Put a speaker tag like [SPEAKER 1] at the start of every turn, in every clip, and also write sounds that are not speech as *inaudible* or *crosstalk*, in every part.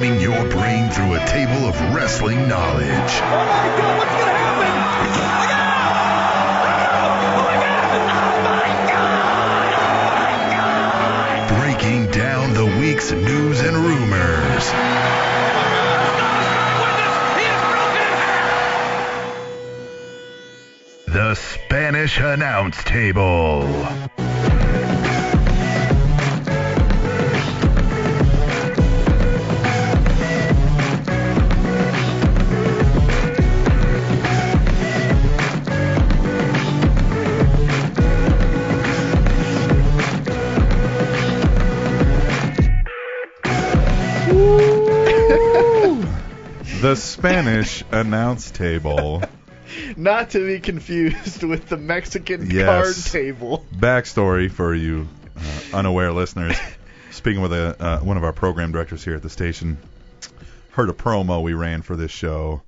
[SPEAKER 1] brain through a table of wrestling knowledge.
[SPEAKER 2] Oh my God, what's gonna happen? Look out! Look out! Oh my God!
[SPEAKER 1] Breaking down the week's news and rumors.
[SPEAKER 2] He is broken in half!
[SPEAKER 1] The Spanish Announce Table.
[SPEAKER 3] The Spanish announce table.
[SPEAKER 4] Not to be confused *laughs* with the Mexican
[SPEAKER 3] Yes.
[SPEAKER 4] card table.
[SPEAKER 3] Backstory for you uh, unaware listeners. Speaking with a, uh, one of our program directors here at the station, heard a promo we ran for this show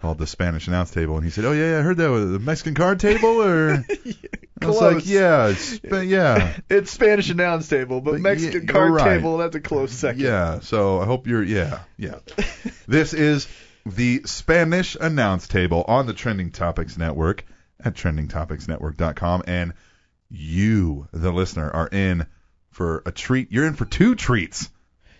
[SPEAKER 3] called the Spanish announce table, and he said, "Oh yeah, yeah I heard that was the Mexican card table." Or I was like,
[SPEAKER 4] Close.
[SPEAKER 3] "Yeah, it's, but yeah."
[SPEAKER 4] It's Spanish announce table, but,
[SPEAKER 3] But
[SPEAKER 4] Mexican
[SPEAKER 3] yeah,
[SPEAKER 4] card
[SPEAKER 3] you're right.
[SPEAKER 4] table, that's a close second.
[SPEAKER 3] Yeah, so I hope you're yeah, yeah. this is the Spanish announce table on the Trending Topics Network at trendingtopicsnetwork.com and you the listener are in for a treat. You're in for two treats.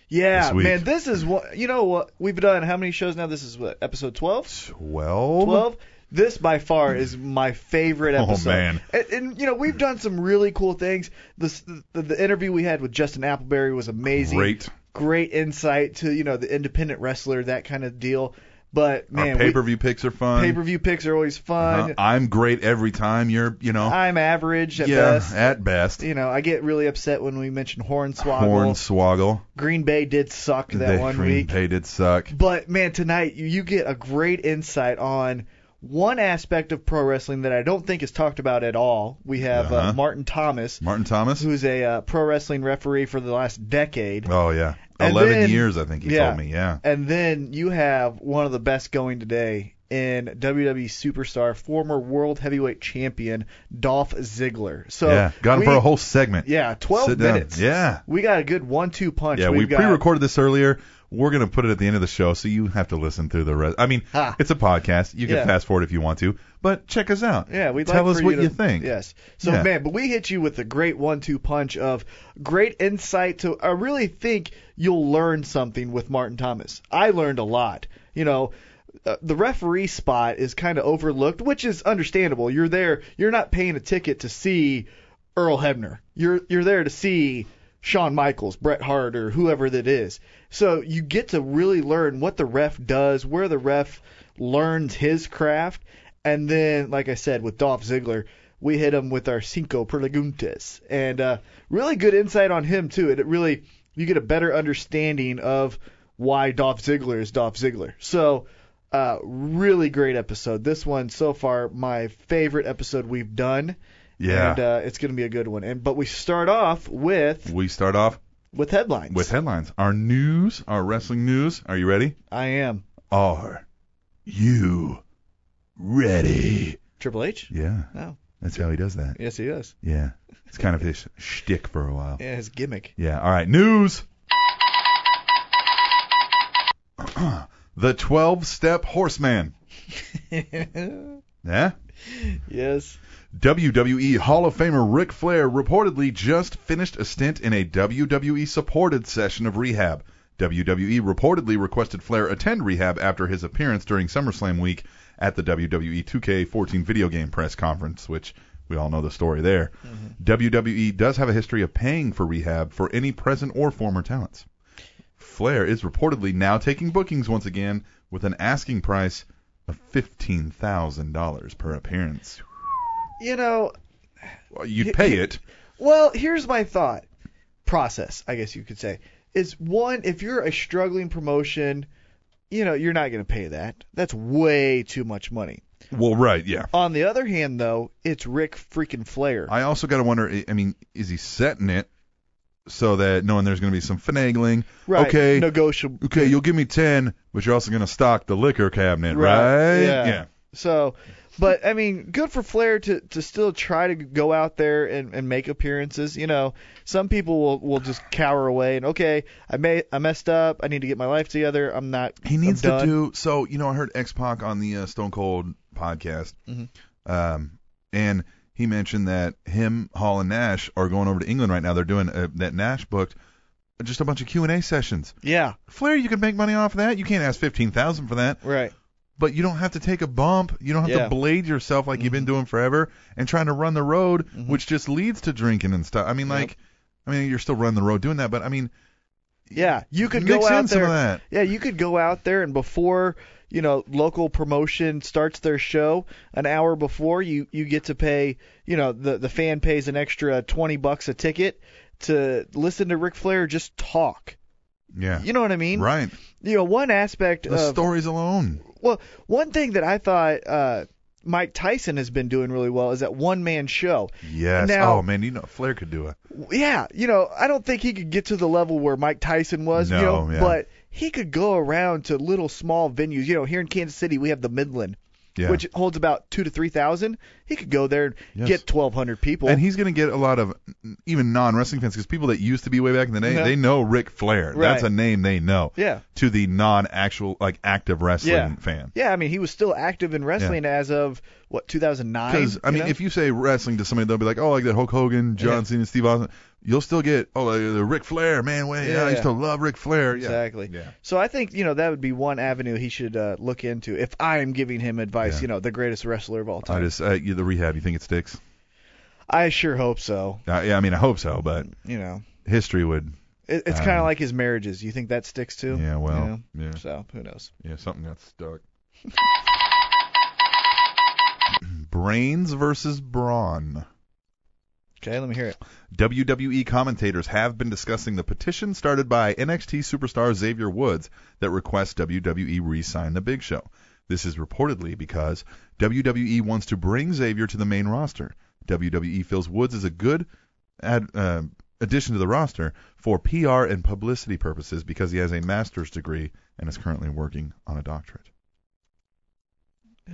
[SPEAKER 4] Yeah,
[SPEAKER 3] This week.
[SPEAKER 4] man, this is what you know what we've done how many shows now? This is what episode 12?
[SPEAKER 3] 12?
[SPEAKER 4] 12? This by far is my favorite
[SPEAKER 3] Oh,
[SPEAKER 4] episode.
[SPEAKER 3] man.
[SPEAKER 4] And, and you know, we've done some really cool things. This the, the interview we had with Justin Appleberry was amazing.
[SPEAKER 3] Great.
[SPEAKER 4] Great insight to, you know, the independent wrestler, that kind of deal. But
[SPEAKER 3] Our
[SPEAKER 4] man,
[SPEAKER 3] pay-per-view picks are fun.
[SPEAKER 4] pay per view picks are always
[SPEAKER 3] Uh,
[SPEAKER 4] fun.
[SPEAKER 3] I'm great every time. You're, you know,
[SPEAKER 4] *laughs* I'm average at
[SPEAKER 3] yeah,
[SPEAKER 4] best.
[SPEAKER 3] at best.
[SPEAKER 4] you know, I get really upset when we mention Hornswoggle.
[SPEAKER 3] Hornswoggle.
[SPEAKER 4] Green Bay did suck that
[SPEAKER 3] the
[SPEAKER 4] one
[SPEAKER 3] Green
[SPEAKER 4] week.
[SPEAKER 3] Bay did suck.
[SPEAKER 4] But man, tonight you, you get a great insight on one aspect of pro wrestling that I don't think is talked about at all. We have uh
[SPEAKER 3] Uh-huh.
[SPEAKER 4] Martin Thomas,
[SPEAKER 3] Martin Thomas.
[SPEAKER 4] *laughs* who's a uh, pro wrestling referee for the last decade.
[SPEAKER 3] Oh yeah,
[SPEAKER 4] And
[SPEAKER 3] eleven
[SPEAKER 4] then-
[SPEAKER 3] years I think he
[SPEAKER 4] yeah.
[SPEAKER 3] told me. Yeah.
[SPEAKER 4] And then you have one of the best going today in WWE superstar, former world heavyweight champion Dolph Ziggler. So
[SPEAKER 3] yeah, got him
[SPEAKER 4] we-
[SPEAKER 3] for a whole segment.
[SPEAKER 4] Yeah, 12
[SPEAKER 3] Sit down.
[SPEAKER 4] minutes.
[SPEAKER 3] Yeah.
[SPEAKER 4] We got a good one-two punch.
[SPEAKER 3] Yeah,
[SPEAKER 4] We've
[SPEAKER 3] we
[SPEAKER 4] got-
[SPEAKER 3] pre-recorded this earlier. We're gonna put it at the end of the show, so you have to listen through the rest. I mean,
[SPEAKER 4] Ha.
[SPEAKER 3] it's a podcast. You can
[SPEAKER 4] Yeah.
[SPEAKER 3] fast forward if you want to, but check us out.
[SPEAKER 4] Yeah, we'd
[SPEAKER 3] tell
[SPEAKER 4] like
[SPEAKER 3] us
[SPEAKER 4] for
[SPEAKER 3] what
[SPEAKER 4] you, to,
[SPEAKER 3] you think.
[SPEAKER 4] Yes. So
[SPEAKER 3] Yeah.
[SPEAKER 4] man, but we hit you with a great one-two punch of great insight to. I really think you'll learn something with Martin Thomas. I learned a lot. You know. Uh, the referee spot is kind of overlooked, which is understandable. You're there, you're not paying a ticket to see Earl Hebner. You're you're there to see Shawn Michaels, Bret Hart, or whoever that is. So you get to really learn what the ref does, where the ref learns his craft, and then, like I said, with Dolph Ziggler, we hit him with our cinco preguntas, and uh, really good insight on him too. It, it really you get a better understanding of why Dolph Ziggler is Dolph Ziggler. So. Uh, really great episode. This one so far, my favorite episode we've done.
[SPEAKER 3] Yeah.
[SPEAKER 4] And uh, it's going to be a good one. And but we start off with
[SPEAKER 3] we start off
[SPEAKER 4] with headlines.
[SPEAKER 3] with headlines. Our news, our wrestling news. Are you ready?
[SPEAKER 4] I am
[SPEAKER 3] Are you ready?
[SPEAKER 4] Triple H.
[SPEAKER 3] Yeah,
[SPEAKER 4] No.
[SPEAKER 3] that's how he does that.
[SPEAKER 4] Yes, he is.
[SPEAKER 3] Yeah, it's kind of his shtick for a while.
[SPEAKER 4] Yeah, his gimmick. *laughs*
[SPEAKER 3] Yeah. All right. News. *clears throat* the 12-step horseman. Yeah.
[SPEAKER 4] yes.
[SPEAKER 3] WWE E Hall of Famer Ric Flair reportedly just finished a stint in a WWE supported session of rehab. WWE reportedly requested Flair attend rehab after his appearance during SummerSlam week at the E WWE 2K14 video game press conference, which we all know the story there. WWE does have a history of paying for rehab for any present or former talents. Flair is reportedly now taking bookings once again with an asking price of $15,000 per appearance.
[SPEAKER 4] You know,
[SPEAKER 3] Well, you'd pay it.
[SPEAKER 4] well, here's my thought process. I guess you could say is one if you're a struggling promotion, you know, you're not going to pay that. That's way too much money.
[SPEAKER 3] Well, right, yeah.
[SPEAKER 4] On the other hand, though, it's Rick freaking Flair.
[SPEAKER 3] I also got to wonder. I- I mean, is he setting it so that knowing there's going to be some finagling?
[SPEAKER 4] right.
[SPEAKER 3] Okay.
[SPEAKER 4] Negotiable.
[SPEAKER 3] Okay, you'll give me ten, but you're also going to stock the liquor cabinet, right?
[SPEAKER 4] Yeah. So, But I mean, good for Flair to, to still try to go out there and, and make appearances. You know, some people will, will just cower away and okay, I may I messed up. I need to get my life together. I'm not.
[SPEAKER 3] He needs
[SPEAKER 4] I'm
[SPEAKER 3] to
[SPEAKER 4] done.
[SPEAKER 3] do so. You know, I heard X Pac on the uh, Stone Cold podcast,
[SPEAKER 4] Mhm.
[SPEAKER 3] um, and he mentioned that him, Hall, and Nash are going over to England right now. They're doing uh that Nash booked just a bunch of Q and A sessions.
[SPEAKER 4] Yeah,
[SPEAKER 3] Flair, you can make money off of that. You can't ask fifteen thousand for that,
[SPEAKER 4] right.
[SPEAKER 3] but you don't have to take a bump. You don't have
[SPEAKER 4] Yeah. Mm-hmm.
[SPEAKER 3] to blade yourself like you've been doing forever and trying to run the road,
[SPEAKER 4] Mhm.
[SPEAKER 3] which just leads to drinking and stuff. I mean,
[SPEAKER 4] Yep.
[SPEAKER 3] like, I mean, you're still running the road doing that, but I mean,
[SPEAKER 4] Yeah, you could
[SPEAKER 3] mix
[SPEAKER 4] go
[SPEAKER 3] in
[SPEAKER 4] out
[SPEAKER 3] some
[SPEAKER 4] there.
[SPEAKER 3] of that.
[SPEAKER 4] Yeah, you could go out there and before you know local promotion starts their show, an hour before you you get to pay you know the the fan pays an extra twenty bucks a ticket to listen to Ric Flair just talk.
[SPEAKER 3] Yeah,
[SPEAKER 4] You know what I mean? uh,
[SPEAKER 3] right.
[SPEAKER 4] You know one aspect
[SPEAKER 3] The
[SPEAKER 4] of
[SPEAKER 3] stories alone.
[SPEAKER 4] well, one thing that I thought uh, Mike Tyson has been doing really well is that one man show.
[SPEAKER 3] Yes.
[SPEAKER 4] Now-
[SPEAKER 3] oh man, you know Flair could do it.
[SPEAKER 4] Yeah, you know, I don't think he could get to the level where Mike Tyson was, you
[SPEAKER 3] No,
[SPEAKER 4] know,
[SPEAKER 3] yeah.
[SPEAKER 4] but he could go around to little small venues. You know, here in Kansas City, we have the Midland,
[SPEAKER 3] Yeah.
[SPEAKER 4] which holds about two to three thousand. He could go there and
[SPEAKER 3] Yes.
[SPEAKER 4] get twelve hundred people.
[SPEAKER 3] and he's going to get a lot of mm, even non-wrestling fans because people that used to be way back in the day,
[SPEAKER 4] Yeah.
[SPEAKER 3] they know Ric Flair.
[SPEAKER 4] Right.
[SPEAKER 3] That's a name they know.
[SPEAKER 4] yeah,
[SPEAKER 3] To the non-actual like active wrestling
[SPEAKER 4] Yeah.
[SPEAKER 3] fan.
[SPEAKER 4] yeah. I mean, he was still active in wrestling as of what 2009.
[SPEAKER 3] Because I mean, if you say wrestling to somebody, they'll be like, "Oh, like that Hulk Hogan, John
[SPEAKER 4] Yeah.
[SPEAKER 3] Cena, Steve Austin." You'll still get, "Oh, like, the Ric Flair, man, way, yeah,
[SPEAKER 4] Yeah,
[SPEAKER 3] I used
[SPEAKER 4] yeah.
[SPEAKER 3] to love Ric Flair." Yeah.
[SPEAKER 4] exactly.
[SPEAKER 3] Yeah.
[SPEAKER 4] So I think you know that would be one avenue he should uh, look into. If I am giving him advice,
[SPEAKER 3] Yeah.
[SPEAKER 4] you know, the greatest wrestler of all
[SPEAKER 3] I
[SPEAKER 4] time,
[SPEAKER 3] just uh, you- the rehab. You think it sticks?
[SPEAKER 4] I sure hope so.
[SPEAKER 3] Uh, yeah. I mean, I hope so, but
[SPEAKER 4] You know,
[SPEAKER 3] history would.
[SPEAKER 4] it, it's
[SPEAKER 3] Uh,
[SPEAKER 4] kind of like his marriages. You think that sticks too?
[SPEAKER 3] Yeah.
[SPEAKER 4] You
[SPEAKER 3] Well.
[SPEAKER 4] know?
[SPEAKER 3] Yeah.
[SPEAKER 4] So who knows?
[SPEAKER 3] Yeah, something got stuck. *clears throat* Brains versus brawn.
[SPEAKER 4] Okay, let me hear it.
[SPEAKER 3] WWE E commentators have been discussing the petition started by NXT superstar Xavier Woods that requests WWE re sign the Big Show. This is reportedly because WWE wants to bring Xavier to the main roster. WWE feels Woods is a good ad, uh, addition to the roster for PR and publicity purposes because he has a master's degree and is currently working on a doctorate.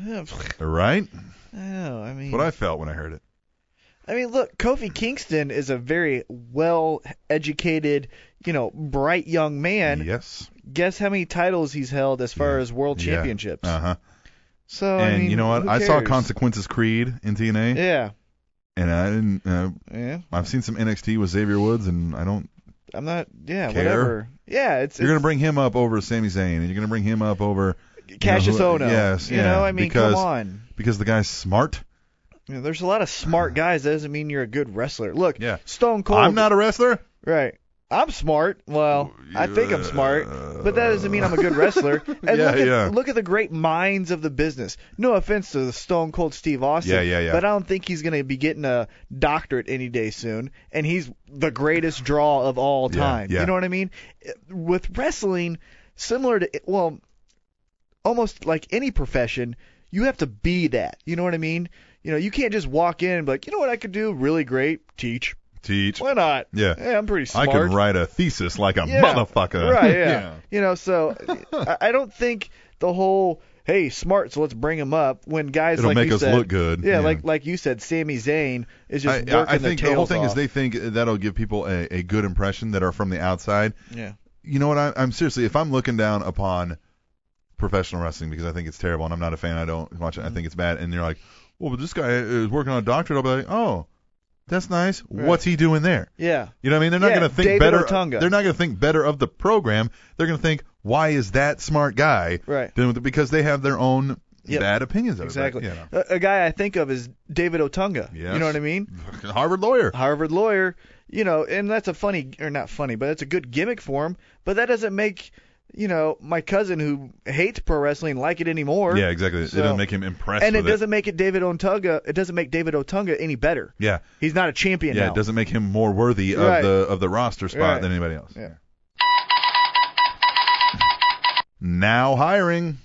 [SPEAKER 4] Oh,
[SPEAKER 3] Right?
[SPEAKER 4] I
[SPEAKER 3] That's
[SPEAKER 4] mean,
[SPEAKER 3] what I felt when I heard it.
[SPEAKER 4] I mean, look, Kofi Kingston is a very well-educated, you know, bright young man.
[SPEAKER 3] yes.
[SPEAKER 4] Guess how many titles he's held as far
[SPEAKER 3] Yeah.
[SPEAKER 4] as world
[SPEAKER 3] Yeah.
[SPEAKER 4] championships?
[SPEAKER 3] Uh huh.
[SPEAKER 4] So Oh, I
[SPEAKER 3] and
[SPEAKER 4] mean,
[SPEAKER 3] you know what?
[SPEAKER 4] who
[SPEAKER 3] I saw
[SPEAKER 4] cares?
[SPEAKER 3] Consequences Creed in TNA,
[SPEAKER 4] Yeah,
[SPEAKER 3] and I didn't. Uh,
[SPEAKER 4] yeah.
[SPEAKER 3] I've seen some NXT with Xavier Woods, and I don't.
[SPEAKER 4] I'm not. Yeah,
[SPEAKER 3] Care?
[SPEAKER 4] whatever. Yeah, it's,
[SPEAKER 3] You're gonna
[SPEAKER 4] it's
[SPEAKER 3] bring him up over Sami Zayn, and you're gonna bring him up over
[SPEAKER 4] Cassius
[SPEAKER 3] who-
[SPEAKER 4] Ohno.
[SPEAKER 3] yes,
[SPEAKER 4] you
[SPEAKER 3] yeah,
[SPEAKER 4] know, I mean,
[SPEAKER 3] because-
[SPEAKER 4] come on.
[SPEAKER 3] because the guy's smart.
[SPEAKER 4] You know, there's a lot
[SPEAKER 3] *sighs*
[SPEAKER 4] of smart guys. That doesn't mean you're a good wrestler. Look,
[SPEAKER 3] Yeah.
[SPEAKER 4] Stone Cold.
[SPEAKER 3] I'm not a wrestler.
[SPEAKER 4] Right. I'm smart. Well, I think I'm smart, but that doesn't mean I'm a good wrestler. And
[SPEAKER 3] Yeah,
[SPEAKER 4] look, at,
[SPEAKER 3] yeah.
[SPEAKER 4] look at the great minds of the business. No offense to the Stone Cold Steve Austin,
[SPEAKER 3] Yeah, yeah, yeah.
[SPEAKER 4] but I don't think he's going to be getting a doctorate any day soon. And he's the greatest draw of all
[SPEAKER 3] Yeah,
[SPEAKER 4] time.
[SPEAKER 3] yeah.
[SPEAKER 4] You know what I mean? With wrestling, similar to well, almost like any profession, you have to be that. You know what I mean? You know, you can't just walk in and be like, you know what I could do really great? Teach.
[SPEAKER 3] *laughs* Teach.
[SPEAKER 4] Why not?
[SPEAKER 3] Yeah.
[SPEAKER 4] Hey, I'm pretty
[SPEAKER 3] I
[SPEAKER 4] smart.
[SPEAKER 3] can write a thesis like a *laughs*
[SPEAKER 4] Yeah.
[SPEAKER 3] motherfucker.
[SPEAKER 4] Right, yeah. You know, so I I don't think the whole hey smart, so let's bring him up when guys
[SPEAKER 3] It'll
[SPEAKER 4] like
[SPEAKER 3] make
[SPEAKER 4] you
[SPEAKER 3] us
[SPEAKER 4] said,
[SPEAKER 3] look good.
[SPEAKER 4] Yeah, like like you said, Sami Zayn is just
[SPEAKER 3] I,
[SPEAKER 4] working
[SPEAKER 3] I- I
[SPEAKER 4] their
[SPEAKER 3] think the whole
[SPEAKER 4] tails
[SPEAKER 3] thing is
[SPEAKER 4] off.
[SPEAKER 3] they think that'll give people a, a good impression that are from the outside.
[SPEAKER 4] yeah
[SPEAKER 3] you know what? I, I'm seriously, if I'm looking down upon professional wrestling because I think it's terrible and I'm not a fan, I don't watch
[SPEAKER 4] Mm-hmm.
[SPEAKER 3] it, I think it's bad, and you're like, well, but this guy uh, is working on a doctorate, I'll be like, oh, that's nice.
[SPEAKER 4] Right.
[SPEAKER 3] What's he doing there?
[SPEAKER 4] yeah
[SPEAKER 3] You know what I mean? They're not
[SPEAKER 4] Yeah,
[SPEAKER 3] going to think
[SPEAKER 4] David
[SPEAKER 3] better.
[SPEAKER 4] Otunga.
[SPEAKER 3] They're not going to think better of the program. They're going to think, why is that smart guy?
[SPEAKER 4] right
[SPEAKER 3] doing with it? Because they have their own
[SPEAKER 4] Yep.
[SPEAKER 3] bad opinions of
[SPEAKER 4] exactly.
[SPEAKER 3] it. but,
[SPEAKER 4] a, a guy I think of is David Otunga.
[SPEAKER 3] Yes.
[SPEAKER 4] You know what I mean?
[SPEAKER 3] You know, Harvard lawyer.
[SPEAKER 4] Harvard lawyer. You know, and that's a funny or not funny, but that's a good gimmick for him. But that doesn't make you know my cousin who hates pro wrestling like it anymore.
[SPEAKER 3] Yeah, exactly.
[SPEAKER 4] So-
[SPEAKER 3] it doesn't make him impressed.
[SPEAKER 4] And it
[SPEAKER 3] with
[SPEAKER 4] doesn't make it David Otunga. It doesn't make David Otunga any better.
[SPEAKER 3] Yeah,
[SPEAKER 4] He's not a champion
[SPEAKER 3] yeah.
[SPEAKER 4] now.
[SPEAKER 3] It doesn't make him more worthy of
[SPEAKER 4] Right.
[SPEAKER 3] the of the roster spot
[SPEAKER 4] Right.
[SPEAKER 3] than anybody else.
[SPEAKER 4] Yeah.
[SPEAKER 3] Now hiring.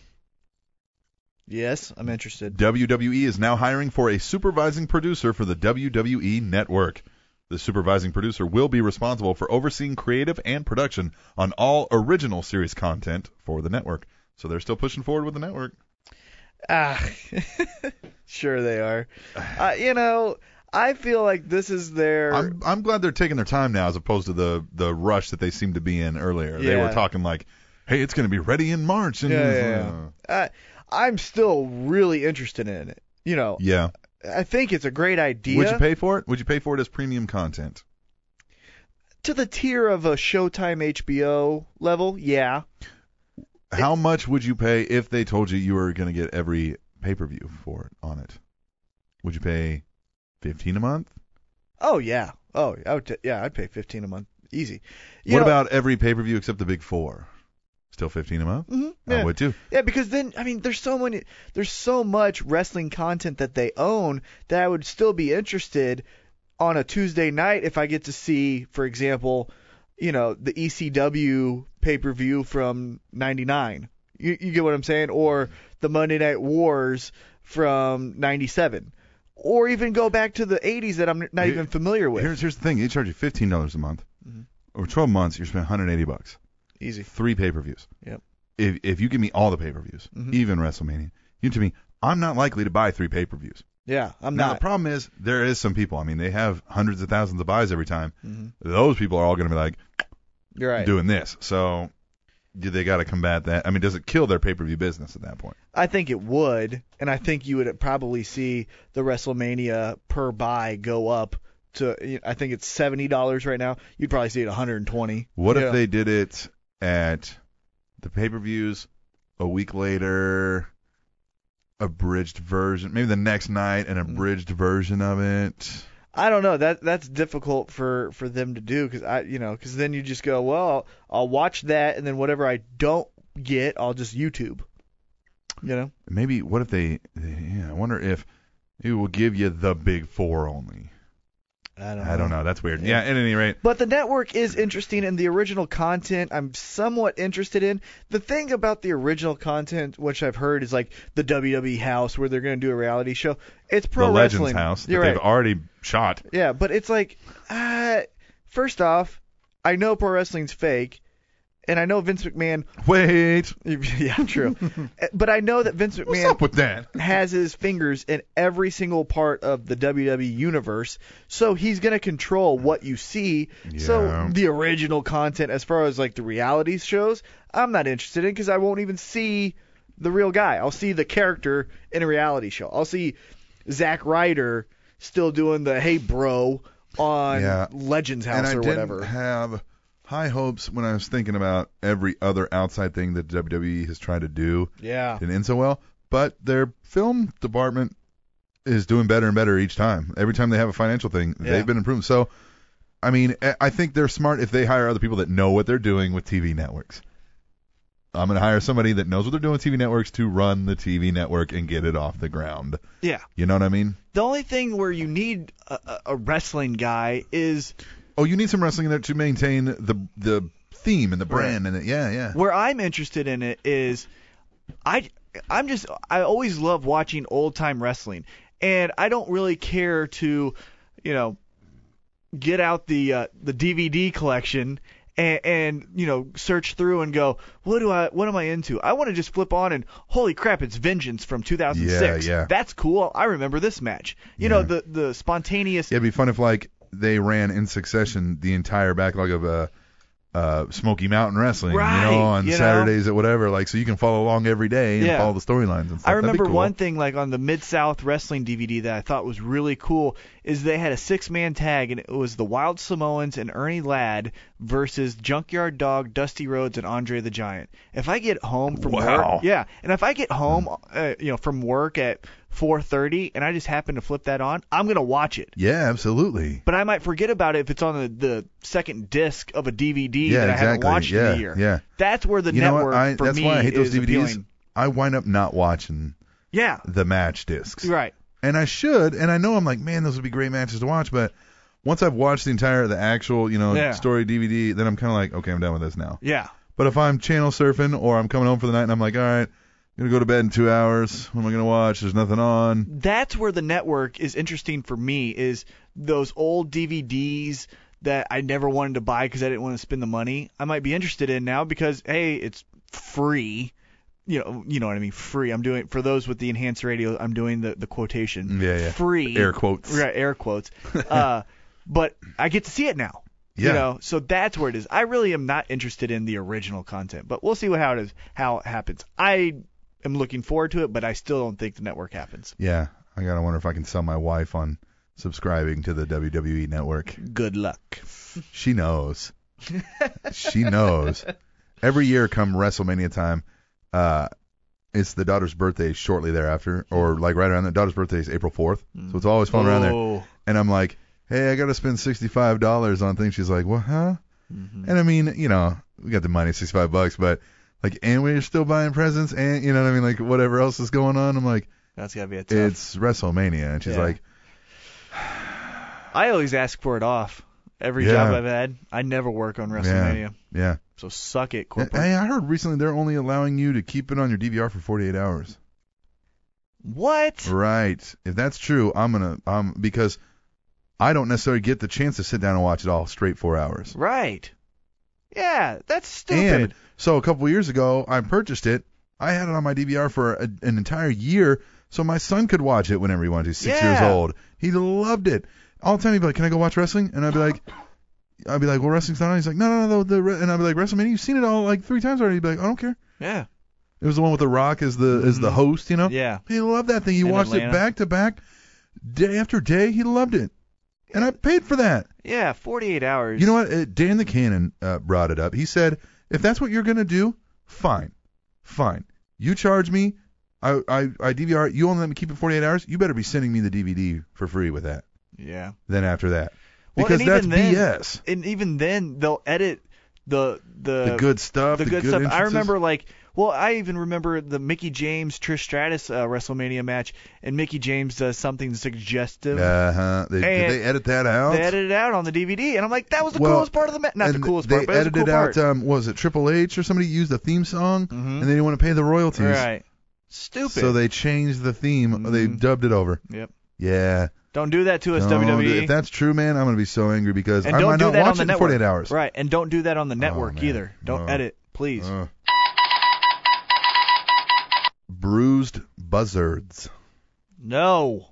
[SPEAKER 4] Yes, I'm interested.
[SPEAKER 3] WWE E is now hiring for a supervising producer for the WWE network. The supervising producer will be responsible for overseeing creative and production on all original series content for the network. So they're still pushing forward with the network.
[SPEAKER 4] Ah, *laughs* sure they are. Uh, you know, I feel like this is their.
[SPEAKER 3] I'm I'm glad they're taking their time now as opposed to the the rush that they seemed to be in earlier. They were
[SPEAKER 4] Yeah.
[SPEAKER 3] talking like, "Hey, it's going to be ready in March." And
[SPEAKER 4] Yeah, yeah, uh, I'm still really interested in it. You know,
[SPEAKER 3] Yeah.
[SPEAKER 4] I think it's a great idea.
[SPEAKER 3] Would you pay for it? Would you pay for it as premium content?
[SPEAKER 4] to the tier of a Showtime HBO level? Yeah.
[SPEAKER 3] How much would you pay if they told you you were going to get every pay-per-view for it on it? Would you pay 15 a month?
[SPEAKER 4] Oh yeah. Oh, I would t- yeah, I'd pay 15 a month, easy. You
[SPEAKER 3] what
[SPEAKER 4] know-
[SPEAKER 3] about every pay-per-view except the big 4? Still 15 a month?
[SPEAKER 4] Mhm,
[SPEAKER 3] I
[SPEAKER 4] yeah.
[SPEAKER 3] would too.
[SPEAKER 4] Yeah, because then I mean, there's so many, there's so much wrestling content that they own that I would still be interested on a Tuesday night if I get to see, for example, you know, the E ECW pay per view from '99. You, you get what I'm saying, or the Monday Night Wars from '97, or even go back to the '80s that I'm not
[SPEAKER 3] Here-
[SPEAKER 4] even familiar with. Mm-hmm.
[SPEAKER 3] Here's here's the thing. They charge you $15 a month. Over 12 months, you're spending 180 bucks.
[SPEAKER 4] Easy.
[SPEAKER 3] three pay-per-views.
[SPEAKER 4] Yep. Mm-hmm.
[SPEAKER 3] If if you give me all the pay-per-views, even WrestleMania, you to me, I'm not likely to buy three pay-per-views.
[SPEAKER 4] Yeah, I'm
[SPEAKER 3] now
[SPEAKER 4] not.
[SPEAKER 3] the problem is there is some people. I mean, they have hundreds of thousands of buys every time. Those people are all going to be like
[SPEAKER 4] Mm-hmm. You're right.
[SPEAKER 3] doing this. So do they got to combat that? I mean, does it kill their pay-per-view business at that point?
[SPEAKER 4] I think it would, and I think you would probably see the WrestleMania per buy go up to. I think it's seventy dollars right now. You'd probably see it one hundred and twenty.
[SPEAKER 3] What if they did it at the pay-per-views a week later? Abridged version, maybe the next night,
[SPEAKER 4] Mm-hmm.
[SPEAKER 3] an abridged version of it.
[SPEAKER 4] I don't know. That that's difficult for for them to do because I, you know, because then you just go, well, I'll watch that, and then whatever I don't get, I'll just YouTube. You know,
[SPEAKER 3] Maybe what if they? Yeah, I wonder if it will give you the big four only.
[SPEAKER 4] I don't.
[SPEAKER 3] I don't know. That's weird. Yeah. At any rate,
[SPEAKER 4] But the network is interesting, and the original content I'm somewhat interested in. The thing about the original content, which I've heard, is like the WWE house where they're going to do a reality show. It's pro
[SPEAKER 3] the
[SPEAKER 4] wrestling.
[SPEAKER 3] Legends House that
[SPEAKER 4] You're
[SPEAKER 3] they've
[SPEAKER 4] right.
[SPEAKER 3] already shot.
[SPEAKER 4] Yeah, but it's like, uh, first off, I know pro wrestling's fake, and I know Vince McMahon. *laughs*
[SPEAKER 3] Wait,
[SPEAKER 4] Yeah,
[SPEAKER 3] *laughs*
[SPEAKER 4] true. but I know that Vince McMahon
[SPEAKER 3] what's up with that?
[SPEAKER 4] has his fingers in every single part of the WWE universe, so he's going to control what you see.
[SPEAKER 3] Yeah.
[SPEAKER 4] So the original content, as far as like the reality shows, I'm not interested in because I won't even see the real guy. I'll see the character in a reality show. I'll see Zack Ryder still doing the "Hey, bro" on
[SPEAKER 3] Yeah.
[SPEAKER 4] Legends
[SPEAKER 3] and
[SPEAKER 4] House
[SPEAKER 3] I
[SPEAKER 4] or
[SPEAKER 3] didn't
[SPEAKER 4] whatever.
[SPEAKER 3] have high hopes when I was thinking about every other outside thing that WWE has tried to do.
[SPEAKER 4] yeah.
[SPEAKER 3] Didn't end so well, but their film department is doing better and better each time. Every time they have a financial thing,
[SPEAKER 4] Yeah.
[SPEAKER 3] they've been improving. So, I mean, I- I think they're smart if they hire other people that know what they're doing with TV networks. I'm going to hire somebody that knows what they're doing with TV networks to run the TV network and get it off the ground.
[SPEAKER 4] Yeah.
[SPEAKER 3] You know what I mean?
[SPEAKER 4] The only thing where you need a, a- a wrestling guy is
[SPEAKER 3] Oh, you need some wrestling in there to maintain the the theme and the brand and it. Yeah, yeah.
[SPEAKER 4] where I'm interested in it is I I'm just I always love watching old time wrestling and I don't really care to you know get out the uh, the DVD collection and, and you know search through and go what do I what am I into I want to just flip on and holy crap it's Vengeance from 2006
[SPEAKER 3] Yeah, yeah.
[SPEAKER 4] that's cool I remember this match you know the the spontaneous
[SPEAKER 3] Yeah, it'd be fun if like they ran in succession the entire backlog of uh, uh, Smoky Mountain Wrestling,
[SPEAKER 4] Right,
[SPEAKER 3] you know, on
[SPEAKER 4] you know?
[SPEAKER 3] Saturdays at whatever, like so you can follow along every day and
[SPEAKER 4] Yeah.
[SPEAKER 3] follow the storylines and stuff.
[SPEAKER 4] I
[SPEAKER 3] That'd be
[SPEAKER 4] remember
[SPEAKER 3] cool.
[SPEAKER 4] one thing like on the Mid South Wrestling DVD that I thought was really cool is they had a six man tag and it was the Wild Samoans and Ernie Ladd versus Junkyard Dog, Dusty Rhodes, and Andre the Giant. If I get home from
[SPEAKER 3] Wow.
[SPEAKER 4] work, yeah, and if I get home, uh, you know, from work at 4:30 and I just happen to flip that on, I'm gonna watch it.
[SPEAKER 3] Yeah, absolutely.
[SPEAKER 4] But I might forget about it if it's on the, the second disc of a DVD
[SPEAKER 3] Yeah,
[SPEAKER 4] that I haven't
[SPEAKER 3] exactly.
[SPEAKER 4] watched
[SPEAKER 3] yeah,
[SPEAKER 4] in a year.
[SPEAKER 3] yeah.
[SPEAKER 4] That's where the
[SPEAKER 3] You know
[SPEAKER 4] network
[SPEAKER 3] what? I,
[SPEAKER 4] for
[SPEAKER 3] that's
[SPEAKER 4] me
[SPEAKER 3] why I hate those
[SPEAKER 4] is
[SPEAKER 3] DVDs.
[SPEAKER 4] appealing.
[SPEAKER 3] I wind up not watching
[SPEAKER 4] Yeah,
[SPEAKER 3] the match discs,
[SPEAKER 4] right.
[SPEAKER 3] and I should. And I know I'm like, man, those would be great matches to watch, but once I've watched the entire the actual you know
[SPEAKER 4] Yeah.
[SPEAKER 3] story DVD, then I'm kind of like, okay, I'm done with this now.
[SPEAKER 4] Yeah.
[SPEAKER 3] But if I'm channel surfing or I'm coming home for the night and I'm like, all right, I'm gonna go to bed in two hours. What am I gonna watch? There's nothing on.
[SPEAKER 4] that's where the network is interesting for me is those old DVDs that I never wanted to buy because I didn't want to spend the money. I might be interested in now because hey, it's free you know, you know what I mean, free. I'm doing for those with the enhanced radio. I'm doing the the quotation.
[SPEAKER 3] Mm, Yeah, yeah.
[SPEAKER 4] Free.
[SPEAKER 3] Air quotes.
[SPEAKER 4] Right,
[SPEAKER 3] *laughs*
[SPEAKER 4] air quotes. uh, but I get to see it now.
[SPEAKER 3] Yeah.
[SPEAKER 4] You know, so that's where it is. I really am not interested in the original content, but we'll see what how it is how it happens. I am looking forward to it, but I still don't think the network happens.
[SPEAKER 3] Yeah, I gotta wonder if I can sell my wife on subscribing to the WWE network.
[SPEAKER 4] Good luck.
[SPEAKER 3] She knows. she knows. Every year, come WrestleMania time, uh, it's the daughter's birthday shortly thereafter, or like right around the daughter's birthday is April 4th,
[SPEAKER 4] Mm.
[SPEAKER 3] so it's always fun around there.
[SPEAKER 4] Whoa.
[SPEAKER 3] And I'm like, hey, I gotta spend sixty-five dollars on things. She's like, what, huh? And I mean, you know, we got the money, sixty-five bucks, but like, and we're still buying presents, and you know what I mean, like whatever else is going on. I'm like,
[SPEAKER 4] That's gotta be a tough.
[SPEAKER 3] it's WrestleMania, and she's
[SPEAKER 4] Yeah.
[SPEAKER 3] like,
[SPEAKER 4] I always ask for it off. Every
[SPEAKER 3] Yeah.
[SPEAKER 4] job I've had, I never work on WrestleMania.
[SPEAKER 3] yeah.
[SPEAKER 4] So suck it,
[SPEAKER 3] Hey,
[SPEAKER 4] corporate.
[SPEAKER 3] I heard recently they're only allowing you to keep it on your DVR for 48 hours.
[SPEAKER 4] What?
[SPEAKER 3] Right. If that's true, I'm gonna um because I don't necessarily get the chance to sit down and watch it all straight four hours.
[SPEAKER 4] Right. Yeah, that's
[SPEAKER 3] And
[SPEAKER 4] stupid.
[SPEAKER 3] so a couple years ago, I purchased it. I had it on my DVR for a, an entire year, so my son could watch it whenever he wanted to. Six
[SPEAKER 4] Yeah.
[SPEAKER 3] years old, he loved it. All the time he'd be like, "Can I go watch wrestling?" And I'd be like, "I'd be like, well, wrestling's not on." He's like, "No, no, no." The, the re-" and I'd be like, "WrestleMania, you've seen it all like three times already." He'd be like, "I don't care."
[SPEAKER 4] yeah.
[SPEAKER 3] It was the one with The Rock as the as the host, you know.
[SPEAKER 4] Mm-hmm. Yeah.
[SPEAKER 3] He loved that thing. He
[SPEAKER 4] In
[SPEAKER 3] watched it
[SPEAKER 4] Atlanta.
[SPEAKER 3] back to back, day after day. He loved it, and I paid for that.
[SPEAKER 4] Yeah, 48 hours.
[SPEAKER 3] You know what? Uh, Dan the Cannon uh, brought it up. He said, if that's what you're gonna do, fine, fine. You charge me, I I, I DVR. it. You only let me keep it 48 hours. You better be sending me the DVD for free with that.
[SPEAKER 4] Yeah.
[SPEAKER 3] Then after that,
[SPEAKER 4] Well,
[SPEAKER 3] because
[SPEAKER 4] and
[SPEAKER 3] that's
[SPEAKER 4] even then-
[SPEAKER 3] BS.
[SPEAKER 4] And even then, they'll edit the the,
[SPEAKER 3] The good stuff.
[SPEAKER 4] uh, the good stuff. I
[SPEAKER 3] entrances.
[SPEAKER 4] remember like, well, I even remember the Mickey James Trish Stratus uh, WrestleMania match, and Mickey James does something suggestive.
[SPEAKER 3] Uh huh. They, did
[SPEAKER 4] And
[SPEAKER 3] they edit that out?
[SPEAKER 4] They edited it out on the DVD, and I'm like, that was the
[SPEAKER 3] Well,
[SPEAKER 4] coolest part of the match. Not the
[SPEAKER 3] And
[SPEAKER 4] coolest
[SPEAKER 3] they
[SPEAKER 4] part, but it was a
[SPEAKER 3] edited
[SPEAKER 4] cool
[SPEAKER 3] out
[SPEAKER 4] part.
[SPEAKER 3] um was it Triple H or somebody used the theme song
[SPEAKER 4] Mhm.
[SPEAKER 3] and they didn't want to pay the royalties.
[SPEAKER 4] right. Stupid.
[SPEAKER 3] So they changed the theme. They
[SPEAKER 4] Mhm.
[SPEAKER 3] dubbed it over.
[SPEAKER 4] Yep.
[SPEAKER 3] Yeah.
[SPEAKER 4] don't do that to us,
[SPEAKER 3] No,
[SPEAKER 4] WWE.
[SPEAKER 3] If that's true, man, I'm gonna be so angry because
[SPEAKER 4] E. and
[SPEAKER 3] I
[SPEAKER 4] don't
[SPEAKER 3] might
[SPEAKER 4] do
[SPEAKER 3] not
[SPEAKER 4] that
[SPEAKER 3] watch
[SPEAKER 4] on
[SPEAKER 3] it
[SPEAKER 4] the
[SPEAKER 3] in
[SPEAKER 4] network.
[SPEAKER 3] 48 hours. Oh,
[SPEAKER 4] Right, and don't do that on the network
[SPEAKER 3] man.
[SPEAKER 4] either. Don't
[SPEAKER 3] No.
[SPEAKER 4] edit, please.
[SPEAKER 3] Ugh. Bruised buzzards.
[SPEAKER 4] No.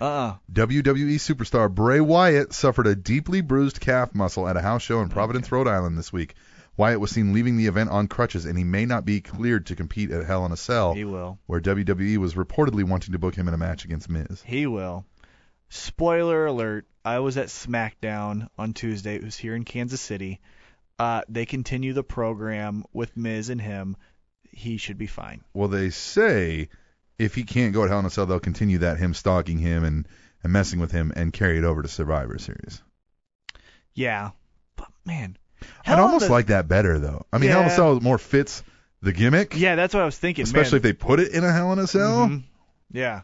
[SPEAKER 4] Uh-uh.
[SPEAKER 3] WWE E superstar Bray Wyatt suffered a deeply bruised calf muscle at a house show in Providence, Rhode Island this week. Wyatt was seen leaving the event on crutches, and he may not be cleared to compete at Hell in a Cell.
[SPEAKER 4] He will.
[SPEAKER 3] where WWE was reportedly wanting to book him in a match against Miz.
[SPEAKER 4] He will. Spoiler alert, I was at SmackDown on Tuesday. It was here in Kansas City. Uh, they continue the program with Miz and him. He should be fine.
[SPEAKER 3] Well, they say if he can't go to Hell in a Cell, they'll continue that him stalking him and, and messing with him and carry it over to Survivor Series.
[SPEAKER 4] Yeah. But man.
[SPEAKER 3] I'd
[SPEAKER 4] hell
[SPEAKER 3] almost
[SPEAKER 4] the-
[SPEAKER 3] like that better though. I mean, Hell in a
[SPEAKER 4] Yeah.
[SPEAKER 3] Cell more fits the gimmick,
[SPEAKER 4] Yeah, that's what I was thinking.
[SPEAKER 3] especially
[SPEAKER 4] man.
[SPEAKER 3] if they put it in a Hell in a Cell.
[SPEAKER 4] Mhm. Yeah.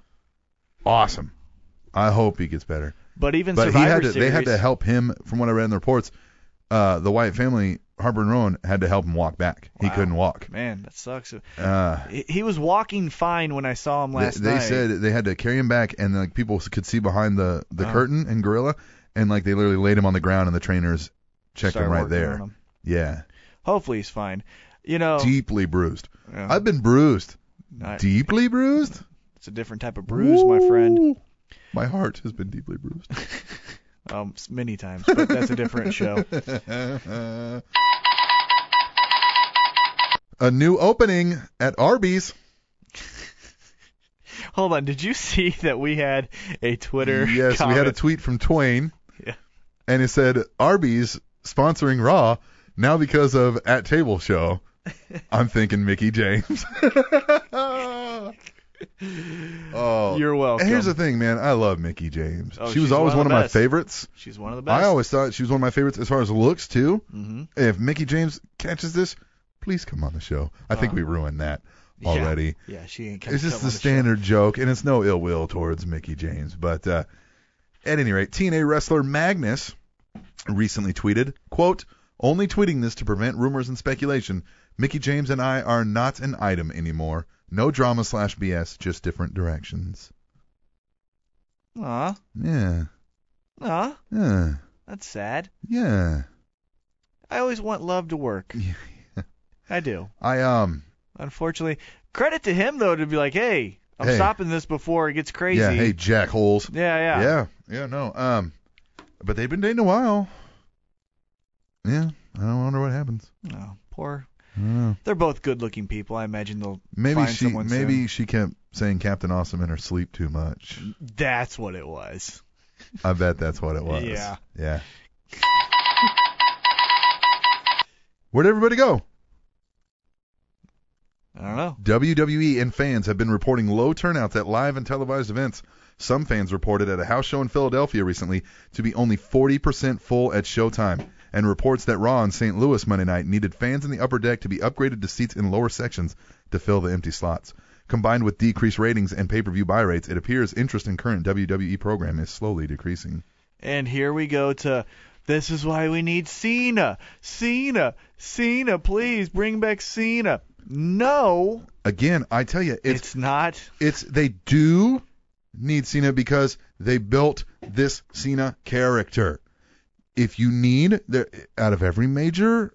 [SPEAKER 3] Awesome. I hope he gets better.
[SPEAKER 4] But even
[SPEAKER 3] But
[SPEAKER 4] Survivor
[SPEAKER 3] he had to,
[SPEAKER 4] Series
[SPEAKER 3] they had to help him. From what I read in the reports, uh, the Wyatt family, Harper and Rowan, had to help him walk back. He
[SPEAKER 4] Wow.
[SPEAKER 3] couldn't walk.
[SPEAKER 4] Man, that sucks.
[SPEAKER 3] Uh,
[SPEAKER 4] He he was walking fine when I saw him
[SPEAKER 3] They-
[SPEAKER 4] last
[SPEAKER 3] they,
[SPEAKER 4] night.
[SPEAKER 3] said they had to carry him back, and like people could see behind the the
[SPEAKER 4] Oh.
[SPEAKER 3] curtain and gorilla, and like they literally laid him on the ground, and the trainers checked
[SPEAKER 4] Started
[SPEAKER 3] him right
[SPEAKER 4] working
[SPEAKER 3] there.
[SPEAKER 4] on him. Oh.
[SPEAKER 3] Yeah,
[SPEAKER 4] Hopefully he's fine. You know,
[SPEAKER 3] deeply bruised.
[SPEAKER 4] yeah,
[SPEAKER 3] I've been bruised,
[SPEAKER 4] I-
[SPEAKER 3] deeply bruised.
[SPEAKER 4] it's a different type of bruise, my friend.
[SPEAKER 3] Ooh. My heart has been deeply bruised.
[SPEAKER 4] Um, s- many times, *laughs* but that's a different
[SPEAKER 3] *laughs*
[SPEAKER 4] show.
[SPEAKER 3] A new opening at Arby's.
[SPEAKER 4] Hold on, did you see that we had a Twitter?
[SPEAKER 3] *laughs* Yes, we had a
[SPEAKER 4] comment?
[SPEAKER 3] tweet from Twain.
[SPEAKER 4] *laughs* Yeah.
[SPEAKER 3] And it said Arby's sponsoring Raw now because of At Table
[SPEAKER 4] *laughs*
[SPEAKER 3] Show. I'm thinking Mickey James. *laughs* oh.
[SPEAKER 4] You're welcome.
[SPEAKER 3] Here's the thing, man. I love Mickey James.
[SPEAKER 4] Oh,
[SPEAKER 3] she was
[SPEAKER 4] she's
[SPEAKER 3] always one
[SPEAKER 4] one of
[SPEAKER 3] of
[SPEAKER 4] the
[SPEAKER 3] my
[SPEAKER 4] best.
[SPEAKER 3] favorites.
[SPEAKER 4] She's one of the best.
[SPEAKER 3] I always thought she was one of my favorites as far as looks too.
[SPEAKER 4] hmm
[SPEAKER 3] If Mickey James catches this, please come on the show. I think
[SPEAKER 4] Uh,
[SPEAKER 3] we ruined that
[SPEAKER 4] yeah.
[SPEAKER 3] already.
[SPEAKER 4] Yeah, she ain't coming.
[SPEAKER 3] It's just
[SPEAKER 4] come on
[SPEAKER 3] the standard joke, and it's no ill will towards Mickey James. But uh, at any rate, TNA wrestler Magnus recently tweeted, quote, only tweeting this to prevent rumors and speculation. Mickey James and I are not an item anymore. No drama slash BS, just different directions.
[SPEAKER 4] show. Aw,
[SPEAKER 3] Yeah.
[SPEAKER 4] aw,
[SPEAKER 3] Yeah.
[SPEAKER 4] that's sad.
[SPEAKER 3] Yeah.
[SPEAKER 4] I always want love to work. I do.
[SPEAKER 3] I um
[SPEAKER 4] Unfortunately, credit to him though to be like, hey, I'm
[SPEAKER 3] Hey.
[SPEAKER 4] stopping this before it gets crazy.
[SPEAKER 3] Yeah, hey, Jack Holes.
[SPEAKER 4] yeah, yeah.
[SPEAKER 3] yeah, yeah, no. Um, but they've been dating a while. Yeah, I don't wonder what happens.
[SPEAKER 4] No, Oh, poor.
[SPEAKER 3] I don't know.
[SPEAKER 4] They're both good-looking people. I imagine they'll.
[SPEAKER 3] Maybe
[SPEAKER 4] Find
[SPEAKER 3] she,
[SPEAKER 4] someone
[SPEAKER 3] maybe
[SPEAKER 4] soon.
[SPEAKER 3] she kept saying Captain Awesome in her sleep too much.
[SPEAKER 4] That's what it was.
[SPEAKER 3] I bet that's what it was.
[SPEAKER 4] *laughs* Yeah.
[SPEAKER 3] Yeah. *laughs* Where'd everybody go?
[SPEAKER 4] I don't know.
[SPEAKER 3] WWE E and fans have been reporting low turnouts at live and televised events. Some fans reported at a house show in Philadelphia recently to be only 40% full at showtime, and reports that Raw in St. Louis Monday night needed fans in the upper deck to be upgraded to seats in lower sections to fill the empty slots. Combined with decreased ratings and pay-per-view buy rates, it appears interest in current WWE program is slowly decreasing.
[SPEAKER 4] And here we go to. This is why we need Cena. Cena. Cena. Please bring back Cena. No,
[SPEAKER 3] Again, I tell you,
[SPEAKER 4] it's,
[SPEAKER 3] it's
[SPEAKER 4] not.
[SPEAKER 3] it's they do need Cena because they built this Cena character. If you need there out of every major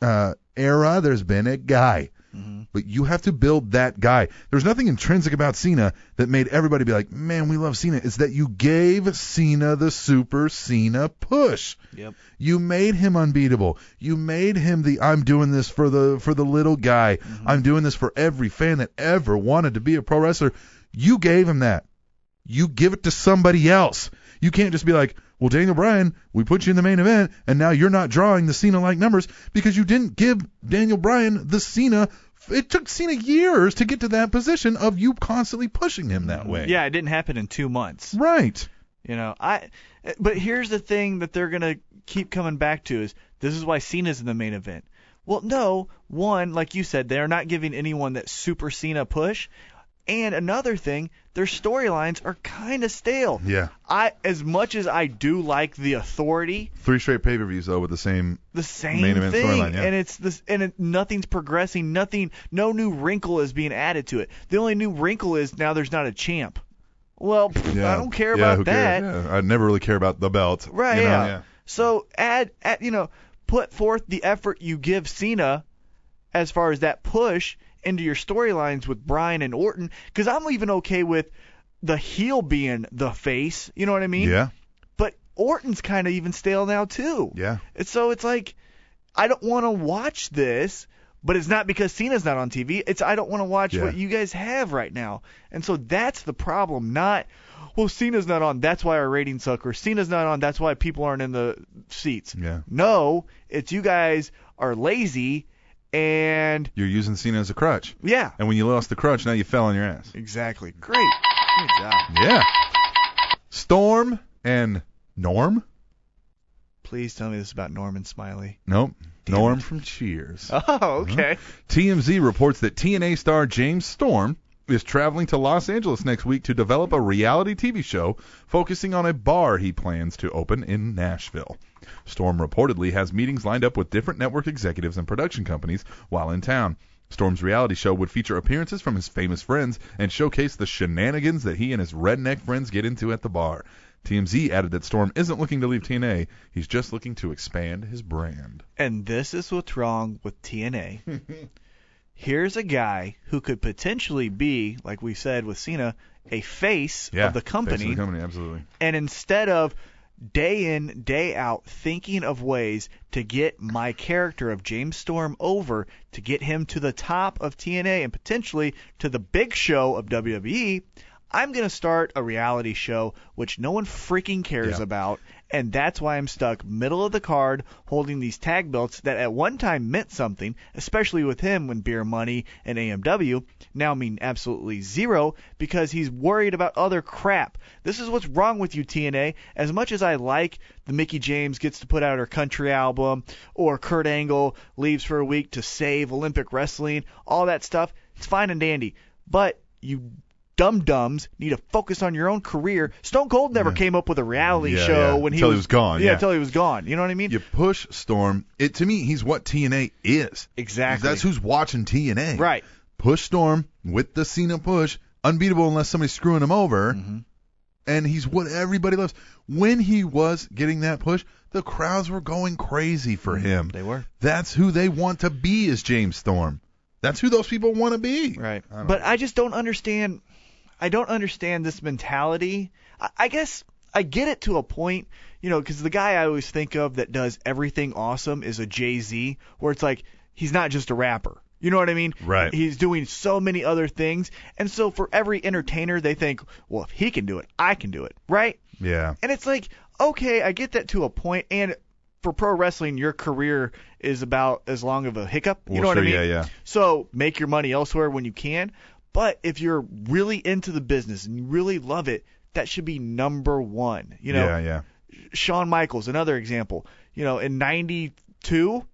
[SPEAKER 3] uh, era, there's been a guy,
[SPEAKER 4] Mm-hmm.
[SPEAKER 3] but you have to build that guy. There's nothing intrinsic about Cena that made everybody be like, "Man, we love Cena." It's that you gave Cena the Super Cena push.
[SPEAKER 4] Yep.
[SPEAKER 3] You made him unbeatable. You made him the I'm doing this for the for the little guy. I'm doing this for every fan that ever wanted to be a pro wrestler. You gave him that. You give it to somebody else. You can't just be like, well, Daniel Bryan, we put you in the main event, and now you're not drawing the Cena-like numbers because you didn't give Daniel Bryan the Cena. It took Cena years to get to that position of you constantly pushing him that way.
[SPEAKER 4] Mm-hmm. Yeah, it didn't happen in two months.
[SPEAKER 3] Right.
[SPEAKER 4] You know, I. But here's the thing that they're gonna keep coming back to is this is why Cena's in the main event. Well, no, one like you said, they're not giving anyone that super Cena push, and another thing, their storylines are kind of stale.
[SPEAKER 3] Yeah.
[SPEAKER 4] I as much as I do like the Authority,
[SPEAKER 3] Three straight pay-per-views though with the same
[SPEAKER 4] the same
[SPEAKER 3] Main event
[SPEAKER 4] thing,
[SPEAKER 3] storyline, yeah.
[SPEAKER 4] and it's this, and it, nothing's progressing. Nothing, no new wrinkle is being added to it. The only new wrinkle is now there's not a champ. Well, pff, I don't care
[SPEAKER 3] yeah, who
[SPEAKER 4] about that.
[SPEAKER 3] cares? Yeah, I never really care about the belt.
[SPEAKER 4] Right.
[SPEAKER 3] you know?
[SPEAKER 4] yeah. So add, add, you know, put forth the effort you give Cena as far as that push into your storylines with Bryan and Orton, because I'm even okay with the heel being the face. You know what I mean?
[SPEAKER 3] Yeah.
[SPEAKER 4] But Orton's kind of even stale now too.
[SPEAKER 3] Yeah.
[SPEAKER 4] And so it's like I don't want to watch this, but it's not because Cena's not on TV. It's I don't want to watch
[SPEAKER 3] Yeah.
[SPEAKER 4] what you guys have right now. And so that's the problem, not well Cena's not on, that's why our ratings suck or Cena's not on, that's why people aren't in the seats.
[SPEAKER 3] Yeah.
[SPEAKER 4] No, it's you guys are lazy and
[SPEAKER 3] You're using Cena as a crutch.
[SPEAKER 4] yeah.
[SPEAKER 3] And when you lost the crutch, now you fell on your ass.
[SPEAKER 4] Exactly. Great. Good job.
[SPEAKER 3] Yeah. Storm and Norm?
[SPEAKER 4] Please tell me this is about Norman Smiley. *laughs*
[SPEAKER 3] Nope. Norm from Cheers.
[SPEAKER 4] Oh, okay.
[SPEAKER 3] TMZ reports that TNA star James Storm is traveling to Los Angeles next week to develop a reality TV show focusing on a bar he plans to open in Nashville. Storm reportedly has meetings lined up with different network executives and production companies while in town. Storm's reality show would feature appearances from his famous friends and showcase the shenanigans that he and his redneck friends get into at the bar. TMZ added that Storm isn't looking to leave TNA, he's just looking to expand his brand.
[SPEAKER 4] And this is what's wrong with *laughs* TNA. Here's a guy who could potentially be, like we said with Cena, a face of the
[SPEAKER 3] face
[SPEAKER 4] company.
[SPEAKER 3] of the company, absolutely.
[SPEAKER 4] And instead of day in, day out thinking of ways to get my character of James Storm over, to get him to the top of TNA and potentially to the big show of E, WWE, I'm going to start a reality show which no one freaking cares
[SPEAKER 3] Yeah.
[SPEAKER 4] about. And that's why I'm stuck middle of the card holding these tag belts that at one time meant something, especially with him when Beer Money and AMW now mean absolutely zero because he's worried about other crap. This is what's wrong with you, TNA. As much as I like the Mickey James gets to put out her country album or Kurt Angle leaves for a week to save Olympic wrestling, all that stuff, it's fine and dandy. But you dum dums need to focus on your own career. Stone Cold never came up with a reality
[SPEAKER 3] Yeah,
[SPEAKER 4] show
[SPEAKER 3] yeah.
[SPEAKER 4] when he
[SPEAKER 3] Until he
[SPEAKER 4] was,
[SPEAKER 3] was gone, yeah.
[SPEAKER 4] until he was gone. You know what I mean?
[SPEAKER 3] You push Storm. It to me, he's what TNA is.
[SPEAKER 4] Exactly.
[SPEAKER 3] That's who's watching TNA.
[SPEAKER 4] right.
[SPEAKER 3] Push Storm with the Cena push, unbeatable unless somebody's screwing him over.
[SPEAKER 4] Mm-hmm.
[SPEAKER 3] And he's what everybody loves. When he was getting that push, the crowds were going crazy for him.
[SPEAKER 4] Mm-hmm. They were.
[SPEAKER 3] That's who they want to be is James Storm. That's who those people want to be.
[SPEAKER 4] Right.
[SPEAKER 3] I don't
[SPEAKER 4] but I just don't understand. I don't understand this mentality. I, I guess I get it to a point, you know, because the guy I always think of that does everything awesome is a Jay Z, where it's like he's not just a rapper. You know what I mean?
[SPEAKER 3] Right.
[SPEAKER 4] He's doing so many other things, and so for every entertainer, they think, well, if he can do it, I can do it, right?
[SPEAKER 3] Yeah.
[SPEAKER 4] And it's like, okay, I get that to a point, and for pro wrestling, your career is about as long of a hiccup. You
[SPEAKER 3] Well,
[SPEAKER 4] know what I
[SPEAKER 3] sure,
[SPEAKER 4] mean?
[SPEAKER 3] yeah, yeah.
[SPEAKER 4] So make your money elsewhere when you can. But if you're really into the business and you really love it, that should be number one. You know,
[SPEAKER 3] yeah, yeah.
[SPEAKER 4] Shawn Michaels, another example. You know, in '92,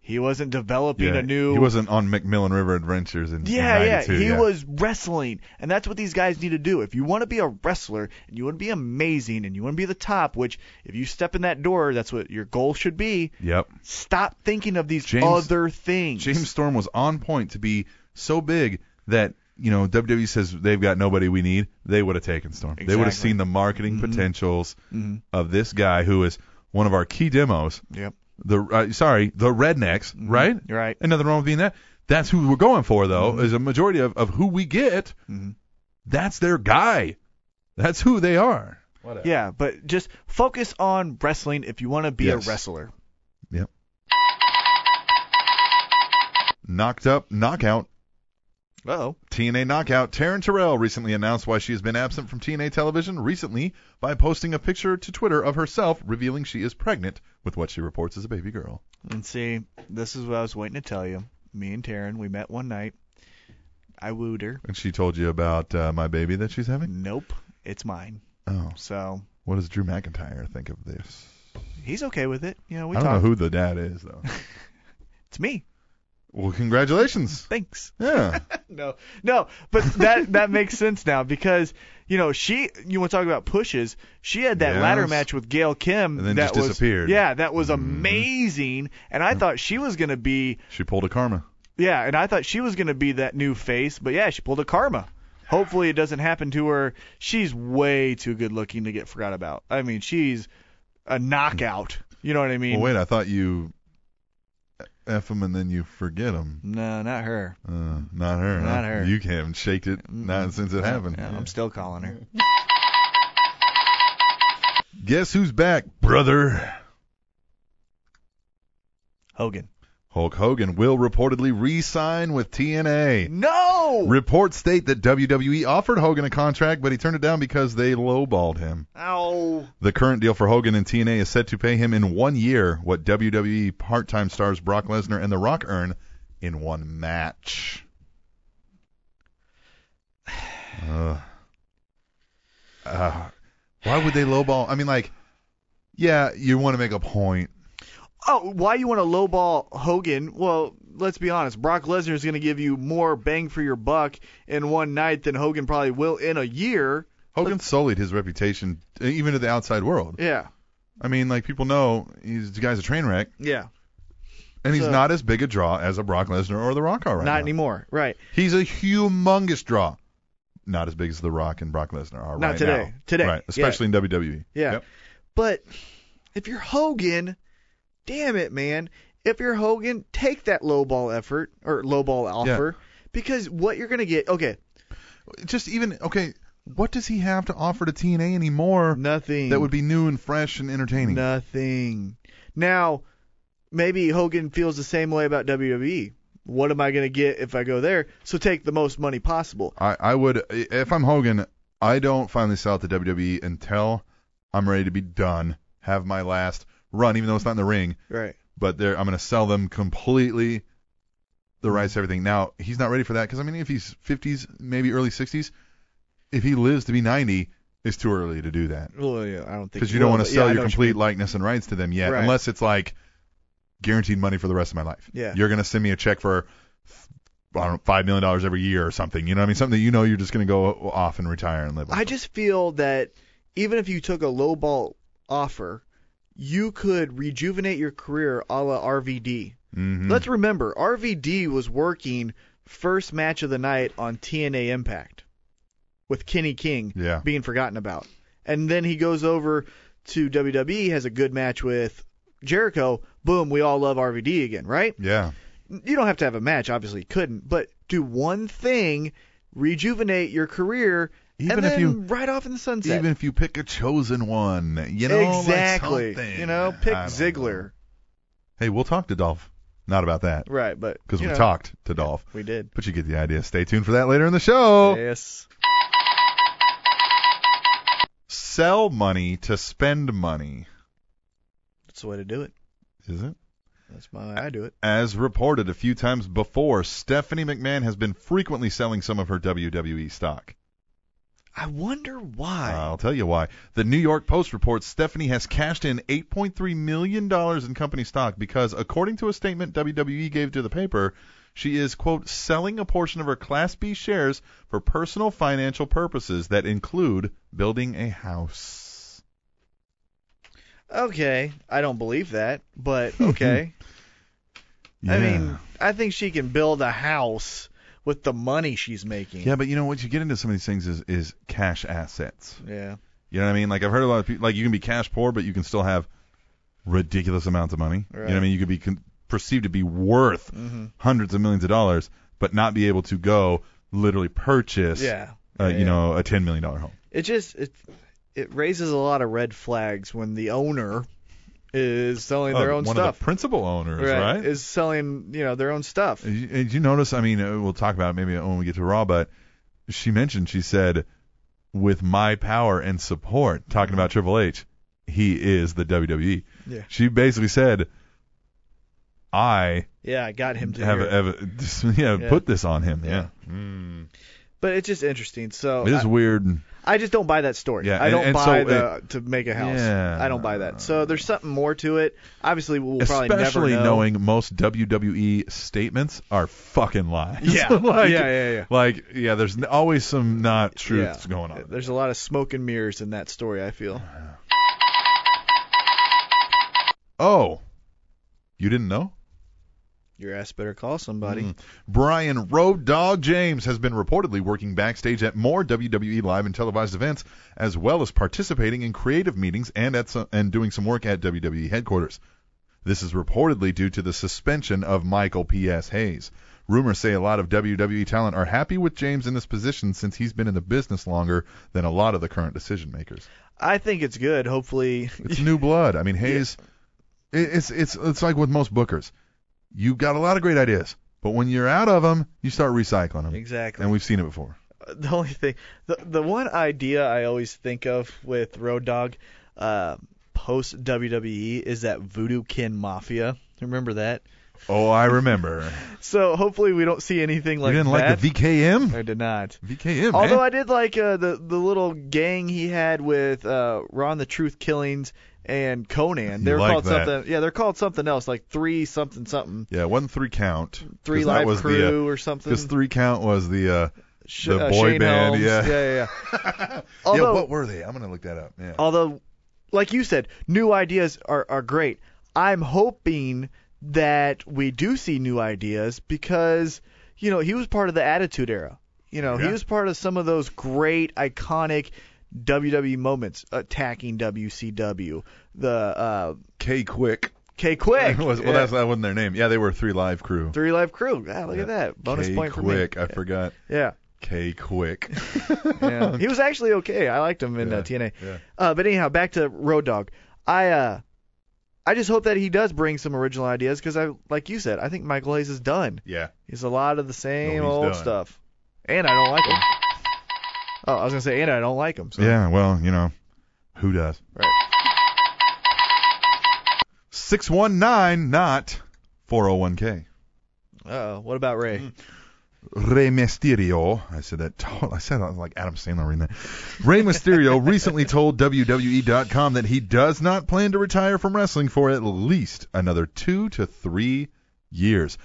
[SPEAKER 4] he wasn't developing
[SPEAKER 3] yeah.
[SPEAKER 4] a new.
[SPEAKER 3] He wasn't on McMillan River Adventures in
[SPEAKER 4] Yeah,
[SPEAKER 3] in
[SPEAKER 4] yeah,
[SPEAKER 3] 92,
[SPEAKER 4] he was wrestling, and that's what these guys need to do. If you want to be a wrestler and you want to be amazing and you want to be the top, which if you step in that door, that's what your goal should be.
[SPEAKER 3] Yep.
[SPEAKER 4] Stop thinking of these
[SPEAKER 3] James-
[SPEAKER 4] other things.
[SPEAKER 3] James Storm was on point to be so big that you know WWE says they've got nobody we need. They would have taken Storm. They would have
[SPEAKER 4] Exactly. Mm-hmm.
[SPEAKER 3] seen the marketing potentials
[SPEAKER 4] Mhm.
[SPEAKER 3] of this guy who is one of our key demos.
[SPEAKER 4] Yep. Mm-hmm.
[SPEAKER 3] The uh, sorry, the rednecks, right?
[SPEAKER 4] You're right.
[SPEAKER 3] And nothing wrong with being that. That's who we're going for though.
[SPEAKER 4] Mm-hmm.
[SPEAKER 3] Is a majority of of who we get.
[SPEAKER 4] Mhm.
[SPEAKER 3] That's their guy. That's who they are.
[SPEAKER 4] Yeah, but just focus on wrestling if you want to be
[SPEAKER 3] Yes.
[SPEAKER 4] a wrestler.
[SPEAKER 3] Knocked up, knockout.
[SPEAKER 4] Oh,
[SPEAKER 3] TNA knockout Taryn Terrell recently announced why she has been absent from TNA television recently by posting a picture to Twitter of herself revealing she is pregnant with what she reports as a baby girl.
[SPEAKER 4] and see, this is what I was waiting to tell you. Me and Taryn, we met one night. I wooed her.
[SPEAKER 3] And she told you about uh, my baby that she's having?
[SPEAKER 4] Nope, it's mine.
[SPEAKER 3] Oh,
[SPEAKER 4] So
[SPEAKER 3] what does Drew McIntyre think of this?
[SPEAKER 4] he's okay with it. You know, we
[SPEAKER 3] I don't
[SPEAKER 4] talked.
[SPEAKER 3] know who the dad is,
[SPEAKER 4] *laughs*
[SPEAKER 3] though.
[SPEAKER 4] It's me.
[SPEAKER 3] well, congratulations.
[SPEAKER 4] Thanks. *laughs*
[SPEAKER 3] Yeah.
[SPEAKER 4] No, no, but that that makes sense now because you know she. You want to talk about pushes? She had that
[SPEAKER 3] Yes.
[SPEAKER 4] ladder match with Gail Kim
[SPEAKER 3] And then
[SPEAKER 4] that
[SPEAKER 3] just
[SPEAKER 4] was
[SPEAKER 3] disappeared. Mm-hmm.
[SPEAKER 4] yeah, that was amazing. And I thought she was gonna be
[SPEAKER 3] She pulled a karma.
[SPEAKER 4] yeah, and I thought she was gonna be that new face, but yeah, she pulled a karma. Hopefully it doesn't happen to her. She's way too good looking to get forgot about. I mean, she's a knockout. You know what I mean?
[SPEAKER 3] Well, wait, I thought you F him and then you forget him.
[SPEAKER 4] No, not her.
[SPEAKER 3] Uh, not her. huh?
[SPEAKER 4] Not her.
[SPEAKER 3] You haven't shaked it not since it happened.
[SPEAKER 4] Yeah,
[SPEAKER 3] Yeah.
[SPEAKER 4] I'm still calling her.
[SPEAKER 3] Guess who's back, brother?
[SPEAKER 4] Hogan.
[SPEAKER 3] Hulk Hogan will reportedly re-sign with TNA.
[SPEAKER 4] No.
[SPEAKER 3] Reports state that WWE offered Hogan a contract, but he turned it down because they lowballed him.
[SPEAKER 4] Ow.
[SPEAKER 3] The current deal for Hogan and TNA is set to pay him in one year what WWE part-time stars Brock Lesnar and The Rock earn in one match. *sighs* Ugh. Ugh. Uh, why would they lowball? I mean, like, yeah, you want to make a point.
[SPEAKER 4] Oh, why you want to lowball Hogan? Well, let's be honest. Brock Lesnar is going to give you more bang for your buck in one night than Hogan probably will in a year.
[SPEAKER 3] Hogan sullied his reputation uh, even to the outside world.
[SPEAKER 4] Yeah.
[SPEAKER 3] I mean, like people know he's the guy's a train wreck,
[SPEAKER 4] Yeah.
[SPEAKER 3] and he's
[SPEAKER 4] So-
[SPEAKER 3] not as big a draw as a Brock Lesnar or The Rock are right
[SPEAKER 4] Not
[SPEAKER 3] now.
[SPEAKER 4] anymore. Right.
[SPEAKER 3] He's a humongous draw, not as big as The Rock and Brock Lesnar are
[SPEAKER 4] Not
[SPEAKER 3] right
[SPEAKER 4] today.
[SPEAKER 3] now.
[SPEAKER 4] Today.
[SPEAKER 3] right?
[SPEAKER 4] Yeah.
[SPEAKER 3] Especially in E. WWE.
[SPEAKER 4] Yeah.
[SPEAKER 3] Yep.
[SPEAKER 4] But if you're Hogan, damn it, man. If you're Hogan, take that lowball effort or lowball offer because what you're going to get, okay,
[SPEAKER 3] Just even okay. What does he have to offer to TNA anymore
[SPEAKER 4] nothing.
[SPEAKER 3] that would be new and fresh and entertaining?
[SPEAKER 4] Nothing. Now, maybe Hogan feels the same way about WWE. What am I going to get if I go there? So take the most money possible.
[SPEAKER 3] I, I would if I'm Hogan, I don't finally sell out to WWE until I'm ready to be done, have my last run, even though it's not in the ring.
[SPEAKER 4] Right.
[SPEAKER 3] but they're I'm going to sell them completely the rights to everything. Now, he's not ready for that because I mean, if he's 50s, maybe early 60s, if he lives to be 90, it's too early to do that
[SPEAKER 4] Well, yeah, I don't think
[SPEAKER 3] because
[SPEAKER 4] he
[SPEAKER 3] you don't
[SPEAKER 4] will,
[SPEAKER 3] want
[SPEAKER 4] but
[SPEAKER 3] to
[SPEAKER 4] yeah,
[SPEAKER 3] sell
[SPEAKER 4] I know
[SPEAKER 3] your
[SPEAKER 4] what
[SPEAKER 3] complete
[SPEAKER 4] mean.
[SPEAKER 3] likeness and rights to them yet,
[SPEAKER 4] Right.
[SPEAKER 3] unless it's like guaranteed money for the rest of my life.
[SPEAKER 4] Yeah.
[SPEAKER 3] You're going to send me a check for I don't know, five million dollars every year or something. You know what I mean? Something that you know you're just going to go off and retire and live.
[SPEAKER 4] I
[SPEAKER 3] off.
[SPEAKER 4] just feel that even if you took a low ball offer, you could rejuvenate your career a la RVD.
[SPEAKER 3] Mhm.
[SPEAKER 4] Let's remember, RVD was working first match of the night on TNA Impact with Kenny King
[SPEAKER 3] Yeah.
[SPEAKER 4] being forgotten about. And then he goes over to E, WWE, has a good match with Jericho. Boom, we all love RVD again, right?
[SPEAKER 3] Yeah.
[SPEAKER 4] you don't have to have a match, obviously you couldn't, but do one thing, rejuvenate your career,
[SPEAKER 3] Even
[SPEAKER 4] and
[SPEAKER 3] if
[SPEAKER 4] then
[SPEAKER 3] you-
[SPEAKER 4] right off in the sunset.
[SPEAKER 3] Even if you pick a chosen one, you know, like
[SPEAKER 4] exactly.
[SPEAKER 3] something.
[SPEAKER 4] you know, pick
[SPEAKER 3] I don't
[SPEAKER 4] Ziggler.
[SPEAKER 3] know. Hey, we'll talk to Dolph. Not about that,
[SPEAKER 4] Right, but
[SPEAKER 3] because
[SPEAKER 4] you
[SPEAKER 3] we
[SPEAKER 4] know,
[SPEAKER 3] talked to Dolph.
[SPEAKER 4] We did.
[SPEAKER 3] But you get the idea. Stay tuned for that later in the show.
[SPEAKER 4] Yes.
[SPEAKER 3] Sell money to spend money,
[SPEAKER 4] That's the way to do it.
[SPEAKER 3] is it?
[SPEAKER 4] That's my way I do it.
[SPEAKER 3] As reported a few times before, Stephanie McMahon has been frequently selling some of her WWE stock.
[SPEAKER 4] I wonder why.
[SPEAKER 3] I'll tell you why. The New York Post reports Stephanie has cashed in $8.3 million in company stock because, according to a statement WWE gave to the paper, she is, quote, selling a portion of her Class B shares for personal financial purposes that include building a house.
[SPEAKER 4] Okay, I don't believe that, but
[SPEAKER 3] *laughs*
[SPEAKER 4] okay. I mean, I think she can build a house with the money she's making.
[SPEAKER 3] yeah, but you know what you get into some of these things is, is cash assets.
[SPEAKER 4] Yeah.
[SPEAKER 3] You know what I mean? Like I've heard a lot of people like you can be cash poor, but you can still have ridiculous amounts of money. You know what I
[SPEAKER 4] Right.
[SPEAKER 3] mean? You could be con- perceived to be worth
[SPEAKER 4] Mm-hmm.
[SPEAKER 3] hundreds of millions of dollars, but not be able to go literally purchase,
[SPEAKER 4] Yeah.
[SPEAKER 3] uh,
[SPEAKER 4] Yeah,
[SPEAKER 3] you
[SPEAKER 4] yeah.
[SPEAKER 3] know, a ten million dollar home.
[SPEAKER 4] It just it it raises a lot of red flags when the owner is selling their
[SPEAKER 3] Uh,
[SPEAKER 4] own
[SPEAKER 3] one of
[SPEAKER 4] stuff.
[SPEAKER 3] the principal owners,
[SPEAKER 4] right,
[SPEAKER 3] right?
[SPEAKER 4] Is selling, you know, their own stuff.
[SPEAKER 3] Did you, did you notice? I mean, uh, we'll talk about it maybe when we get to Raw, but she mentioned she said, "With my power and support," talking about Triple H, he is the WWE.
[SPEAKER 4] Mm-hmm. Yeah.
[SPEAKER 3] She basically said, "I."
[SPEAKER 4] Yeah, I got him to
[SPEAKER 3] have,
[SPEAKER 4] hear.
[SPEAKER 3] have just, *laughs* yeah,
[SPEAKER 4] Yeah.
[SPEAKER 3] put this on him. Yeah, Mm.
[SPEAKER 4] But it's just interesting. So
[SPEAKER 3] it is
[SPEAKER 4] Oh, I,
[SPEAKER 3] weird.
[SPEAKER 4] I just don't buy that story.
[SPEAKER 3] Yeah,
[SPEAKER 4] I
[SPEAKER 3] and-
[SPEAKER 4] don't
[SPEAKER 3] and
[SPEAKER 4] buy
[SPEAKER 3] so
[SPEAKER 4] the to make a house.
[SPEAKER 3] Yeah.
[SPEAKER 4] I don't buy that. So there's something more to it. Obviously, we'll probably
[SPEAKER 3] Especially
[SPEAKER 4] never know.
[SPEAKER 3] knowing most WWE statements are fucking lies. *laughs*
[SPEAKER 4] Yeah.
[SPEAKER 3] like,
[SPEAKER 4] Yeah, yeah, yeah.
[SPEAKER 3] Like, yeah, there's n- always some not truths
[SPEAKER 4] Yeah.
[SPEAKER 3] going on.
[SPEAKER 4] There's a lot of smoke and mirrors in that story, I feel.
[SPEAKER 3] oh, you didn't know?
[SPEAKER 4] Your ass better call somebody.
[SPEAKER 3] Mm. Brian Road Dog James has been reportedly working backstage at more WWE live and televised events, as well as participating in creative meetings and at some, and doing some work at WWE headquarters. This is reportedly due to the suspension of Michael P.S. Hayes. Rumors say a lot of WWE talent are happy with James in this position since he's been in the business longer than a lot of the current decision makers.
[SPEAKER 4] I think it's good. Hopefully,
[SPEAKER 3] It's new blood. I mean, Hayes, it, it's it's it's like with most bookers, you got a lot of great ideas, but when you're out of them, you start recycling them.
[SPEAKER 4] exactly.
[SPEAKER 3] And we've seen it before.
[SPEAKER 4] *laughs* the only thing, the the one idea I always think of with Road Dog, uh, post WWE is that Voodoo Kin Mafia. Remember that?
[SPEAKER 3] Oh, I remember.
[SPEAKER 4] So hopefully we don't see anything *laughs* like
[SPEAKER 3] you didn't
[SPEAKER 4] that.
[SPEAKER 3] like the VKM?
[SPEAKER 4] I did not.
[SPEAKER 3] VKM, *laughs*
[SPEAKER 4] Although
[SPEAKER 3] man.
[SPEAKER 4] I did like uh, the the little gang he had with uh, Ron the Truth Killings and Conan.
[SPEAKER 3] You
[SPEAKER 4] They were
[SPEAKER 3] like
[SPEAKER 4] called
[SPEAKER 3] that.
[SPEAKER 4] something. Yeah, they're called something else, like three something something,
[SPEAKER 3] yeah, one three count. 'cause
[SPEAKER 4] three
[SPEAKER 3] that
[SPEAKER 4] live
[SPEAKER 3] was
[SPEAKER 4] crew
[SPEAKER 3] the, uh,
[SPEAKER 4] or something.
[SPEAKER 3] 'cause three count was the
[SPEAKER 4] *laughs*
[SPEAKER 3] uh,
[SPEAKER 4] Sh-
[SPEAKER 3] the
[SPEAKER 4] uh,
[SPEAKER 3] boy
[SPEAKER 4] Shane
[SPEAKER 3] band,
[SPEAKER 4] Helms.
[SPEAKER 3] yeah.
[SPEAKER 4] yeah, yeah. yeah.
[SPEAKER 3] yeah.
[SPEAKER 4] Although-
[SPEAKER 3] What were they? I'm gonna look that up. Yeah.
[SPEAKER 4] although like you said new ideas are, are great i'm hoping that we do see new ideas because you know he was part of the attitude era you know
[SPEAKER 3] Yeah.
[SPEAKER 4] he was part of some of those great iconic WWE moments attacking WCW the uh
[SPEAKER 3] K Quick.
[SPEAKER 4] K
[SPEAKER 3] *laughs*
[SPEAKER 4] Quick
[SPEAKER 3] was, well,
[SPEAKER 4] Yeah.
[SPEAKER 3] that's that wasn't their name. Yeah, they were three live crew.
[SPEAKER 4] three live crew yeah, look at that bonus
[SPEAKER 3] K
[SPEAKER 4] point for me
[SPEAKER 3] Quick. I forgot.
[SPEAKER 4] yeah
[SPEAKER 3] K Quick.
[SPEAKER 4] *laughs* yeah. he was actually okay. I liked him in
[SPEAKER 3] Yeah,
[SPEAKER 4] uh, TNA.
[SPEAKER 3] yeah.
[SPEAKER 4] Uh, but anyhow, back to Road Dog. I uh, I just hope that he does bring some original ideas because I, like you said, I think Michael Hayes is done.
[SPEAKER 3] *laughs* yeah.
[SPEAKER 4] He's a lot of the same
[SPEAKER 3] No, he's
[SPEAKER 4] old
[SPEAKER 3] done.
[SPEAKER 4] stuff, and I don't like him. Oh, I was gonna say, and I don't like him. So.
[SPEAKER 3] Yeah, well, you know, who does?
[SPEAKER 4] Right.
[SPEAKER 3] 619, not 401k.
[SPEAKER 4] Uh, what about Ray?
[SPEAKER 3] Mm-hmm. Rey Mysterio, I said that, to- *laughs* I said that like Adam Sandler reading that. Rey
[SPEAKER 4] *laughs*
[SPEAKER 3] Mysterio recently told WWE.com that he does not plan to retire from wrestling for at least another two to three years.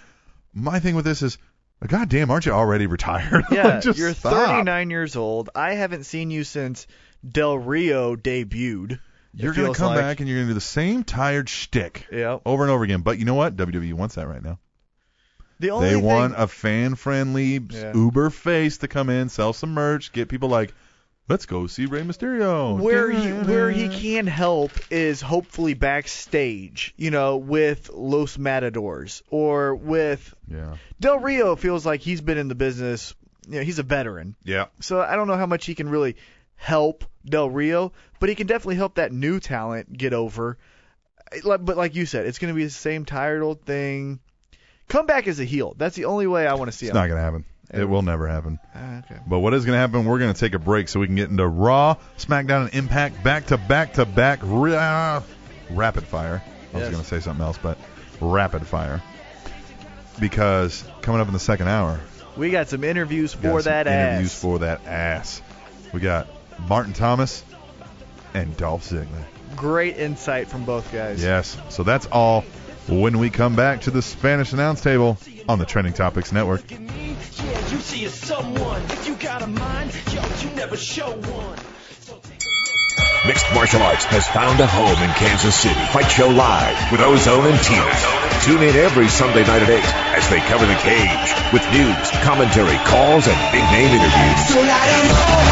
[SPEAKER 3] My thing with this is, goddamn, aren't you already retired? *laughs* Like,
[SPEAKER 4] Yeah,
[SPEAKER 3] just
[SPEAKER 4] you're
[SPEAKER 3] stop.
[SPEAKER 4] 39 years old. I haven't seen you since Del Rio debuted. it
[SPEAKER 3] You're gonna
[SPEAKER 4] feels
[SPEAKER 3] come
[SPEAKER 4] like.
[SPEAKER 3] back and you're gonna do the same tired shtick
[SPEAKER 4] Yeah.
[SPEAKER 3] over and over again. But you know what? WWE wants that right now.
[SPEAKER 4] The only
[SPEAKER 3] They
[SPEAKER 4] thing,
[SPEAKER 3] want a fan friendly
[SPEAKER 4] Yeah.
[SPEAKER 3] Uber face to come in, sell some merch, get people like, Let's go see Rey Mysterio.
[SPEAKER 4] where he
[SPEAKER 3] Mm-hmm,
[SPEAKER 4] where he can help is hopefully backstage, you know, with Los Matadors or with
[SPEAKER 3] Yeah.
[SPEAKER 4] Del Rio feels like he's been in the business, you know, he's a veteran.
[SPEAKER 3] Yeah.
[SPEAKER 4] So I don't know how much he can really help Del Rio, but he can definitely help that new talent get over. It- like- But like you said, it's going to be the same tired old thing. Come back as a heel. That's the only way I want to see
[SPEAKER 3] It's
[SPEAKER 4] him.
[SPEAKER 3] not gonna happen. It will never happen.
[SPEAKER 4] Ah, okay.
[SPEAKER 3] But what is going to happen? We're going to take a break so we can get into Raw, SmackDown, and Impact back to back to back. Ra- rapid fire. I was
[SPEAKER 4] Yes.
[SPEAKER 3] going to say something else, but rapid fire. Because coming up in the second hour,
[SPEAKER 4] We got some interviews
[SPEAKER 3] we got
[SPEAKER 4] for
[SPEAKER 3] some
[SPEAKER 4] that
[SPEAKER 3] interviews
[SPEAKER 4] ass.
[SPEAKER 3] for that ass. We got Martin Thomas and Dolph Ziggler.
[SPEAKER 4] Great insight from both guys.
[SPEAKER 3] Yes. So that's all when we come back to the Spanish announce table on the Trending Topics Network.
[SPEAKER 2] Look at me, yeah, you see as someone. If you got a mind, yo, you never show one. So take a look.
[SPEAKER 5] Mixed martial arts has found a home in Kansas City. Fight Show Live with Ozone and Tina. Tune in every Sunday night at 8 as they cover the cage with news, commentary, calls, and big name interviews.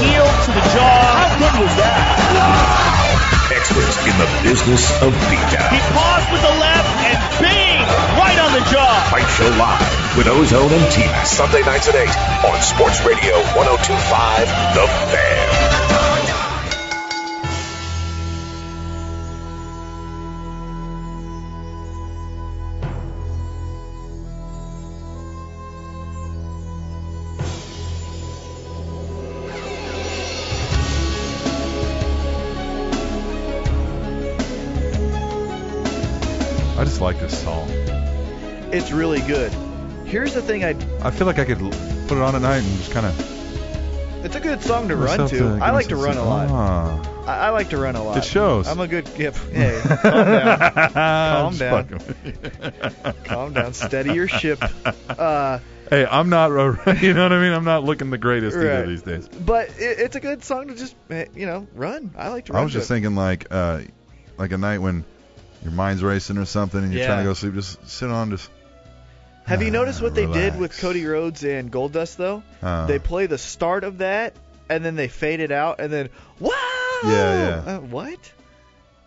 [SPEAKER 6] Heel to the jaw. How good was that?
[SPEAKER 5] Experts in the business of
[SPEAKER 6] He
[SPEAKER 5] beatdown.
[SPEAKER 6] paused with the left and bang! Right on the jaw.
[SPEAKER 5] Fight Show Live with Ozone and Tina. Sunday nights at 8 on Sports Radio 1025 The Fan.
[SPEAKER 3] I just like this song.
[SPEAKER 4] It's really good. Here's the thing I
[SPEAKER 3] I feel like I could l- put it on at night and just kind of
[SPEAKER 4] it's a good song to run
[SPEAKER 3] myself
[SPEAKER 4] to. I
[SPEAKER 3] give
[SPEAKER 4] like to
[SPEAKER 3] myself
[SPEAKER 4] run a
[SPEAKER 3] some-
[SPEAKER 4] lot.
[SPEAKER 3] Ah.
[SPEAKER 4] I, I like to run a lot.
[SPEAKER 3] It shows.
[SPEAKER 4] I'm a good
[SPEAKER 3] *laughs*
[SPEAKER 4] yeah, hey, calm down.
[SPEAKER 3] Calm
[SPEAKER 4] down. *laughs* Calm down. Steady your ship. Uh
[SPEAKER 3] *laughs* Hey, I'm not, *laughs* you know what I mean? I'm not looking the greatest either
[SPEAKER 4] Right.
[SPEAKER 3] these days.
[SPEAKER 4] But it, it's a good song to just, eh, you know, run. I like to run.
[SPEAKER 3] I was
[SPEAKER 4] to
[SPEAKER 3] just
[SPEAKER 4] it.
[SPEAKER 3] thinking like, uh, like a night when your mind's racing or something and you're
[SPEAKER 4] Yeah.
[SPEAKER 3] trying to go to sleep, just sit on, just.
[SPEAKER 4] Have you noticed what they did with
[SPEAKER 3] uh, Relax.
[SPEAKER 4] Cody Rhodes and Goldust though?
[SPEAKER 3] Uh,
[SPEAKER 4] they play the start of that, and then they fade it out, and then wow.
[SPEAKER 3] Yeah, yeah.
[SPEAKER 4] Uh, what?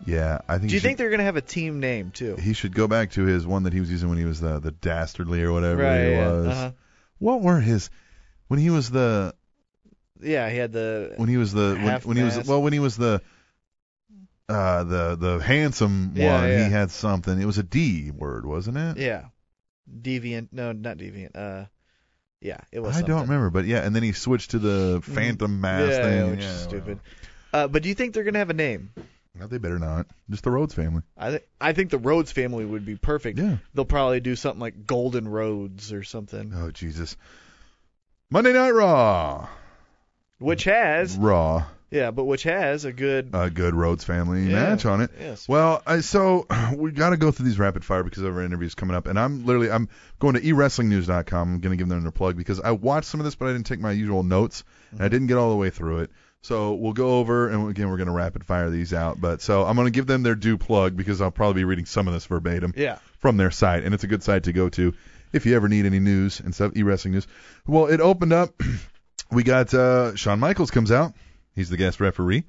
[SPEAKER 3] yeah, I think.
[SPEAKER 4] Do
[SPEAKER 3] he
[SPEAKER 4] you think
[SPEAKER 3] should,
[SPEAKER 4] they're gonna have a team name too?
[SPEAKER 3] he should go back to his one that he was using when he was the the dastardly or whatever
[SPEAKER 4] right.
[SPEAKER 3] he
[SPEAKER 4] yeah.
[SPEAKER 3] was?
[SPEAKER 4] uh-huh.
[SPEAKER 3] What were his? When he was the
[SPEAKER 4] Yeah, he had the.
[SPEAKER 3] when he was the when,
[SPEAKER 4] Half
[SPEAKER 3] when he was
[SPEAKER 4] mast.
[SPEAKER 3] well when he was the uh the the handsome
[SPEAKER 4] Yeah,
[SPEAKER 3] one
[SPEAKER 4] yeah.
[SPEAKER 3] he had something it was a D word wasn't it
[SPEAKER 4] Yeah. Deviant? No, not deviant. Uh, yeah, it was.
[SPEAKER 3] I don't
[SPEAKER 4] something. Mm-hmm.
[SPEAKER 3] remember but yeah and then he switched to the phantom mask
[SPEAKER 4] yeah,
[SPEAKER 3] thing
[SPEAKER 4] which
[SPEAKER 3] yeah,
[SPEAKER 4] is stupid.
[SPEAKER 3] well,
[SPEAKER 4] Uh, but do you think they're gonna have a name?
[SPEAKER 3] no, they better not just the Rhodes family
[SPEAKER 4] I think I think the Rhodes family would be perfect.
[SPEAKER 3] yeah
[SPEAKER 4] They'll probably do something like Golden Roads or something,
[SPEAKER 3] oh Jesus Monday Night Raw
[SPEAKER 4] which has
[SPEAKER 3] Raw
[SPEAKER 4] yeah, but which has a good
[SPEAKER 3] a good Rhodes family
[SPEAKER 4] yeah,
[SPEAKER 3] match on it
[SPEAKER 4] Yes.
[SPEAKER 3] Well, I, so *clears throat* we got to go through these rapid fire because of our interviews coming up, and I'm literally I'm going to e ewrestlingnews.com. I'm going to give them their plug because I watched some of this, but I didn't take my usual notes, and I didn't get all the way through it. So we'll go over, and again we're going to rapid fire these out. But so I'm going to give them their due plug because I'll probably be reading some of this verbatim
[SPEAKER 4] Yeah.
[SPEAKER 3] from their site, and it's a good site to go to if you ever need any news and stuff, e-wrestling news. Well, it opened up. *clears throat* we got uh, Shawn Michaels comes out. He's the guest referee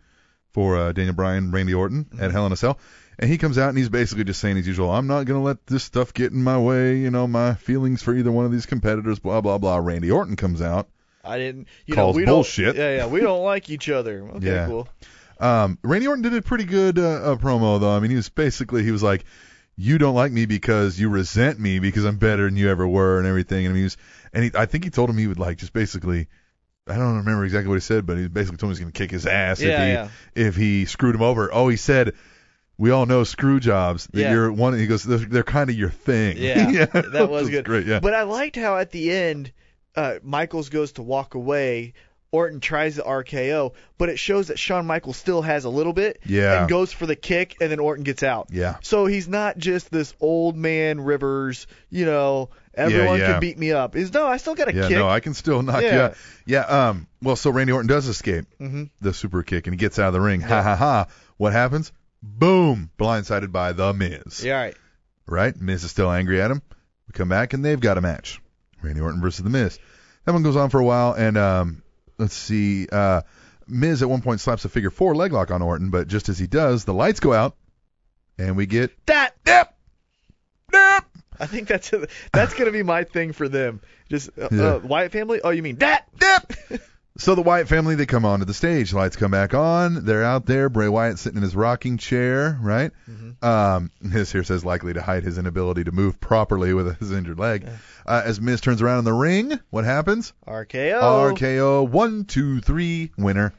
[SPEAKER 3] for uh, Daniel Bryan, Randy Orton at Hell in a Cell, and he comes out and he's basically just saying as usual, "I'm not gonna let this stuff get in my way. You know, my feelings for either one of these competitors, blah blah blah." Randy Orton comes out.
[SPEAKER 4] I didn't. You
[SPEAKER 3] Calls
[SPEAKER 4] know, we
[SPEAKER 3] bullshit.
[SPEAKER 4] Don't, yeah, yeah. We don't like each other. Okay,
[SPEAKER 3] Yeah.
[SPEAKER 4] cool.
[SPEAKER 3] Um, Randy Orton did a pretty good uh, uh, promo though. I mean, he was basically he was like, "You don't like me because you resent me because I'm better than you ever were and everything." And he was, and he, I think he told him he would like just basically, I don't remember exactly what he said, but he basically told him he was gonna kick his ass
[SPEAKER 4] Yeah, yeah.
[SPEAKER 3] if he if he screwed him over. Oh, he said. We all know screw jobs. That
[SPEAKER 4] Yeah.
[SPEAKER 3] you're one. He goes, they're, they're kind of your thing. *laughs*
[SPEAKER 4] Yeah, that
[SPEAKER 3] which
[SPEAKER 4] was good.
[SPEAKER 3] Great. Yeah.
[SPEAKER 4] But I liked how at the end, uh, Michaels goes to walk away. Orton tries the RKO, but it shows that Shawn Michaels still has a little bit.
[SPEAKER 3] Yeah.
[SPEAKER 4] And goes for the kick, and then Orton gets out.
[SPEAKER 3] yeah.
[SPEAKER 4] So he's not just this old man Rivers, you know, everyone
[SPEAKER 3] yeah.
[SPEAKER 4] can beat me up. Is no, I still *laughs* got a
[SPEAKER 3] Yeah,
[SPEAKER 4] kick.
[SPEAKER 3] no, I can still knock you
[SPEAKER 4] Yeah.
[SPEAKER 3] out. Yeah, um, well, so Randy Orton does escape
[SPEAKER 4] Mhm.
[SPEAKER 3] the super kick and he gets out of the ring. Ha ha ha. What happens? Boom! Blindsided by The Miz.
[SPEAKER 4] yeah, all right.
[SPEAKER 3] Right? Miz is still angry at him. We come back and they've got a match. Randy Orton versus The Miz. That one goes on for a while and um, let's see. Uh, Miz at one point slaps a figure four leg lock on Orton, but just as he does, the lights go out, and we get
[SPEAKER 4] That
[SPEAKER 3] yep, yep.
[SPEAKER 4] I think that's that's gonna be my thing for them. Just uh,
[SPEAKER 3] Yeah.
[SPEAKER 4] uh, Wyatt family. Oh, you mean that?
[SPEAKER 3] Yep. So the Wyatt family they come onto the stage, lights come back on, they're out there. Bray Wyatt sitting in his rocking chair, right?
[SPEAKER 4] Mm-hmm.
[SPEAKER 3] Um, this here says likely to hide his inability to move properly with his injured leg. Uh, as Miz turns around in the ring, what happens?
[SPEAKER 4] RKO.
[SPEAKER 3] RKO one two three winner,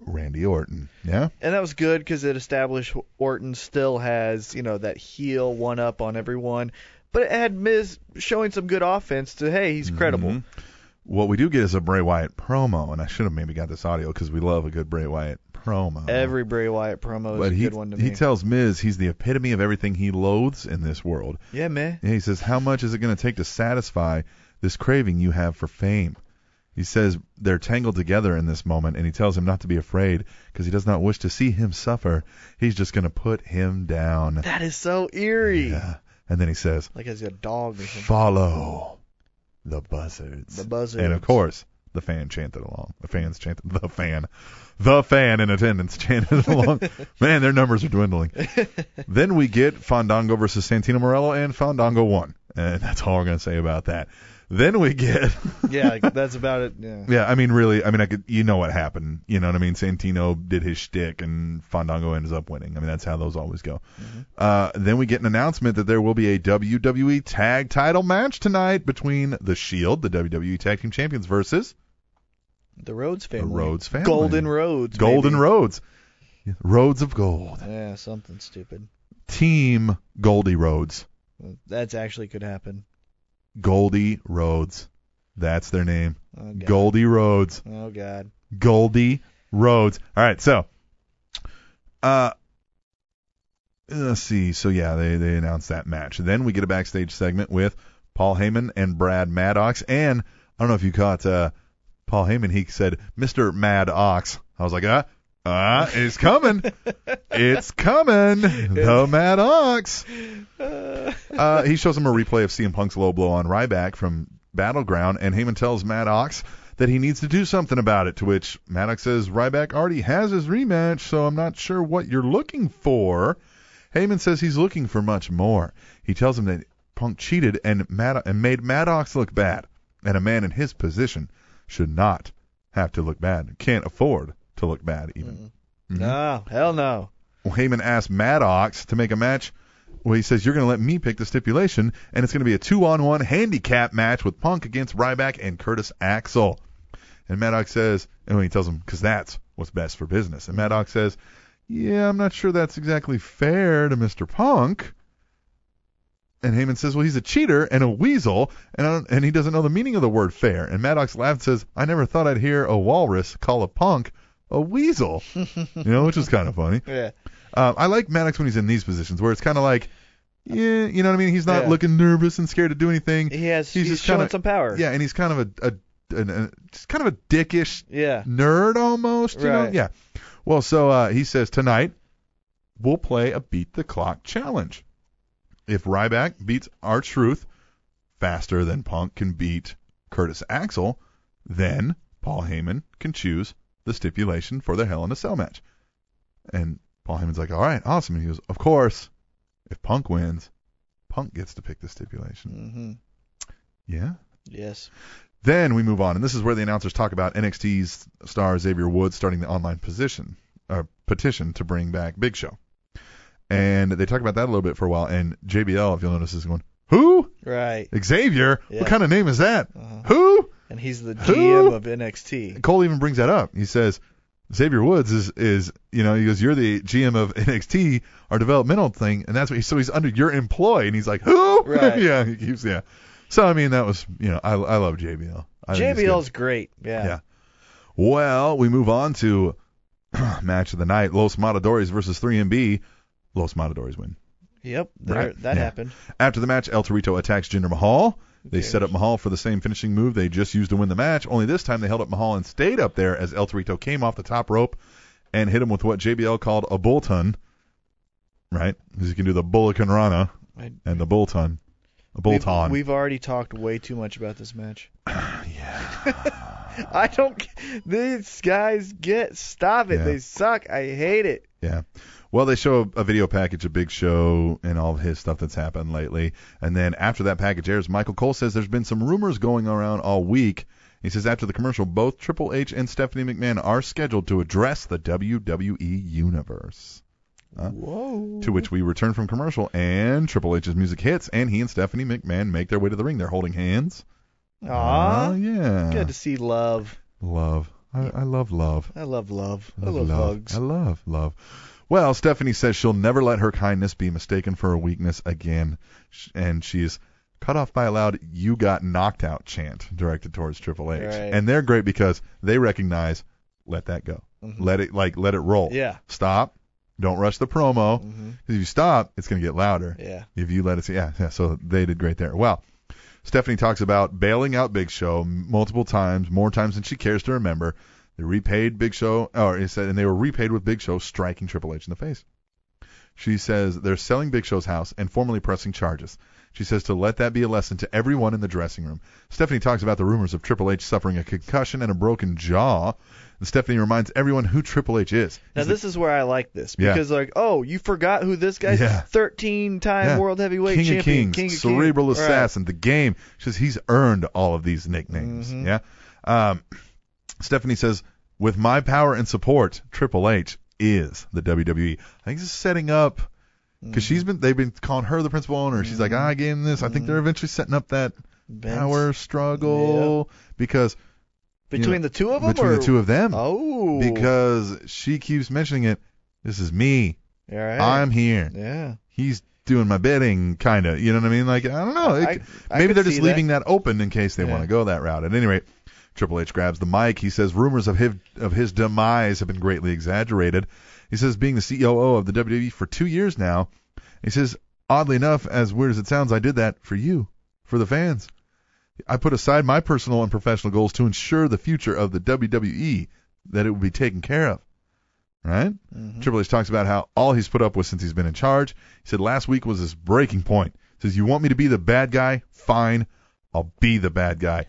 [SPEAKER 3] Randy Orton. Yeah.
[SPEAKER 4] And that was good because it established Orton still has, you know, that heel one up on everyone. But it had Miz showing some good offense to, hey, he's credible.
[SPEAKER 3] Mm-hmm. Uh-huh. What we do get is a Bray Wyatt promo, and I should have maybe got this audio because we love a good Bray Wyatt promo.
[SPEAKER 4] Every Bray Wyatt promo is
[SPEAKER 3] but
[SPEAKER 4] a
[SPEAKER 3] he
[SPEAKER 4] good one to
[SPEAKER 3] he
[SPEAKER 4] me.
[SPEAKER 3] tells Miz he's the epitome of everything he loathes in this world.
[SPEAKER 4] yeah, man.
[SPEAKER 3] Yeah, he says, How much is it going to take to satisfy this craving you have for fame? He says they're tangled together in this moment, and he tells him not to be afraid because he does not wish to see him suffer. He's just going to put him down.
[SPEAKER 4] That is so eerie.
[SPEAKER 3] Yeah. And then he says,
[SPEAKER 4] Like as a dog or something.
[SPEAKER 3] Follow the buzzards.
[SPEAKER 4] The buzzards.
[SPEAKER 3] And of course, the fan chanted along. The fans chanted, the fan, the fan in attendance chanted *laughs* along. Man, their numbers are
[SPEAKER 4] *laughs*
[SPEAKER 3] dwindling. then we get Fandango versus Santino Morello, and Fandango won. And that's all we're going to say about that. Then we get,
[SPEAKER 4] yeah, like, that's about it. Yeah.
[SPEAKER 3] yeah, I mean, really, I mean, I could, you know what happened. You know what I mean? Santino did his shtick, and Fandango ends up winning. I mean, that's how those always go.
[SPEAKER 4] Mm-hmm.
[SPEAKER 3] Uh, then we get an announcement that there will be a WWE Tag Title match tonight between The Shield, the WWE Tag Team Champions, versus
[SPEAKER 4] The Rhodes family.
[SPEAKER 3] the Rhodes family.
[SPEAKER 4] Golden Rhodes.
[SPEAKER 3] Golden
[SPEAKER 4] baby.
[SPEAKER 3] Roads. Roads of Gold.
[SPEAKER 4] Yeah, something stupid.
[SPEAKER 3] Team Goldie Roads.
[SPEAKER 4] That's actually could happen.
[SPEAKER 3] Goldie Roads. That's their name.
[SPEAKER 4] Oh, God.
[SPEAKER 3] Goldie Roads.
[SPEAKER 4] Oh, God.
[SPEAKER 3] Goldie Rhodes. All right, so uh let's see. So yeah, they they announced that match. Then we get a backstage segment with Paul Heyman and Brad Maddox and I don't know if you caught uh Paul Heyman, he said, "Mr. Mad Ox." I was like, "Uh, uh, it's coming. it's coming. The Mad Ox." Uh, he shows him a replay of CM Punk's low blow on Ryback from Battleground, and Heyman tells Mad Ox that he needs to do something about it. To which Maddox says Ryback already has his rematch, so I'm not sure what you're looking for. Heyman says he's looking for much more. He tells him that Punk cheated and, Mad- and made Maddox look bad, and a man in his position should not have to look bad. Can't afford to look bad even. Mm-hmm.
[SPEAKER 4] No, hell no.
[SPEAKER 3] Well, Heyman asked Maddox to make a match. Well, he says you're going to let me pick the stipulation, and it's going to be a two-on-one handicap match with Punk against Ryback and Curtis Axel. And Maddox says, and he tells him, 'Cause that's what's best for business. And Maddox says, yeah, I'm not sure that's exactly fair to Mr. Punk. And Heyman says, well, he's a cheater and a weasel, and I don't, and he doesn't know the meaning of the word fair. And Maddox laughs and says, I never thought I'd hear a walrus call a punk a weasel, you know, which is kind of funny.
[SPEAKER 4] Yeah.
[SPEAKER 3] Um, I like Maddox when he's in these positions where it's kind of like, yeah, you know what I mean. He's not
[SPEAKER 4] Yeah.
[SPEAKER 3] looking nervous and scared to do anything.
[SPEAKER 4] He has, he's,
[SPEAKER 3] He's just
[SPEAKER 4] showing
[SPEAKER 3] kinda-
[SPEAKER 4] some power.
[SPEAKER 3] Yeah, and he's kind of a, a, an a just kind of a dickish
[SPEAKER 4] Yeah.
[SPEAKER 3] nerd almost, you know?
[SPEAKER 4] Right.
[SPEAKER 3] Yeah. Well, so uh, he says tonight we'll play a beat the clock challenge. If Ryback beats our truth faster than Punk can beat Curtis Axel, then Paul Heyman can choose the stipulation for their Hell in a Cell match. And Paul Heyman's like, all right, awesome. And he goes, of course, if Punk wins, Punk gets to pick the stipulation.
[SPEAKER 4] hmm
[SPEAKER 3] Yeah.
[SPEAKER 4] Yes.
[SPEAKER 3] Then we move on, and this is where the announcers talk about NXT's star Xavier Woods starting the online position or petition to bring back Big Show. And they talk about that a little bit for a while. And JBL, if you'll notice, is going, "Who?
[SPEAKER 4] Right.
[SPEAKER 3] Xavier?
[SPEAKER 4] Yeah. Uh-huh.
[SPEAKER 3] What kind of name is that? Who?"
[SPEAKER 4] And he's the
[SPEAKER 3] Who?
[SPEAKER 4] GM of NXT.
[SPEAKER 3] Cole even brings that up. He says, "Xavier Woods is is you know he goes, you're the GM of *laughs* NXT, our developmental thing, and that's what he, so he's under your employ." And he's like, "Who? *laughs*
[SPEAKER 4] Right.
[SPEAKER 3] yeah, he keeps yeah." So I mean, that was you know I I love JBL. I think he's good.
[SPEAKER 4] JBL's great. Yeah.
[SPEAKER 3] Yeah. Well, we move on to *clears throat* match of the night: Los Matadores versus 3MB. Los Matadores win.
[SPEAKER 4] Yep. There,
[SPEAKER 3] Right.
[SPEAKER 4] That
[SPEAKER 3] Yeah.
[SPEAKER 4] happened.
[SPEAKER 3] After the match, El Torito attacks Jinder Mahal. They set up Mahal for the same finishing move they just used to win the match, only this time they held up Mahal and stayed up there as El Torito came off the top rope and hit him with what JBL called a bull ton. Right? Because you can do the Bullacan Rana
[SPEAKER 4] I-
[SPEAKER 3] and the bull ton. A bull
[SPEAKER 4] We've,
[SPEAKER 3] ton. *sighs*
[SPEAKER 4] we've already talked way too much about this match. *laughs* I don't. g- These guys get. Stop it.
[SPEAKER 3] Yeah.
[SPEAKER 4] They suck. I hate it.
[SPEAKER 3] Yeah. Well, they show a, a video package of Big Show and all of his stuff that's happened lately. And then after that package airs, Michael Cole says there's been some rumors going around all week. He says after the commercial, both Triple H and Stephanie McMahon are scheduled to address the WWE universe.
[SPEAKER 4] Whoa.
[SPEAKER 3] To which we return from commercial, and Triple H's music hits, and he and Stephanie McMahon make their way to the ring. They're holding hands.
[SPEAKER 4] Aw.
[SPEAKER 3] Ah, yeah.
[SPEAKER 4] Good to see love.
[SPEAKER 3] Love. I, I love love.
[SPEAKER 4] I love love. I
[SPEAKER 3] I
[SPEAKER 4] love, hugs.
[SPEAKER 3] I love love. Well, Stephanie says she'll never let her kindness be mistaken for a weakness again, Sh- and she's cut off by a loud "You got knocked out" chant directed towards Triple H.
[SPEAKER 4] Right.
[SPEAKER 3] And they're great because they recognize, let that go, let it like let it roll.
[SPEAKER 4] Mm-hmm. Yeah. Mm-hmm.
[SPEAKER 3] Stop. Don't rush the promo. 'Cause If you stop, it's gonna get louder.
[SPEAKER 4] Yeah.
[SPEAKER 3] If you let it, yeah, yeah. So they did great there. Well, Stephanie talks about bailing out Big Show m- multiple times, more times than she cares to remember. They repaid Big Show, or it said, and they were repaid with Big Show striking Triple H in the face. She says they're selling Big Show's house and formally pressing charges. She says to let that be a lesson to everyone in the dressing room. Stephanie talks about the rumors of Triple H suffering a concussion and a broken jaw. And Stephanie reminds everyone who Triple H is.
[SPEAKER 4] Now this is where I like this
[SPEAKER 3] Yeah.
[SPEAKER 4] because like oh you forgot who this guy's
[SPEAKER 3] Yeah.
[SPEAKER 4] 13 time
[SPEAKER 3] Yeah.
[SPEAKER 4] world heavyweight
[SPEAKER 3] King
[SPEAKER 4] champion
[SPEAKER 3] of Kings,
[SPEAKER 4] King of
[SPEAKER 3] cerebral
[SPEAKER 4] Kings. Right.
[SPEAKER 3] assassin, the game. She says he's earned all of these nicknames. Yeah. Um, Stephanie says, with my power and support, Triple H is the WWE. I think this is setting up because she's been they've been calling her the principal owner. She's like, I gave him this. I think they're eventually setting up that
[SPEAKER 4] Vince.
[SPEAKER 3] power struggle because
[SPEAKER 4] between
[SPEAKER 3] know,
[SPEAKER 4] the two of them
[SPEAKER 3] between the
[SPEAKER 4] or-
[SPEAKER 3] two of them,
[SPEAKER 4] oh
[SPEAKER 3] because she keeps mentioning it. This is me.
[SPEAKER 4] All right.
[SPEAKER 3] I'm here
[SPEAKER 4] yeah
[SPEAKER 3] he's doing my bidding, kind of. You know what I mean? Like, I don't know. It-
[SPEAKER 4] I- I
[SPEAKER 3] maybe
[SPEAKER 4] could
[SPEAKER 3] they're just
[SPEAKER 4] see
[SPEAKER 3] leaving that open in case they
[SPEAKER 4] Yeah.
[SPEAKER 3] want to go that route. At any rate, Triple H grabs the mic. He says rumors of his of his demise have been greatly exaggerated. He says being the COO of the WWE for two years now. He says oddly enough, as weird as it sounds, I did that for you, for the fans. I put aside my personal and professional goals to ensure the future of the WWE that it would be taken care of. Right? Triple H talks about how all he's put up with since he's been in charge. He said last week was his breaking point. He says, You want me to be the bad guy? Fine. I'll be the bad guy.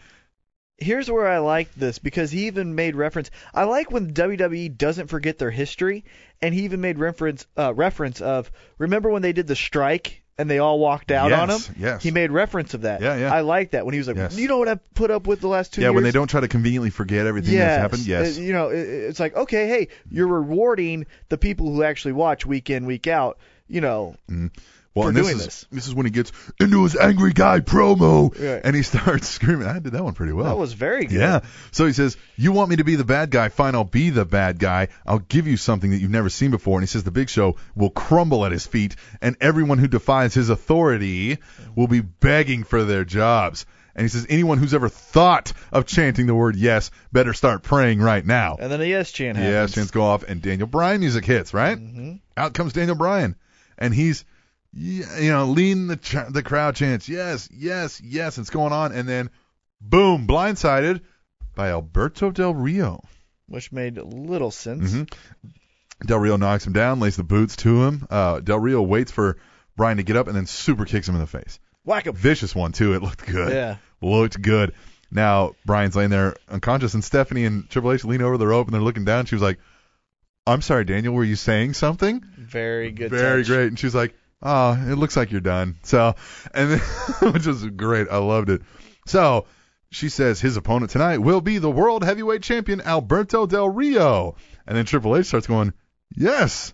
[SPEAKER 4] here's where I like this because he even made reference. I like when WWE doesn't forget their history, and he even made reference uh, reference of remember when they did the strike and they all walked out on him.
[SPEAKER 3] Yes, yes.
[SPEAKER 4] He made reference of that.
[SPEAKER 3] Yeah, yeah.
[SPEAKER 4] I like that when he was like,
[SPEAKER 3] Yes.
[SPEAKER 4] you know what I've put up with the last two
[SPEAKER 3] yeah,
[SPEAKER 4] years.
[SPEAKER 3] when they don't try to conveniently forget everything that's happened. Yes.
[SPEAKER 4] Uh, you know, it, it's like okay, hey, you're rewarding the people who actually watch week in week out. You know,
[SPEAKER 3] well,
[SPEAKER 4] for
[SPEAKER 3] and this
[SPEAKER 4] doing
[SPEAKER 3] is,
[SPEAKER 4] this.
[SPEAKER 3] is when he gets into his angry guy promo
[SPEAKER 4] Right.
[SPEAKER 3] and he *laughs* starts screaming. I did that one pretty well.
[SPEAKER 4] that was very
[SPEAKER 3] *laughs*
[SPEAKER 4] good.
[SPEAKER 3] Yeah. So he says, You want me to be the bad guy? Fine, I'll be the bad guy. I'll give you something that you've never seen before. And he says, The Big Show will crumble at his feet, and everyone who defies his authority will be begging for their jobs. And he says, Anyone who's ever thought of chanting the word yes better start praying right now.
[SPEAKER 4] And then E a yes chant happens.
[SPEAKER 3] Yes, chants go off, and Daniel Bryan music hits, right? Mm-hmm. Out comes Daniel Bryan, and he's, y- you know, leading the ch- the crowd chants, yes, yes, yes, it's going on, and then, boom, blindsided by Alberto Del Rio.
[SPEAKER 4] which made little
[SPEAKER 3] Mm-hmm.
[SPEAKER 4] sense.
[SPEAKER 3] Del Rio knocks him down, lays the boots to him. Uh, Del Rio waits for Bryan to get up, and then super kicks him in the face.
[SPEAKER 4] Whack him.
[SPEAKER 3] Vicious one too. It looked good.
[SPEAKER 4] Yeah.
[SPEAKER 3] Looked good. Now Brian's laying there unconscious, and Stephanie and Triple H lean over the rope, and they're looking down. She was like, "I'm sorry, Daniel. Were you saying something?"
[SPEAKER 4] Very good.
[SPEAKER 3] Very
[SPEAKER 4] touch.
[SPEAKER 3] great. And she's like, "Oh, it looks like you're done." So, and then, *laughs* which was great. I loved it. So she says his opponent tonight will be the world heavyweight champion Alberto Del Rio, and then Triple H starts going, "Yes,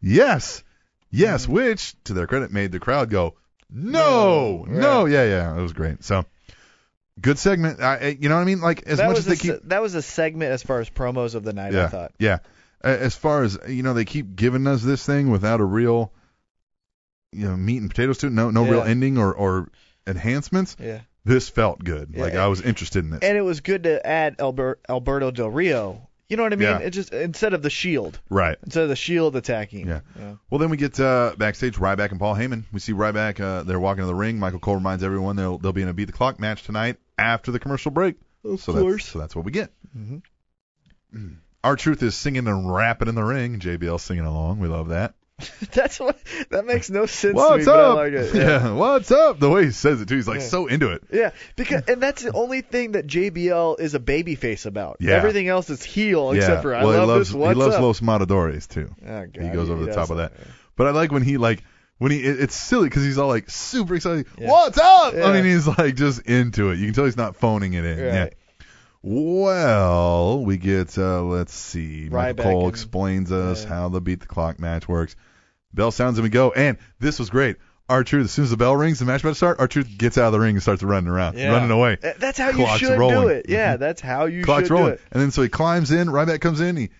[SPEAKER 3] yes, yes,"
[SPEAKER 4] Mm-hmm.
[SPEAKER 3] which to their credit made the crowd go, "No,
[SPEAKER 4] No,
[SPEAKER 3] no, yeah, yeah." It was great. So. Good segment. I, I- you know what I mean? Like as
[SPEAKER 4] that
[SPEAKER 3] much as
[SPEAKER 4] was
[SPEAKER 3] they
[SPEAKER 4] a,
[SPEAKER 3] keep
[SPEAKER 4] se- that was a segment as far as promos of the night.
[SPEAKER 3] yeah,
[SPEAKER 4] I thought.
[SPEAKER 3] Yeah. A- As far as you know, they keep giving us this thing without a real, you know, meat and potatoes to it. No, no real
[SPEAKER 4] Yeah.
[SPEAKER 3] ending or or enhancements.
[SPEAKER 4] Yeah.
[SPEAKER 3] This felt good. Like
[SPEAKER 4] Yeah.
[SPEAKER 3] I was interested in this.
[SPEAKER 4] And it was good to add Albert, Alberto Del Rio. You know what I mean?
[SPEAKER 3] Yeah.
[SPEAKER 4] It just instead of the Shield,
[SPEAKER 3] right.
[SPEAKER 4] instead of the Shield attacking.
[SPEAKER 3] Yeah. Well, then we get uh, backstage Ryback and Paul Heyman. We see Ryback. Uh, they're walking to the ring. Michael Cole reminds everyone they'll they'll be in a beat the clock match tonight after the commercial break.
[SPEAKER 4] Of
[SPEAKER 3] so That's,
[SPEAKER 4] course. *laughs* Mm-hmm.
[SPEAKER 3] so that's what we get. *clears throat* Our truth is singing and rapping in the ring. JBL singing along. We love that.
[SPEAKER 4] That's what that makes no sense to me,
[SPEAKER 3] What's
[SPEAKER 4] but I
[SPEAKER 3] up?
[SPEAKER 4] like it.
[SPEAKER 3] *laughs* yeah.
[SPEAKER 4] Yeah.
[SPEAKER 3] what's up? The way he says it too, he's like so into it.
[SPEAKER 4] Yeah, because and that's the only thing that JBL is a babyface about.
[SPEAKER 3] Yeah.
[SPEAKER 4] Everything else is heel
[SPEAKER 3] Yeah.
[SPEAKER 4] except for I
[SPEAKER 3] well,
[SPEAKER 4] love
[SPEAKER 3] he loves
[SPEAKER 4] this.
[SPEAKER 3] he
[SPEAKER 4] What's
[SPEAKER 3] loves
[SPEAKER 4] up?
[SPEAKER 3] Los Matadores too.
[SPEAKER 4] Oh,
[SPEAKER 3] he
[SPEAKER 4] God,
[SPEAKER 3] goes
[SPEAKER 4] he
[SPEAKER 3] over the
[SPEAKER 4] does
[SPEAKER 3] top of
[SPEAKER 4] that.
[SPEAKER 3] that. But I like when he like when he it, it's silly because he's all like super excited.
[SPEAKER 4] Yeah.
[SPEAKER 3] What's up?
[SPEAKER 4] Yeah.
[SPEAKER 3] I mean, he's like just into it. You can tell he's not phoning it in. Yeah.
[SPEAKER 4] Right.
[SPEAKER 3] Well, we get uh let's see. Michael
[SPEAKER 4] Ryback
[SPEAKER 3] Cole
[SPEAKER 4] and-
[SPEAKER 3] explains us
[SPEAKER 4] yeah.
[SPEAKER 3] how the beat the clock match works. Bell sounds and we go. And this was great. R Truth, as soon as the bell rings, the match about to start. R Truth gets out of the ring and starts running around,
[SPEAKER 4] Yeah.
[SPEAKER 3] running away.
[SPEAKER 4] Uh, That's how
[SPEAKER 3] Clock's
[SPEAKER 4] you should do
[SPEAKER 3] rolling. Mm-hmm.
[SPEAKER 4] it. Yeah, that's how you
[SPEAKER 3] Clock's
[SPEAKER 4] should
[SPEAKER 3] rolling.
[SPEAKER 4] do it.
[SPEAKER 3] And then so he climbs in, Ryback comes in, he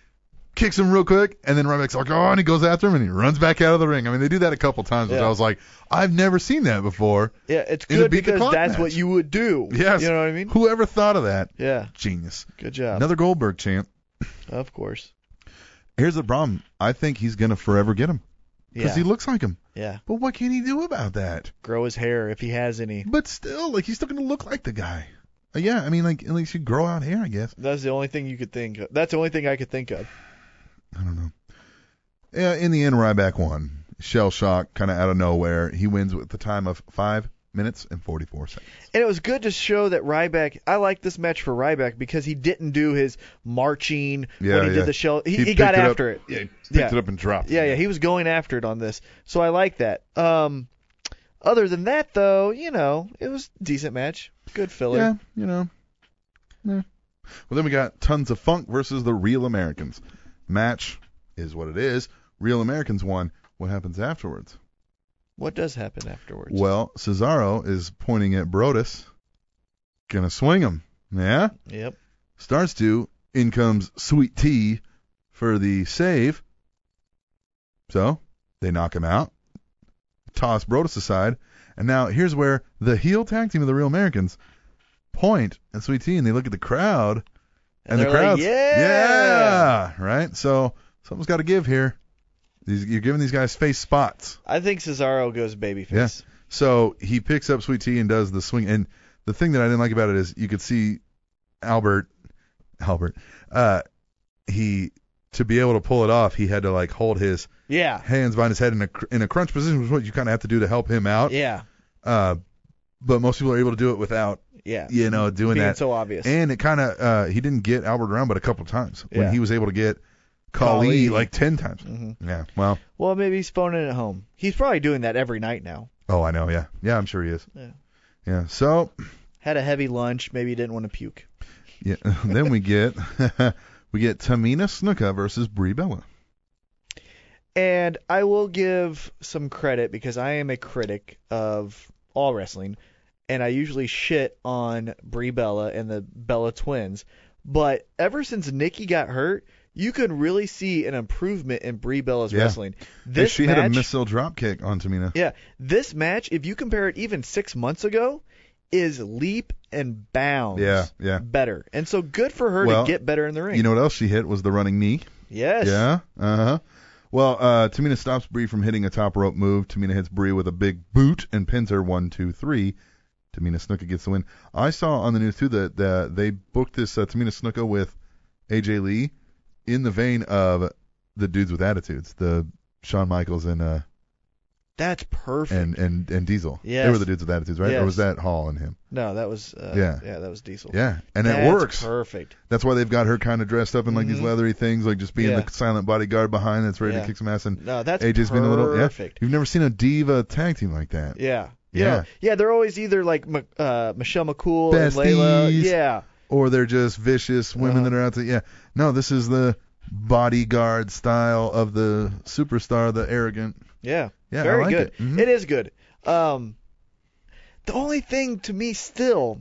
[SPEAKER 3] kicks him real quick, and then Ryback's like, oh, and he goes after him and he runs back out of the ring. I mean, they do that a couple times, which
[SPEAKER 4] Yeah.
[SPEAKER 3] I was like, I've never seen that before.
[SPEAKER 4] Yeah, it's
[SPEAKER 3] In a
[SPEAKER 4] good
[SPEAKER 3] beat the
[SPEAKER 4] because
[SPEAKER 3] clock
[SPEAKER 4] that's
[SPEAKER 3] match.
[SPEAKER 4] what you would do.
[SPEAKER 3] Yes.
[SPEAKER 4] You know what I mean?
[SPEAKER 3] Whoever thought of that?
[SPEAKER 4] Yeah.
[SPEAKER 3] Genius.
[SPEAKER 4] Good job.
[SPEAKER 3] Another Goldberg chant.
[SPEAKER 4] Of course.
[SPEAKER 3] Here's the problem. I think he's going to forever get him because
[SPEAKER 4] Yeah.
[SPEAKER 3] he looks like him.
[SPEAKER 4] yeah.
[SPEAKER 3] But what can he do about that?
[SPEAKER 4] Grow his hair if he has any.
[SPEAKER 3] But still, like, he's still going to look like the guy. Uh, yeah, I mean, like, at least you grow out hair, I guess.
[SPEAKER 4] That's the only thing you could think of. That's the only thing I could think of.
[SPEAKER 3] I don't know. Yeah, in the end, Ryback won. Shell shock, kind of out of nowhere. He wins with the time of five minutes and 44 seconds.
[SPEAKER 4] And it was good to show that Ryback. I like this match for Ryback because he didn't do his marching
[SPEAKER 3] Yeah,
[SPEAKER 4] when he
[SPEAKER 3] yeah.
[SPEAKER 4] did the shell. He, he
[SPEAKER 3] picked
[SPEAKER 4] got
[SPEAKER 3] it up-
[SPEAKER 4] after it.
[SPEAKER 3] Yeah, he picked
[SPEAKER 4] Yeah.
[SPEAKER 3] it up and dropped.
[SPEAKER 4] Yeah, yeah, he was going after it on this. So I like that. Um, other than that, though, you know, it was a decent match. Good filler.
[SPEAKER 3] yeah, you know. Yeah. Well, then we got Tons of Funk versus the Real Americans. Match is what it is. Real Americans won. What happens afterwards?
[SPEAKER 4] What does happen afterwards?
[SPEAKER 3] Well, Cesaro is pointing at Brodus. Gonna swing him. Yeah?
[SPEAKER 4] Yep.
[SPEAKER 3] starts to. In comes Sweet Tea for the save. So they knock him out, toss Brodus aside, and now here's where the heel tag team of the Real Americans point at Sweet Tea and they look at the crowd, and, the
[SPEAKER 4] they're like,
[SPEAKER 3] crowd's
[SPEAKER 4] "Yeah!"
[SPEAKER 3] yeah, right. So something's got to give here. These, you're giving these guys face spots.
[SPEAKER 4] I think Cesaro goes babyface.
[SPEAKER 3] Yeah. So he picks up Sweet Tea and does the swing. And the thing that I didn't like about it is you could see Albert, Albert, uh, he to be able to pull it off, he had to like hold his
[SPEAKER 4] Yeah.
[SPEAKER 3] hands behind his head in a cr- in a crunch position, which is what you kind of have to do to help him out.
[SPEAKER 4] Yeah.
[SPEAKER 3] Uh, but most people are able to do it without
[SPEAKER 4] Yeah.
[SPEAKER 3] you know doing
[SPEAKER 4] Being
[SPEAKER 3] that.
[SPEAKER 4] so obvious.
[SPEAKER 3] and it kind of uh, he didn't get Albert around, but a couple times when
[SPEAKER 4] Yeah.
[SPEAKER 3] he was able to get Kali,
[SPEAKER 4] Khali.
[SPEAKER 3] like ten times.
[SPEAKER 4] Mhm.
[SPEAKER 3] Yeah. Well.
[SPEAKER 4] Well, maybe he's phoning it home. He's probably doing that every night now.
[SPEAKER 3] Oh, I know. Yeah. Yeah, I'm sure he is.
[SPEAKER 4] Yeah.
[SPEAKER 3] Yeah. So
[SPEAKER 4] Had a heavy lunch. Maybe he didn't want to puke.
[SPEAKER 3] Yeah. *laughs* then we get we get Tamina Snuka versus Brie Bella.
[SPEAKER 4] And I will give some credit because I am a critic of all wrestling, and I usually shit on Brie Bella and the Bella twins. But ever since Nikki got hurt, you can really see an improvement in Brie Bella's
[SPEAKER 3] Yeah.
[SPEAKER 4] wrestling.
[SPEAKER 3] Hey,
[SPEAKER 4] This
[SPEAKER 3] she
[SPEAKER 4] match,
[SPEAKER 3] had a missile drop kick on Tamina.
[SPEAKER 4] yeah, this match, if you compare it even six months ago, is leap and bounds
[SPEAKER 3] Yeah, yeah.
[SPEAKER 4] better. And so good for her
[SPEAKER 3] Well,
[SPEAKER 4] to get better in the ring.
[SPEAKER 3] You know what else she hit was the running knee.
[SPEAKER 4] yes.
[SPEAKER 3] Yeah. Uh huh. Well, uh, Tamina stops Brie from hitting a top rope move. Tamina hits Brie with a big boot and pins her one, two, three. Tamina Snuka gets the win. I saw on the news too that, that they booked this uh, Tamina Snuka with AJ Lee in the vein of the dudes with attitudes, the Shawn Michaels and uh,
[SPEAKER 4] That's perfect.
[SPEAKER 3] and and and Diesel. They
[SPEAKER 4] Yes.
[SPEAKER 3] were the dudes with attitudes, right? Or was
[SPEAKER 4] Yes.
[SPEAKER 3] that Hall and him?
[SPEAKER 4] no, that was uh,
[SPEAKER 3] Yeah.
[SPEAKER 4] yeah, that was Diesel.
[SPEAKER 3] Yeah, and it
[SPEAKER 4] That's
[SPEAKER 3] works.
[SPEAKER 4] Perfect.
[SPEAKER 3] That's why they've got her kind of dressed up in like these
[SPEAKER 4] Mhm.
[SPEAKER 3] leathery things, like just being
[SPEAKER 4] Yeah.
[SPEAKER 3] the silent bodyguard behind that's ready to
[SPEAKER 4] Yeah.
[SPEAKER 3] kick some ass. And
[SPEAKER 4] No, that's
[SPEAKER 3] AJ's
[SPEAKER 4] perfect.
[SPEAKER 3] been a little yeah.
[SPEAKER 4] perfect.
[SPEAKER 3] You've never seen a diva tag team like that.
[SPEAKER 4] Yeah.
[SPEAKER 3] Yeah.
[SPEAKER 4] yeah. Yeah, they're always either like M- uh, Michelle McCool and
[SPEAKER 3] Besties.
[SPEAKER 4] Layla. Yeah.
[SPEAKER 3] Or they're just vicious women
[SPEAKER 4] Uh-huh.
[SPEAKER 3] that are out there. Yeah, no, this is the bodyguard style of the superstar, the arrogant.
[SPEAKER 4] Yeah.
[SPEAKER 3] Yeah, I
[SPEAKER 4] Very
[SPEAKER 3] like
[SPEAKER 4] good.
[SPEAKER 3] it. Mhm.
[SPEAKER 4] is good. Um, the only thing to me still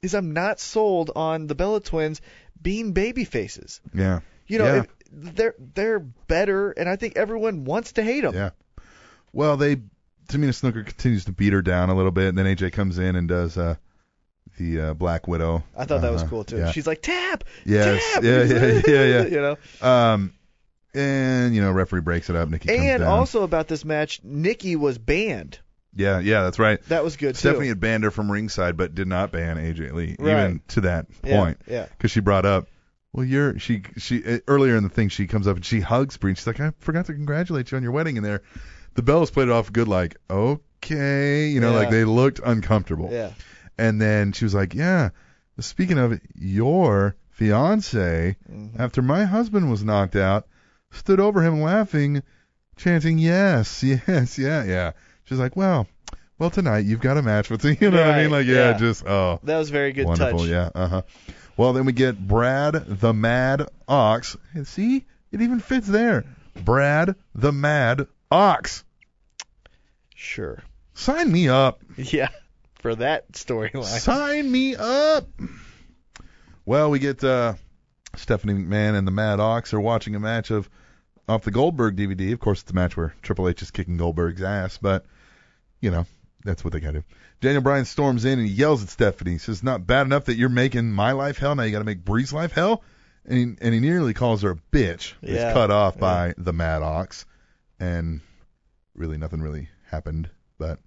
[SPEAKER 4] is I'm not sold on the Bella Twins being baby faces.
[SPEAKER 3] Yeah,
[SPEAKER 4] You know,
[SPEAKER 3] Yeah.
[SPEAKER 4] if, they're they're better, and I think everyone wants to hate them.
[SPEAKER 3] yeah. Well, they Tamina Snooker continues to beat her down a little bit, and then AJ comes in and does uh the uh, Black Widow.
[SPEAKER 4] I thought that was
[SPEAKER 3] Uh-huh.
[SPEAKER 4] cool too.
[SPEAKER 3] Yeah.
[SPEAKER 4] She's like tap,
[SPEAKER 3] Yes.
[SPEAKER 4] tap.
[SPEAKER 3] Yeah, yeah, yeah, yeah.
[SPEAKER 4] *laughs* you know.
[SPEAKER 3] Um, and you know, referee breaks it up. Nikki comes
[SPEAKER 4] And
[SPEAKER 3] down.
[SPEAKER 4] also about this match, Nikki was banned.
[SPEAKER 3] yeah, yeah, that's right.
[SPEAKER 4] That was good
[SPEAKER 3] Stephanie
[SPEAKER 4] too.
[SPEAKER 3] had banned her from ringside, but did not ban AJ Lee
[SPEAKER 4] Right.
[SPEAKER 3] even to that
[SPEAKER 4] Yeah,
[SPEAKER 3] point
[SPEAKER 4] yeah.
[SPEAKER 3] because she brought up Well, you're she she eh, earlier in the thing she comes up and she hugs Bree and she's like, I forgot to congratulate you on your wedding. And there, the Bellas played it off good, like okay, you know,
[SPEAKER 4] Yeah.
[SPEAKER 3] like they looked uncomfortable.
[SPEAKER 4] Yeah.
[SPEAKER 3] And then she was like, yeah. Speaking of it, your fiance,
[SPEAKER 4] Mm-hmm.
[SPEAKER 3] after my husband was knocked out, stood over him laughing, chanting yes, *laughs* yes, yeah, yeah. She's like, well, well tonight you've got a match with *laughs* you know what I mean?
[SPEAKER 4] Right,
[SPEAKER 3] Like yeah,
[SPEAKER 4] yeah.
[SPEAKER 3] just oh.
[SPEAKER 4] That was a very good
[SPEAKER 3] Wonderful,
[SPEAKER 4] touch.
[SPEAKER 3] yeah. Uh huh. Well, then we get Brad the Mad Ox. And see, it even fits there. Brad the Mad Ox.
[SPEAKER 4] Sure. *laughs*
[SPEAKER 3] Sign me up.
[SPEAKER 4] Yeah. For that storyline.
[SPEAKER 3] Sign me up. Well, we get uh, Stephanie McMahon and the Mad Ox are watching a match of off the Goldberg DVD. Of course, it's a match where Triple H is kicking Goldberg's ass, but you know that's what they gotta do. Daniel Bryan storms in and he yells at Stephanie. He says, "Not bad enough that you're making my life hell. Now you gotta make Bree's life hell." And he, and he nearly calls her a bitch. He's
[SPEAKER 4] Yeah,
[SPEAKER 3] cut off by the Mad Ox, and really nothing really happened, but.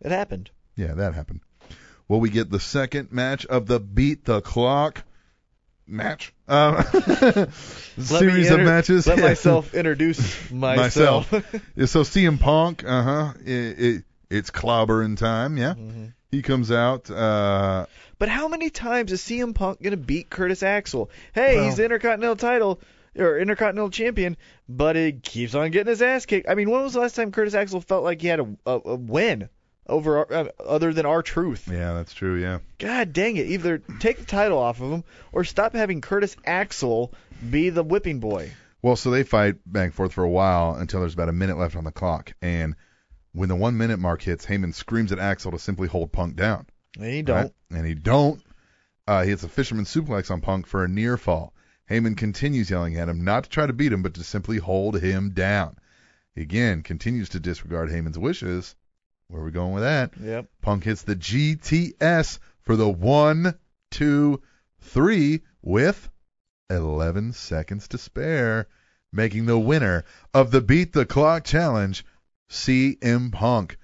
[SPEAKER 4] It happened.
[SPEAKER 3] Yeah, that happened. Well, we get the second match of the beat the clock match. Um, *laughs*
[SPEAKER 4] Let me
[SPEAKER 3] series
[SPEAKER 4] inter-
[SPEAKER 3] of matches.
[SPEAKER 4] Let
[SPEAKER 3] Yeah.
[SPEAKER 4] myself introduce myself.
[SPEAKER 3] Yeah, *laughs* so CM Punk, uh huh. It, it, it's clobbering time. Yeah.
[SPEAKER 4] Mm-hmm.
[SPEAKER 3] He comes out. Uh,
[SPEAKER 4] *laughs* but how many times is CM Punk gonna beat Curtis Axel? Hey, he's the Intercontinental title or Intercontinental champion, but he keeps on getting his ass kicked. I mean, when was the last time Curtis Axel felt like he had a, a, a win over our, uh, other than our truth?
[SPEAKER 3] yeah, that's true. Yeah.
[SPEAKER 4] God dang it! Either take the title off of him or stop having Curtis Axel be the whipping boy.
[SPEAKER 3] Well, so they fight back and forth for a while until there's about a minute left on the clock, and when the one minute mark hits, Heyman screams at Axel to simply hold Punk down.
[SPEAKER 4] And he don't.
[SPEAKER 3] Right? And he don't. Uh, he hits a fisherman suplex on Punk for a near fall. Heyman continues yelling at him not to try to beat him, but to simply hold him down. He again continues to disregard Heyman's wishes. Where are we going with that?
[SPEAKER 4] Yep.
[SPEAKER 3] Punk hits the GTS for the one, two, three with 11 seconds to spare, making the winner of the Beat the Clock Challenge CM Punk.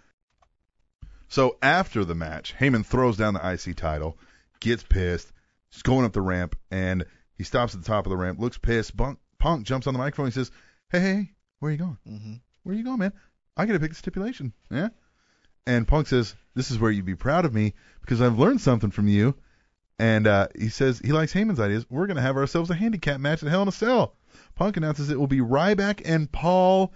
[SPEAKER 3] So after the match, Heyman throws down the IC title, gets pissed, he's going up the ramp, and he stops at the top of the ramp, looks pissed. Punk, Punk jumps on the microphone and says, Hey, hey, where are you going?
[SPEAKER 4] Mhm.
[SPEAKER 3] Where are you going, man? I got to pick the stipulation. Yeah? And Punk says, This is where you'd be proud of me because I've learned something from you. And uh, he says he likes Heyman's ideas. We're going to have ourselves a handicap match at Hell in a Cell. Punk announces it will be Ryback and Paul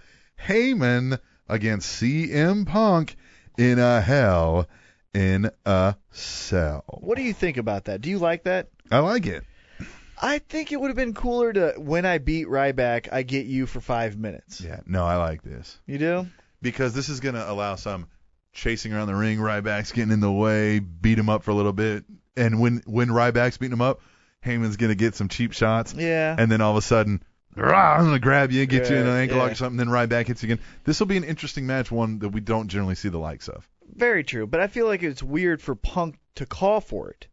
[SPEAKER 3] Heyman against CM Punk in a Hell in a Cell.
[SPEAKER 4] What do you think about that? Do you like that?
[SPEAKER 3] I like it.
[SPEAKER 4] I think it would have been cooler to when I beat Ryback, I get you for five minutes.
[SPEAKER 3] Yeah, no, I like this.
[SPEAKER 4] You do?
[SPEAKER 3] Because this is going to allow some chasing around the ring. Ryback's getting in the way, beat him up for a little bit. And when, when Ryback's beating him up, Heyman's going to get some cheap shots.
[SPEAKER 4] Yeah.
[SPEAKER 3] and then all of a sudden, "Rah, I'm gonna grab you, get you in an
[SPEAKER 4] Yeah,
[SPEAKER 3] ankle lock
[SPEAKER 4] yeah.
[SPEAKER 3] or something, then right back hits you again. This will be an interesting match, one that we don't generally see the likes of.
[SPEAKER 4] Very true, but I feel like it's weird for Punk to call for it.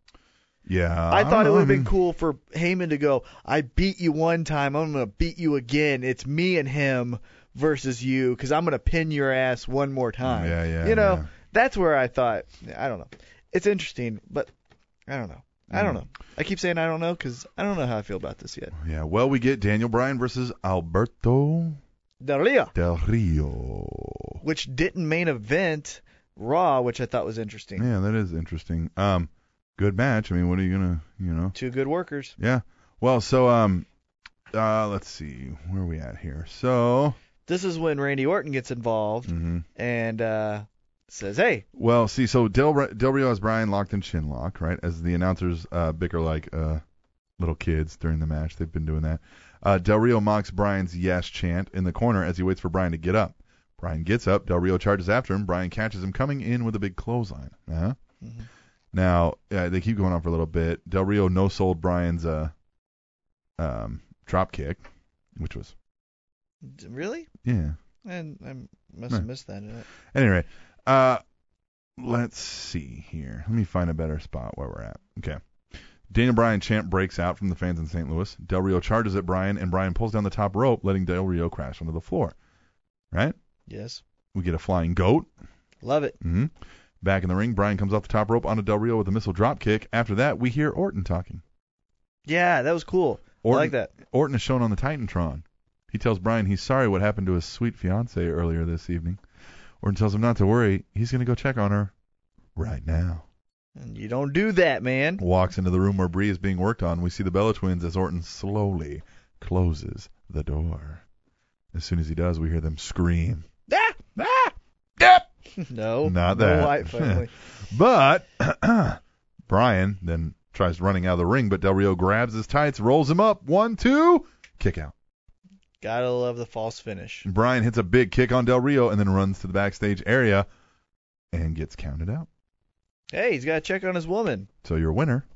[SPEAKER 3] Yeah,
[SPEAKER 4] I thought it would have been
[SPEAKER 3] cool.
[SPEAKER 4] cool for Heyman to go, I beat you one time, I'm going to beat you again. It's me and him versus you because I'm going to pin your ass one more time.
[SPEAKER 3] Yeah, yeah,
[SPEAKER 4] You know,
[SPEAKER 3] yeah.
[SPEAKER 4] that's where I thought, I don't know. It's interesting, but I don't know. I
[SPEAKER 3] Mm.
[SPEAKER 4] don't know. I keep saying I don't know because I don't know how I feel about this yet.
[SPEAKER 3] Yeah, well, we get Daniel Bryan versus Alberto
[SPEAKER 4] Daria,
[SPEAKER 3] Del Rio.
[SPEAKER 4] which didn't main event Raw, which I thought was interesting.
[SPEAKER 3] Yeah, that is interesting. Um, good match. I mean, what are you gonna, you know?
[SPEAKER 4] Two good workers.
[SPEAKER 3] Yeah. Well, so um, uh, let's see, where are we at here? So,
[SPEAKER 4] This is when Randy Orton gets involved
[SPEAKER 3] mhm.
[SPEAKER 4] and uh, says, hey,
[SPEAKER 3] Well, see, so Del, Del Rio has Brian locked in chin lock, right? As the announcers uh, bicker like uh, little kids during the match, they've been doing that. Uh, Del Rio mocks Brian's yes chant in the corner as he waits for Brian to get up. Brian gets up. Del Rio charges after him. Brian catches him coming in with a big clothesline. Uh-huh. Now uh, they keep going on for a little bit. Del Rio no sold Brian's uh, um, drop kick, which was
[SPEAKER 4] d- really?
[SPEAKER 3] yeah.
[SPEAKER 4] And I must
[SPEAKER 3] have
[SPEAKER 4] have missed that.
[SPEAKER 3] Anyway, uh, let's see here. Let me find a better spot where we're at. Okay. Daniel Bryan chant breaks out from the fans in St. Louis. Del Rio charges at Bryan, and Bryan pulls down the top rope, letting Del Rio crash onto the floor. Right?
[SPEAKER 4] Yes.
[SPEAKER 3] We get a flying goat.
[SPEAKER 4] Love it.
[SPEAKER 3] hmm Back in the ring, Bryan comes off the top rope onto Del Rio with a missile drop kick. After that, we hear Orton talking.
[SPEAKER 4] Yeah, that was cool.
[SPEAKER 3] Orton,
[SPEAKER 4] like that.
[SPEAKER 3] Orton is shown on the Titantron. He tells Brian he's sorry what happened to his sweet fiancee earlier this evening. Orton tells him not to worry. He's going to go check on her right now.
[SPEAKER 4] And you don't do that, man.
[SPEAKER 3] Walks into the room where Bree is being worked on. We see the Bella twins as Orton slowly closes the door. As soon as he does, we hear them scream.
[SPEAKER 4] Ah!
[SPEAKER 3] Ah! Yep!
[SPEAKER 4] *laughs* No.
[SPEAKER 3] Not
[SPEAKER 4] no
[SPEAKER 3] that. *laughs*
[SPEAKER 4] White family.
[SPEAKER 3] But *clears throat* Brian then tries running out of the ring, but Del Rio grabs his tights, rolls him up. One, two, kick out.
[SPEAKER 4] Gotta love the false finish.
[SPEAKER 3] Brian hits a big kick on Del Rio and then runs to the backstage area and gets counted out.
[SPEAKER 4] Hey, he's gotta check on his woman.
[SPEAKER 3] So your winner,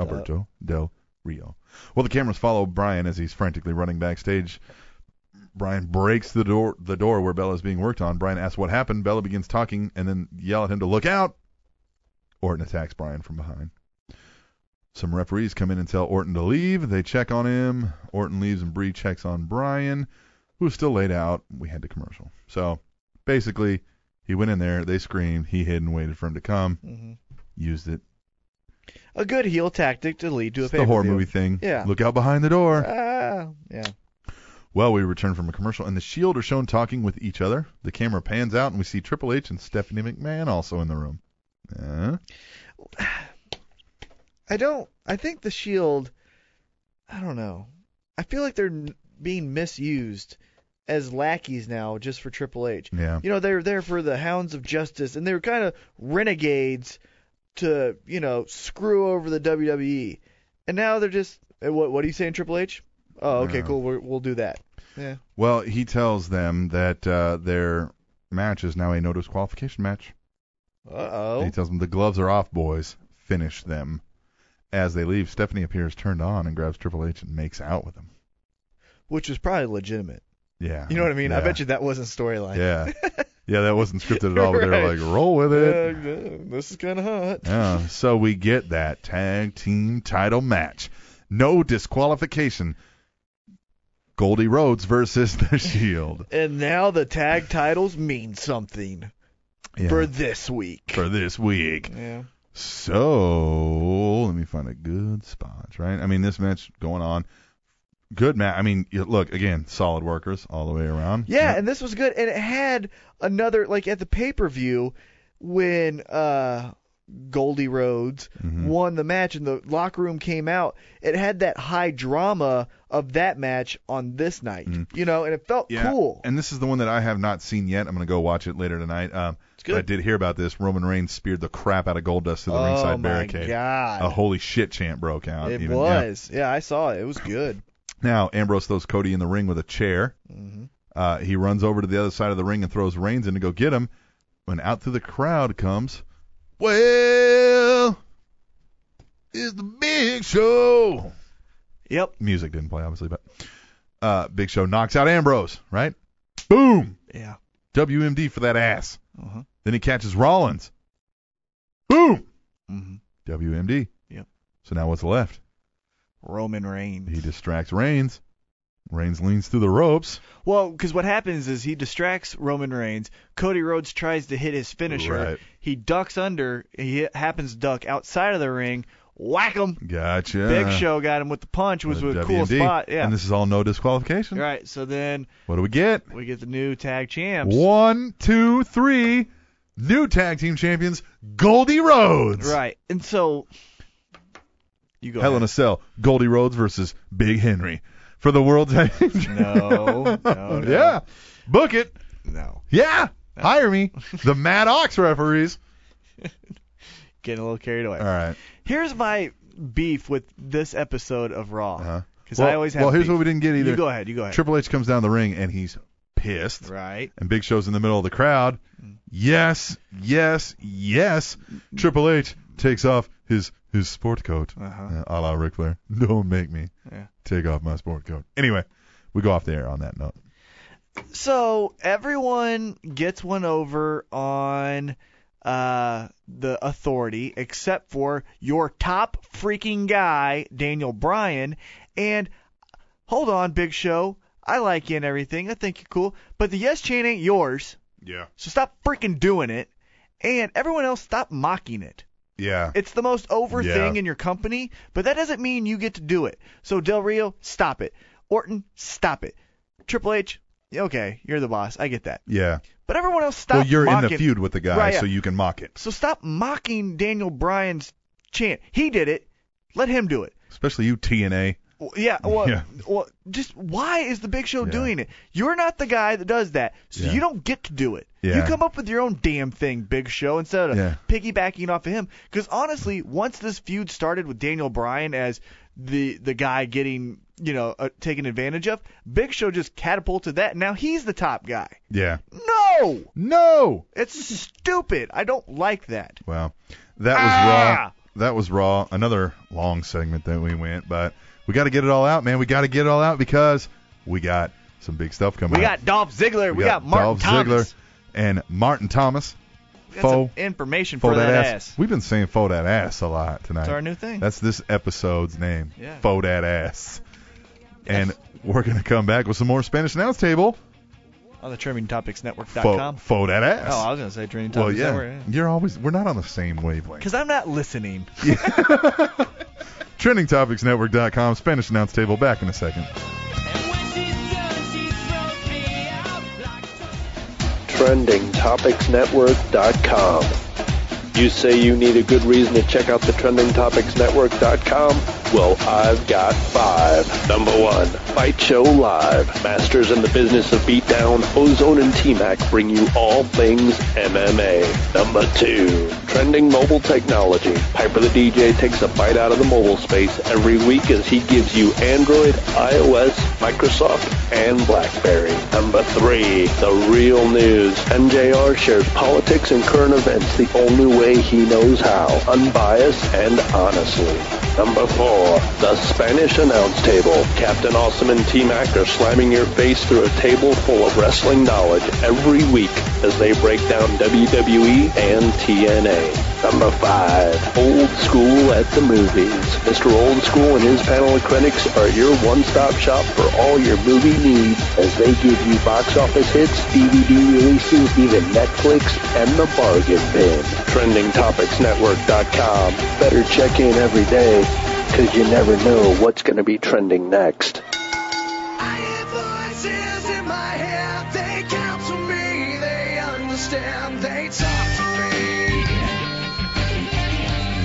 [SPEAKER 3] Alberto Del Rio. Well, the cameras follow Brian as he's frantically running backstage. Brian breaks the door the door where Bella's being worked on. Brian asks what happened. Bella begins talking and then yell at him to look out. Orton attacks Brian from behind. Some referees come in and tell Orton to leave. They check on him. Orton leaves and Bree checks on Brian, who's still laid out. We had to commercial. So basically, he went in there. They screamed. He hid and waited for him to come.
[SPEAKER 4] Mhm.
[SPEAKER 3] Used it.
[SPEAKER 4] A good heel tactic to lead to a
[SPEAKER 3] It's the horror
[SPEAKER 4] pay-per-view.
[SPEAKER 3] movie thing.
[SPEAKER 4] Yeah.
[SPEAKER 3] Look out behind the door.
[SPEAKER 4] Ah, yeah.
[SPEAKER 3] Well, we return from a commercial, and the Shield are shown talking with each other. The camera pans out, and we see Triple H and Stephanie McMahon also in the room. Eh?
[SPEAKER 4] I don't. I think the Shield. I don't know. I feel like they're n- being misused as lackeys now, just for Triple H.
[SPEAKER 3] yeah.
[SPEAKER 4] You know, they were there for the Hounds of Justice, and they were kind of renegades to, you know, screw over the WWE. And now they're just. eh, What What are you saying, Triple H? Oh, okay,
[SPEAKER 3] Yeah.
[SPEAKER 4] cool. We're, we'll do that.
[SPEAKER 3] Well, he tells them that uh, their match is now a no disqualification match.
[SPEAKER 4] Uh
[SPEAKER 3] He
[SPEAKER 4] oh.
[SPEAKER 3] tells them the gloves are off, boys. Finish them. As they leave, Stephanie appears turned on and grabs Triple H and makes out with him.
[SPEAKER 4] Which is probably legitimate.
[SPEAKER 3] Yeah.
[SPEAKER 4] You know what I mean? I
[SPEAKER 3] Yeah.
[SPEAKER 4] bet you that wasn't storyline.
[SPEAKER 3] Yeah. yeah, that wasn't scripted at all, but they were
[SPEAKER 4] *laughs* Right.
[SPEAKER 3] like, roll with it.
[SPEAKER 4] Uh, this is kind of hot.
[SPEAKER 3] Yeah, so we get that tag team title match. No disqualification. Goldie Rhodes versus *laughs* The Shield
[SPEAKER 4] And now the tag titles mean something
[SPEAKER 3] Yeah,
[SPEAKER 4] for this week.
[SPEAKER 3] for this week.
[SPEAKER 4] Yeah.
[SPEAKER 3] So let me find a good spot, right? I mean, this match going on. Good match. I mean, you- look, again, solid workers all the way around.
[SPEAKER 4] Yeah, and this was good. And it had another like at the pay per view when uh Goldie Rhodes
[SPEAKER 3] Mm-hmm.
[SPEAKER 4] won the match and the locker room came out, it had that high drama of that match on this night. You know, and it felt
[SPEAKER 3] Yeah,
[SPEAKER 4] cool.
[SPEAKER 3] Mm. And this is the one that I have not seen yet. I'm gonna go watch it later tonight. Um,
[SPEAKER 4] good.
[SPEAKER 3] but I did hear about this. Roman Reigns speared the crap out of Goldust through the
[SPEAKER 4] oh
[SPEAKER 3] ringside
[SPEAKER 4] my
[SPEAKER 3] barricade.
[SPEAKER 4] god.
[SPEAKER 3] a holy shit chant broke out.
[SPEAKER 4] it
[SPEAKER 3] even, yeah.
[SPEAKER 4] was. Yeah. I saw it. It was good.
[SPEAKER 3] Now Ambrose throws Cody in the ring with a chair.
[SPEAKER 4] Mm-hmm.
[SPEAKER 3] Uh, he runs over to the other side of the ring and throws Reigns in to go get him. When out through the crowd comes, well, is the Big Show.
[SPEAKER 4] Yep.
[SPEAKER 3] Music didn't play obviously, but uh, Big Show knocks out Ambrose. Right? Boom.
[SPEAKER 4] Yeah.
[SPEAKER 3] WMD for that ass.
[SPEAKER 4] Uh-huh.
[SPEAKER 3] Then he catches Rollins. Boom.
[SPEAKER 4] hmm
[SPEAKER 3] WMD.
[SPEAKER 4] Yep.
[SPEAKER 3] So now what's left?
[SPEAKER 4] Roman Reigns.
[SPEAKER 3] He distracts Reigns. Reigns leans through the ropes.
[SPEAKER 4] Well, because what happens is he distracts Roman Reigns. Cody Rhodes tries to hit his finisher.
[SPEAKER 3] Right.
[SPEAKER 4] He ducks under. He happens to duck outside of the ring. Whack him.
[SPEAKER 3] Gotcha.
[SPEAKER 4] Big Show got him with the punch,
[SPEAKER 3] Uh,
[SPEAKER 4] which was a cool
[SPEAKER 3] WMD.
[SPEAKER 4] spot. Yeah.
[SPEAKER 3] And this is all no disqualification.
[SPEAKER 4] right. So then
[SPEAKER 3] What do we get?
[SPEAKER 4] we get the new tag champs.
[SPEAKER 3] One, two, three. New tag team champions, Goldie Rhodes.
[SPEAKER 4] Right. And so you go.
[SPEAKER 3] Hell in a Cell, Goldie Rhodes versus Big Henry for the world tag team. *laughs*
[SPEAKER 4] No, no, no.
[SPEAKER 3] Yeah. Book it.
[SPEAKER 4] ahead. No.
[SPEAKER 3] Yeah. Hire me. The Mad Ox referees.
[SPEAKER 4] Getting a little carried away.
[SPEAKER 3] All right.
[SPEAKER 4] Here's my beef with this episode of Raw.
[SPEAKER 3] Uh-huh.
[SPEAKER 4] Because
[SPEAKER 3] well,
[SPEAKER 4] I always have.
[SPEAKER 3] well, here's
[SPEAKER 4] beef.
[SPEAKER 3] what we didn't get either.
[SPEAKER 4] You go ahead. You go ahead.
[SPEAKER 3] Triple H comes down the ring and he's pissed.
[SPEAKER 4] Right.
[SPEAKER 3] and Big Show's in the middle of the crowd. Yes, yes, yes. Triple H takes off his his sport coat, uh,
[SPEAKER 4] Uh-huh.
[SPEAKER 3] a la Ric Flair. Don't make me
[SPEAKER 4] Yeah.
[SPEAKER 3] take off my sport coat. Anyway, we go off the air on that note.
[SPEAKER 4] So everyone gets one over on uh, the authority except for your top freaking guy, Daniel Bryan. And hold on, Big Show. I like you and everything. I think you're cool. But the yes chain ain't yours.
[SPEAKER 3] Yeah.
[SPEAKER 4] So stop freaking doing it. And everyone else, stop mocking it.
[SPEAKER 3] Yeah.
[SPEAKER 7] It's the most over
[SPEAKER 3] Yeah.
[SPEAKER 7] thing in your company, but that doesn't mean you get to do it. So Del Rio, stop it. Orton, stop it. Triple H, okay, you're the boss. I get that.
[SPEAKER 3] yeah.
[SPEAKER 7] But everyone else, stop.
[SPEAKER 3] Well, you're in the
[SPEAKER 7] mocking-
[SPEAKER 3] feud with the guy,
[SPEAKER 7] Right, yeah.
[SPEAKER 3] so you can mock it.
[SPEAKER 7] So stop mocking Daniel Bryan's chant. He did it. Let him do it.
[SPEAKER 3] Especially you, TNA.
[SPEAKER 7] Well, yeah.
[SPEAKER 3] *laughs*
[SPEAKER 7] Well,
[SPEAKER 3] Yeah.
[SPEAKER 7] well, just why is the Big Show
[SPEAKER 3] Yeah.
[SPEAKER 7] doing it? You're not the guy that does that, so
[SPEAKER 3] Yeah.
[SPEAKER 7] you don't get to do it. You
[SPEAKER 3] Yeah.
[SPEAKER 7] come up with your own damn thing, Big Show, instead of
[SPEAKER 3] Yeah.
[SPEAKER 7] piggybacking off of him. Because honestly, once this feud started with Daniel Bryan as the the guy getting you know uh, taken advantage of, Big Show just catapulted that. and Now he's the top guy.
[SPEAKER 3] Yeah.
[SPEAKER 7] No,
[SPEAKER 3] No.
[SPEAKER 7] it's *laughs* stupid. I don't like that.
[SPEAKER 3] Wow. That was
[SPEAKER 7] Ah!
[SPEAKER 3] raw. That was raw. Another long segment that we went, but we got to get it all out, man. We got to get it all out because we got some big stuff coming.
[SPEAKER 7] We
[SPEAKER 3] up.
[SPEAKER 7] got Dolph Ziggler. We, got, Martin
[SPEAKER 3] Uh, Dolph
[SPEAKER 7] Thomas.
[SPEAKER 3] Ziggler and Martin Thomas.
[SPEAKER 7] That's
[SPEAKER 3] Fo-
[SPEAKER 7] some information
[SPEAKER 3] Fo
[SPEAKER 7] for that, ass.
[SPEAKER 3] We've been saying "fo that ass" a lot tonight.
[SPEAKER 7] It's our new thing.
[SPEAKER 3] That's this episode's name.
[SPEAKER 7] Yeah.
[SPEAKER 3] Fo that ass. And we're gonna come back with some more Spanish announce table.
[SPEAKER 7] on the trimmingtopicsnetwork.com.
[SPEAKER 3] Fo, fo that ass.
[SPEAKER 7] Oh, I was going to say Training
[SPEAKER 3] well,
[SPEAKER 7] Topics
[SPEAKER 3] yeah. You're always. We're not on the same wavelength.
[SPEAKER 7] Because I'm not listening. *laughs*
[SPEAKER 3] TrendingTopicsNetwork.com, Spanish announce table. Back in a second.
[SPEAKER 8] TrendingTopicsNetwork.com. You say you need a good reason to check out the TrendingTopicsNetwork.com? Well, I've got five. Number one, Fight Show Live. Masters in the business of beatdown, Ozone and T-Mac bring you all things MMA. Number two, Trending Mobile Technology. Piper the DJ takes a bite out of the mobile space every week as he gives you Android, iOS, Microsoft, and BlackBerry. Number three, the real news. MJR shares politics and current events the only way he knows how, unbiased and honestly. Number four, the Spanish announce table. Captain Awesome and T-Mac are slamming your face through a table full of wrestling knowledge every week as they break down WWE and TNA. Number five, Old School at the Movies. Mr. Old School and his panel of critics are your one-stop shop for all your movie needs as they give you box office hits, DVD releases, even Netflix, and the bargain bin. TrendingTopicsNetwork.com. Better check in every day because you never know what's going to be trending next.
[SPEAKER 2] I hear voices in my head. They counsel me. They understand. They talk to me.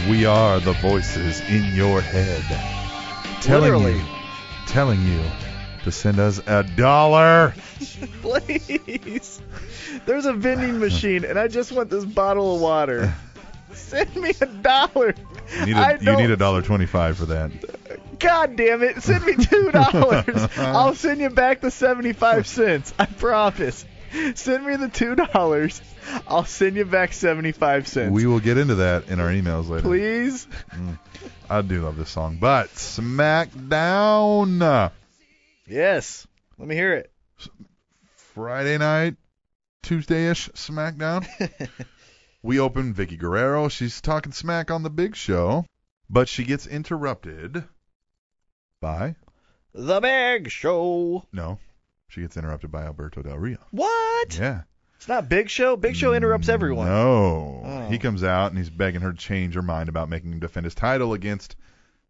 [SPEAKER 3] We are the voices in your head. Telling
[SPEAKER 4] Literally.
[SPEAKER 3] you, telling you to send us a dollar.
[SPEAKER 4] Please. There's a vending machine, and I just want this bottle
[SPEAKER 3] *laughs*
[SPEAKER 4] of water. Send me a dollar.
[SPEAKER 3] You need a,
[SPEAKER 4] *laughs* I
[SPEAKER 3] you need a
[SPEAKER 4] don't-
[SPEAKER 3] dollar twenty-five for that.
[SPEAKER 4] God damn it. Send me
[SPEAKER 3] *laughs*
[SPEAKER 4] two dollars. I'll send you back the 75 cents. I promise. Send me the two dollars. I'll send you back 75 cents.
[SPEAKER 3] We will get into that in our emails later.
[SPEAKER 4] Please.
[SPEAKER 3] I do love this song, but SmackDown uh,
[SPEAKER 4] Yes. Let me hear it.
[SPEAKER 3] Friday night, Tuesday-ish
[SPEAKER 4] *laughs*
[SPEAKER 3] SmackDown. we open Vicky Guerrero. She's talking smack on the Big Show, but she gets interrupted by
[SPEAKER 4] The Big Show.
[SPEAKER 3] no, she gets interrupted by Alberto Del
[SPEAKER 4] *laughs*
[SPEAKER 3] Rio.
[SPEAKER 4] What?
[SPEAKER 3] Yeah.
[SPEAKER 4] It's not Big Show. Big Show interrupts everyone.
[SPEAKER 3] No.
[SPEAKER 4] Oh.
[SPEAKER 3] He comes out and he's begging her to change her mind about making him defend his title against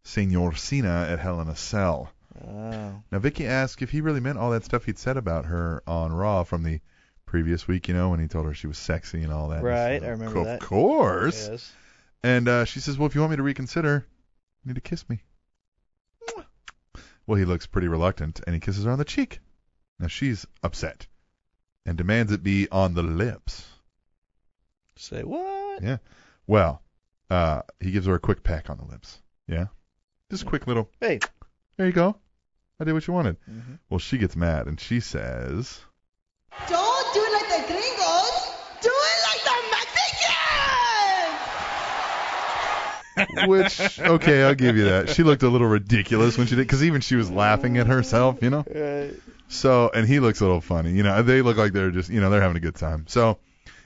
[SPEAKER 3] Senor Cena at Hell in a Cell.
[SPEAKER 4] Oh.
[SPEAKER 3] Now, Vicky asks if he really meant all that stuff he'd said about her on Raw from the previous week, you know, when he told her she was sexy and all that. And she
[SPEAKER 4] Right,
[SPEAKER 3] said,
[SPEAKER 4] I remember
[SPEAKER 3] Of
[SPEAKER 4] that."
[SPEAKER 3] course.
[SPEAKER 4] Yes.
[SPEAKER 3] And uh, she says, well, if you want me to reconsider, you need to kiss me. Well, he looks pretty reluctant, and he kisses her on the cheek. Now, she's upset and demands it be on the lips.
[SPEAKER 4] Say what?
[SPEAKER 3] Well, uh, he gives her a quick peck on the lips. Yeah. Just a quick little,
[SPEAKER 4] Hey. uh,
[SPEAKER 3] there you go. I did what you wanted.
[SPEAKER 4] Mm-hmm.
[SPEAKER 3] Well, she gets mad and she says,
[SPEAKER 9] Don't do it like the gringos. Do it like the Mexicans.
[SPEAKER 3] which, okay, I'll give you that. She looked a little ridiculous when she did, because even she was laughing at herself, you know?
[SPEAKER 4] Right.
[SPEAKER 3] So, and he looks a little funny. You know, they look like they're just, you know, they're having a good time. So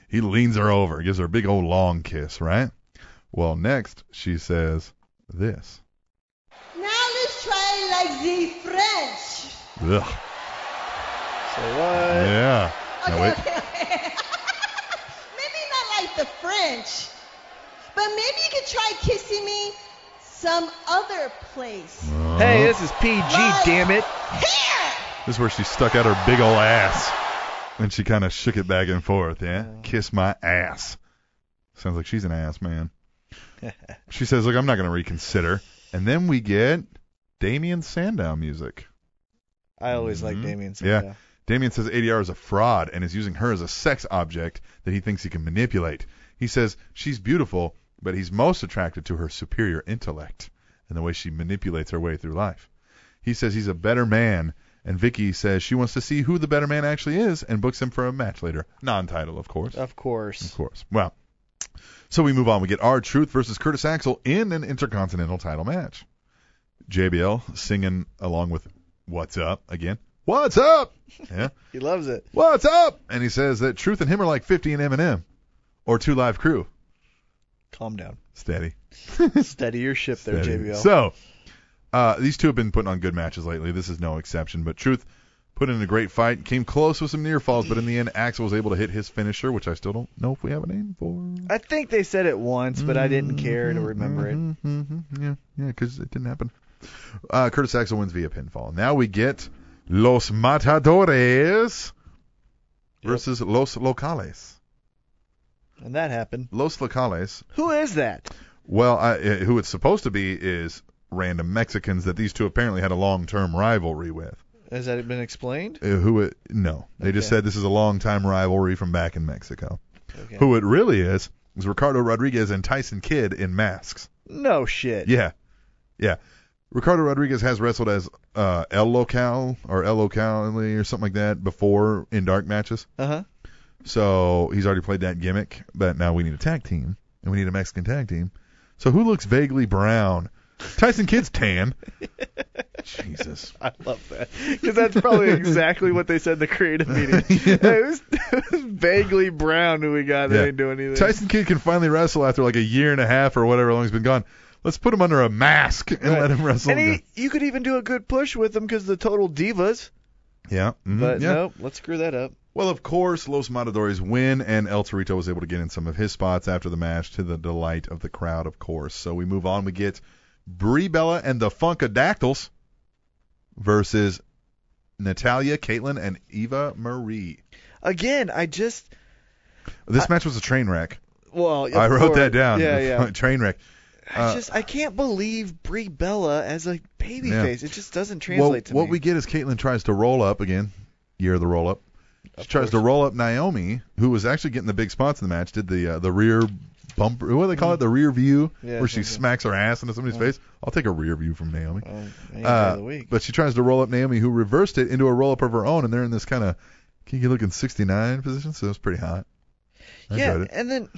[SPEAKER 3] he leans her over, gives her a big old long kiss, right? Well, next she says this.
[SPEAKER 9] Now let's try it like the French.
[SPEAKER 3] Ugh.
[SPEAKER 4] Say what?
[SPEAKER 3] Yeah. Now
[SPEAKER 9] Okay,
[SPEAKER 3] it-
[SPEAKER 9] okay, okay. Maybe not like the French, But maybe you could try kissing me some other place.
[SPEAKER 3] Uh-huh.
[SPEAKER 7] Hey, this is PG,
[SPEAKER 9] Right.
[SPEAKER 7] damn it.
[SPEAKER 9] Here!
[SPEAKER 3] This is where she stuck out her big ol' ass. And she kind of shook it back and forth, yeah? Kiss my ass. Sounds like she's an ass, man. she says, Look, I'm not going to reconsider. And then we get Damien Sandow music.
[SPEAKER 4] I always like Damien
[SPEAKER 3] Yeah.
[SPEAKER 4] Sandow.
[SPEAKER 3] Damien says ADR is a fraud and is using her as a sex object that he thinks he can manipulate. He says she's beautiful, but he's most attracted to her superior intellect and the way she manipulates her way through life. He says he's a better man, and Vicky says she wants to see who the better man actually is and books him for a match later. Non-title, of course.
[SPEAKER 4] Of course.
[SPEAKER 3] Of course. Well, so we move on. We get our Truth versus Curtis Axel in an intercontinental title match. JBL singing along with "What's Up" again. What's up? Yeah.
[SPEAKER 4] He loves it.
[SPEAKER 3] What's up? And he says that Truth and him are like 50 and Eminem, or Two Live Crew.
[SPEAKER 4] Calm down.
[SPEAKER 3] *laughs* Steady.
[SPEAKER 4] Steady your ship there,
[SPEAKER 3] Steady.
[SPEAKER 4] JBL.
[SPEAKER 3] So, uh, these two have been putting on good matches lately. This is no exception. But Truth put in a great fight, came close with some near falls, but in the end, Axel was able to hit his finisher, which I still don't know if we have a name for.
[SPEAKER 4] I think they said it once, but I didn't care to remember it.
[SPEAKER 3] Mm-hmm. Yeah, yeah, because it didn't happen. Uh, Curtis Axel wins via pinfall. Now we get Los Matadores versus Los Locales.
[SPEAKER 4] And that happened.
[SPEAKER 3] Los Locales.
[SPEAKER 4] Who is that?
[SPEAKER 3] Well, I, uh, who it's supposed to be is random Mexicans that these two apparently had a long-term rivalry with.
[SPEAKER 4] Has that been explained?
[SPEAKER 3] Uh, who it? No, they just said this is a long-time rivalry from back in Mexico.
[SPEAKER 4] Okay.
[SPEAKER 3] Who it really is is Ricardo Rodriguez and Tyson Kidd in masks.
[SPEAKER 4] No shit.
[SPEAKER 3] Yeah. Yeah. Ricardo Rodriguez has wrestled as uh, El Local or El Locale or something like that before in dark matches.
[SPEAKER 4] Uh huh.
[SPEAKER 3] So he's already played that gimmick, but now we need a tag team and we need a Mexican tag team. So who looks vaguely brown? Tyson Kidd's
[SPEAKER 4] *laughs*
[SPEAKER 3] tan. Jesus.
[SPEAKER 4] I love that. Because
[SPEAKER 3] *laughs*
[SPEAKER 4] that's probably exactly what they said in the creative meeting. it, was, *laughs* it was vaguely brown who we got. They
[SPEAKER 3] Yeah.
[SPEAKER 4] ain't doing anything.
[SPEAKER 3] Tyson Kidd can finally wrestle after like a year and a half or whatever long he's been gone. Let's put him under a mask and let him wrestle.
[SPEAKER 4] and he, you could even do a good push with them because the total divas.
[SPEAKER 3] yeah. mhm,
[SPEAKER 4] But
[SPEAKER 3] yeah.
[SPEAKER 4] nope, let's screw that up.
[SPEAKER 3] Well, of course, Los Matadores win, and El Torito was able to get in some of his spots after the match to the delight of the crowd, of course. So we move on. We get Brie Bella and the Funkadactyls versus Natalia, Caitlin, and Eva Marie.
[SPEAKER 4] Again, I just
[SPEAKER 3] This match was a train wreck.
[SPEAKER 4] well. of
[SPEAKER 3] I wrote
[SPEAKER 4] course.
[SPEAKER 3] that down. *laughs* Uh,
[SPEAKER 4] Yeah, yeah.
[SPEAKER 3] train wreck.
[SPEAKER 4] I just I can't believe Brie Bella as a babyface.
[SPEAKER 3] Yeah.
[SPEAKER 4] It just doesn't
[SPEAKER 3] Well,
[SPEAKER 4] translate to
[SPEAKER 3] what
[SPEAKER 4] me.
[SPEAKER 3] we get is Caitlin tries to roll up again. Year of the roll up. She tries to roll up Naomi, who was actually getting the big spots in the match. Did the uh, the rear bumper? What do they call it? The rear view,
[SPEAKER 4] Yeah,
[SPEAKER 3] where she
[SPEAKER 4] yeah.
[SPEAKER 3] smacks her ass into somebody's face. I'll take a rear view from Naomi.
[SPEAKER 4] Oh, man,
[SPEAKER 3] Uh,
[SPEAKER 4] of the week.
[SPEAKER 3] but she tries to roll up Naomi, who reversed it into a roll up of her own, and they're in this kind of kinky looking 69 position, so it's pretty hot. I
[SPEAKER 4] yeah,
[SPEAKER 3] enjoyed it.
[SPEAKER 4] and then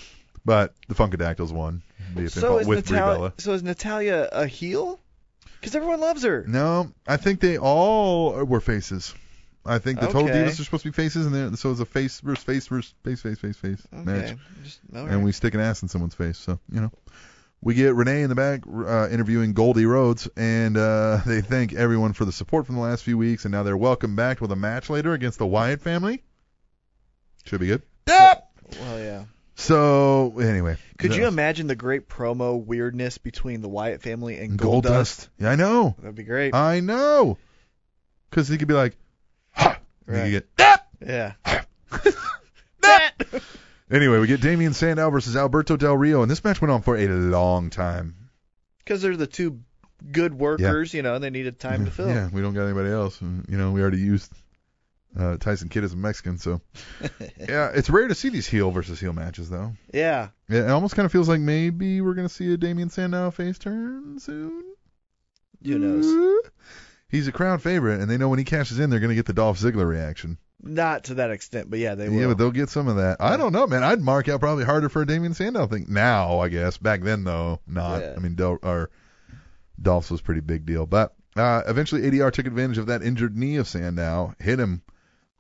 [SPEAKER 3] But the Funkadactyls won via
[SPEAKER 4] so
[SPEAKER 3] pinfall
[SPEAKER 4] is
[SPEAKER 3] with Brie Bella.
[SPEAKER 4] Natalia. So is Natalia a heel? Because everyone loves her.
[SPEAKER 3] No, I think they all were faces. I think the total
[SPEAKER 4] Okay.
[SPEAKER 3] divas are supposed to be faces, and they're- so it's a face versus face versus face face face face match,
[SPEAKER 4] Okay. Just, all right.
[SPEAKER 3] and we stick an ass in someone's face. So you know, we get Renee in the back uh, interviewing Goldie Rhodes, and uh, *laughs* they thank everyone for the support from the last few weeks, and now they're welcome back with a match later against the Wyatt family. Should be good.
[SPEAKER 4] well, yeah.
[SPEAKER 3] So anyway,
[SPEAKER 4] Could
[SPEAKER 3] that
[SPEAKER 4] you
[SPEAKER 3] was
[SPEAKER 4] imagine the great promo weirdness between the Wyatt family and
[SPEAKER 3] Goldust?
[SPEAKER 4] Goldust?
[SPEAKER 3] Yeah, I know.
[SPEAKER 4] That'd be great.
[SPEAKER 3] I know. Because he could be like, ha! And
[SPEAKER 4] Right.
[SPEAKER 3] You get
[SPEAKER 4] yeah. *laughs*
[SPEAKER 3] Anyway, we get Damian Sandow versus Alberto Del Rio, and this match went on for a long time.
[SPEAKER 4] Because they're the two good workers, you know, and they needed time to fill.
[SPEAKER 3] Yeah, we don't got anybody else. and, You know, we already used uh, Tyson Kidd as a Mexican, so yeah, it's rare to see these heel versus heel matches though.
[SPEAKER 4] Yeah.
[SPEAKER 3] It almost kind of feels like maybe we're gonna see a Damian Sandow face turn soon.
[SPEAKER 4] Who knows?
[SPEAKER 3] He's a crowd favorite, and they know when he cashes in, they're gonna get the Dolph Ziggler reaction.
[SPEAKER 4] Not to that extent, but yeah, they will.
[SPEAKER 3] Yeah, but they'll get some of that. I don't know, man. I'd mark out probably harder for a Damian Sandow thing now, I guess. Back then, though, not.
[SPEAKER 4] Yeah.
[SPEAKER 3] I mean, Del- or Dolph's was a pretty big deal, but uh, eventually ADR took advantage of that injured knee of Sandow, hit him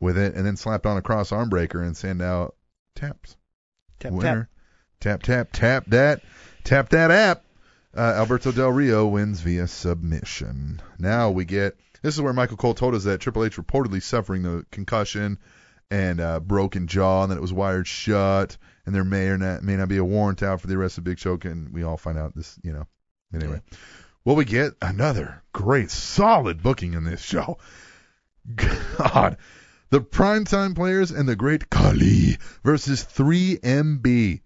[SPEAKER 3] with it, and then slapped on a cross arm breaker, and Sandow taps.
[SPEAKER 4] tap, tap.
[SPEAKER 3] Winner. Tap tap tap that tap that app. Uh, Alberto Del Rio wins via submission. Now we get this is where Michael Cole told us that Triple H reportedly suffering the concussion and uh, broken jaw, and that it was wired shut, and there may or not, may not be a warrant out for the arrest of Big Choke, and we all find out this, you know. Anyway, well, we get another great, solid booking in this show. *laughs* God, the primetime players and the great Kali versus 3MB.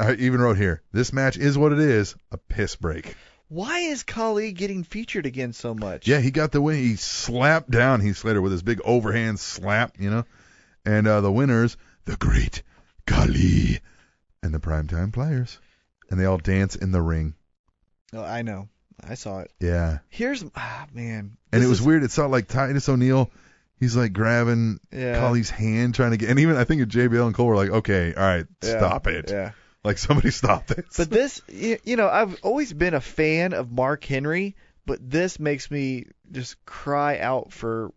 [SPEAKER 3] I even wrote here, this match is what it is, a piss break.
[SPEAKER 4] Why is Kali getting featured again so much?
[SPEAKER 3] Yeah, he got the win. He slapped down Heath Slater with his big overhand slap, you know. And uh, the winners, the great Kali and the primetime players. And they all dance in the ring.
[SPEAKER 4] Oh, I know. I saw it.
[SPEAKER 3] Yeah.
[SPEAKER 4] Here's ah, man.
[SPEAKER 3] And
[SPEAKER 4] This
[SPEAKER 3] it was
[SPEAKER 4] is-
[SPEAKER 3] weird. It saw like Titus O'Neil. He's like grabbing
[SPEAKER 4] Yeah.
[SPEAKER 3] Kali's hand, trying to get. And even I think JBL and Cole were like, okay, all right,
[SPEAKER 4] Yeah,
[SPEAKER 3] stop it.
[SPEAKER 4] Yeah.
[SPEAKER 3] Like somebody *laughs* stop this.
[SPEAKER 4] But this, y- you know, I've always been a fan of Mark Henry, but this makes me just cry out for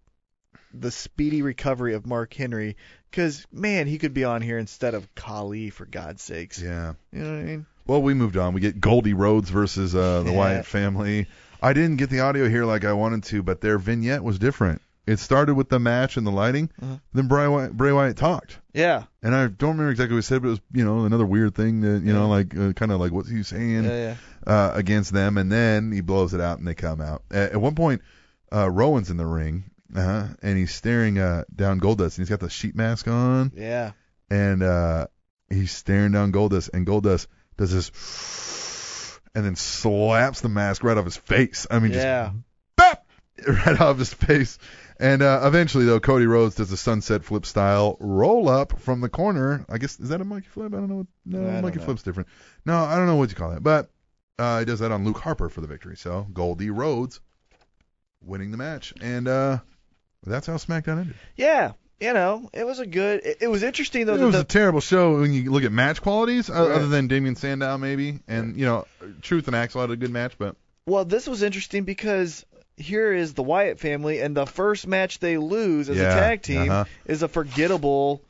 [SPEAKER 4] the speedy recovery of Mark Henry because, man, he could be on here instead of Kali, for God's sakes.
[SPEAKER 3] yeah.
[SPEAKER 4] You know what I mean?
[SPEAKER 3] Well, we moved on. We get Goldie Rhodes versus uh, the
[SPEAKER 4] Yeah.
[SPEAKER 3] Wyatt family. I didn't get the audio here like I wanted to, but their vignette was different. It started with the match and the lighting.
[SPEAKER 4] Uh-huh.
[SPEAKER 3] Then Bray Wyatt, Bray Wyatt talked,
[SPEAKER 4] Yeah.
[SPEAKER 3] and I don't remember exactly what he said, but it was you know another weird thing that you know like uh, kind of like what's he saying
[SPEAKER 4] Yeah, yeah.
[SPEAKER 3] uh, against them, and then he blows it out and they come out. At, at one point, uh, Rowan's in the ring, uh, and he's staring uh, down Goldust, and he's got the sheet mask on
[SPEAKER 4] Yeah.
[SPEAKER 3] and uh, he's staring down Goldust, and Goldust does this, and then slaps the mask right off his face. I mean,
[SPEAKER 4] Yeah.
[SPEAKER 3] just bap, right off his face. And uh, eventually, though, Cody Rhodes does a sunset flip style roll up from the corner. I guess is that a monkey flip? I don't know. No,
[SPEAKER 4] I don't
[SPEAKER 3] monkey
[SPEAKER 4] know.
[SPEAKER 3] flip's different. No, I don't know what you call that, but uh, he does that on Luke Harper for the victory. So Goldie Rhodes winning the match, and uh, that's how SmackDown ended.
[SPEAKER 4] Yeah. You know, it was a good, it, it was interesting, though.
[SPEAKER 3] It
[SPEAKER 4] that
[SPEAKER 3] was
[SPEAKER 4] the-
[SPEAKER 3] a terrible show when you look at match qualities, o-
[SPEAKER 4] Right.
[SPEAKER 3] other than Damien Sandow maybe, and you know, Truth and Axel had a good match, but
[SPEAKER 4] Well, this was interesting because here is the Wyatt family, and the first match they lose as
[SPEAKER 3] Yeah,
[SPEAKER 4] a tag team
[SPEAKER 3] uh-huh.
[SPEAKER 4] is a forgettable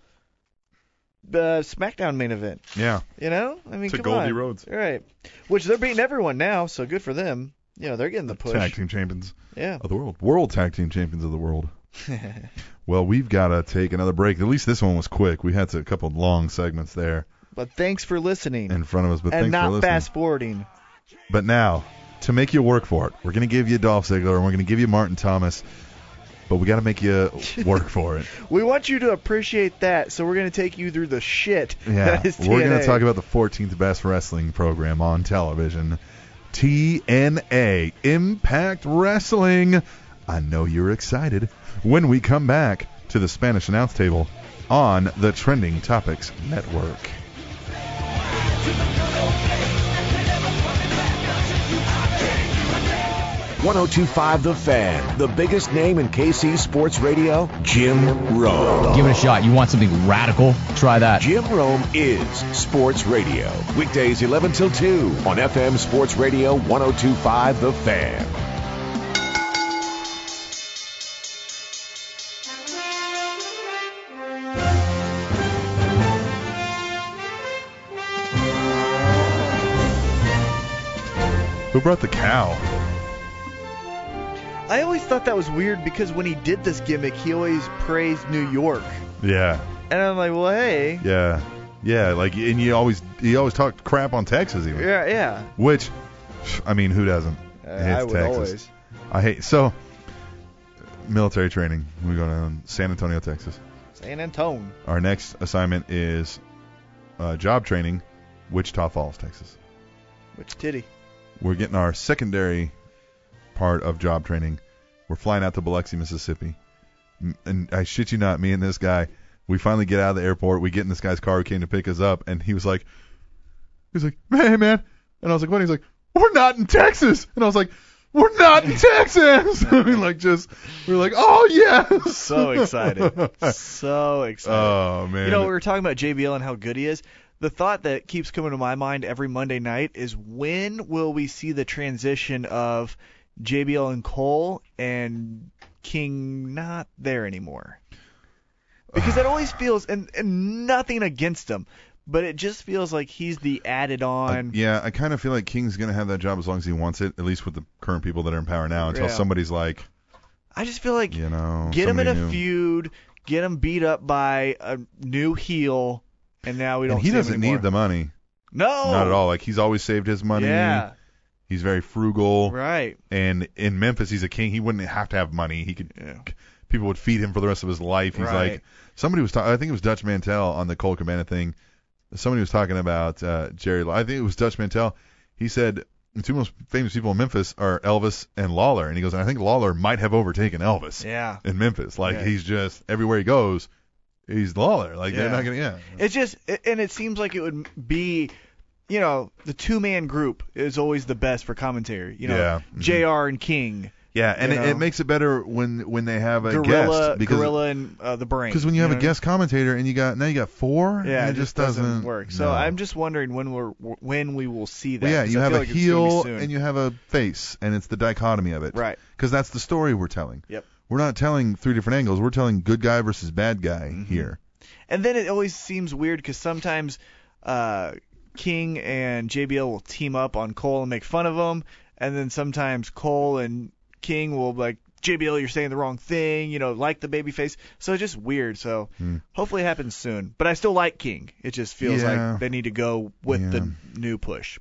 [SPEAKER 4] uh, SmackDown main event.
[SPEAKER 3] yeah,
[SPEAKER 4] You know, I mean,
[SPEAKER 3] It's a
[SPEAKER 4] come
[SPEAKER 3] Goldie
[SPEAKER 4] on.
[SPEAKER 3] Rhodes.
[SPEAKER 4] right? Which they're beating everyone now, so good for them. You know, they're getting the push.
[SPEAKER 3] tag team champions
[SPEAKER 4] Yeah.
[SPEAKER 3] of the world, world tag team champions of the
[SPEAKER 4] *laughs*
[SPEAKER 3] world. well, we've got to take another break. At least this one was quick. We had a couple of long segments there
[SPEAKER 4] But thanks for listening
[SPEAKER 3] in front of us, but thanks
[SPEAKER 4] and
[SPEAKER 3] for
[SPEAKER 4] not
[SPEAKER 3] listening.
[SPEAKER 4] fast forwarding.
[SPEAKER 3] But now, to make you work for it, we're gonna give you Dolph Ziggler and we're gonna give you Martin Thomas, but we got to make you work for it.
[SPEAKER 4] We want you to appreciate that, so we're going to take you through the shit
[SPEAKER 3] Yeah,
[SPEAKER 4] *laughs* that is TNA.
[SPEAKER 3] we're going to talk about the 14th best wrestling program on television, TNA Impact Wrestling. I know you're excited when we come back to the Spanish announce table on the Trending Topics Network.
[SPEAKER 5] oh Five The Fan, the biggest name in KC sports radio, Jim Rome.
[SPEAKER 10] Give it a shot. You want something radical? Try that.
[SPEAKER 5] Jim Rome is Sports Radio. Weekdays 11 till 2 on FM Sports Radio 1025 The Fan.
[SPEAKER 3] Who brought the cow?
[SPEAKER 4] I always thought that was weird because when he did this gimmick, he always praised New York.
[SPEAKER 3] Yeah,
[SPEAKER 4] And I'm like, well, hey.
[SPEAKER 3] yeah, yeah. Like, and you always you always talk crap on Texas, even.
[SPEAKER 4] Yeah, yeah.
[SPEAKER 3] Which, I mean, who doesn't?
[SPEAKER 4] Uh,
[SPEAKER 3] Hates
[SPEAKER 4] I would
[SPEAKER 3] Texas.
[SPEAKER 4] always.
[SPEAKER 3] I hate so. Military training. We go down San Antonio, Texas.
[SPEAKER 4] San Antone.
[SPEAKER 3] Our next assignment is uh, job training, Wichita Falls, Texas.
[SPEAKER 4] Which
[SPEAKER 3] *laughs*
[SPEAKER 4] titty?
[SPEAKER 3] We're getting our secondary part of job training. We're flying out to Biloxi, Mississippi. M- And I shit you not, me and this guy, we finally get out of the airport. We get in this guy's car who came to pick us up, and he was like, he was like, hey man, and I was like, what? He's like, we're not in Texas, and I was like, we're not in Texas. *laughs* I mean, like just we were like, oh yes.
[SPEAKER 4] So excited. so
[SPEAKER 3] *laughs*
[SPEAKER 4] excited.
[SPEAKER 3] Oh man.
[SPEAKER 4] you know, we were talking about JBL and how good he is. The thought that keeps coming to my mind every Monday night is when will we see the transition of JBL and Cole and King not there anymore? Because it always feels, and, and nothing against him, but it just feels like he's the added
[SPEAKER 3] I-
[SPEAKER 4] on.
[SPEAKER 3] Uh, yeah, I kind of feel like King's gonna have that job as long as he wants it, at least with the current people that are in power now. Until
[SPEAKER 4] Yeah.
[SPEAKER 3] somebody's like,
[SPEAKER 4] I just feel like
[SPEAKER 3] you know,
[SPEAKER 4] get him in
[SPEAKER 3] somebody
[SPEAKER 4] a
[SPEAKER 3] new.
[SPEAKER 4] feud, get him beat up by a new heel, and now we don't.
[SPEAKER 3] And he
[SPEAKER 4] see him
[SPEAKER 3] doesn't
[SPEAKER 4] anymore.
[SPEAKER 3] need the money.
[SPEAKER 4] No,
[SPEAKER 3] Not at all. Like he's always saved his money.
[SPEAKER 4] Yeah,
[SPEAKER 3] He's very frugal.
[SPEAKER 4] right.
[SPEAKER 3] And in Memphis, he's a king. He wouldn't have to have money. He could. People would feed him for the rest of his life. He's
[SPEAKER 4] Right.
[SPEAKER 3] like somebody was. talking. I think it was Dutch Mantel on the Cole Cabana thing. Somebody was talking about uh, Jerry. Law- I think it was Dutch Mantel. He said the two most famous people in Memphis are Elvis and Lawler. And he goes, I think Lawler might have overtaken Elvis
[SPEAKER 4] Yeah.
[SPEAKER 3] in Memphis. Like
[SPEAKER 4] Yeah.
[SPEAKER 3] he's just everywhere he goes, he's Lawler. Like they're
[SPEAKER 4] Yeah.
[SPEAKER 3] not gonna. Yeah.
[SPEAKER 4] It's just, it- and it seems like it would be, you know, the two man group is always the best for commentary. You know,
[SPEAKER 3] Yeah. Mhm.
[SPEAKER 4] Jr. and King,
[SPEAKER 3] Yeah, and
[SPEAKER 4] You
[SPEAKER 3] it,
[SPEAKER 4] know?
[SPEAKER 3] it makes it better when when they have a
[SPEAKER 4] Gorilla,
[SPEAKER 3] guest because
[SPEAKER 4] Gorilla, and uh, the Brain.
[SPEAKER 3] because when you have
[SPEAKER 4] know?
[SPEAKER 3] a guest commentator and you got now you got four,
[SPEAKER 4] yeah,
[SPEAKER 3] and
[SPEAKER 4] it, just doesn't, work. So
[SPEAKER 3] no.
[SPEAKER 4] I'm just wondering when we're when we will see that.
[SPEAKER 3] Well, yeah,
[SPEAKER 4] 'cause
[SPEAKER 3] you
[SPEAKER 4] I
[SPEAKER 3] have
[SPEAKER 4] feel
[SPEAKER 3] a
[SPEAKER 4] like it's gonna be
[SPEAKER 3] heel
[SPEAKER 4] soon.
[SPEAKER 3] and you have a face, and it's the dichotomy of it.
[SPEAKER 4] Right.
[SPEAKER 3] Because that's the story we're telling.
[SPEAKER 4] Yep.
[SPEAKER 3] We're not telling three different angles. We're telling good guy versus bad guy
[SPEAKER 4] Mm-hmm.
[SPEAKER 3] here.
[SPEAKER 4] And then it always seems weird because sometimes uh, King and JBL will team up on Cole and make fun of him, and then sometimes Cole and King will be like JBL, you're saying the wrong thing, you know, like the babyface. So it's just weird. So hopefully it happens soon. But I still like King. It just feels
[SPEAKER 3] Yeah.
[SPEAKER 4] like they need to go with the new push.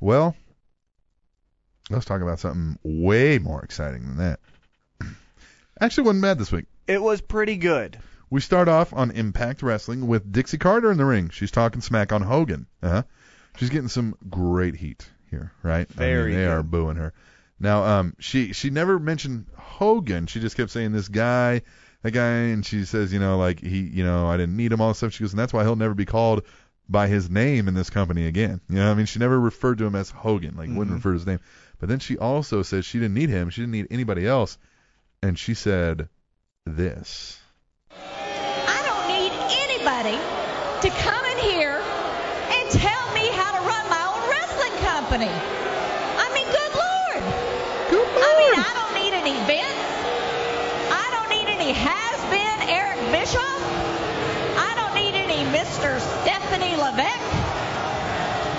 [SPEAKER 3] Well, let's talk about something way more exciting than that. *clears throat* Actually, wasn't bad this week.
[SPEAKER 4] It was pretty good.
[SPEAKER 3] We start off on Impact Wrestling with Dixie Carter in the ring. She's talking smack on Hogan. Uh-huh. She's getting some great heat here, right?
[SPEAKER 4] Very
[SPEAKER 3] I mean, they
[SPEAKER 4] good.
[SPEAKER 3] are booing her. Now, um, she she never mentioned Hogan. She just kept saying this guy, that guy, and she says, you know, like he, you know, I didn't need him, all this stuff. She goes, and that's why he'll never be called by his name in this company again. You know, what I mean, she never referred to him as Hogan, like
[SPEAKER 4] Mm-hmm.
[SPEAKER 3] wouldn't refer to his name. But then she also says she didn't need him. She didn't need anybody else, and she said this.
[SPEAKER 11] I don't need anybody to come in here and tell me how to run my own wrestling company. I mean, good lord. Good lord. I mean, I don't need any Vince. I don't need any has-been Eric Bischoff. I don't need any Mr. Stephanie Levesque.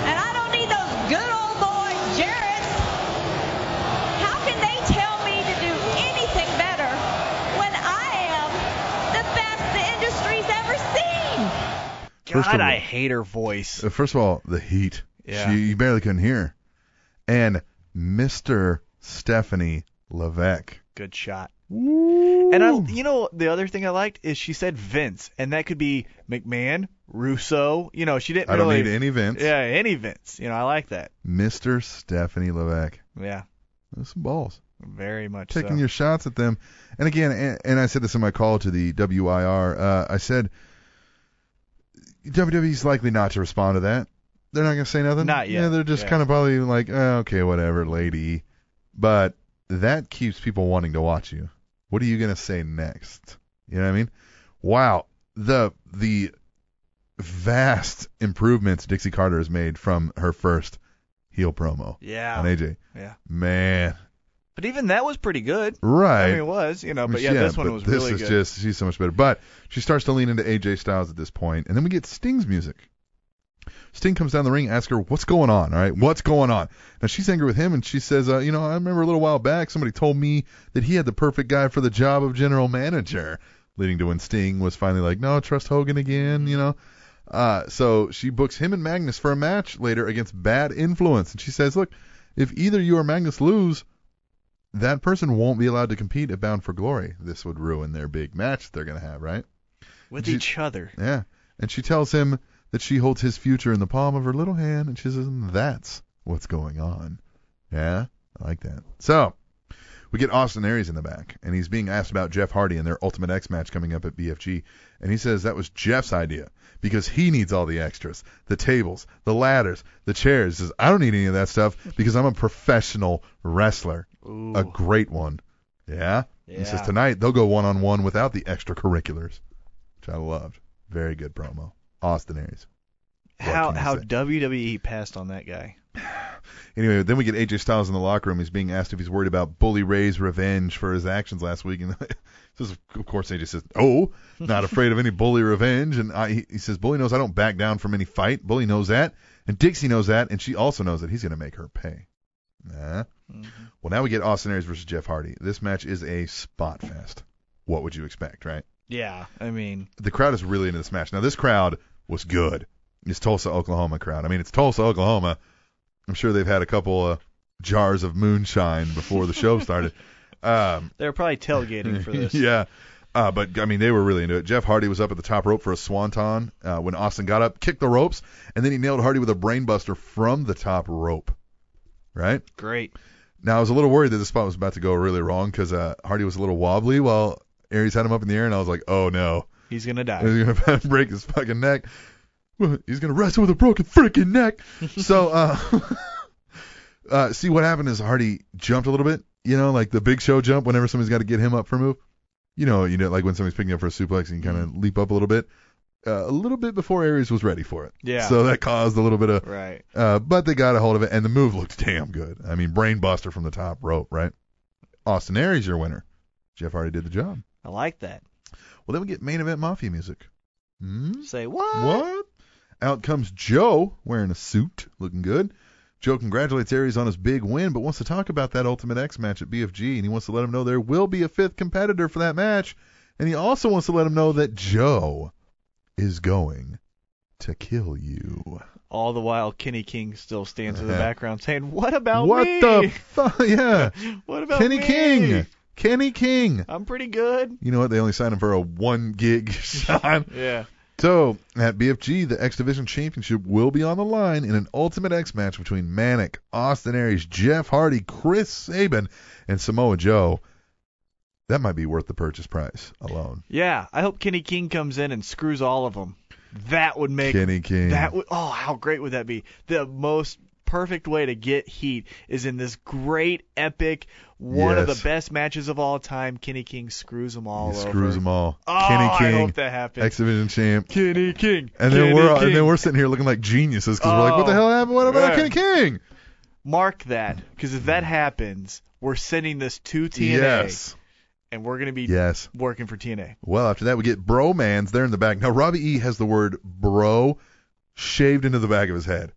[SPEAKER 11] And I don't need those good old boy Jarrett's. How can they tell me to do anything better when I am the best the industry's ever seen?
[SPEAKER 3] First of
[SPEAKER 4] God,
[SPEAKER 3] all-
[SPEAKER 4] I hate her voice.
[SPEAKER 3] Uh, First of all, the heat.
[SPEAKER 4] Yeah.
[SPEAKER 3] She, you barely couldn't hear. And Mr. Stephanie Levesque.
[SPEAKER 4] Good shot. And I, you know, the other thing I liked is she said Vince, and that could be McMahon, Russo. You know, she didn't
[SPEAKER 3] I don't
[SPEAKER 4] really.
[SPEAKER 3] need any Vince.
[SPEAKER 4] Yeah, any Vince. You know, I like that.
[SPEAKER 3] Mr. Stephanie Levesque.
[SPEAKER 4] Yeah,
[SPEAKER 3] That's some balls.
[SPEAKER 4] very much.
[SPEAKER 3] Taking
[SPEAKER 4] so.
[SPEAKER 3] your shots at them. And again, and, and I said this in my call to the WIR. Uh, I said WWE's likely not to respond to that. They're not going to say nothing.
[SPEAKER 4] Not yet.
[SPEAKER 3] Yeah, they're just
[SPEAKER 4] Yeah.
[SPEAKER 3] kind of probably like, "Oh, okay, whatever, lady. But that keeps people wanting to watch you. What are you going to say next? You know what I mean? Wow. The the vast improvements Dixie Carter has made from her first heel promo
[SPEAKER 4] Yeah.
[SPEAKER 3] on AJ.
[SPEAKER 4] Yeah.
[SPEAKER 3] Man.
[SPEAKER 4] but even that was pretty good.
[SPEAKER 3] Right.
[SPEAKER 4] I mean, it was. You know,
[SPEAKER 3] I mean,
[SPEAKER 4] but yeah, this one
[SPEAKER 3] but
[SPEAKER 4] was
[SPEAKER 3] this
[SPEAKER 4] really
[SPEAKER 3] is
[SPEAKER 4] good.
[SPEAKER 3] just she's so much better. But she starts to lean into AJ Styles at this point, and then we get Sting's music. Sting comes down the ring, asks her, "What's going on? All right, what's going on?" Now she's angry with him, and she says, uh, "You know, I remember a little while back somebody told me that he had the perfect guy for the job of general manager." Leading to when Sting was finally like, "No, trust Hogan again," you know. Uh, so she books him and Magnus for a match later against Bad Influence, and she says, "Look, if either you or Magnus lose, that person won't be allowed to compete at Bound for Glory. This would ruin their big match they're going to have, right?
[SPEAKER 4] with
[SPEAKER 3] she-
[SPEAKER 4] each other.
[SPEAKER 3] Yeah. And she tells him that she holds his future in the palm of her little hand, and she says, That's what's going on. Yeah, I like that. So, we get Austin Aries in the back, and he's being asked about Jeff Hardy and their Ultimate X match coming up at BFG, and he says that was Jeff's idea because he needs all the extras, the tables, the ladders, the chairs. He says, I don't need any of that stuff because I'm a professional wrestler, a great one. Yeah? He says,
[SPEAKER 4] Yeah.
[SPEAKER 3] Tonight, they'll go one on one without the extracurriculars, which I loved. Very good promo. Austin Aries.
[SPEAKER 4] How
[SPEAKER 3] can I
[SPEAKER 4] how
[SPEAKER 3] say?
[SPEAKER 4] WWE passed on that guy.
[SPEAKER 3] Anyway, then we get AJ Styles in the locker room. He's being asked if he's worried about Bully Ray's revenge for his actions last week, and *laughs* says, of course, AJ says, "Oh, not afraid of any Bully revenge." And I, he says, "Bully knows I don't back down from any fight. Bully knows that, and Dixie knows that, and she also knows that he's gonna make her pay." Nah. Well, now we get Austin Aries versus Jeff Hardy. This match is a spot fest. What would you expect, right?
[SPEAKER 4] Yeah, I mean,
[SPEAKER 3] The crowd is really into this match. Now, this crowd was good. It's Tulsa, Oklahoma crowd. I mean, it's Tulsa, Oklahoma. I'm sure they've had a couple uh, jars of moonshine before the show started. Um, *laughs*
[SPEAKER 4] They're probably tailgating for this.
[SPEAKER 3] yeah. Uh, but I mean, they were really into it. Jeff Hardy was up at the top rope for a swanton uh, when Austin got up, kicked the ropes, and then he nailed Hardy with a brainbuster from the top rope. Right
[SPEAKER 4] Great.
[SPEAKER 3] now, I was a little worried that this spot was about to go really wrong because uh, Hardy was a little wobbly while Aries had him up in the air, and I was like, oh no,
[SPEAKER 4] He's gonna
[SPEAKER 3] *laughs*
[SPEAKER 4] die.
[SPEAKER 3] He's gonna break his fucking neck. Well, He's gonna wrestle with a broken freaking neck. so, uh, *laughs* uh, see what happened is Hardy jumped a little bit. You know, like the Big Show jump whenever somebody's got to get him up for a move. You know, you know, like when somebody's picking up for a suplex and you kind of leap up a little bit. Uh, a little bit before Aries was ready for it.
[SPEAKER 4] Yeah.
[SPEAKER 3] So that caused a little bit of
[SPEAKER 4] Right.
[SPEAKER 3] uh, but they got a hold of it, and the move looked damn good. I mean, brainbuster from the top rope, right? Austin Aries, your winner. Jeff Hardy did the job.
[SPEAKER 4] I like that.
[SPEAKER 3] Well, then we get main event mafia music. Hmm?
[SPEAKER 4] Say what?
[SPEAKER 3] What? Out comes Joe wearing a suit, looking good. Joe congratulates Aries on his big win, but wants to talk about that Ultimate X match at BFG, and he wants to let him know there will be a fifth competitor for that match, and he also wants to let him know that Joe is going to kill you.
[SPEAKER 4] All the while, Kenny King still stands in the background saying, "What about
[SPEAKER 3] what
[SPEAKER 4] me?
[SPEAKER 3] the fuck? *laughs* Yeah.
[SPEAKER 4] *laughs* what about
[SPEAKER 3] Kenny
[SPEAKER 4] me?
[SPEAKER 3] King. Kenny King.
[SPEAKER 4] I'm pretty good."
[SPEAKER 3] You know what? They only signed him for a one gig *laughs* shot.
[SPEAKER 4] Yeah.
[SPEAKER 3] So at BFG, the X Division Championship will be on the line in an Ultimate X match between Manic, Austin Aries, Jeff Hardy, Chris Sabin, and Samoa Joe. That might be worth the purchase price alone.
[SPEAKER 4] Yeah. I hope Kenny King comes in and screws all of them. That would make
[SPEAKER 3] Kenny King.
[SPEAKER 4] That would oh how great would that be? The most perfect way to get heat is in this great epic one of
[SPEAKER 3] Yes.
[SPEAKER 4] the best matches of all time. Kenny King screws them all
[SPEAKER 3] He
[SPEAKER 4] over.
[SPEAKER 3] screws them all.
[SPEAKER 4] Oh,
[SPEAKER 3] Kenny
[SPEAKER 4] I
[SPEAKER 3] King,
[SPEAKER 4] hope that happens.
[SPEAKER 3] X Division champ.
[SPEAKER 4] Kenny King.
[SPEAKER 3] And then
[SPEAKER 4] Kenny
[SPEAKER 3] we're
[SPEAKER 4] King.
[SPEAKER 3] and then we're sitting here looking like geniuses because we're like, what the
[SPEAKER 4] Oh,
[SPEAKER 3] hell happened? What about
[SPEAKER 4] yeah.
[SPEAKER 3] Kenny King?
[SPEAKER 4] mark that because if that happens, we're sending this to TNA
[SPEAKER 3] Mm-hmm. Yes,
[SPEAKER 4] and we're gonna be
[SPEAKER 3] yes.
[SPEAKER 4] working for TNA.
[SPEAKER 3] Well, after that, we get bromans there in the back. Now, Robbie E has the word bro shaved into the back of his head.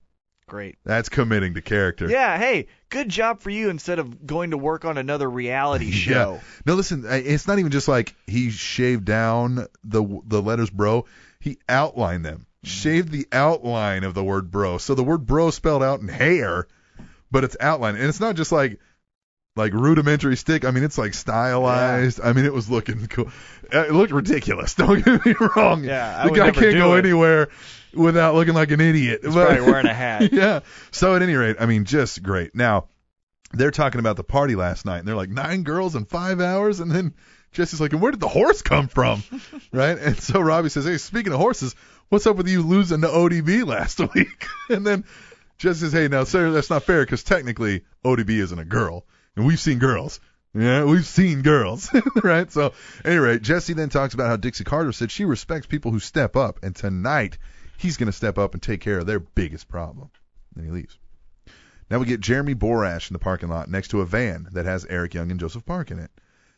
[SPEAKER 4] Great.
[SPEAKER 3] That's committing to character.
[SPEAKER 4] Yeah. Hey, good job for you. Instead of going to work on another reality show.
[SPEAKER 3] *laughs* Yeah. No, listen, I- it's not even just like he shaved down the the letters bro. He outlined them.
[SPEAKER 4] Mm-hmm.
[SPEAKER 3] Shaved the outline of the word bro. So the word bro spelled out in hair, but it's outlined. And it's not just like like rudimentary stick. I mean, it's like stylized. I mean, it was looking cool. Uh, It looked ridiculous. *laughs* Don't get me wrong.
[SPEAKER 4] Yeah, I
[SPEAKER 3] the
[SPEAKER 4] would
[SPEAKER 3] guy
[SPEAKER 4] never
[SPEAKER 3] can't
[SPEAKER 4] do
[SPEAKER 3] go
[SPEAKER 4] it.
[SPEAKER 3] anywhere without looking like an idiot. He's
[SPEAKER 4] probably wearing a
[SPEAKER 3] *laughs*
[SPEAKER 4] hat.
[SPEAKER 3] yeah. So at any rate, I mean, just great. Now they're talking about the party last night, and they're like nine girls in five hours, and then Jesse's like, and where did the horse come from, right? And so Robbie says, hey, speaking of horses, what's up with you losing to ODB last *laughs* week? and then Jesse says, hey, now sir, that's not fair because technically ODB isn't a girl, and we've seen girls. Yeah, we've seen girls, *laughs* right? So, anyway, Jesse then talks about how Dixie Carter said she respects people who step up, and tonight he's going to step up and take care of their biggest problem. Then he leaves. Now we get Jeremy Borash in the parking lot next to a van that has Eric Young and Joseph Park in it.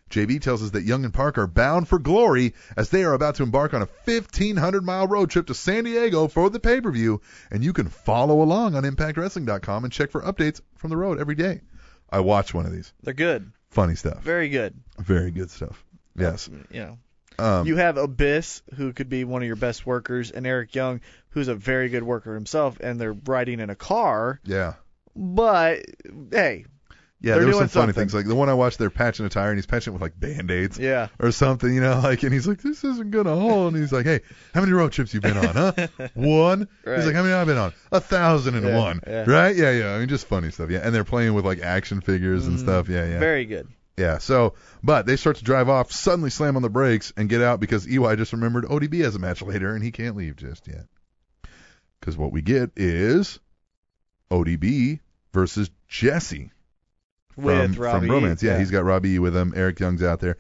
[SPEAKER 3] JB tells us that Young and Park are bound for glory as they are about to embark on a 1,500 mile road trip to San Diego for the pay per view, and you can follow along on ImpactWrestling.com and check for updates from the road every day. I watch one of these.
[SPEAKER 4] They're good.
[SPEAKER 3] Funny stuff.
[SPEAKER 4] Very good.
[SPEAKER 3] Very good stuff. Yes.
[SPEAKER 4] You know.
[SPEAKER 3] Um,
[SPEAKER 4] You have Abyss, who could be one of your best workers, and Eric Young, who's a very good worker himself, and they're riding in a car.
[SPEAKER 3] yeah.
[SPEAKER 4] But hey,
[SPEAKER 3] Yeah,
[SPEAKER 4] They're
[SPEAKER 3] there were some
[SPEAKER 4] doing
[SPEAKER 3] funny
[SPEAKER 4] something.
[SPEAKER 3] things. Like the one I watched, they're patching a tire and he's patching it with like band aids.
[SPEAKER 4] yeah,
[SPEAKER 3] or something, you know, *laughs* like, and he's like, this isn't gonna hold. And he's like, hey, how many road trips you been on,
[SPEAKER 4] *laughs*
[SPEAKER 3] huh? One. He's
[SPEAKER 4] Right.
[SPEAKER 3] like, how many I've been on? A thousand and
[SPEAKER 4] Yeah,
[SPEAKER 3] one.
[SPEAKER 4] yeah.
[SPEAKER 3] Right? Yeah, yeah. I mean, just funny stuff. Yeah, and they're playing with like action figures and stuff. Yeah, yeah,
[SPEAKER 4] Mm-hmm. very good.
[SPEAKER 3] yeah. So, but they start to drive off, suddenly slam on the brakes and get out because EY just remembered ODB has a match later and he can't leave just yet. Because what we get is ODB versus Jesse
[SPEAKER 4] With
[SPEAKER 3] from,
[SPEAKER 4] Robbie,
[SPEAKER 3] from Romance. Yeah,
[SPEAKER 4] yeah,
[SPEAKER 3] he's got Robbie E with him. Eric Young's out there.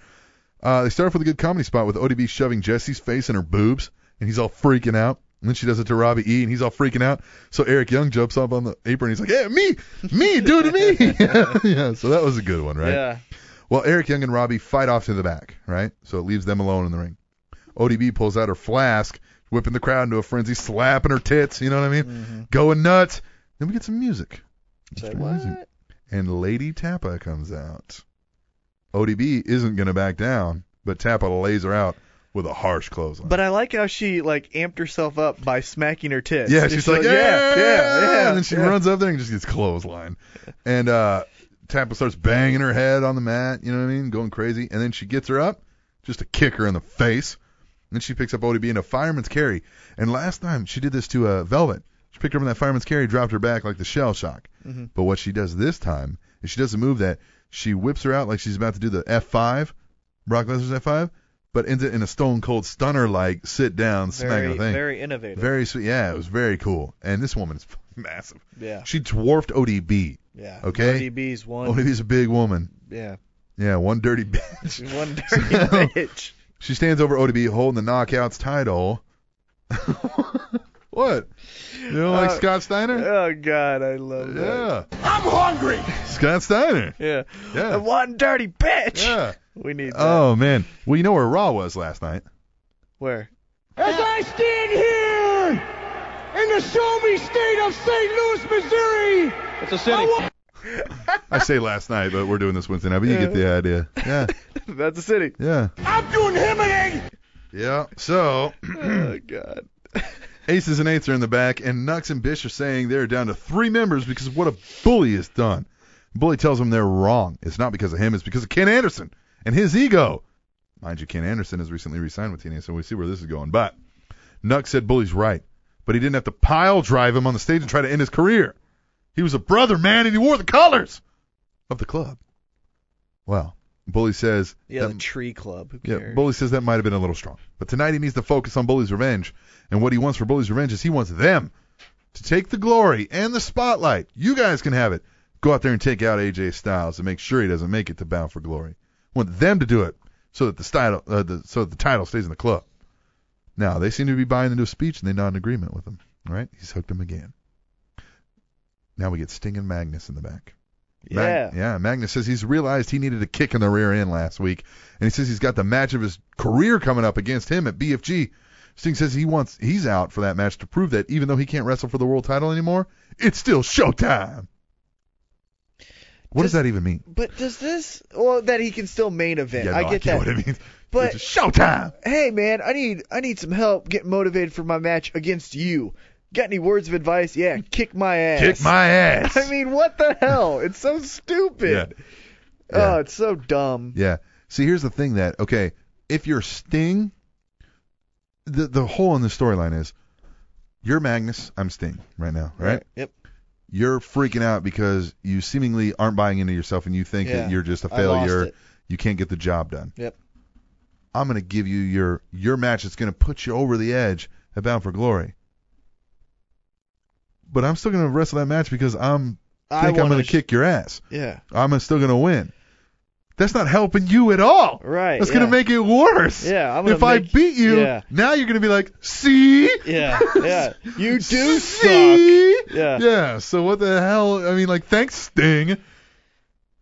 [SPEAKER 3] Uh, they start off with a good comedy spot with ODB shoving Jesse's face in her boobs, and he's all freaking out. And then she does it to Robbie E, and he's all freaking out. So Eric Young jumps up on the apron, and he's like, "Yeah, me, me, do it to
[SPEAKER 4] *laughs*
[SPEAKER 3] me." *laughs* yeah, so that was a good one, right?
[SPEAKER 4] yeah.
[SPEAKER 3] Well, Eric Young and Robbie fight off to the back, right? So it leaves them alone in the ring. ODB pulls out her flask, whipping the crowd into a frenzy, slapping her tits, you know what I mean?
[SPEAKER 4] Mm-hmm.
[SPEAKER 3] Going nuts. Then we get some music.
[SPEAKER 4] Say
[SPEAKER 3] Mr.
[SPEAKER 4] what?
[SPEAKER 3] Music. And Lady Tappa comes out. ODB isn't going to back down, but Tappa lays her out with a harsh clothesline.
[SPEAKER 4] But I like how she like amped herself up by smacking her tits.
[SPEAKER 3] yeah,
[SPEAKER 4] And
[SPEAKER 3] she's like, yeah,
[SPEAKER 4] yeah, yeah, yeah.
[SPEAKER 3] and then she
[SPEAKER 4] yeah."
[SPEAKER 3] runs up there and just gets clothesline. And uh, Tampa starts banging her head on the mat, you know what I mean, going crazy. And then she gets her up just to kick her in the face. And then she picks up ODB in a fireman's carry. And last time she did this to uh, Velvet. She picked her up in that fireman's carry, dropped her back like the shell shock.
[SPEAKER 4] Mm-hmm.
[SPEAKER 3] But what she does this time is she does a move that she whips her out like she's about to do the F5, Brock Lesnar's F5, but ends it in a stone cold stunner like sit down, smack her
[SPEAKER 4] Very,
[SPEAKER 3] thing.
[SPEAKER 4] very innovative.
[SPEAKER 3] Very sweet. Yeah, it was very cool. And this woman is *laughs* massive.
[SPEAKER 4] yeah,
[SPEAKER 3] She dwarfed ODB.
[SPEAKER 4] yeah.
[SPEAKER 3] Okay.
[SPEAKER 4] ODB's one.
[SPEAKER 3] ODB's a big woman.
[SPEAKER 4] *laughs* Yeah,
[SPEAKER 3] Yeah, one dirty bitch.
[SPEAKER 4] she's one dirty
[SPEAKER 3] *laughs* So-
[SPEAKER 4] bitch.
[SPEAKER 3] She stands over ODB holding the knockouts title. *laughs* what? You don't like
[SPEAKER 4] Uh,
[SPEAKER 3] Scott Steiner?
[SPEAKER 4] Oh God, I love that.
[SPEAKER 3] Yeah. I'm hungry. Scott Steiner.
[SPEAKER 4] Yeah.
[SPEAKER 3] Yeah.
[SPEAKER 4] *laughs* The One dirty bitch.
[SPEAKER 3] Yeah.
[SPEAKER 4] We need that.
[SPEAKER 3] Oh man. Well, you know where Raw was last night.
[SPEAKER 4] Where?
[SPEAKER 2] As I stand here in the show me state of St. Louis, Missouri,
[SPEAKER 6] It's a city.
[SPEAKER 3] I say last night, but we're doing this Wednesday night. But you get the idea. Yeah.
[SPEAKER 4] *laughs* That's
[SPEAKER 3] *clears throat*
[SPEAKER 4] the city.
[SPEAKER 3] Yeah.
[SPEAKER 2] I'm doing him an egg.
[SPEAKER 3] Yeah. So.
[SPEAKER 4] oh God.
[SPEAKER 3] Aces and eights are in the back, and Nux and Bish are saying they're down to three members because of what a bully has done. Bully tells them they're wrong. It's not because of him, it's because of Ken Anderson and his ego. Mind you, Ken Anderson has recently re signed with TNA, so we see where this is going. But Nux said Bully's right, but he didn't have to pile drive him on the stage and try to end his career. He was a brother, man, and he wore the colors of the club. Well, Bully says
[SPEAKER 4] Yeah,
[SPEAKER 3] that-
[SPEAKER 4] the tree club. Who
[SPEAKER 3] yeah,
[SPEAKER 4] cares?
[SPEAKER 3] Bully says that might have been a little strong. But tonight he needs to focus on Bully's revenge. And what he wants for Bully's revenge is he wants them to take the glory and the spotlight. You guys can have it. Go out there and take out AJ Styles and make sure he doesn't make it to Bound for Glory. Want them to do it so that the title uh, the, so that the title stays in the club. Now they seem to be buying into a speech and they nod in agreement with him. All right, he's hooked him again. Now we get Sting and Magnus in the back.
[SPEAKER 4] yeah.
[SPEAKER 3] Mag- yeah. Magnus says he's realized he needed a kick in the rear end last week, and he says he's got the match of his career coming up against him at BFG. Sting says he wants he's out for that match to prove that even though he can't wrestle for the world title anymore, it's still showtime. What does
[SPEAKER 4] Does-
[SPEAKER 3] that even mean?
[SPEAKER 4] But does this? Well, that he can still main event.
[SPEAKER 3] yeah, no,
[SPEAKER 4] I get
[SPEAKER 3] I
[SPEAKER 4] that.
[SPEAKER 3] get what it means.
[SPEAKER 4] But-
[SPEAKER 3] it's showtime.
[SPEAKER 4] hey man, I need I need some help getting motivated for my match against you. Got any words of
[SPEAKER 3] *laughs*
[SPEAKER 4] advice? Yeah, kick my ass.
[SPEAKER 3] Kick my ass.
[SPEAKER 4] *laughs* I mean,
[SPEAKER 3] *laughs*
[SPEAKER 4] what the hell? It's so stupid.
[SPEAKER 3] Yeah.
[SPEAKER 4] Oh, it's so dumb.
[SPEAKER 3] Yeah. See, here's the thing that okay, if you're Sting, the the hole in the storyline is you're Magnus, I'm Sting right now, right?
[SPEAKER 4] Yep.
[SPEAKER 3] You're freaking out because you seemingly aren't buying into yourself and you think
[SPEAKER 4] Yeah.
[SPEAKER 3] that you're just a
[SPEAKER 4] I lost
[SPEAKER 3] failure.
[SPEAKER 4] it.
[SPEAKER 3] You can't get the job done.
[SPEAKER 4] Yep.
[SPEAKER 3] I'm gonna give you your your match that's gonna put you over the edge at Bound for Glory. But I'm still gonna wrestle that match because I'm
[SPEAKER 4] I
[SPEAKER 3] think I'm
[SPEAKER 4] wanna
[SPEAKER 3] gonna
[SPEAKER 4] sh-
[SPEAKER 3] kick your ass.
[SPEAKER 4] Yeah.
[SPEAKER 3] I'm still gonna win. That's not helping you at all.
[SPEAKER 4] Right,
[SPEAKER 3] That's
[SPEAKER 4] yeah.
[SPEAKER 3] gonna make it worse.
[SPEAKER 4] Yeah, I'm gonna
[SPEAKER 3] if I
[SPEAKER 4] make-
[SPEAKER 3] beat you,
[SPEAKER 4] yeah.
[SPEAKER 3] now you're gonna be like, see?
[SPEAKER 4] Yeah.
[SPEAKER 3] *laughs*
[SPEAKER 4] Yeah. You do suck.
[SPEAKER 3] see?
[SPEAKER 4] Yeah.
[SPEAKER 3] Yeah. So what the hell? I mean, like, thanks Sting.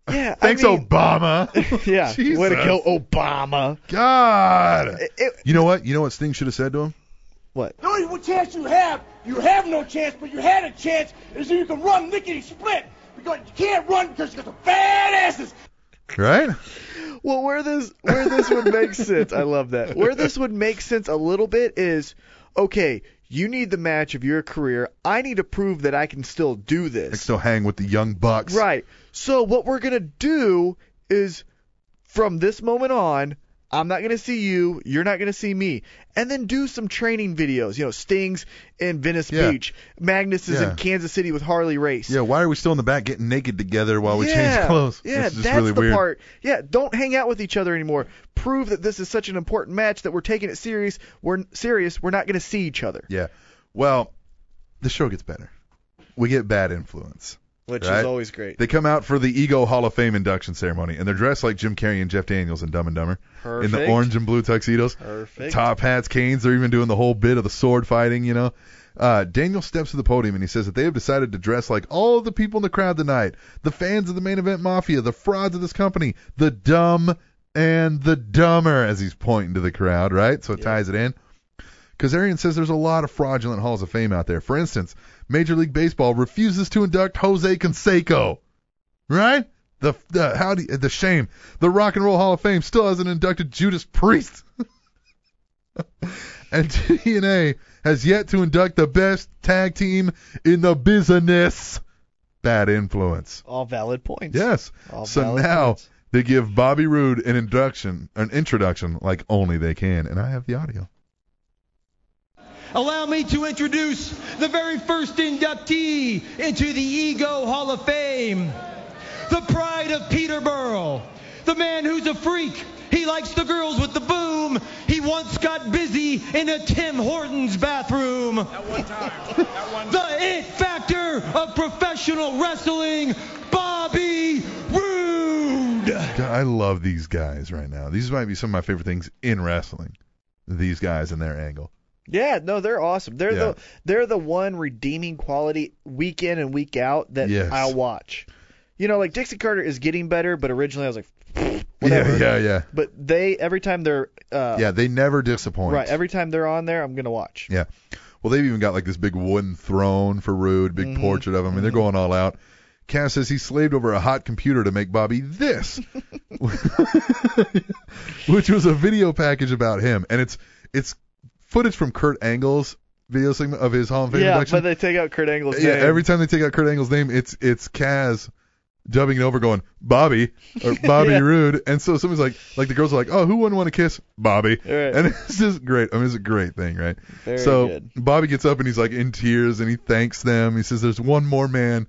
[SPEAKER 4] Yeah. I
[SPEAKER 3] Thanks
[SPEAKER 4] mean,
[SPEAKER 3] Obama. *laughs*
[SPEAKER 4] *laughs* Yeah.
[SPEAKER 3] Jesus.
[SPEAKER 4] Way to go, Obama.
[SPEAKER 3] God.
[SPEAKER 4] It- it-
[SPEAKER 3] You know what? You know what Sting should have said to him?
[SPEAKER 4] what?
[SPEAKER 2] The only chance you have, you have no chance, but you had a chance, is that you can run lickety split. Because you can't run because you got the fat asses.
[SPEAKER 3] Right?
[SPEAKER 4] Well, where this where this would
[SPEAKER 3] *laughs*
[SPEAKER 4] make sense, I love that. Where this would make sense a little bit is, okay, you need the match of your career. I need to prove that I can still do
[SPEAKER 3] I
[SPEAKER 4] this.
[SPEAKER 3] still hang with the young bucks.
[SPEAKER 4] Right. So what we're gonna do is, from this moment on, I'm not gonna see you. You're not gonna see me. And then do some training videos. You know, Sting's in Venice
[SPEAKER 3] Yeah.
[SPEAKER 4] Beach. Magnus is
[SPEAKER 3] Yeah.
[SPEAKER 4] in Kansas City with Harley Race.
[SPEAKER 3] Yeah. Why are we still in the back getting naked together while we
[SPEAKER 4] yeah,
[SPEAKER 3] change clothes?
[SPEAKER 4] Yeah,
[SPEAKER 3] This is just
[SPEAKER 4] that's
[SPEAKER 3] really
[SPEAKER 4] the
[SPEAKER 3] weird.
[SPEAKER 4] part. Yeah, don't hang out with each other anymore. Prove that this is such an important match that we're taking it serious. We're serious. We're not going to see each other.
[SPEAKER 3] Yeah. Well, the show gets better. We get bad influence.
[SPEAKER 4] Which
[SPEAKER 3] Right.
[SPEAKER 4] is always great.
[SPEAKER 3] They come out for the Ego Hall of Fame induction ceremony, and they're dressed like Jim Carrey and Jeff Daniels in Dumb and Dumber. In the
[SPEAKER 4] Perfect.
[SPEAKER 3] orange and blue tuxedos.
[SPEAKER 4] Perfect.
[SPEAKER 3] Top hats, canes. They're even doing the whole bit of the sword fighting, you know. Uh, Daniel steps to the podium and he says that they have decided to dress like all the people in the crowd tonight the fans of the main event mafia, the frauds of this company, the dumb and the dumber, as he's pointing to the crowd, right? So it ties it in. Kazarian says there's a lot of fraudulent halls of fame out there. For instance, Major League Baseball refuses to induct Jose Canseco. Right? The the how do you- the shame. The Rock and Roll Hall of Fame still hasn't inducted Judas Priest. *laughs* and TNA has yet to induct the best tag team in the business. Bad influence.
[SPEAKER 4] All valid points.
[SPEAKER 3] Yes.
[SPEAKER 4] All
[SPEAKER 3] so
[SPEAKER 4] valid
[SPEAKER 3] now
[SPEAKER 4] points.
[SPEAKER 3] they give Bobby Roode an induction, an introduction like only they can, and I have the audio.
[SPEAKER 2] Allow me to introduce the very first inductee into the Ego Hall of Fame. The pride of Peterborough. The man who's a freak. He likes the girls with the boom. He once got busy in a Tim Hortons bathroom. *laughs* the it factor of professional wrestling, Bobby Roode.
[SPEAKER 3] God, I love these guys right now. These might be some of my favorite things in wrestling. These guys and their angle.
[SPEAKER 4] Yeah, no, they're awesome. They're
[SPEAKER 3] Yeah.
[SPEAKER 4] the they're the one redeeming quality week in and week out that
[SPEAKER 3] Yes.
[SPEAKER 4] I'll watch. You know, like Dixie Carter is getting better, but originally I was like, whatever.
[SPEAKER 3] Yeah, yeah, yeah.
[SPEAKER 4] But they every time they're uh,
[SPEAKER 3] Yeah, they never disappoint.
[SPEAKER 4] right every time they're on there, I'm gonna watch.
[SPEAKER 3] Yeah. Well, they've even got like this big wooden throne for Rude, big
[SPEAKER 4] Mm-hmm,
[SPEAKER 3] portrait of him, and they're going all out. Cass says he slaved over a hot computer to make Bobby this, *laughs* which was a video package about him, and it's it's footage from Kurt Angle's video segment of his Hall of Fame
[SPEAKER 4] Yeah,
[SPEAKER 3] induction.
[SPEAKER 4] but they take out Kurt Angle's
[SPEAKER 3] yeah,
[SPEAKER 4] name.
[SPEAKER 3] every time they take out Kurt Angle's name, it's it's Kaz dubbing it over, going Bobby
[SPEAKER 4] *laughs*
[SPEAKER 3] or Bobby
[SPEAKER 4] Yeah.
[SPEAKER 3] Rude, and so somebody's like, like the girls are like, oh, who wouldn't want to kiss Bobby?
[SPEAKER 4] Right.
[SPEAKER 3] And *laughs* it's just great. I mean, it's a great thing, right?
[SPEAKER 4] Very
[SPEAKER 3] so
[SPEAKER 4] good.
[SPEAKER 3] Bobby gets up and he's like in tears and he thanks them. He says, "There's one more man."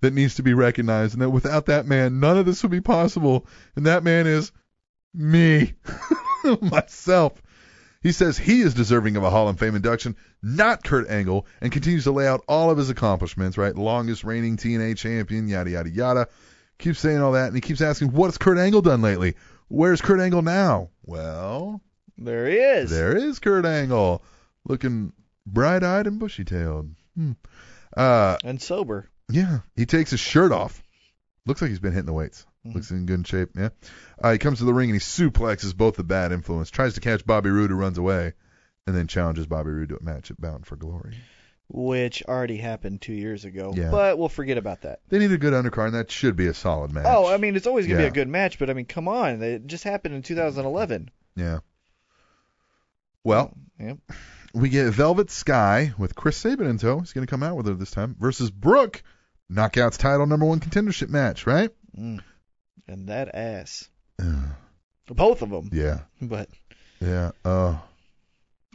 [SPEAKER 3] That needs to be recognized, and that without that man, none of this would be possible. And that man is me, *laughs* myself. He says he is deserving of a Hall of Fame induction, not Kurt Angle, and continues to lay out all of his accomplishments, right? Longest reigning TNA champion, yada, yada, yada. Keeps saying all that, and he keeps asking, what's Kurt Angle done lately? Where's Kurt Angle now? Well,
[SPEAKER 4] there he is.
[SPEAKER 3] there is Kurt Angle, looking bright eyed and bushy tailed. Hmm. Uh,
[SPEAKER 4] And sober.
[SPEAKER 3] yeah, he takes his shirt off. Looks like he's been hitting the weights.
[SPEAKER 4] Mm-hmm.
[SPEAKER 3] Looks in good shape. Yeah. Uh, he comes to the ring and he suplexes both the bad influence. Tries to catch Bobby Roode, who runs away, and then challenges Bobby Roode to a match at Bound for Glory.
[SPEAKER 4] Which already happened two years ago,
[SPEAKER 3] Yeah.
[SPEAKER 4] but we'll forget about that.
[SPEAKER 3] They need a good undercard, and that should be a solid match.
[SPEAKER 4] Oh, I mean, it's always gonna
[SPEAKER 3] Yeah.
[SPEAKER 4] be a good match, but I mean, come on, it just happened in 2011.
[SPEAKER 3] yeah. Well,
[SPEAKER 4] Yep.
[SPEAKER 3] we get Velvet Sky with Chris Sabin in tow. He's going to come out with her this time versus Brooke. Knockouts title number one contendership match, right? *sighs*
[SPEAKER 4] And that ass. Both of them.
[SPEAKER 3] Yeah.
[SPEAKER 4] But
[SPEAKER 3] Yeah. Oh.
[SPEAKER 4] all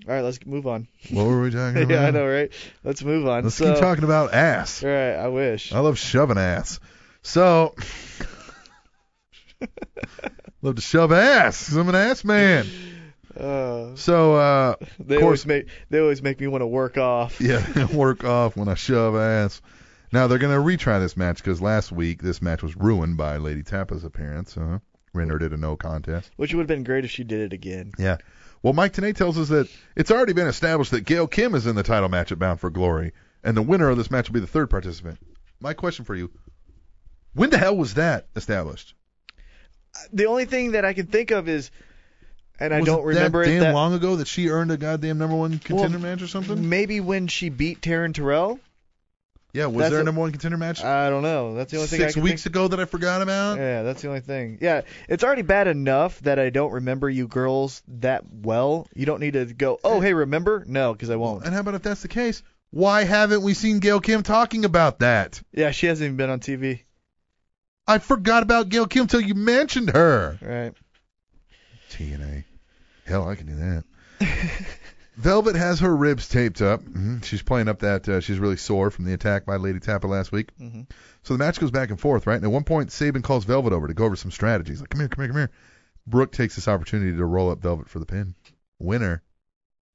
[SPEAKER 4] right, let's move on.
[SPEAKER 3] What were we talking about?
[SPEAKER 4] *laughs* yeah, I know, right? Let's Oh. move on.
[SPEAKER 3] Let's
[SPEAKER 4] so,
[SPEAKER 3] keep talking about ass.
[SPEAKER 4] All right, I wish.
[SPEAKER 3] I love shoving ass. So, *laughs* love to shove ass. 'cause I'm an ass man.
[SPEAKER 4] Uh,
[SPEAKER 3] So, uh,
[SPEAKER 4] they
[SPEAKER 3] of course,
[SPEAKER 4] always make they always make me want to work off.
[SPEAKER 3] yeah, *laughs* work off when I shove ass. Now they're gonna retry this match because last week this match was ruined by Lady Tappa's appearance, uh, rendered it a no contest.
[SPEAKER 4] Which would have been great if she did it again.
[SPEAKER 3] Yeah. Well, Mike Tenay tells us that it's already been established that Gail Kim is in the title match at Bound for Glory, and the winner of this match will be the third participant. My question for you: When the hell was that established?
[SPEAKER 4] The only thing that I can think of is, and I
[SPEAKER 3] Was
[SPEAKER 4] don't
[SPEAKER 3] it
[SPEAKER 4] remember
[SPEAKER 3] that damn
[SPEAKER 4] it that
[SPEAKER 3] long ago that she earned a goddamn number one contender match or something.
[SPEAKER 4] maybe when she beat Taryn Terrell.
[SPEAKER 3] Yeah, was
[SPEAKER 4] that's
[SPEAKER 3] there a
[SPEAKER 4] a-
[SPEAKER 3] number one contender match
[SPEAKER 4] I don't know. That's the only thing I
[SPEAKER 3] six
[SPEAKER 4] can
[SPEAKER 3] weeks
[SPEAKER 4] think.
[SPEAKER 3] ago that I forgot about?
[SPEAKER 4] Yeah, that's the only thing. Yeah, it's already bad enough that I don't remember you girls that well. You don't need to go, oh hey, remember? No, because I won't.
[SPEAKER 3] And how about if that's the case? Why haven't we seen Gail Kim talking about that?
[SPEAKER 4] Yeah, she hasn't even been on TV.
[SPEAKER 3] I forgot about Gail Kim till you mentioned her.
[SPEAKER 4] Right.
[SPEAKER 3] TNA. Hell, I can do that. *laughs* Velvet has her ribs taped up. hmm She's playing up that uh, she's really sore from the attack by Lady Tapper last week. So the match goes back and forth, right? And at one point, Saban calls Velvet over to go over some strategies. Like, come here, come here, come here. Brooke takes this opportunity to roll up Velvet for the pin. Winner,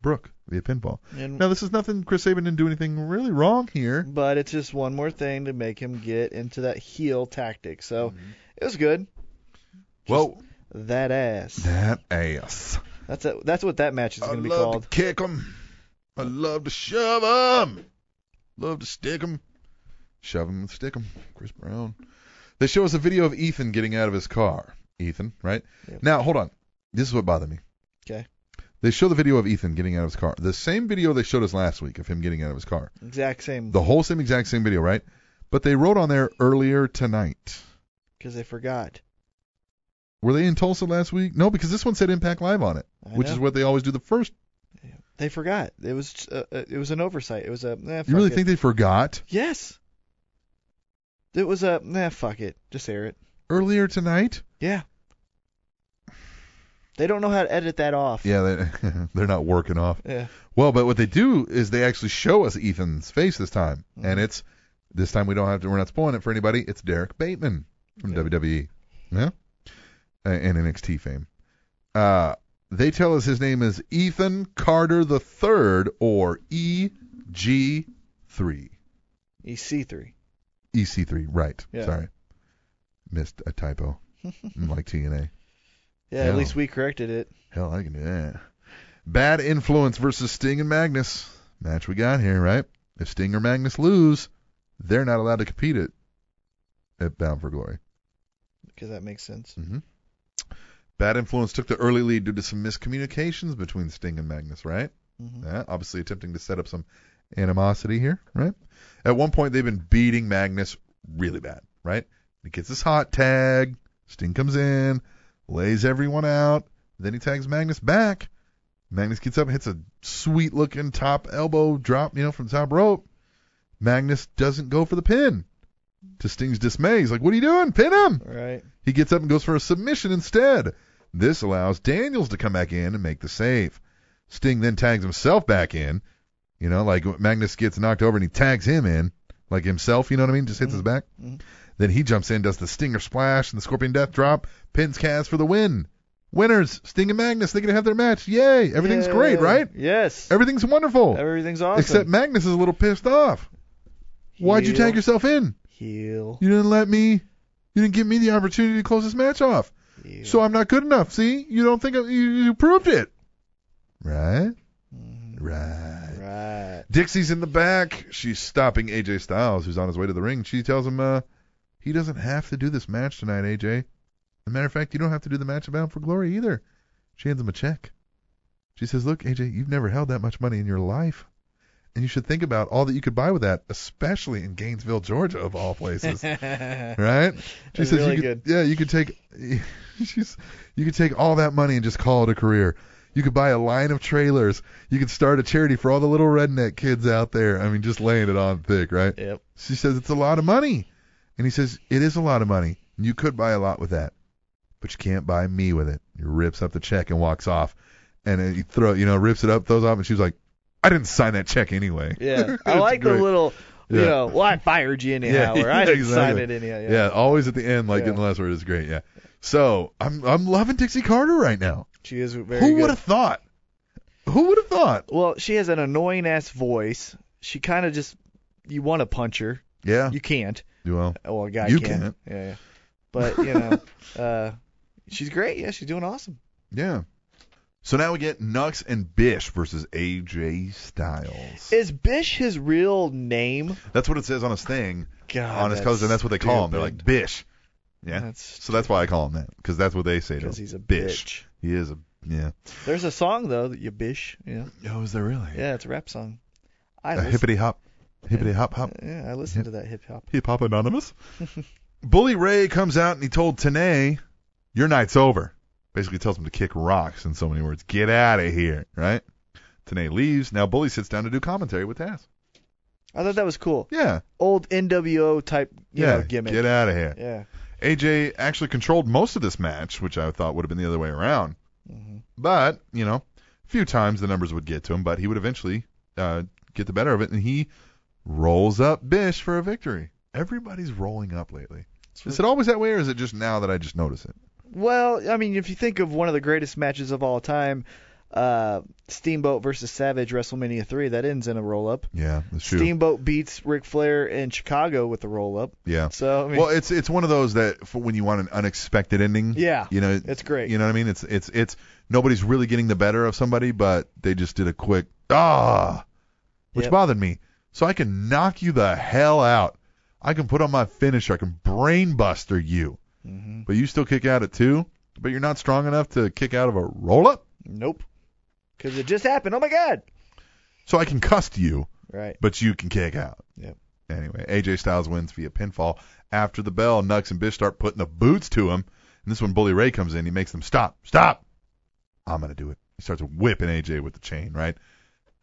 [SPEAKER 3] Brooke via pinfall.
[SPEAKER 4] And-
[SPEAKER 3] now this is nothing. Chris Saban didn't do anything really wrong here.
[SPEAKER 4] But it's just one more thing to make him get into that heel tactic. So
[SPEAKER 3] Mm-hmm.
[SPEAKER 4] it was good.
[SPEAKER 3] Well,
[SPEAKER 4] That ass.
[SPEAKER 3] that ass.
[SPEAKER 4] That's a, that's what that match is
[SPEAKER 3] I
[SPEAKER 4] going to be
[SPEAKER 3] love
[SPEAKER 4] called.
[SPEAKER 3] to kick 'em. I love to shove 'em. Love to stick 'em. Shove 'em and stick 'em. Chris Brown. They show us a video of Ethan getting out of his car. Ethan, right? Now, hold on. This is what bothered me.
[SPEAKER 4] Okay.
[SPEAKER 3] They show the video of Ethan getting out of his car. The same video they showed us last week of him getting out of his car.
[SPEAKER 4] Exact same
[SPEAKER 3] The whole same exact same video, right? But they wrote on there earlier tonight.
[SPEAKER 4] because they forgot.
[SPEAKER 3] Were they in Tulsa last week? No, because this one said Impact Live on it,
[SPEAKER 4] I
[SPEAKER 3] which is
[SPEAKER 4] know.
[SPEAKER 3] what they always do the first
[SPEAKER 4] They forgot. It was uh, uh, it was an oversight. It was a nah, fuck
[SPEAKER 3] You really
[SPEAKER 4] it.
[SPEAKER 3] think they forgot?
[SPEAKER 4] Yes. It was a nah, fuck it. Just air it.
[SPEAKER 3] Earlier tonight?
[SPEAKER 4] Yeah. They don't know how to edit that off.
[SPEAKER 3] Yeah, they, *laughs* they're not working off.
[SPEAKER 4] Yeah.
[SPEAKER 3] Well, but what they do is they actually show us Ethan's face this time, and it's this time we don't have to. We're not spoiling it for anybody. It's Derek Bateman from WWE, yeah, A- and NXT fame. Uh, they tell us his name is Ethan Carter the Third, or E EG3.
[SPEAKER 4] E EC3.
[SPEAKER 3] EC3, E right?
[SPEAKER 4] Yeah.
[SPEAKER 3] Sorry, missed a *laughs* typo. like TNA.
[SPEAKER 4] Yeah,
[SPEAKER 3] Yeah.
[SPEAKER 4] at least we corrected it.
[SPEAKER 3] Hell, I can do that. Bad Influence versus Sting and Magnus. Match we got here, right? If Sting or Magnus lose, they're not allowed to compete at, at Bound for Glory.
[SPEAKER 4] Because that makes sense.
[SPEAKER 3] Bad Influence took the early lead due to some miscommunications between Sting and Magnus, right? Yeah, obviously attempting to set up some animosity here, right? At one point, they've been beating Magnus really bad, right? He gets this hot tag. Sting comes in, lays everyone out. Then he tags Magnus back. Magnus gets up, hits a sweet looking top elbow drop, you know, from the top rope. Magnus doesn't go for the pin. To Sting's dismay, he's like, What are you doing? Pin him!
[SPEAKER 4] All right.
[SPEAKER 3] He gets up and goes for a submission instead. This allows Daniels to come back in and make the save. Sting then tags himself back in. You know, like Magnus gets knocked over and he tags him in, like himself, you know what I mean? Just hits
[SPEAKER 4] Mm-hmm.
[SPEAKER 3] his back. Then he jumps in, does the Stinger splash and the Scorpion Death drop, pins Kaz for the win. Winners, Sting and Magnus, they're going to have their match. Yay! Everything's great,
[SPEAKER 4] Yay.
[SPEAKER 3] right?
[SPEAKER 4] Yes.
[SPEAKER 3] Everything's wonderful.
[SPEAKER 4] Everything's awesome.
[SPEAKER 3] Except Magnus is a little pissed off. Why'd you
[SPEAKER 4] Heel.
[SPEAKER 3] tag yourself in?
[SPEAKER 4] Heel.
[SPEAKER 3] You didn't let me. You didn't give me the opportunity to close this match off.
[SPEAKER 4] heel.
[SPEAKER 3] So I'm not good enough. See, you don't think I, you, you proved it, right? Right. *laughs*
[SPEAKER 4] right.
[SPEAKER 3] Dixie's in the back. She's stopping AJ Styles, who's on his way to the ring. She tells him, uh, he doesn't have to do this match tonight, AJ. As a matter of fact, you don't have to do the match about for glory either. She hands him a check. She says, look, AJ, you've never held that much money in your life. And you should think about all that you could buy with that, especially in Gainesville, Georgia, of all places
[SPEAKER 4] *laughs*
[SPEAKER 3] right? She
[SPEAKER 4] That's
[SPEAKER 3] says
[SPEAKER 4] really
[SPEAKER 3] you could, yeah, you could take *laughs* she's you could take all that money and just call it a career. You could buy a line of trailers. You could start a charity for all the little redneck kids out there. I mean, just laying it on thick, right?
[SPEAKER 4] Yep.
[SPEAKER 3] She says it's a lot of money. And he says it is a lot of money. and You could buy a lot with that, but you can't buy me with it. He rips up the check and walks off. And then he throw, you know, rips it up, throws off, and she's like, "I didn't sign that check anyway." *laughs*
[SPEAKER 4] Yeah.
[SPEAKER 3] *laughs*
[SPEAKER 4] I
[SPEAKER 3] It's
[SPEAKER 4] like
[SPEAKER 3] great.
[SPEAKER 4] the little, you
[SPEAKER 3] Yeah.
[SPEAKER 4] know, well, I fired you anyhow,
[SPEAKER 3] *laughs*
[SPEAKER 4] or I didn't sign
[SPEAKER 3] exactly.
[SPEAKER 4] it anyhow. Yeah.
[SPEAKER 3] Yeah. always at the end, like
[SPEAKER 4] Yeah.
[SPEAKER 3] in the last word is great. Yeah. So I'm I'm loving Dixie Carter right now.
[SPEAKER 4] She is very
[SPEAKER 3] Who
[SPEAKER 4] good.
[SPEAKER 3] would have thought? Who would have thought?
[SPEAKER 4] Well, she has an annoying ass voice. She kind of just, you want to punch her.
[SPEAKER 3] Yeah.
[SPEAKER 4] You can't.
[SPEAKER 3] well,
[SPEAKER 4] Oh, Well, a guy
[SPEAKER 3] You
[SPEAKER 4] can.
[SPEAKER 3] can't.
[SPEAKER 4] Yeah, yeah. But,
[SPEAKER 3] *laughs*
[SPEAKER 4] you know, uh, she's great. Yeah, she's doing awesome.
[SPEAKER 3] yeah. So now we get Nux and Bish versus AJ Styles.
[SPEAKER 4] Is Bish his real name?
[SPEAKER 3] that's what it says on his thing,
[SPEAKER 4] God,
[SPEAKER 3] on his cousin. That's what they call him. They're like Bish. Yeah.
[SPEAKER 4] Ah, That's
[SPEAKER 3] so that's why I call him that, because that's what they say to him.
[SPEAKER 4] because he's a
[SPEAKER 3] Bish.
[SPEAKER 4] bitch.
[SPEAKER 3] He is a yeah.
[SPEAKER 4] There's a song though that you bish. Yeah,
[SPEAKER 3] Oh, is there really?
[SPEAKER 4] yeah, it's a rap song. I
[SPEAKER 3] A
[SPEAKER 4] listen,
[SPEAKER 3] hippity hop, hippity hop hop.
[SPEAKER 4] yeah, I listened to that hip hop.
[SPEAKER 3] Hip Hop Anonymous. Bully Ray comes out and he told Tanae, "Your night's over." Basically tells him to kick rocks in so many words. Get out of here, right? Tanae leaves. Now Bully sits down to do commentary with Taz.
[SPEAKER 4] I thought that was cool.
[SPEAKER 3] Yeah,
[SPEAKER 4] Old NWO type, you
[SPEAKER 3] yeah.
[SPEAKER 4] know, gimmick.
[SPEAKER 3] Get out of here.
[SPEAKER 4] Yeah,
[SPEAKER 3] AJ actually controlled most of this match, which I thought would have been the other way around. But you know, a few times the numbers would get to him, but he would eventually uh, get the better of it, and he rolls up Bish for a victory. Everybody's rolling up lately. Is it always that way, or is it just now that I just notice it?
[SPEAKER 4] Well, I mean, if you think of one of the greatest matches of all time, uh, Steamboat versus Savage WrestleMania 3, that ends in a roll up.
[SPEAKER 3] Yeah, that's true.
[SPEAKER 4] Steamboat beats Ric Flair in Chicago with the roll up.
[SPEAKER 3] yeah.
[SPEAKER 4] So I mean,
[SPEAKER 3] Well, it's it's one of those that for when you want an unexpected ending.
[SPEAKER 4] Yeah,
[SPEAKER 3] You know,
[SPEAKER 4] it's great.
[SPEAKER 3] You know what I mean? It's it's it's nobody's really getting the better of somebody, but they just did a quick ah, which
[SPEAKER 4] Yep.
[SPEAKER 3] bothered me. So I can knock you the hell out. I can put on my finisher. I can brainbuster you. But you still kick out at two. But you're not strong enough to kick out of a roll up.
[SPEAKER 4] nope, because it just happened. Oh my God.
[SPEAKER 3] So I can cuss to you,
[SPEAKER 4] Right.
[SPEAKER 3] but you can kick out.
[SPEAKER 4] Yep.
[SPEAKER 3] Anyway, AJ Styles wins via pinfall. After the bell, Nux and Bish start putting the boots to him. And this when Bully Ray comes in, he makes them stop, stop. I'm gonna do it. He starts whipping AJ with the chain, right?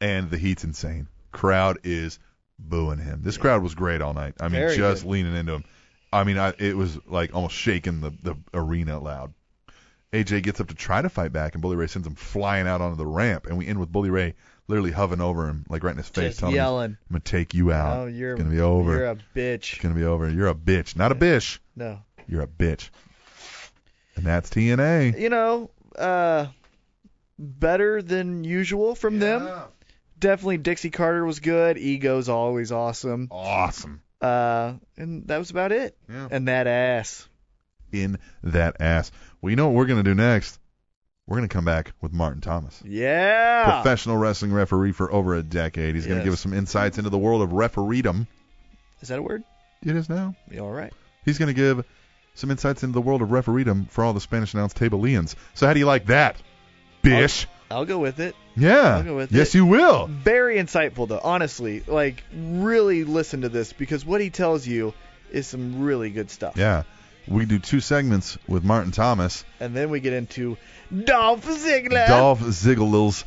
[SPEAKER 3] and the heat's insane. Crowd is booing him. This crowd was great all night. I mean,
[SPEAKER 4] Very
[SPEAKER 3] just
[SPEAKER 4] good.
[SPEAKER 3] leaning into him. I mean, I, it was like almost shaking the, the arena loud. AJ gets up to try to fight back, and Bully Ray sends him flying out onto the ramp, and we end with Bully Ray literally hovering over him, like right in his face,
[SPEAKER 4] Just
[SPEAKER 3] telling him,
[SPEAKER 4] yelling.
[SPEAKER 3] "I'm gonna take you out.
[SPEAKER 4] Oh, you're
[SPEAKER 3] it's gonna be over.
[SPEAKER 4] You're a
[SPEAKER 3] It's
[SPEAKER 4] bitch.
[SPEAKER 3] gonna be over. You're a bitch, not a bish.
[SPEAKER 4] No.
[SPEAKER 3] You're a bitch." And that's TNA.
[SPEAKER 4] You know, uh, better than usual from them. Definitely Dixie Carter was good. Ego's always awesome.
[SPEAKER 3] Awesome.
[SPEAKER 4] Uh, and that was about it.
[SPEAKER 3] Yeah.
[SPEAKER 4] And that ass.
[SPEAKER 3] in that ass. Well, you know what we're going to do next? We're going to come back with Martin Thomas,
[SPEAKER 4] Yeah.
[SPEAKER 3] professional wrestling referee for over a decade. He's going to
[SPEAKER 4] Yes.
[SPEAKER 3] give us some insights into the world of refereedom.
[SPEAKER 4] Is that a word?
[SPEAKER 3] It is now.
[SPEAKER 4] You all right?
[SPEAKER 3] He's going to give some insights into the world of refereedom for all the Spanish announced tableians. So how do you like that, bish?
[SPEAKER 4] I'll go with it.
[SPEAKER 3] yeah.
[SPEAKER 4] I'll go with
[SPEAKER 3] yes,
[SPEAKER 4] it.
[SPEAKER 3] you will.
[SPEAKER 4] Very insightful though, honestly. Like really listen to this because what he tells you is some really good stuff.
[SPEAKER 3] Yeah. We do two segments with Martin Thomas.
[SPEAKER 4] And then we get into Dolph Ziggler.
[SPEAKER 3] Dolph Ziggles.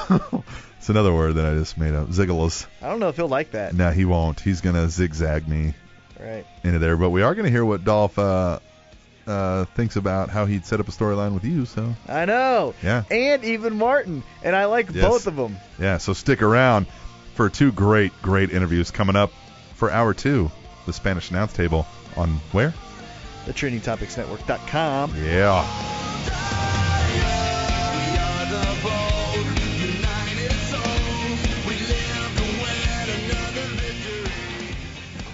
[SPEAKER 3] *laughs* it's another word that I just made up. Ziggles.
[SPEAKER 4] I don't know if he'll like that.
[SPEAKER 3] No, he won't. He's going to zigzag me.
[SPEAKER 4] Right.
[SPEAKER 3] into there. But we are going to hear what Dolph uh, uh, thinks about how he'd set up a storyline with you. So
[SPEAKER 4] I know.
[SPEAKER 3] Yeah.
[SPEAKER 4] And even Martin. And I like
[SPEAKER 3] Yes.
[SPEAKER 4] both of them.
[SPEAKER 3] yeah, so stick around for two great, great interviews coming up for hour two, the Spanish announce table on where?
[SPEAKER 4] The TrainingTopicsNetwork.com.
[SPEAKER 3] Yeah.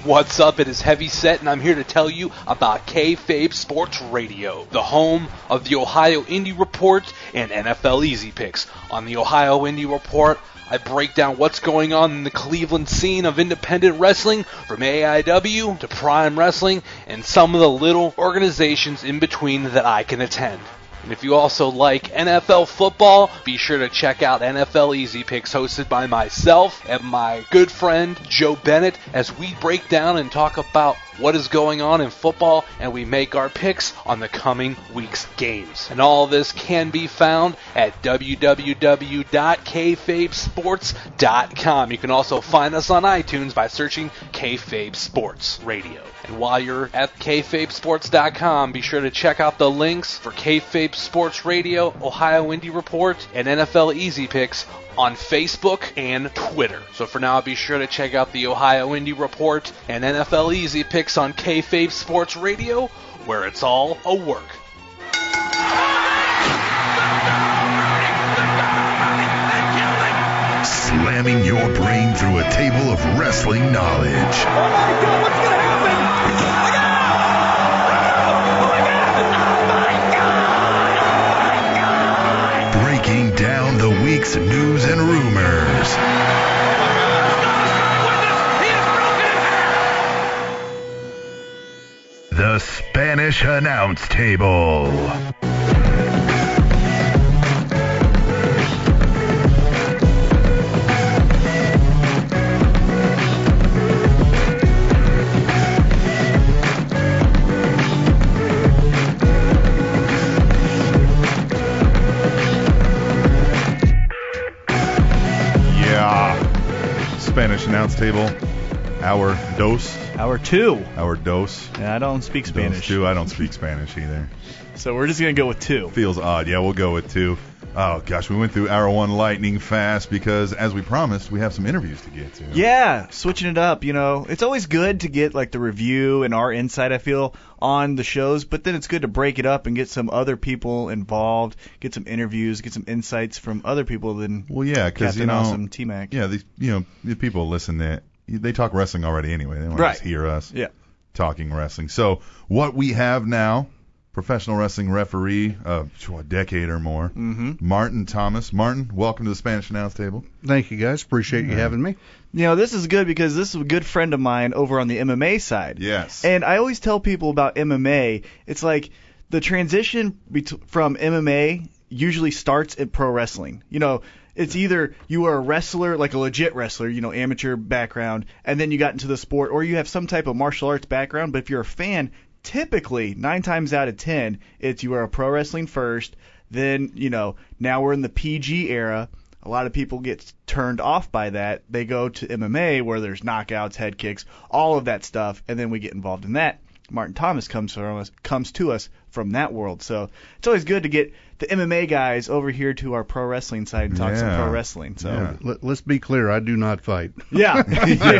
[SPEAKER 11] What's up? It is Heavy Set, and I'm here to tell you about Kayfabe Sports Radio, the home of the Ohio Indie Report and NFL Easy Picks. On the Ohio Indie Report, I break down what's going on in the Cleveland scene of independent wrestling, from AIW to Prime Wrestling, and some of the little organizations in between that I can attend. And if you also like NFL football, be sure to check out NFL Easy Picks hosted by myself and my good friend Joe Bennett as we break down and talk about what is going on in football and we make our picks on the coming week's games. And all this can be found at www.kfabesports.com. You can also find us on iTunes by searching Kayfabe Sports Radio. And while you're at kfabesports.com, be sure to check out the links for Kayfabe Sports Radio, Ohio Indie Report, and NFL Easy Picks on Facebook and Twitter. So for now, be sure to check out the Ohio Indie Report and NFL Easy Picks on Kayfabe Sports Radio, where it's all a work.
[SPEAKER 1] Slamming your brain through a table of wrestling knowledge. Breaking down the week's news and rumors. The Spanish Announce Table.
[SPEAKER 3] Yeah. Spanish announce table, hour dos,
[SPEAKER 7] Hour two.
[SPEAKER 3] hour dos.
[SPEAKER 7] And I don't speak
[SPEAKER 3] Dos
[SPEAKER 7] Spanish.
[SPEAKER 3] two. I don't speak Spanish either.
[SPEAKER 7] So we're just going to go with two.
[SPEAKER 3] Feels odd. Yeah, we'll go with two. Oh gosh, we went through hour one lightning fast because, as we promised, we have some interviews to get to.
[SPEAKER 7] Yeah, switching it up, you know. It's always good to get like the review and our insight, I feel, on the shows, but then it's good to break it up and get some other people involved, get some interviews, get some insights from other people than
[SPEAKER 3] Well, yeah, because
[SPEAKER 7] Captain
[SPEAKER 3] you know,
[SPEAKER 7] Awesome T Mac.
[SPEAKER 3] yeah, these you know the people listen that they talk wrestling already anyway. They want
[SPEAKER 7] Right.
[SPEAKER 3] to just hear us
[SPEAKER 7] Yeah.
[SPEAKER 3] talking wrestling. So what we have now, professional wrestling referee, uh, phew, a decade or more, mm-hmm. Martin Thomas. Martin, welcome to the Spanish announce table.
[SPEAKER 12] Thank you guys. Appreciate you having me.
[SPEAKER 7] You know, this is good because this is a good friend of mine over on the MMA side.
[SPEAKER 3] Yes.
[SPEAKER 7] And I always tell people about MMA, it's like the transition bet- from MMA usually starts in pro wrestling. You know, it's either you are a wrestler, like a legit wrestler, you know, amateur background, and then you got into the sport, or you have some type of martial arts background. But if you're a fan, typically nine times out of ten, it's you are a pro wrestling first, then, you know, now we're in the PG era.
[SPEAKER 4] A lot of people get turned off by that. They go to MMA where there's knockouts, head kicks, all of that stuff, and then we get involved in that. Martin Thomas comes from us, comes to us from that world. So it's always good to get the MMA guys over here to our pro wrestling side and talk some
[SPEAKER 11] Yeah.
[SPEAKER 4] pro wrestling. So
[SPEAKER 11] Yeah. Let, us be clear. I do not fight.
[SPEAKER 4] *laughs* yeah.
[SPEAKER 11] *laughs* Yeah,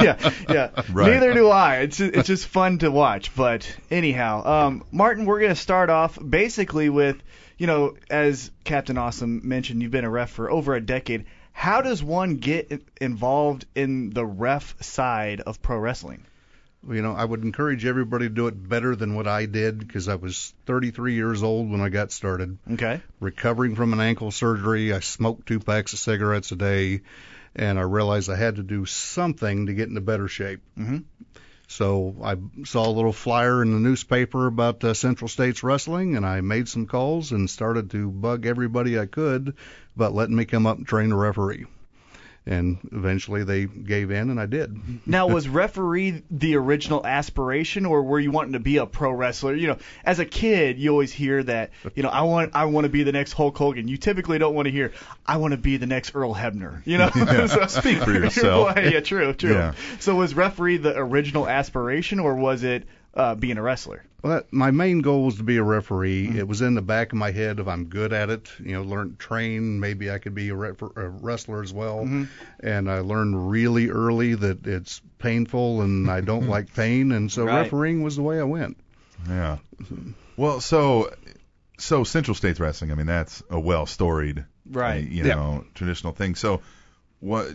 [SPEAKER 4] *laughs* yeah, yeah.
[SPEAKER 11] Right.
[SPEAKER 4] Neither do I. It's it's just fun to watch. But anyhow, um, Martin, we're gonna start off basically with, you know, as Captain Awesome mentioned, you've been a ref for over a decade. How does one get in- involved in the ref side of pro wrestling?
[SPEAKER 11] You know, I would encourage everybody to do it better than what I did because I was 33 years old when I got started.
[SPEAKER 4] Okay.
[SPEAKER 11] Recovering from an ankle surgery, I smoked two packs of cigarettes a day, and I realized I had to do something to get into better shape.
[SPEAKER 4] Mm-hmm.
[SPEAKER 11] So I saw a little flyer in the newspaper about uh, Central States Wrestling, and I made some calls and started to bug everybody I could about letting me come up and train a referee. And eventually they gave in, and I did.
[SPEAKER 4] Now, was referee the original aspiration, or were you wanting to be a pro wrestler? You know, as a kid, you always hear that. You know, I want, I want to be the next Hulk Hogan. You typically don't want to hear, I want to be the next Earl Hebner. You know,
[SPEAKER 11] *laughs*
[SPEAKER 4] *laughs*
[SPEAKER 11] Yeah. Speak for yourself.
[SPEAKER 4] Well, yeah, true, true.
[SPEAKER 11] Yeah.
[SPEAKER 4] So, was referee the original aspiration, or was it uh, being a wrestler?
[SPEAKER 11] Well, that, my main goal was to be a referee. It was in the back of my head if I'm good at it, you know, learn, train, maybe I could be a, ref- a wrestler as well.
[SPEAKER 12] Mm-hmm.
[SPEAKER 11] And I learned really early that it's painful and
[SPEAKER 12] *laughs*
[SPEAKER 11] I don't like pain, and so
[SPEAKER 3] Right.
[SPEAKER 11] refereeing was the way I went.
[SPEAKER 3] Yeah. Well, so so Central States Wrestling. I mean, that's a well storied,
[SPEAKER 4] Right.
[SPEAKER 3] You
[SPEAKER 4] Yeah.
[SPEAKER 3] know, traditional thing. So, what?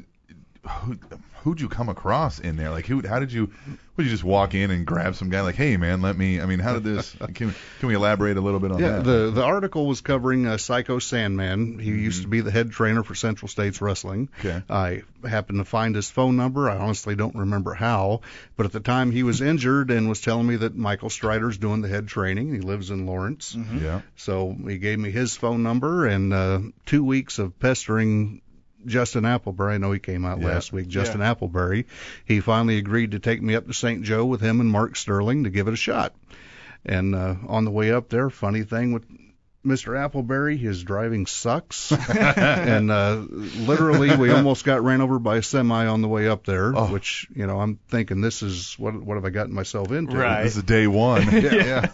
[SPEAKER 3] Who, who'd you come across in there? Like, who? How did you? Would you just walk in and grab some guy? Like, hey, man, let me. I mean, how did
[SPEAKER 11] *laughs*
[SPEAKER 3] this? Can, can we elaborate a little bit on
[SPEAKER 11] yeah,
[SPEAKER 3] that? Mm-hmm.
[SPEAKER 11] the the article was covering uh, Psycho Sandman. He used to be the head trainer for Central States Wrestling. Uh,
[SPEAKER 3] Okay.
[SPEAKER 11] I happened to find his phone number. I honestly don't remember how, but at the time he was injured and was telling me that Michael Strider's doing the head training. He lives in Lawrence.
[SPEAKER 3] Yeah.
[SPEAKER 11] So he gave me his phone number and uh, two weeks of pestering Justin Appleberry. I know he came out
[SPEAKER 3] Yeah.
[SPEAKER 11] last week. Justin
[SPEAKER 3] Yeah.
[SPEAKER 11] Appleberry. He finally agreed to take me up to St. Joe with him and Mark Sterling to give it a shot. And uh, on the way up there, funny thing with Mr. Appleberry, his driving sucks. and uh, literally, we almost got ran over by a semi on the way up there, which, you know, I'm thinking this is what what have I gotten myself into?
[SPEAKER 3] Right. This is day
[SPEAKER 11] *laughs*
[SPEAKER 3] one.
[SPEAKER 11] yeah. yeah.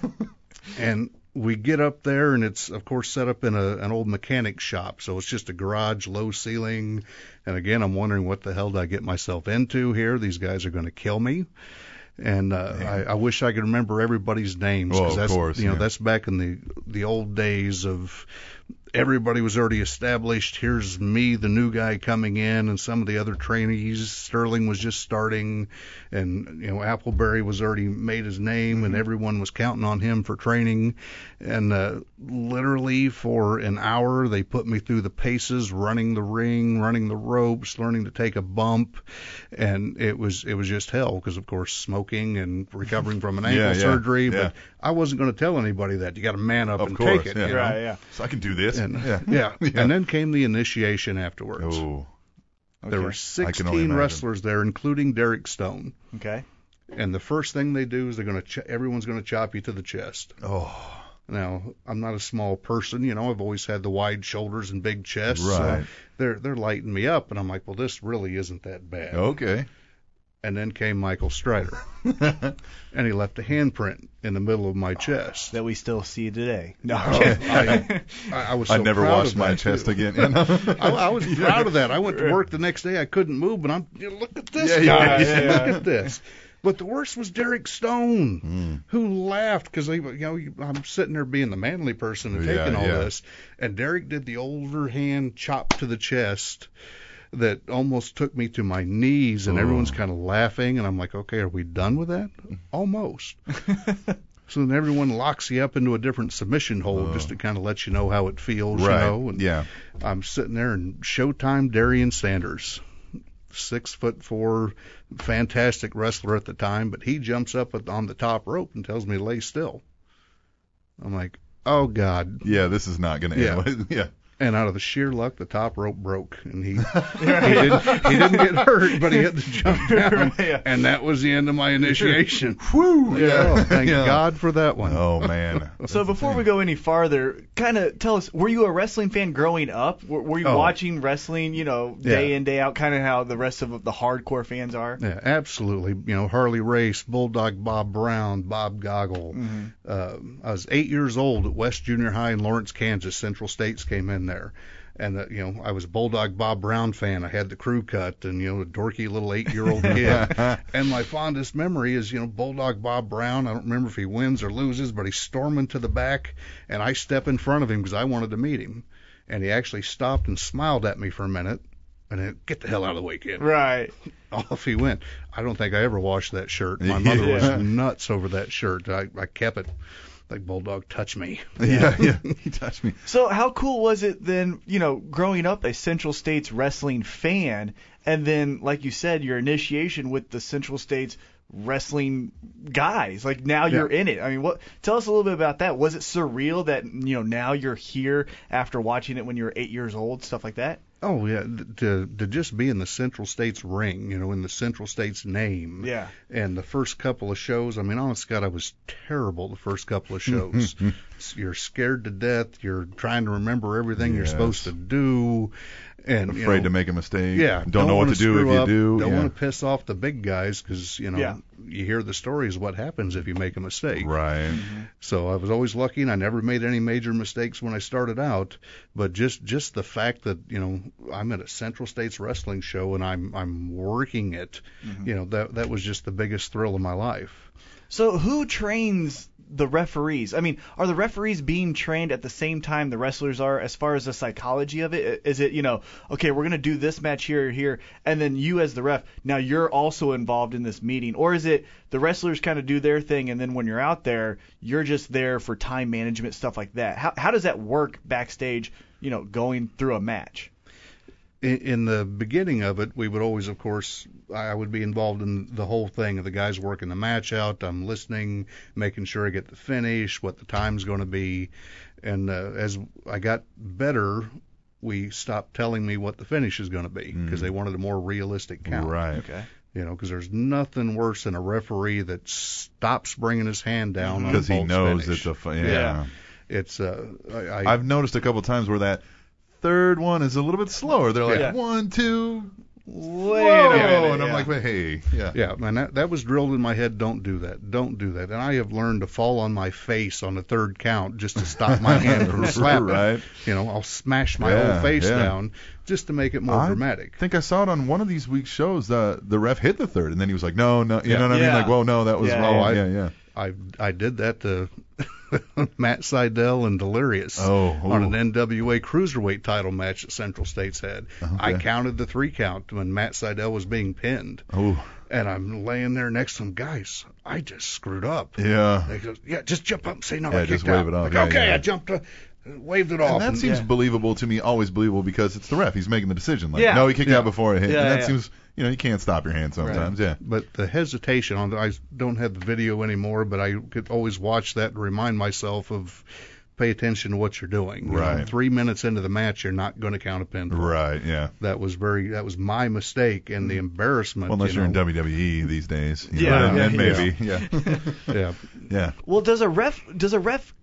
[SPEAKER 11] and we get up there, and it's of course set up in a, an old mechanic shop, so it's just a garage, low ceiling. And again, I'm wondering what the hell did I get myself into here? These guys are going to kill me. And uh, I, I wish I could remember everybody's names
[SPEAKER 3] Oh,
[SPEAKER 11] 'cause
[SPEAKER 3] of
[SPEAKER 11] that's
[SPEAKER 3] course,
[SPEAKER 11] you know
[SPEAKER 3] yeah.
[SPEAKER 11] that's back in the the old days of everybody was already established. Here's me, the new guy coming in, and some of the other trainees. Sterling was just starting, and you know Appleberry was already made his name, and everyone was counting on him for training. And uh, literally for an hour, they put me through the paces, running the ring, running the ropes, learning to take a bump, and it was it was just hell because of course smoking and recovering from an ankle
[SPEAKER 3] Yeah, yeah,
[SPEAKER 11] surgery,
[SPEAKER 3] yeah.
[SPEAKER 11] but I wasn't going to tell anybody that. You got to man up
[SPEAKER 3] Of
[SPEAKER 11] and
[SPEAKER 3] course,
[SPEAKER 11] take it.
[SPEAKER 3] yeah.
[SPEAKER 11] you know?
[SPEAKER 3] Right, yeah. So I can do this.
[SPEAKER 11] And,
[SPEAKER 3] Yeah.
[SPEAKER 11] *laughs* yeah.
[SPEAKER 3] Yeah.
[SPEAKER 11] And then came the initiation afterwards.
[SPEAKER 3] Oh. Okay.
[SPEAKER 11] There were
[SPEAKER 3] I can only
[SPEAKER 11] 16
[SPEAKER 3] imagine.
[SPEAKER 11] wrestlers there, including Derek Stone.
[SPEAKER 4] Okay.
[SPEAKER 11] And the first thing they do is they're going to ch- everyone's going to chop you to the chest.
[SPEAKER 3] Oh.
[SPEAKER 11] Now I'm not a small person, you know. I've always had the wide shoulders and big chest,
[SPEAKER 3] Right.
[SPEAKER 11] so they're they're lighting me up, and I'm like, well, this really isn't that bad.
[SPEAKER 3] Okay.
[SPEAKER 11] And then came Michael Strider, and he left a handprint in the middle of my chest
[SPEAKER 4] that we still see
[SPEAKER 11] *laughs*
[SPEAKER 4] today. No,
[SPEAKER 11] I, I, I was.
[SPEAKER 3] I
[SPEAKER 11] so
[SPEAKER 3] never
[SPEAKER 11] proud
[SPEAKER 3] washed
[SPEAKER 11] of
[SPEAKER 3] my
[SPEAKER 11] that,
[SPEAKER 3] chest
[SPEAKER 11] too. *laughs*
[SPEAKER 3] again, you know?
[SPEAKER 11] I, I was proud of that. I went to work the next day. I couldn't move, but I'm you know, look at this
[SPEAKER 3] Yeah, yeah,
[SPEAKER 11] guy.
[SPEAKER 3] yeah,
[SPEAKER 11] look
[SPEAKER 3] yeah.
[SPEAKER 11] at this. But the worst was Derek Stone, who laughed because you know you- I'm sitting there being the manly person and
[SPEAKER 3] Yeah,
[SPEAKER 11] taking all
[SPEAKER 3] yeah.
[SPEAKER 11] this, and Derek did the older hand chop to the chest that almost took me to my knees, and
[SPEAKER 3] Oh.
[SPEAKER 11] everyone's kind of laughing, and I'm like, okay, are we done with that?
[SPEAKER 3] *laughs*
[SPEAKER 11] Almost. so then everyone locks you up into a different submission hold just to kind of let you know how it feels,
[SPEAKER 3] Oh. Right,
[SPEAKER 11] you know. And
[SPEAKER 3] yeah.
[SPEAKER 11] I'm sitting there and Showtime Darian Sanders. Six foot four, fantastic wrestler at the time, but he jumps up at- on the top rope and tells me to lay still. I'm like, oh God,
[SPEAKER 3] Yeah. This is not going to
[SPEAKER 11] Yeah.
[SPEAKER 3] end. *laughs* well. yeah.
[SPEAKER 12] And out of the sheer luck, the top rope broke, and he he, didn't, he didn't
[SPEAKER 11] *laughs*
[SPEAKER 12] get hurt, but he had to
[SPEAKER 4] *laughs*
[SPEAKER 12] jump down, and that was the end of my
[SPEAKER 11] *laughs*
[SPEAKER 12] initiation.
[SPEAKER 3] Whew!
[SPEAKER 12] Yeah,
[SPEAKER 3] *laughs*
[SPEAKER 11] Oh,
[SPEAKER 3] Yeah.
[SPEAKER 12] thank
[SPEAKER 3] Yeah.
[SPEAKER 12] God for that one.
[SPEAKER 3] Oh man.
[SPEAKER 4] So before we go any farther, kind of tell us, were you a wrestling fan growing up? Were, were you
[SPEAKER 12] Oh.
[SPEAKER 4] watching wrestling, you know, day
[SPEAKER 12] Yeah.
[SPEAKER 4] in day out, kind of how the rest of the hardcore fans
[SPEAKER 12] *laughs*
[SPEAKER 4] are?
[SPEAKER 12] Yeah, absolutely. You know, Harley Race, Bulldog Bob Brown, Bob Goggle. Um, I was eight years old at West Junior High in Lawrence, Kansas. Central States came in there. And, uh, you know, I was a Bulldog Bob Brown fan. I had the crew cut and, you know, a dorky little eight year old kid. and my fondest memory is, you know, Bulldog Bob Brown. I don't remember if he wins or loses, but he's storming to the back. And I step in front of him because I wanted to meet him. And he actually stopped and smiled at me for a minute. And then, get the hell out of the way, kid
[SPEAKER 4] Right.
[SPEAKER 12] off he went. I don't think I ever washed that
[SPEAKER 3] *laughs*
[SPEAKER 12] shirt. My mother
[SPEAKER 3] Yeah.
[SPEAKER 12] was nuts over that shirt. I, I kept it. Like Bulldog, touch me.
[SPEAKER 3] Yeah, yeah. He touched me.
[SPEAKER 4] So how cool was it then, you know, growing up a Central States wrestling fan, and then, like you said, your initiation with the Central States wrestling guys. Like now you're in it. I mean, what? Tell us a little bit about that. Was it surreal that you know now you're here after watching it when you were eight years old, stuff like that?
[SPEAKER 12] Oh yeah, th- to to just be in the Central States ring, you know, in the Central States name.
[SPEAKER 4] Yeah.
[SPEAKER 12] And the first couple of shows, I mean, honest to God, I was terrible the first couple of
[SPEAKER 3] *laughs*
[SPEAKER 12] shows. S- you're scared to death. You're trying to remember everything you're
[SPEAKER 3] Yes.
[SPEAKER 12] supposed to do, and you
[SPEAKER 3] Afraid
[SPEAKER 12] know,
[SPEAKER 3] to make a mistake.
[SPEAKER 12] Yeah.
[SPEAKER 3] Don't, know what
[SPEAKER 12] wanna
[SPEAKER 3] to do if
[SPEAKER 12] screw
[SPEAKER 3] you
[SPEAKER 12] up,
[SPEAKER 3] do.
[SPEAKER 12] Don't
[SPEAKER 3] yeah.
[SPEAKER 12] want to piss off the big guys because you know
[SPEAKER 4] Yeah.
[SPEAKER 12] you hear the stories what happens if you make a mistake.
[SPEAKER 3] Right.
[SPEAKER 12] So I was always lucky, and I never made any major mistakes when I started out. But just just the fact that you know I'm at a Central States wrestling show and I'm I'm working it,
[SPEAKER 3] Mm-hmm.
[SPEAKER 12] you know that that was just the biggest thrill of my life.
[SPEAKER 4] So who trains the referees? I mean, are the referees being trained at the same time the wrestlers are as far as the psychology of it? Is it, you know, okay, we're going to do this match here here and then you as the ref, now you're also involved in this meeting or is it the wrestlers kind of do their thing and then when you're out there, you're just there for time management stuff like that? How how does that work backstage, you know, going through a match?
[SPEAKER 12] in, in the beginning of it, we would always, of course, I I would be involved in the whole thing. The guys working the match out. I'm listening, making sure I get the finish, what the time's going to be. And uh, as I got better, we stopped telling me what the finish is going to be because they wanted a more realistic count.
[SPEAKER 3] Mm. Right.
[SPEAKER 4] Okay.
[SPEAKER 12] You know, because there's nothing worse than a referee that stops bringing his hand down on a
[SPEAKER 3] Because he
[SPEAKER 12] false
[SPEAKER 3] knows
[SPEAKER 12] finish.
[SPEAKER 3] it's a. Fu-
[SPEAKER 12] Yeah.
[SPEAKER 3] yeah.
[SPEAKER 12] It's uh, I, I
[SPEAKER 3] I've noticed a couple times where that third one is a little bit slower. They're like
[SPEAKER 12] Yeah.
[SPEAKER 3] one, two,
[SPEAKER 4] Wait
[SPEAKER 3] whoa, and I'm like, "Wait, hey, yeah,
[SPEAKER 12] Yeah, man, that, that was drilled in my head. Don't do that. Don't do that. And I have learned to fall on my face on the third count just to
[SPEAKER 3] *laughs*
[SPEAKER 12] stop my hand from slapping.
[SPEAKER 3] Right.
[SPEAKER 12] You know, I'll smash my
[SPEAKER 3] Yeah,
[SPEAKER 12] whole face
[SPEAKER 3] yeah.
[SPEAKER 12] down just to make it more
[SPEAKER 3] I
[SPEAKER 12] dramatic.
[SPEAKER 3] think I saw it on one of these weeks shows. Uh, the ref hit the third, and then he was like, "No, no," you know what I mean?
[SPEAKER 4] Yeah.
[SPEAKER 3] Like, "Whoa, no, that was
[SPEAKER 4] Yeah,
[SPEAKER 3] wrong."
[SPEAKER 12] yeah.
[SPEAKER 3] yeah, yeah.
[SPEAKER 12] I I did that to Matt Seidel and Delirious
[SPEAKER 3] Oh,
[SPEAKER 12] on
[SPEAKER 3] ooh.
[SPEAKER 12] an NWA Cruiserweight title match that Central States had.
[SPEAKER 3] Uh-huh,
[SPEAKER 12] I counted the three count when Matt Seidel was being pinned.
[SPEAKER 3] Oh,
[SPEAKER 12] And I'm laying there next to him, guys, I just screwed up.
[SPEAKER 3] yeah.
[SPEAKER 12] They go, yeah, just jump up and say no.
[SPEAKER 3] Yeah,
[SPEAKER 12] I
[SPEAKER 3] just
[SPEAKER 12] kicked
[SPEAKER 3] wave
[SPEAKER 12] out.
[SPEAKER 3] it off.
[SPEAKER 12] Like,
[SPEAKER 3] Yeah,
[SPEAKER 12] okay,
[SPEAKER 3] yeah.
[SPEAKER 12] I jumped, uh, waved it off.
[SPEAKER 3] And that
[SPEAKER 12] and-
[SPEAKER 3] seems believable to me, always believable because it's the ref. He's making the decision. Like,
[SPEAKER 4] Yeah.
[SPEAKER 3] no, he kicked out before it hit.
[SPEAKER 4] Yeah,
[SPEAKER 3] and that
[SPEAKER 4] yeah.
[SPEAKER 3] seems, you know, you can't stop your hand sometimes. Yeah.
[SPEAKER 12] But the hesitation on, I don't have the video anymore, but I could always watch that and remind myself of pay attention to what you're doing. You know,
[SPEAKER 3] Right.
[SPEAKER 12] three minutes into the match, you're not going to count a pin.
[SPEAKER 3] Right. Yeah.
[SPEAKER 12] That was very, that was my mistake and the embarrassment.
[SPEAKER 3] Well, unless
[SPEAKER 12] you
[SPEAKER 3] you are
[SPEAKER 12] know.
[SPEAKER 3] in WWE these days. you
[SPEAKER 4] Yeah,
[SPEAKER 3] know,
[SPEAKER 4] yeah,
[SPEAKER 3] then maybe. Yeah.
[SPEAKER 12] *laughs* Yeah.
[SPEAKER 3] yeah.
[SPEAKER 4] Well, does a ref does a ref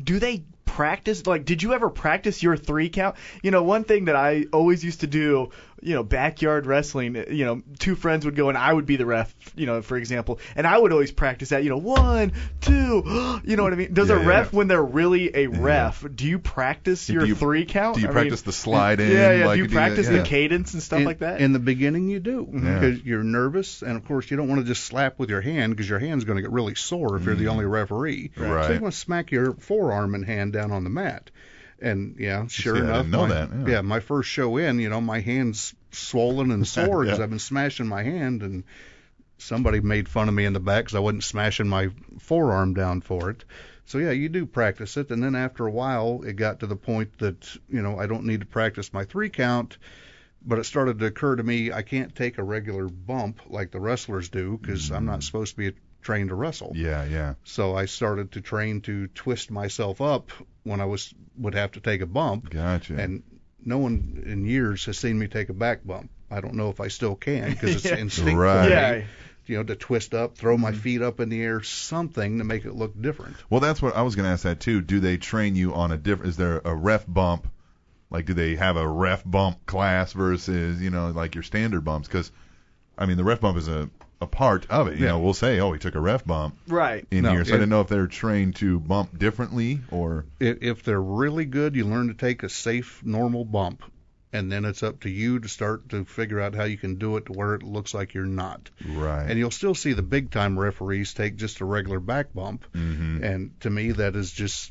[SPEAKER 4] do they practice like did you ever practice your three count? You know, one thing that I always used to do, you know, backyard wrestling, you know, two friends would go and I would be the ref, you know, for example, and I would always practice that, you know, one, two, *gasps* you know what I mean? Does
[SPEAKER 3] Yeah,
[SPEAKER 4] a
[SPEAKER 3] yeah,
[SPEAKER 4] ref
[SPEAKER 3] yeah.
[SPEAKER 4] when they're really a ref, do you practice your
[SPEAKER 3] you-
[SPEAKER 4] three count?
[SPEAKER 3] do you
[SPEAKER 4] I mean,
[SPEAKER 3] practice the slide in?
[SPEAKER 4] Yeah, yeah,
[SPEAKER 3] Like,
[SPEAKER 4] do you
[SPEAKER 3] do you-
[SPEAKER 4] practice
[SPEAKER 3] yeah.
[SPEAKER 4] the cadence and stuff
[SPEAKER 12] in,
[SPEAKER 4] like that?
[SPEAKER 12] in the beginning, you do
[SPEAKER 3] Yeah.
[SPEAKER 12] because you're nervous, and of course, you don't want to just slap with your hand because your hand's going to get really sore if you're the only referee. So you
[SPEAKER 3] Mm. Right.
[SPEAKER 12] want to smack your forearm and hand down on the mat. And yeah, sure
[SPEAKER 3] I
[SPEAKER 12] enough,
[SPEAKER 3] didn't know
[SPEAKER 12] my-
[SPEAKER 3] that, yeah.
[SPEAKER 12] my first show in, you know, my hands swollen and sore because
[SPEAKER 3] Yeah.
[SPEAKER 12] I've been smashing my hand, and somebody made fun of me in the back because I wasn't smashing my forearm down for it. So yeah, you do practice it, and then after a while, it got to the point that you know I don't need to practice my three count but it started to occur to me I can't take a regular bump like the wrestlers do because I'm not supposed to be trained to wrestle.
[SPEAKER 3] Yeah, yeah.
[SPEAKER 12] So I started to train to twist myself up when I was would have to take a bump.
[SPEAKER 3] Gotcha.
[SPEAKER 12] And no one in years has seen me take a back bump. I don't know if I still can because it's
[SPEAKER 3] Yeah.
[SPEAKER 12] instinctive.
[SPEAKER 3] Right.
[SPEAKER 12] Yeah. You know, to twist up, throw my feet up in the air, something to make it look different.
[SPEAKER 3] Well, that's what I was going to ask that too. Do they train you on a different? Is there a ref bump? Like, do they have a ref bump class versus you know like your standard bumps? Because, I mean, the ref bump is a a part of it. You
[SPEAKER 12] Yeah.
[SPEAKER 3] know, we'll say, oh, he took a ref bump
[SPEAKER 13] Right.
[SPEAKER 3] in
[SPEAKER 12] No,
[SPEAKER 3] here. So I
[SPEAKER 12] it-
[SPEAKER 3] didn't know if they're trained to bump differently or.
[SPEAKER 12] I- If they're really good, you learn to take a safe, normal bump, and then it's up to you to start to figure out how you can do it to where it looks like you're not.
[SPEAKER 3] Right.
[SPEAKER 12] And you'll still see the big time referees take just a regular back bump,
[SPEAKER 3] Mhm.
[SPEAKER 12] and to me that is just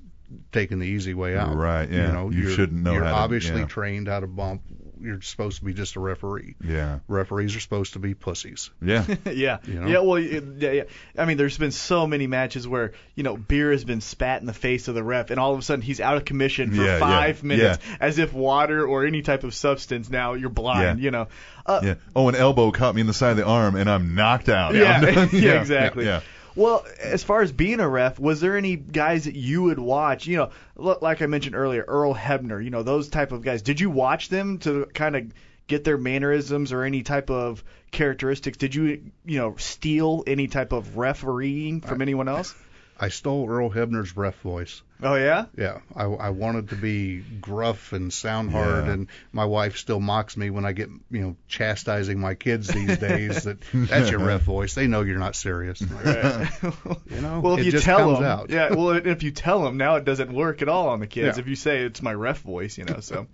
[SPEAKER 12] taking the easy way out.
[SPEAKER 3] Right, yeah.
[SPEAKER 12] You know,
[SPEAKER 3] You
[SPEAKER 12] are
[SPEAKER 3] shouldn't know
[SPEAKER 12] You're
[SPEAKER 3] how to-
[SPEAKER 12] obviously
[SPEAKER 3] yeah.
[SPEAKER 12] trained how to bump. You're supposed to be just a referee.
[SPEAKER 3] Yeah.
[SPEAKER 12] Referees are supposed to be pussies.
[SPEAKER 3] Yeah.
[SPEAKER 4] *laughs* yeah.
[SPEAKER 12] You know?
[SPEAKER 4] Yeah, well, it- yeah, yeah. I mean, there's been so many matches where, you know, beer has been spat in the face of the ref, and all of a sudden he's out of commission for
[SPEAKER 3] Yeah, yeah,
[SPEAKER 4] five
[SPEAKER 3] yeah.
[SPEAKER 4] minutes as if water or any type of substance now you're blind,
[SPEAKER 3] Yeah.
[SPEAKER 4] you know. Uh,
[SPEAKER 3] yeah. Oh, an elbow caught me in the side of the arm, and I'm knocked out. *laughs*
[SPEAKER 4] Yeah, *laughs*
[SPEAKER 12] *laughs*
[SPEAKER 3] I'm
[SPEAKER 4] yeah,
[SPEAKER 3] done. yeah,
[SPEAKER 4] exactly.
[SPEAKER 3] Yeah.
[SPEAKER 4] Well, as far as being a ref, was there any guys that you would watch? You know, look, like I mentioned earlier, Earl Hebner, you know, those type of guys. Did you watch them to kind of get their mannerisms or any type of characteristics? Did you, you know, steal any type of refereeing from anyone else?
[SPEAKER 12] I stole Earl Hebner's ref voice.
[SPEAKER 4] Oh yeah.
[SPEAKER 12] Yeah, I, I wanted to be gruff and sound hard,
[SPEAKER 3] Yeah.
[SPEAKER 12] and my wife still mocks me when I get you know chastising my
[SPEAKER 3] *laughs*
[SPEAKER 12] kids these days. That that's your ref voice. They know you're not serious. *laughs* You know,
[SPEAKER 4] well, if
[SPEAKER 12] it
[SPEAKER 4] you
[SPEAKER 12] just
[SPEAKER 4] tell
[SPEAKER 12] comes
[SPEAKER 4] them,
[SPEAKER 12] out.
[SPEAKER 4] yeah. Well, if you tell them now, it doesn't work at all on the kids.
[SPEAKER 12] Yeah.
[SPEAKER 4] If you say it's my ref voice, you know.
[SPEAKER 12] *laughs*
[SPEAKER 4] So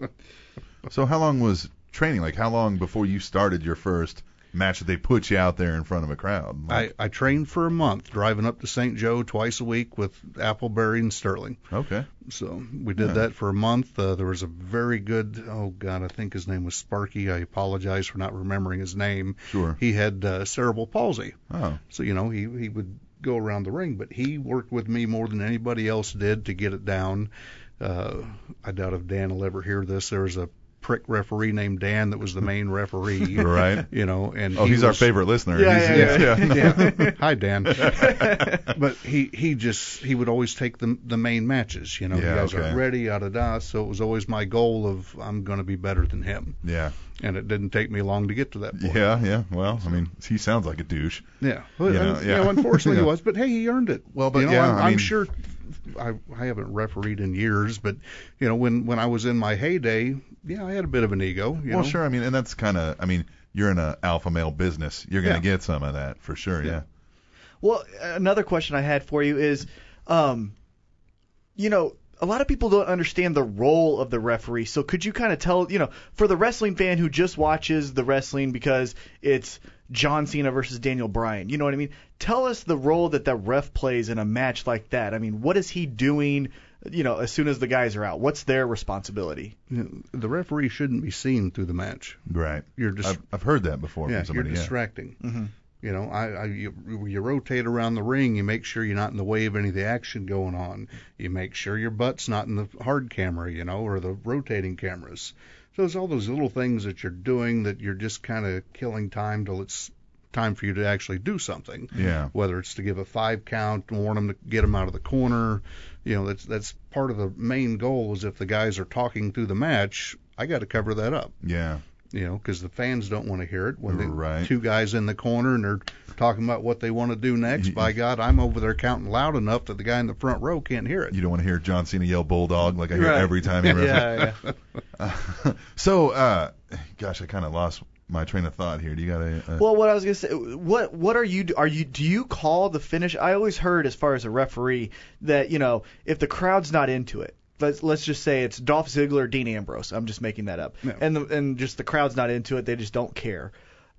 [SPEAKER 3] So how long was training? Like how long before you started your first match that they put you out there in front of a crowd?
[SPEAKER 12] I,
[SPEAKER 3] Like,
[SPEAKER 12] I trained for a month, driving up to St. Joe twice a week with Appleberry and Sterling.
[SPEAKER 3] okay.
[SPEAKER 12] So we did
[SPEAKER 3] Yeah.
[SPEAKER 12] that for a month. Uh, there was a very good, oh God, I think his name was Sparky. I apologize for not remembering his name.
[SPEAKER 3] Sure.
[SPEAKER 12] He had uh, cerebral palsy.
[SPEAKER 3] Oh.
[SPEAKER 12] So, you know, he, he would go around the ring, but he worked with me more than anybody else did to get it down. Uh, I doubt if Dan will ever hear this. There was a prick referee named Dan that was the main
[SPEAKER 3] *laughs*
[SPEAKER 12] referee.
[SPEAKER 3] Right.
[SPEAKER 12] You know, and
[SPEAKER 3] Oh,
[SPEAKER 12] he
[SPEAKER 3] he's our
[SPEAKER 12] was-
[SPEAKER 3] favorite listener.
[SPEAKER 4] Yeah,
[SPEAKER 3] He's-
[SPEAKER 4] yeah,
[SPEAKER 3] yeah,
[SPEAKER 12] *laughs*
[SPEAKER 3] *laughs*
[SPEAKER 12] yeah. Hi, Dan. but he he just he would always take the the main matches. You know,
[SPEAKER 3] Yeah,
[SPEAKER 12] you guys
[SPEAKER 3] okay.
[SPEAKER 12] are ready, yada da. So it was always my goal of I'm going to be better than him,
[SPEAKER 3] yeah. *laughs*
[SPEAKER 12] and it didn't take me long to get to that point.
[SPEAKER 3] Yeah, yeah. Well, I mean, he sounds like a douche.
[SPEAKER 12] Yeah. Well,
[SPEAKER 3] You know,
[SPEAKER 12] and,
[SPEAKER 3] yeah.
[SPEAKER 12] you know, unfortunately
[SPEAKER 3] Yeah.
[SPEAKER 12] he was, but hey, he earned it.
[SPEAKER 3] Well, but
[SPEAKER 12] you know,
[SPEAKER 3] yeah,
[SPEAKER 12] I'm,
[SPEAKER 3] I
[SPEAKER 12] I'm
[SPEAKER 3] mean-
[SPEAKER 12] sure. I, I haven't refereed in years, but you know when when I was in my heyday, yeah, I had a bit of an ego. You
[SPEAKER 3] well,
[SPEAKER 12] know?
[SPEAKER 3] sure. I mean, and that's kind of. I mean, you're in a alpha male business. You're gonna
[SPEAKER 12] Yeah.
[SPEAKER 3] get some of that for sure. Yeah.
[SPEAKER 4] Well, another question I had for you is, um, you know, a lot of people don't understand the role of the referee. So could you kind of tell, you know, for the wrestling fan who just watches the wrestling because it's John Cena versus Daniel Bryan, you know what I mean? Tell us the role that the ref plays in a match like that. I mean, what is he doing? You know, as soon as the guys are out, what's their responsibility?
[SPEAKER 12] You know, the referee shouldn't be seen through the match.
[SPEAKER 3] Right.
[SPEAKER 12] You're just
[SPEAKER 3] I've, I've heard that before
[SPEAKER 12] yeah,
[SPEAKER 3] from somebody.
[SPEAKER 12] you're
[SPEAKER 3] yeah. Mm-hmm.
[SPEAKER 12] distracting. You know, I, I you, you rotate around the ring. You make sure you're not in the way of any of the action going on. You make sure your butt's not in the hard camera, you know, or the rotating cameras. So it's all those little things that you're doing that you're just kind of killing time till it's time for you to actually do something.
[SPEAKER 3] Yeah.
[SPEAKER 12] Whether it's to give a five count, warn them to get them out of the corner. You know, that's that's part of the main goal is if the guys are talking through the match, I got to cover that up
[SPEAKER 3] Yeah.
[SPEAKER 12] you know, because the fans don't want to hear it when the
[SPEAKER 3] Right.
[SPEAKER 12] two guys in the corner and they're talking about what they want to do next. By God, I'm over there counting loud enough that the guy in the front row can't hear it.
[SPEAKER 3] You don't want to hear John Cena yell bulldog like I hear
[SPEAKER 4] Right.
[SPEAKER 3] every
[SPEAKER 4] *laughs*
[SPEAKER 3] time he wrestles.
[SPEAKER 4] *laughs* yeah.
[SPEAKER 3] So, uh, gosh, I kind of lost my train of thought here. Do you got a? a
[SPEAKER 4] Well, what I was gonna say, what what are you are you do you call the finish? I always heard as far as a referee that you know if the crowd's not into it, let's let's just say it's Dolph Ziggler, or Dean Ambrose. I'm just making that up,
[SPEAKER 12] Yeah.
[SPEAKER 4] and the, and just the crowd's not into it, they just don't care.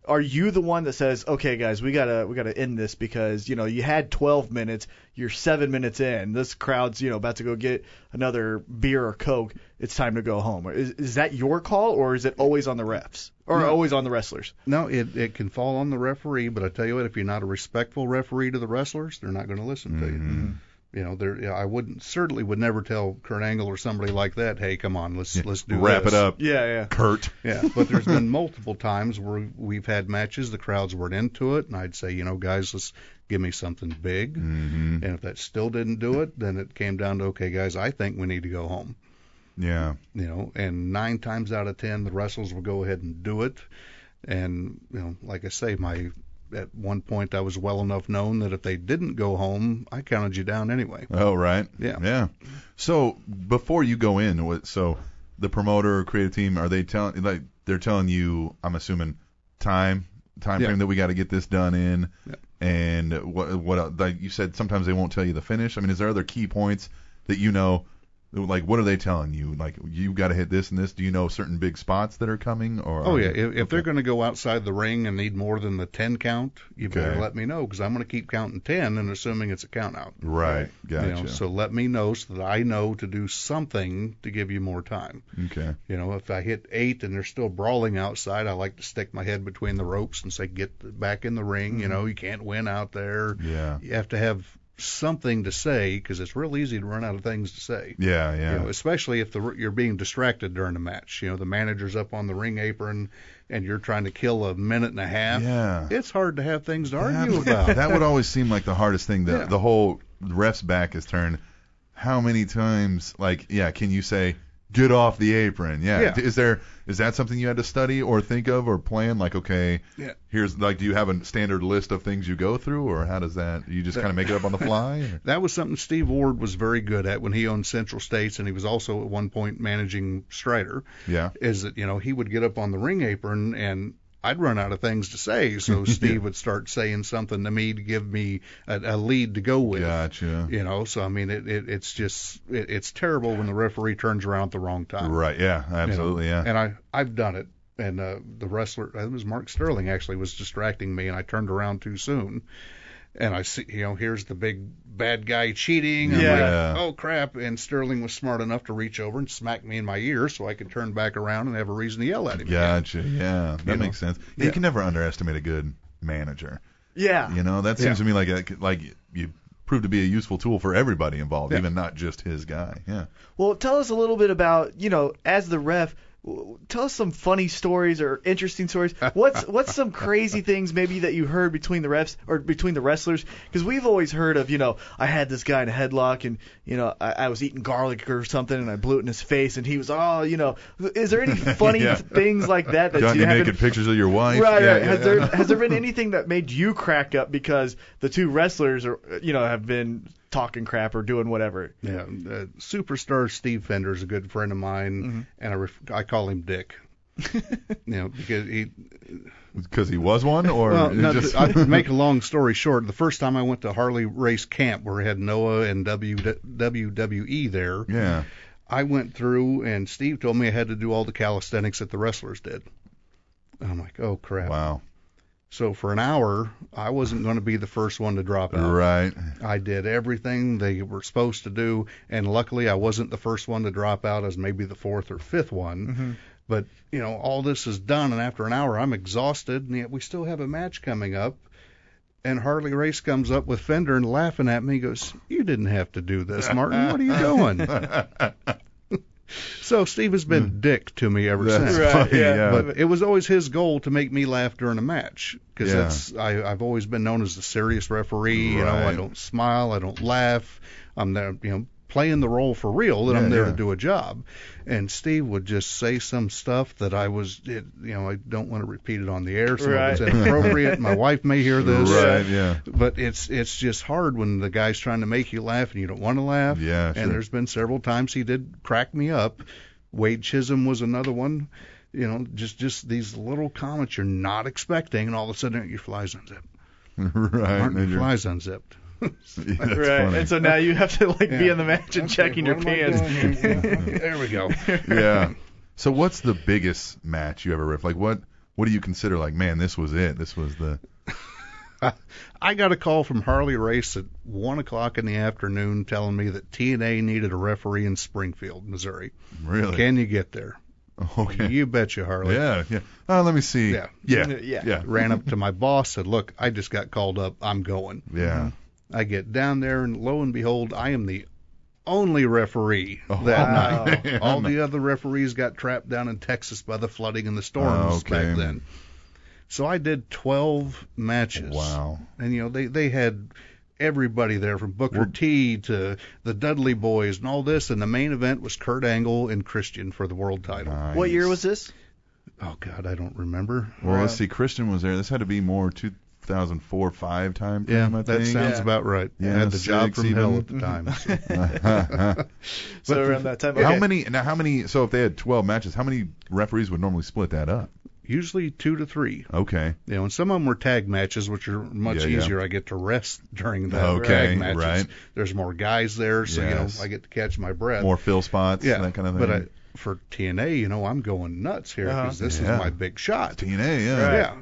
[SPEAKER 4] Are you the one that says, okay, guys, we gotta we gotta end this because you know you had 12 minutes, you're seven minutes in, this crowd's you know about to go get another beer or coke, it's time to go home. Is is that your call or is it always on the refs or
[SPEAKER 12] No.
[SPEAKER 4] always on the wrestlers?
[SPEAKER 12] No, it it can fall
[SPEAKER 3] Mm-hmm.
[SPEAKER 12] on the referee, but I tell you what, if you're not a respectful referee to the wrestlers, they're not going to listen to you. You know, there you know, I wouldn't certainly would never tell Kurt Angle or somebody like that, hey, come on, let's let's do
[SPEAKER 3] Wrap
[SPEAKER 12] this."
[SPEAKER 3] it up.
[SPEAKER 4] Yeah, yeah.
[SPEAKER 3] Kurt.
[SPEAKER 12] Yeah, but there's been multiple times where we've had matches the crowds weren't into it, and I'd say, you know, guys, let's give me something big. And if that still didn't do it, then it came down to okay, guys, I think we need to go home.
[SPEAKER 3] Yeah.
[SPEAKER 12] You know, and nine times out of ten, the wrestlers will go ahead and do it. And you know, like I say, my at one point I was well enough known that if they didn't go home, I counted you down anyway.
[SPEAKER 3] Oh, right.
[SPEAKER 12] Yeah.
[SPEAKER 3] Yeah. So before you go in, what- so the promoter or creative team are they telling like they're telling you? I'm assuming time time
[SPEAKER 12] Yeah.
[SPEAKER 3] frame that we got to get this done in.
[SPEAKER 12] Yeah.
[SPEAKER 3] And what what el- like you said, sometimes they won't tell you the finish. I mean, is there other key points that you know? Like, what are they telling you? Like, you got to hit this and this. Do you know certain big spots that are coming? Or
[SPEAKER 12] Oh yeah, if, if they're going to go outside the ring and need more than the ten count, you
[SPEAKER 3] Okay.
[SPEAKER 12] better let me know because I'm going to keep counting ten and assuming it's a count out.
[SPEAKER 3] right,
[SPEAKER 12] You
[SPEAKER 3] gotcha.
[SPEAKER 12] know, so let me know so that I know to do something to give you more time.
[SPEAKER 3] okay,
[SPEAKER 12] You know, if I hit eight and they're still brawling outside, I like to stick my head between the ropes and say, "Get back in the ring." You know, you can't win out there.
[SPEAKER 3] yeah,
[SPEAKER 12] You have to have something to say because it's real easy to run out of things to say.
[SPEAKER 3] yeah, yeah.
[SPEAKER 12] You know, especially if the, you're being distracted during the match. You know, the manager's up on the ring apron and you're trying to kill a minute and a half.
[SPEAKER 3] Yeah.
[SPEAKER 12] It's hard to have things to
[SPEAKER 3] That-
[SPEAKER 12] argue about.
[SPEAKER 3] that would always seem like the hardest thing. The
[SPEAKER 12] Yeah.
[SPEAKER 3] the whole ref's back is turned. How many times, like, yeah, can you say get off the apron? Yeah.
[SPEAKER 12] Yeah.
[SPEAKER 3] Is there is that something you had to study or think of or plan? Like, okay,
[SPEAKER 12] *laughs* Yeah.
[SPEAKER 3] here's like, do you have a standard list of things you go through, or how does that? You just
[SPEAKER 12] That-
[SPEAKER 3] kind of make it up on the fly?
[SPEAKER 12] *laughs*
[SPEAKER 3] or-
[SPEAKER 12] That was something Steve Ward was very good at when he owned Central States, and he was also at one point managing Strider.
[SPEAKER 3] Yeah.
[SPEAKER 12] Is that you know he would get up on the ring apron and I'd run out of things to say,
[SPEAKER 3] *laughs*
[SPEAKER 12] so Steve would start saying something to me to give me a, a lead to go with.
[SPEAKER 3] Gotcha.
[SPEAKER 12] You know, so I mean, it, it it's just it, it's terrible when the referee turns around at the wrong time.
[SPEAKER 3] Right. Yeah.
[SPEAKER 12] you know.
[SPEAKER 3] Absolutely. Yeah.
[SPEAKER 12] And I I've done it. And uh, the wrestler, I think it was Mark Sterling, actually was distracting me, and I turned around too soon. And I see, you know, here's the big bad guy cheating. I'm
[SPEAKER 3] Yeah.
[SPEAKER 12] like, oh crap! And Sterling was smart enough to reach over and smack me in my ear, so I could turn back around and have a reason to yell at him.
[SPEAKER 3] Gotcha. Yeah. That
[SPEAKER 12] You know.
[SPEAKER 3] makes sense. You
[SPEAKER 12] Yeah.
[SPEAKER 3] can never underestimate a good manager.
[SPEAKER 4] Yeah.
[SPEAKER 3] You know, that seems to
[SPEAKER 12] Yeah.
[SPEAKER 3] me like a, like you proved to be a useful tool for everybody involved,
[SPEAKER 12] Yeah.
[SPEAKER 3] even not just his guy. Yeah.
[SPEAKER 4] Well, tell us a little bit about, you know, as the ref, w- tell us some funny stories or interesting stories.
[SPEAKER 3] *laughs*
[SPEAKER 4] What's what's some crazy things maybe that you heard between the refs or between the wrestlers? Because we've always heard of, you know, I had this guy in a headlock and, you know, I, I was eating garlic or something and I blew it in his face and he was, oh, you know,
[SPEAKER 3] *laughs*
[SPEAKER 4] is there any funny
[SPEAKER 3] Yeah.
[SPEAKER 4] things like that that
[SPEAKER 3] Got
[SPEAKER 4] you
[SPEAKER 3] any
[SPEAKER 4] haven't
[SPEAKER 3] naked pictures of your wife?
[SPEAKER 4] Right,
[SPEAKER 3] Yeah,
[SPEAKER 4] right.
[SPEAKER 3] yeah,
[SPEAKER 4] has
[SPEAKER 3] yeah. *laughs*
[SPEAKER 4] there has there been anything that made you crack up because the two wrestlers are you know have been talking crap or doing whatever?
[SPEAKER 12] Yeah, uh, superstar Steve Fender is a good friend of mine, and I ref- I call him *laughs* Dick. you know, because he
[SPEAKER 3] Because he was one, or
[SPEAKER 12] Well,
[SPEAKER 3] it
[SPEAKER 12] no,
[SPEAKER 3] just
[SPEAKER 12] *laughs* I, to make a long story short, the first time I went to Harley Race Camp, where we had Noah and w, WWE there,
[SPEAKER 3] *laughs* yeah.
[SPEAKER 12] I went through and Steve told me I had to do all the calisthenics that the wrestlers did. I'm like, oh crap!
[SPEAKER 3] Wow.
[SPEAKER 12] So for an hour, I wasn't going to be the first one to drop out.
[SPEAKER 3] Right.
[SPEAKER 12] I did everything they were supposed to do, and luckily I wasn't the first one to drop out as maybe the fourth or fifth one. But you know, all this is done, and after an hour, I'm exhausted, and yet we still have a match coming up. And Harley Race comes up with Fender and laughing at me. He goes, "You didn't have to do this, Martin. What are you doing?" so Steve has been dick to me ever
[SPEAKER 3] That's
[SPEAKER 12] since.
[SPEAKER 3] funny. Yeah.
[SPEAKER 12] But it was always his goal to make me laugh during a match because
[SPEAKER 3] Yeah.
[SPEAKER 12] that's I, I've always been known as the serious referee. You know, I
[SPEAKER 3] Right.
[SPEAKER 12] don't smile, I don't laugh. I'm there, you know, playing the role for real that
[SPEAKER 3] Yeah,
[SPEAKER 12] I'm there
[SPEAKER 3] yeah.
[SPEAKER 12] to do a job. And Steve would just say some stuff that I was, it, you know, I don't want to repeat it on the air. Some of it's
[SPEAKER 4] Right. *laughs*
[SPEAKER 12] inappropriate. My wife may hear this.
[SPEAKER 3] Right. Yeah.
[SPEAKER 12] But it's it's just hard when the guy's trying to make you laugh and you don't want to laugh.
[SPEAKER 3] Yeah, sure.
[SPEAKER 12] And there's been several times he did crack me up. Wade Chisholm was another one. You know, just just these little comments you're not expecting, and all of a sudden your fly's unzipped.
[SPEAKER 3] *laughs* right.
[SPEAKER 12] Martin,
[SPEAKER 3] and
[SPEAKER 12] your
[SPEAKER 3] you're-
[SPEAKER 12] fly's unzipped.
[SPEAKER 3] *laughs* Yeah, that's
[SPEAKER 4] right.
[SPEAKER 3] funny.
[SPEAKER 4] And so now you have to like be
[SPEAKER 12] Yeah.
[SPEAKER 4] in the match and checking your
[SPEAKER 12] what am I
[SPEAKER 4] pants.
[SPEAKER 12] doing here? there we go.
[SPEAKER 3] yeah. *laughs* So what's the biggest match you ever riffed? Like what? What do you consider like? Man, this was it. This was the.
[SPEAKER 12] *laughs* I got a call from Harley Race at one o'clock in the afternoon telling me that TNA needed a referee in Springfield, Missouri.
[SPEAKER 3] Really.
[SPEAKER 12] Can you get there?
[SPEAKER 3] *laughs* okay.
[SPEAKER 12] You betcha, Harley.
[SPEAKER 3] yeah. Yeah. Oh, let me see.
[SPEAKER 12] Yeah.
[SPEAKER 3] Yeah.
[SPEAKER 4] Yeah.
[SPEAKER 3] Yeah.
[SPEAKER 12] ran up to my boss, said, "Look, I just got called up. I'm going."
[SPEAKER 3] Yeah.
[SPEAKER 12] I get down there, and lo and behold, I am the only referee that
[SPEAKER 3] wow.
[SPEAKER 12] *laughs* night. All the other referees got trapped down in Texas by the flooding and the storms
[SPEAKER 3] Okay.
[SPEAKER 12] back then. So I did 12 matches. Wow. And, you know, they, they had everybody there from Booker T to the Dudley Boys and all this. And the main event was Kurt Angle and Christian for the world title.
[SPEAKER 4] What year was this?
[SPEAKER 12] Oh, God, I don't remember.
[SPEAKER 3] Well, let's see. Christian was there. This had to be more 2004, five time.
[SPEAKER 12] Yeah,
[SPEAKER 3] frame, I
[SPEAKER 12] that
[SPEAKER 3] think.
[SPEAKER 12] sounds about right. I
[SPEAKER 3] Yeah,
[SPEAKER 12] had the job
[SPEAKER 3] six
[SPEAKER 12] from
[SPEAKER 3] even.
[SPEAKER 12] hell at the time.
[SPEAKER 3] so
[SPEAKER 4] So around that time,
[SPEAKER 3] Mm-hmm. How
[SPEAKER 4] okay.
[SPEAKER 3] many? Now, how many? So if they had 12 matches, how many referees would normally split that up?
[SPEAKER 12] Usually two to three.
[SPEAKER 3] Okay.
[SPEAKER 12] You know, and some of them were tag matches, which are much
[SPEAKER 3] Yeah, yeah.
[SPEAKER 12] easier. I get to rest during the
[SPEAKER 3] Okay,
[SPEAKER 12] tag matches.
[SPEAKER 3] right.
[SPEAKER 12] There's more guys there, so
[SPEAKER 3] Yes.
[SPEAKER 12] you know I get to catch my breath.
[SPEAKER 3] More fill spots,
[SPEAKER 12] yeah,
[SPEAKER 3] that kind of thing.
[SPEAKER 12] But I, for TNA, you know, I'm going nuts here
[SPEAKER 3] Uh-huh.
[SPEAKER 12] because this
[SPEAKER 3] Yeah.
[SPEAKER 12] is my big shot.
[SPEAKER 3] TNA, yeah. Right.
[SPEAKER 12] Yeah.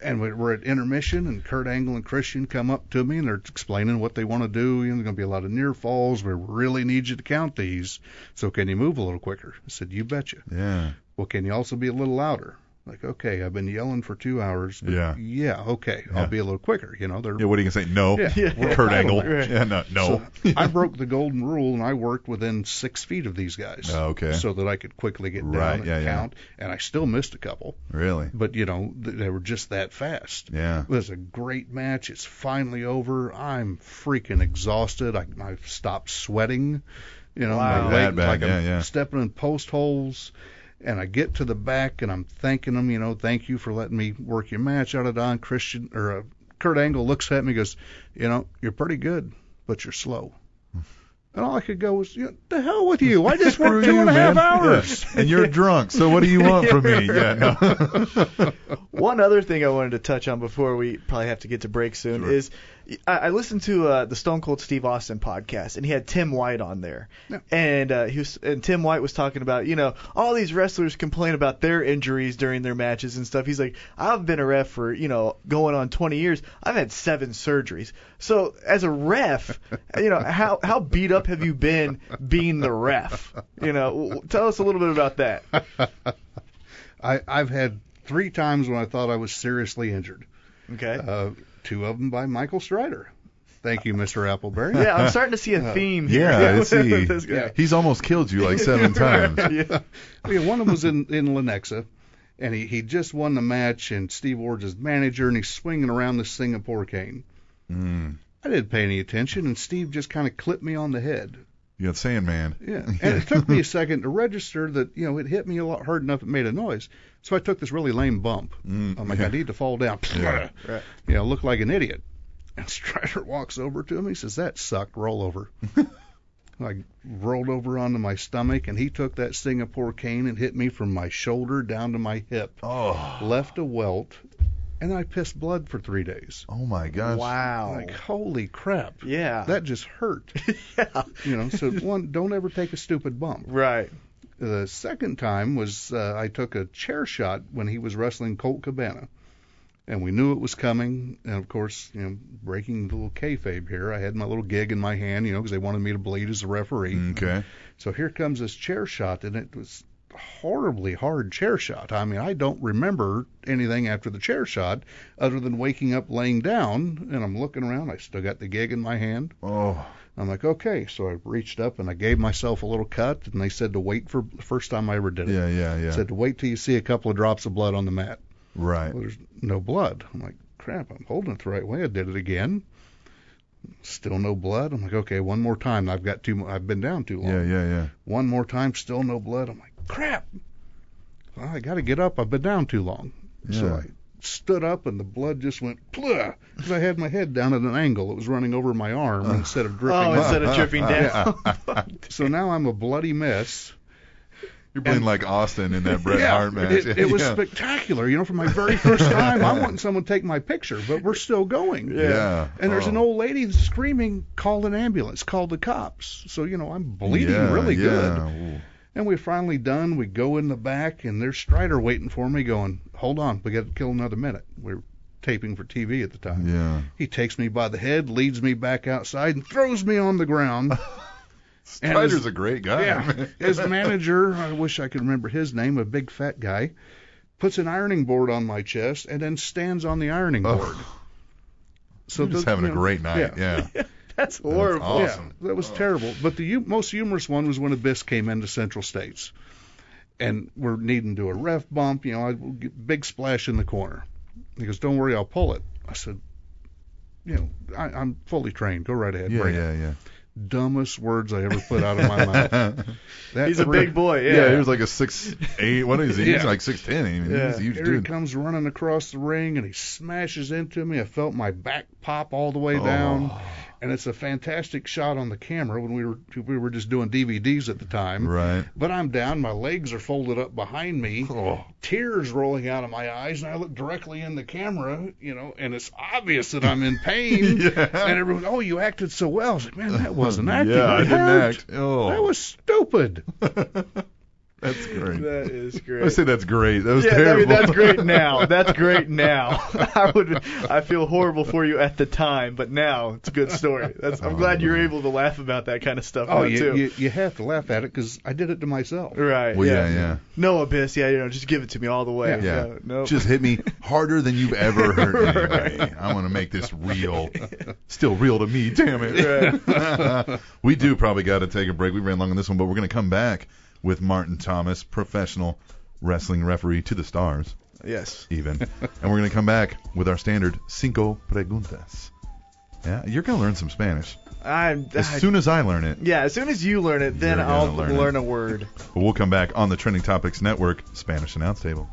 [SPEAKER 12] And we- we're at intermission, and Kurt Angle and Christian come up to me, and they're explaining what they want to do. You know, there's going to be a lot of near falls. We really need you to count these. So can you move a little quicker? I said, you betcha.
[SPEAKER 3] Yeah.
[SPEAKER 12] Well, can you also be a little louder? Like, okay, I've been yelling for two hours. But
[SPEAKER 3] Yeah.
[SPEAKER 12] Yeah, okay,
[SPEAKER 3] Yeah.
[SPEAKER 12] I'll be a little quicker. You
[SPEAKER 3] *laughs*
[SPEAKER 12] know, they're.
[SPEAKER 3] Yeah, what are you gonna say? No.
[SPEAKER 12] Yeah.
[SPEAKER 3] We're Kurt
[SPEAKER 12] I don't
[SPEAKER 3] Angle.
[SPEAKER 12] like-
[SPEAKER 3] Yeah, no. no.
[SPEAKER 12] So I broke the golden rule and I worked within six feet of these guys.
[SPEAKER 3] Oh, okay.
[SPEAKER 12] So that I could quickly get
[SPEAKER 3] Right,
[SPEAKER 12] down and
[SPEAKER 3] yeah, yeah.
[SPEAKER 12] count. And I still missed a couple.
[SPEAKER 3] Really?
[SPEAKER 12] But, you know, th- they were just that fast.
[SPEAKER 3] Yeah.
[SPEAKER 12] It was a great match. It's finally over. I'm freaking exhausted. I, I stopped sweating. You
[SPEAKER 3] Wow.
[SPEAKER 12] know, my
[SPEAKER 4] Um,
[SPEAKER 3] That
[SPEAKER 12] leg,
[SPEAKER 3] bad,
[SPEAKER 12] like
[SPEAKER 3] yeah,
[SPEAKER 12] I'm
[SPEAKER 3] yeah.
[SPEAKER 12] stepping in post holes. And I get to the back and I'm thanking them, you know, thank you for letting me work your match out of Don Christian or uh, Kurt Angle looks at me and goes, you know, you're pretty good, but you're slow. And all I could go was, you know, the hell with you.
[SPEAKER 3] *laughs*
[SPEAKER 12] I just worked two
[SPEAKER 3] Screw
[SPEAKER 12] and a
[SPEAKER 3] you,
[SPEAKER 12] half
[SPEAKER 3] man.
[SPEAKER 12] hours.
[SPEAKER 3] Yeah. And you're drunk, so what do you want from
[SPEAKER 12] *laughs*
[SPEAKER 3] me? Yeah, no. *laughs*
[SPEAKER 4] One other thing I wanted to touch on before we probably have to get to break soon is I, I listened to uh, the Stone Cold Steve Austin podcast, and he had Tim White on there, and uh, he was and Tim White was talking about you know all these wrestlers complain about their injuries during their matches and stuff. He's like, I've been a ref for you know going on 20 years. I've had seven surgeries. So as a ref, *laughs* you know how how beat up have you been being the ref? You know, w- w- tell us a little bit about that.
[SPEAKER 12] I, I've had three times when I thought I was seriously injured.
[SPEAKER 4] Okay.
[SPEAKER 12] Uh, two of them by Michael Strider. Thank you, Mr. Appleberry.
[SPEAKER 4] Yeah, I'm starting to see a theme here.
[SPEAKER 3] Yeah, I
[SPEAKER 4] with
[SPEAKER 14] *laughs*
[SPEAKER 3] see.
[SPEAKER 4] this guy.
[SPEAKER 3] He's almost killed you like seven times.
[SPEAKER 12] yeah. I mean, one of them was in, in Lenexa, and he, he just won the match, and Steve Ward's his manager, and he's swinging around this Singapore cane.
[SPEAKER 3] Mm.
[SPEAKER 12] I didn't pay any attention, and Steve just kind of clipped me on the head.
[SPEAKER 3] You got Sandman. *laughs*
[SPEAKER 12] Yeah. And it took me a second to register that, you know, it hit me a lot hard enough it made a noise. So I took this really lame bump.
[SPEAKER 3] Mm,
[SPEAKER 12] I'm like,
[SPEAKER 3] yeah.
[SPEAKER 12] I need to fall down. *laughs*
[SPEAKER 3] Yeah.
[SPEAKER 12] You know, look like an idiot. And *laughs* Strider walks over to him. He says, That sucked. Roll over.
[SPEAKER 3] *laughs*
[SPEAKER 12] I rolled over onto my stomach, and he took that Singapore cane and hit me from my shoulder down to my hip.
[SPEAKER 3] Oh.
[SPEAKER 12] Left a welt, and I pissed blood for three days.
[SPEAKER 3] Oh my gosh.
[SPEAKER 4] Wow.
[SPEAKER 12] Like, holy crap.
[SPEAKER 4] yeah.
[SPEAKER 12] That just hurt.
[SPEAKER 14] *laughs*
[SPEAKER 4] yeah.
[SPEAKER 12] You
[SPEAKER 3] *laughs*
[SPEAKER 12] know, so one, don't ever take a stupid bump.
[SPEAKER 4] Right.
[SPEAKER 12] The second time was uh, I took a chair shot when he was wrestling Colt Cabana, and we knew it was coming. And of course, you know, breaking the little kayfabe here, I had my little gig in my hand, you know, because they wanted me to bleed as a referee.
[SPEAKER 3] Okay.
[SPEAKER 12] So here comes this chair shot, and it was a horribly hard chair shot. I mean, I don't remember anything after the chair shot other than waking up laying down, and I'm looking around. I still got the gig in my hand.
[SPEAKER 3] Oh.
[SPEAKER 12] I'm like, okay. So I reached up and I gave myself a little cut, and they said to wait for the first time I ever did it.
[SPEAKER 3] Yeah, yeah, yeah.
[SPEAKER 12] Said to wait till you see a couple of drops of blood on the mat.
[SPEAKER 3] right.
[SPEAKER 12] Well, there's no blood. I'm like, crap. I'm holding it the right way. I did it again. Still no blood. I'm like, okay, one more time. I've got too. mu- I've been down too long.
[SPEAKER 3] Yeah, yeah, yeah.
[SPEAKER 12] One more time. Still no blood. I'm like, crap. Well, I got to get up. I've been down too long. So
[SPEAKER 3] Yeah.
[SPEAKER 12] I stood up and the blood just went pleh because I had my head down at an angle. It was running over my arm instead of dripping.
[SPEAKER 4] Oh,
[SPEAKER 12] up.
[SPEAKER 4] instead of dripping down.
[SPEAKER 12] So now I'm a bloody mess.
[SPEAKER 3] *laughs* You're playing like Austin in that Bret Hart match.
[SPEAKER 12] It, it was
[SPEAKER 3] *laughs* yeah.
[SPEAKER 12] spectacular. You know, for my very first time, I'm wanting someone to take my picture, but we're still going.
[SPEAKER 3] Yeah.
[SPEAKER 12] And there's an
[SPEAKER 3] Oh.
[SPEAKER 12] old lady screaming, call an ambulance, call the cops. So, you know, I'm bleeding
[SPEAKER 3] Yeah,
[SPEAKER 12] really
[SPEAKER 3] yeah.
[SPEAKER 12] good.
[SPEAKER 3] Ooh.
[SPEAKER 12] And we're finally done. We go in the back, and there's Strider waiting for me, going, hold on, we got to kill another minute. We're taping for TV at the time.
[SPEAKER 3] Yeah.
[SPEAKER 12] He takes me by the head, leads me back outside, and throws me on
[SPEAKER 3] *laughs*
[SPEAKER 12] the ground. And his-
[SPEAKER 3] Strider's a great guy. *laughs*
[SPEAKER 12] yeah. His manager, I wish I could remember his name, a big fat guy,
[SPEAKER 3] Oh.
[SPEAKER 12] puts an ironing board on my chest and then stands on the ironing board. So
[SPEAKER 3] You're just
[SPEAKER 12] the-
[SPEAKER 3] having
[SPEAKER 12] you
[SPEAKER 3] a
[SPEAKER 12] know,
[SPEAKER 3] great night.
[SPEAKER 12] *laughs*
[SPEAKER 3] Yeah.
[SPEAKER 14] That's
[SPEAKER 3] horrible. awesome.
[SPEAKER 12] Yeah, that was terrible. But the hu- most humorous one was when Abyss came into Central States, and we're needing to do a ref bump. You know, I get big splash in the corner. He goes, "Don't worry, I'll pull it." I said, "You know, I, I'm fully trained. Go right ahead.
[SPEAKER 3] Yeah,
[SPEAKER 12] bring it."
[SPEAKER 3] yeah, yeah.
[SPEAKER 12] Dumbest words I ever put out of my mouth.
[SPEAKER 14] *laughs*
[SPEAKER 12] That
[SPEAKER 14] He's a
[SPEAKER 12] ref-
[SPEAKER 14] big boy,
[SPEAKER 3] *laughs* Yeah, he was like a six eight. What is he? He's
[SPEAKER 12] Yeah.
[SPEAKER 3] like six ten. I mean, He's a huge
[SPEAKER 12] Here he
[SPEAKER 3] dude.
[SPEAKER 12] comes running across the ring and he smashes into me. I felt my back pop all the way
[SPEAKER 3] Oh.
[SPEAKER 12] down. And it's a fantastic shot on the camera when we were we were just doing DVDs at the time.
[SPEAKER 3] Right.
[SPEAKER 12] But I'm down, my legs are folded up behind me, tears rolling out of my eyes, and I look directly in the camera, you know, and it's obvious that I'm in pain.
[SPEAKER 3] *laughs* Yeah.
[SPEAKER 12] And everyone, oh, you acted so well. I was like, man,
[SPEAKER 3] *laughs*
[SPEAKER 12] that wasn't acting.
[SPEAKER 3] Yeah, I
[SPEAKER 12] It
[SPEAKER 3] didn't
[SPEAKER 12] hurt.
[SPEAKER 3] act. Oh.
[SPEAKER 12] That
[SPEAKER 3] *laughs*
[SPEAKER 12] was stupid.
[SPEAKER 3] That's great.
[SPEAKER 14] That is great.
[SPEAKER 3] *laughs* I say that's great. That was
[SPEAKER 14] yeah, I mean,
[SPEAKER 3] terrible. *laughs*
[SPEAKER 14] that's great now. That's great now. *laughs* I would, I feel horrible for you at the time, but now it's a good story. That's, I'm glad you're
[SPEAKER 3] Oh.
[SPEAKER 14] able to laugh about that kind of stuff
[SPEAKER 12] Oh,
[SPEAKER 14] now
[SPEAKER 12] you,
[SPEAKER 14] too.
[SPEAKER 12] you, you have to laugh at it because I did it to myself.
[SPEAKER 14] right.
[SPEAKER 3] Well,
[SPEAKER 14] yeah.
[SPEAKER 3] yeah, yeah.
[SPEAKER 14] No abyss. Yeah, you know, just give it to me all the way.
[SPEAKER 3] Yeah.
[SPEAKER 14] No, no. *laughs*
[SPEAKER 3] Just hit me harder than you've ever heard anybody. I want to make this real. Still real to me, damn *laughs* it. we do probably got to take a break. We ran long on this one, but we're going to come back with Martin Thomas, professional wrestling referee to the stars,
[SPEAKER 14] yes.
[SPEAKER 3] even. and we're going to come back with our standard cinco preguntas. Yeah, you're going to learn some Spanish.
[SPEAKER 14] I'm.
[SPEAKER 3] As
[SPEAKER 14] I-
[SPEAKER 3] soon as I learn it,
[SPEAKER 14] yeah. As soon as you learn it, then
[SPEAKER 3] You're gonna
[SPEAKER 14] I'll
[SPEAKER 3] learn it.
[SPEAKER 14] learn a word.
[SPEAKER 3] But we'll come back on the Trending Topics Network Spanish Announce Table.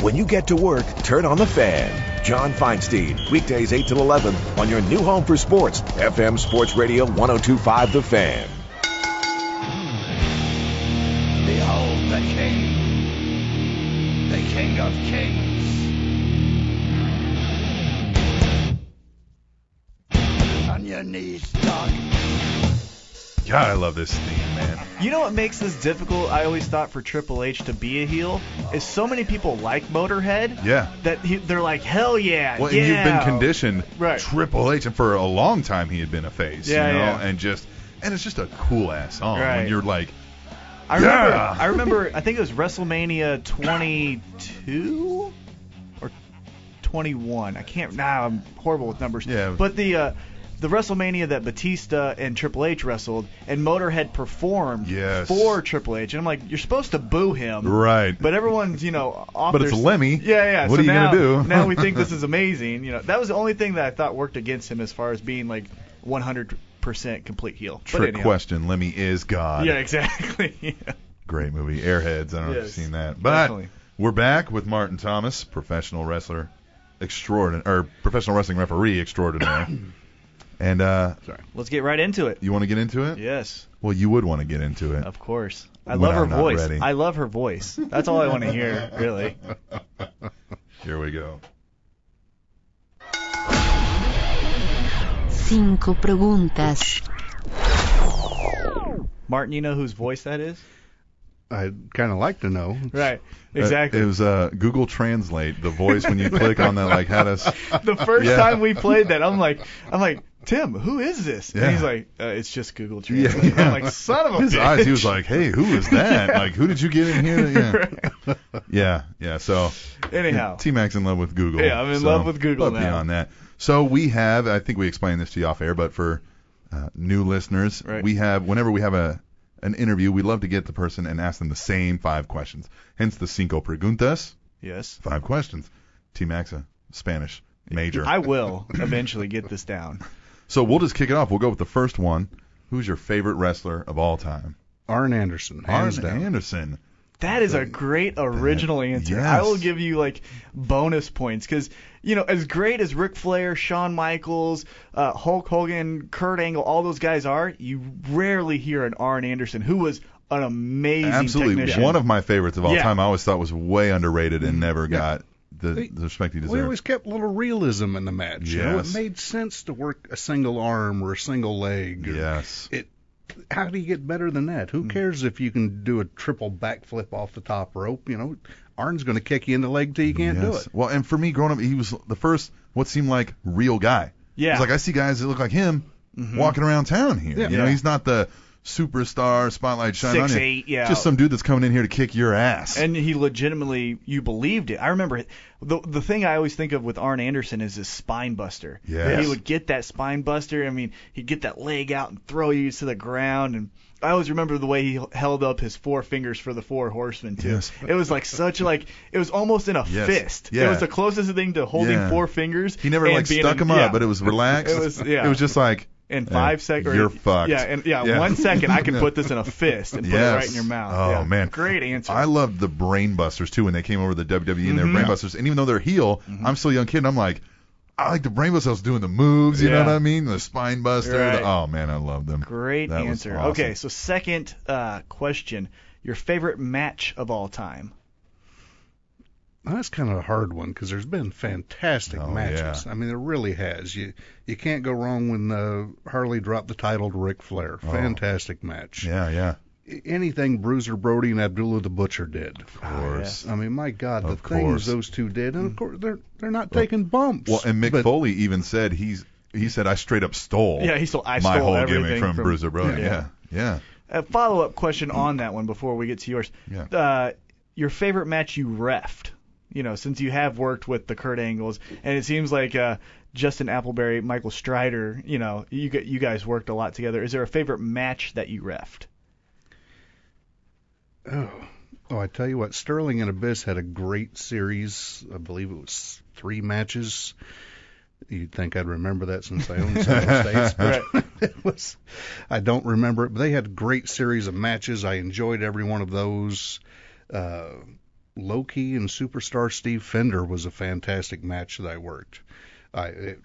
[SPEAKER 15] When you get to work, turn on the fan. John Feinstein, weekdays 8 till 11 on your new home for sports, FM Sports Radio 1025 The Fan.
[SPEAKER 11] Behold the King, the King of Kings. On your knees, dog.
[SPEAKER 3] God, I love this theme, man.
[SPEAKER 4] You know what makes this difficult? I always thought for Triple H to be a heel is so many people like Motorhead
[SPEAKER 3] Yeah.
[SPEAKER 4] that he, they're like, hell yeah,
[SPEAKER 3] Well,
[SPEAKER 4] yeah.
[SPEAKER 3] and you've been conditioned.
[SPEAKER 4] Right.
[SPEAKER 3] Triple H, and for a long time he had been a face.
[SPEAKER 4] Yeah,
[SPEAKER 3] you know?
[SPEAKER 4] yeah.
[SPEAKER 3] And just, and it's just a cool ass song.
[SPEAKER 4] Right.
[SPEAKER 3] When you're like,
[SPEAKER 4] I remember,
[SPEAKER 3] Yeah.
[SPEAKER 4] I remember, I think it was WrestleMania 22 or 21. I can't. Nah, I'm horrible with numbers.
[SPEAKER 3] Yeah.
[SPEAKER 4] But the uh, the WrestleMania that Batista and Triple H wrestled, and Motorhead performed
[SPEAKER 3] Yes.
[SPEAKER 4] for Triple H, and I'm like, you're supposed to boo him,
[SPEAKER 3] right.
[SPEAKER 4] But everyone's, you know, off.
[SPEAKER 3] But it's
[SPEAKER 4] their-
[SPEAKER 3] Lemmy.
[SPEAKER 4] Yeah, yeah.
[SPEAKER 3] What
[SPEAKER 4] so
[SPEAKER 3] are you
[SPEAKER 4] now,
[SPEAKER 3] gonna do?
[SPEAKER 4] *laughs* now we think
[SPEAKER 3] *laughs*
[SPEAKER 4] this is amazing. You know, that was the only thing that I thought worked against him as far as being like 100% complete heel. But
[SPEAKER 3] trick
[SPEAKER 4] anyhow.
[SPEAKER 3] question. Lemmy is God.
[SPEAKER 4] Yeah, exactly. *laughs* Yeah.
[SPEAKER 3] Great movie. Airheads. I don't know if you've
[SPEAKER 4] Yes,
[SPEAKER 3] seen that. But
[SPEAKER 4] definitely.
[SPEAKER 3] we're back with Martin Thomas, professional wrestler extraordinary, or professional wrestling referee
[SPEAKER 4] *coughs*
[SPEAKER 3] extraordinaire. and uh,
[SPEAKER 4] Let's get right into it.
[SPEAKER 3] you want to get into it?
[SPEAKER 4] Yes,
[SPEAKER 3] Well, you would want to get into it.
[SPEAKER 4] of course. I
[SPEAKER 3] When
[SPEAKER 4] love her
[SPEAKER 3] I'm not
[SPEAKER 4] voice.
[SPEAKER 3] ready.
[SPEAKER 4] I love her voice. That's all I want to hear, really.
[SPEAKER 3] Here we go.
[SPEAKER 9] Cinco preguntas.
[SPEAKER 4] Martin, you know whose voice that is?
[SPEAKER 12] I'd kind of like to know.
[SPEAKER 4] Right.
[SPEAKER 3] Uh,
[SPEAKER 4] Exactly.
[SPEAKER 3] It was uh, Google Translate the voice when you click on that, like how to. s-
[SPEAKER 4] *laughs* the first
[SPEAKER 3] Yeah.
[SPEAKER 4] time we played that, I'm like, I'm like, Tim, who is this?
[SPEAKER 3] Yeah.
[SPEAKER 4] And he's like, uh, it's just Google
[SPEAKER 3] Yeah,
[SPEAKER 4] Translate.
[SPEAKER 3] yeah.
[SPEAKER 4] I'm like, son of
[SPEAKER 3] *laughs*
[SPEAKER 4] a
[SPEAKER 3] His
[SPEAKER 4] bitch.
[SPEAKER 3] eyes, he was like, "Hey, who is that?
[SPEAKER 4] Yeah.
[SPEAKER 3] Like, who did you get in here?" Yeah, yeah, yeah. So
[SPEAKER 4] Anyhow.
[SPEAKER 3] T Mac's in love with Google.
[SPEAKER 4] Yeah, I'm in
[SPEAKER 3] so,
[SPEAKER 4] love with Google
[SPEAKER 3] but
[SPEAKER 4] now.
[SPEAKER 3] Beyond that, so we have. I think we explained this to you off air, but for uh, new listeners,
[SPEAKER 4] Right.
[SPEAKER 3] we have whenever we have a an interview, we love to get the person and ask them the same five questions. Hence the cinco preguntas,
[SPEAKER 4] Yes.
[SPEAKER 3] five questions. T Mac's a Spanish major.
[SPEAKER 4] I will eventually get this down.
[SPEAKER 3] So we'll just kick it off. We'll go with the first one. Who's your favorite wrestler of all time?
[SPEAKER 12] Arn Anderson, hands
[SPEAKER 3] Arn
[SPEAKER 12] down.
[SPEAKER 3] Anderson.
[SPEAKER 4] That is a great original answer.
[SPEAKER 3] yes.
[SPEAKER 4] I will give you like bonus points because you know as great as Ric Flair, Shawn Michaels, uh, Hulk Hogan, Kurt Angle, all those guys are, you rarely hear an Arn Anderson who was an amazing
[SPEAKER 3] Absolutely
[SPEAKER 4] technician.
[SPEAKER 3] one of my favorites of all
[SPEAKER 4] Yeah.
[SPEAKER 3] time. I always thought was way underrated and never got the, the respect he
[SPEAKER 12] We
[SPEAKER 3] deserved.
[SPEAKER 12] always kept a little realism in the match. You know, it
[SPEAKER 3] Yes.
[SPEAKER 12] made sense to work a single arm or a single leg. or-
[SPEAKER 3] yes. Mm.
[SPEAKER 12] It. How do you get better than that? Who cares if you can do a triple backflip off the top rope? You know, Arn's going to kick you in the leg till you can't do
[SPEAKER 3] Yes.
[SPEAKER 12] it.
[SPEAKER 3] Well, and for me growing up, he was the first what seemed like real guy.
[SPEAKER 4] Yeah. Mm-hmm.
[SPEAKER 3] It's like I see guys that look like him walking around town here.
[SPEAKER 12] Yeah.
[SPEAKER 3] You know,
[SPEAKER 4] Yeah.
[SPEAKER 3] he's not the superstar spotlight shine
[SPEAKER 4] Six,
[SPEAKER 3] on you.
[SPEAKER 4] eight, yeah.
[SPEAKER 3] Just some dude that's coming in here to kick your ass.
[SPEAKER 4] And he legitimately, you believed it. I remember it. The, the thing I always think of with Arn Anderson is his spine buster.
[SPEAKER 3] Yes.
[SPEAKER 4] He would get that spine buster. I mean, he'd get that leg out and throw you to the ground. And I always remember the way he held up his four fingers for the four horsemen, too.
[SPEAKER 3] Yes.
[SPEAKER 4] It was like such like, it was almost in a
[SPEAKER 3] Yes.
[SPEAKER 4] fist. It
[SPEAKER 3] Yeah.
[SPEAKER 4] was the closest thing to holding
[SPEAKER 3] Yeah.
[SPEAKER 4] four fingers.
[SPEAKER 3] He never
[SPEAKER 4] and
[SPEAKER 3] like
[SPEAKER 4] being
[SPEAKER 3] stuck
[SPEAKER 4] in-
[SPEAKER 3] him up,
[SPEAKER 4] yeah.
[SPEAKER 3] but it was relaxed.
[SPEAKER 4] It was, yeah.
[SPEAKER 3] It was just like
[SPEAKER 4] In
[SPEAKER 3] eh,
[SPEAKER 4] five seconds,
[SPEAKER 3] You're fucked.
[SPEAKER 4] Yeah, and yeah, one second
[SPEAKER 3] *laughs*
[SPEAKER 4] I can put this in a fist and put it right in your mouth.
[SPEAKER 3] Oh
[SPEAKER 4] Yeah.
[SPEAKER 3] man,
[SPEAKER 4] great answer.
[SPEAKER 3] I loved the Brainbusters too when they came over to WWE E and their
[SPEAKER 4] Mhm.
[SPEAKER 3] Brainbusters. And even though they're heel,
[SPEAKER 4] Mm-hmm.
[SPEAKER 3] I'm still a young kid. and I'm like, I like the Brainbusters doing the moves. You know
[SPEAKER 4] Yeah.
[SPEAKER 3] what I mean? The spine buster. the-
[SPEAKER 4] Right.
[SPEAKER 3] oh man, I love them.
[SPEAKER 4] Great
[SPEAKER 3] That was
[SPEAKER 4] answer.
[SPEAKER 3] awesome.
[SPEAKER 4] Okay, so second uh, question: Your favorite match of all time?
[SPEAKER 12] That's kind of a hard one because there's been fantastic
[SPEAKER 3] Oh,
[SPEAKER 12] matches. I mean, there really has. You you can't go wrong when uh, Harley dropped the title to Ric Flair.
[SPEAKER 3] Oh.
[SPEAKER 12] Fantastic match.
[SPEAKER 3] Yeah, yeah.
[SPEAKER 12] Anything Bruiser Brody and Abdullah the Butcher did. Of
[SPEAKER 4] Ah,
[SPEAKER 3] course.
[SPEAKER 12] I mean, my God, the
[SPEAKER 3] Of course. Mm.
[SPEAKER 12] things those two did, and of course they're they're not taking bumps.
[SPEAKER 3] Well, and Mick Foley even said he's he said I straight up stole.
[SPEAKER 4] Yeah, he stole- I
[SPEAKER 3] my
[SPEAKER 4] stole
[SPEAKER 3] whole
[SPEAKER 4] everything
[SPEAKER 3] gimmick from,
[SPEAKER 4] from-
[SPEAKER 3] Bruiser Brody.
[SPEAKER 4] Yeah.
[SPEAKER 3] Yeah, yeah.
[SPEAKER 4] A follow-up
[SPEAKER 3] *clears throat*
[SPEAKER 4] question on that one before we get to yours.
[SPEAKER 3] Yeah.
[SPEAKER 4] Uh, your favorite match you refed? You know, since you have worked with the Kurt Angles, and it seems like uh, Justin Appleberry, Michael Strider, you know, you gu- you guys worked a lot together. Is there a favorite match that you refed?
[SPEAKER 12] Oh, oh! I tell you what, Sterling and Abyss had a great series. I believe it was three matches. You'd think I'd remember that since I
[SPEAKER 16] *laughs*
[SPEAKER 12] own several states, but *laughs* it was. I don't remember it. But they had a great series of matches. I enjoyed every one of those. Uh, Loki and Superstar Steve Fender was a fantastic match that I worked. I it,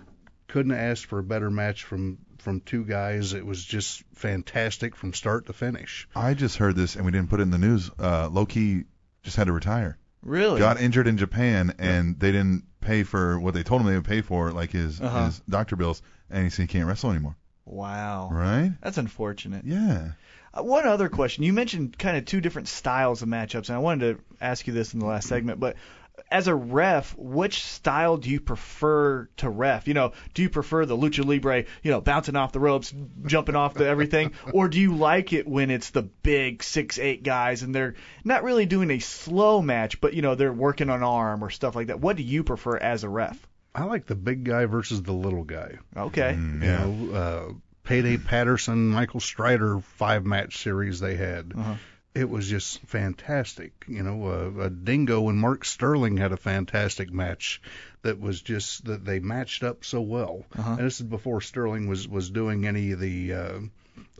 [SPEAKER 12] couldn't ask for a better match from from two guys. It was just fantastic from start to finish.
[SPEAKER 3] I just heard this and we didn't put it in the news. Uh, Loki just had to retire.
[SPEAKER 4] Really?
[SPEAKER 3] Got injured in Japan and they didn't pay for what they told him they would pay for, like his
[SPEAKER 4] Uh-huh.
[SPEAKER 3] his doctor bills, and he said he can't wrestle anymore.
[SPEAKER 4] Wow.
[SPEAKER 3] Right?
[SPEAKER 4] That's unfortunate.
[SPEAKER 3] Yeah.
[SPEAKER 4] Uh, One other question. You mentioned kind of two different styles of matchups, and I wanted to ask you this in the last segment, but as a ref, which style do you prefer to ref? You know, do you prefer the lucha libre, you know, bouncing off the ropes, jumping off the everything, or do you like it when it's the big six eight guys and they're not really doing a slow match, but you know they're working on arm or stuff like that? What do you prefer as a ref?
[SPEAKER 12] I like the big guy versus the little guy.
[SPEAKER 4] Okay.
[SPEAKER 3] yeah.
[SPEAKER 12] You know, uh, Payday Patterson, Michael Strider five match series they had.
[SPEAKER 4] Uh-huh.
[SPEAKER 12] It was just fantastic. You know, uh, uh, Dingo and Mark Sterling had a fantastic match that was just that they matched up so well.
[SPEAKER 4] Uh-huh.
[SPEAKER 12] And this is before Sterling was was doing any of the uh,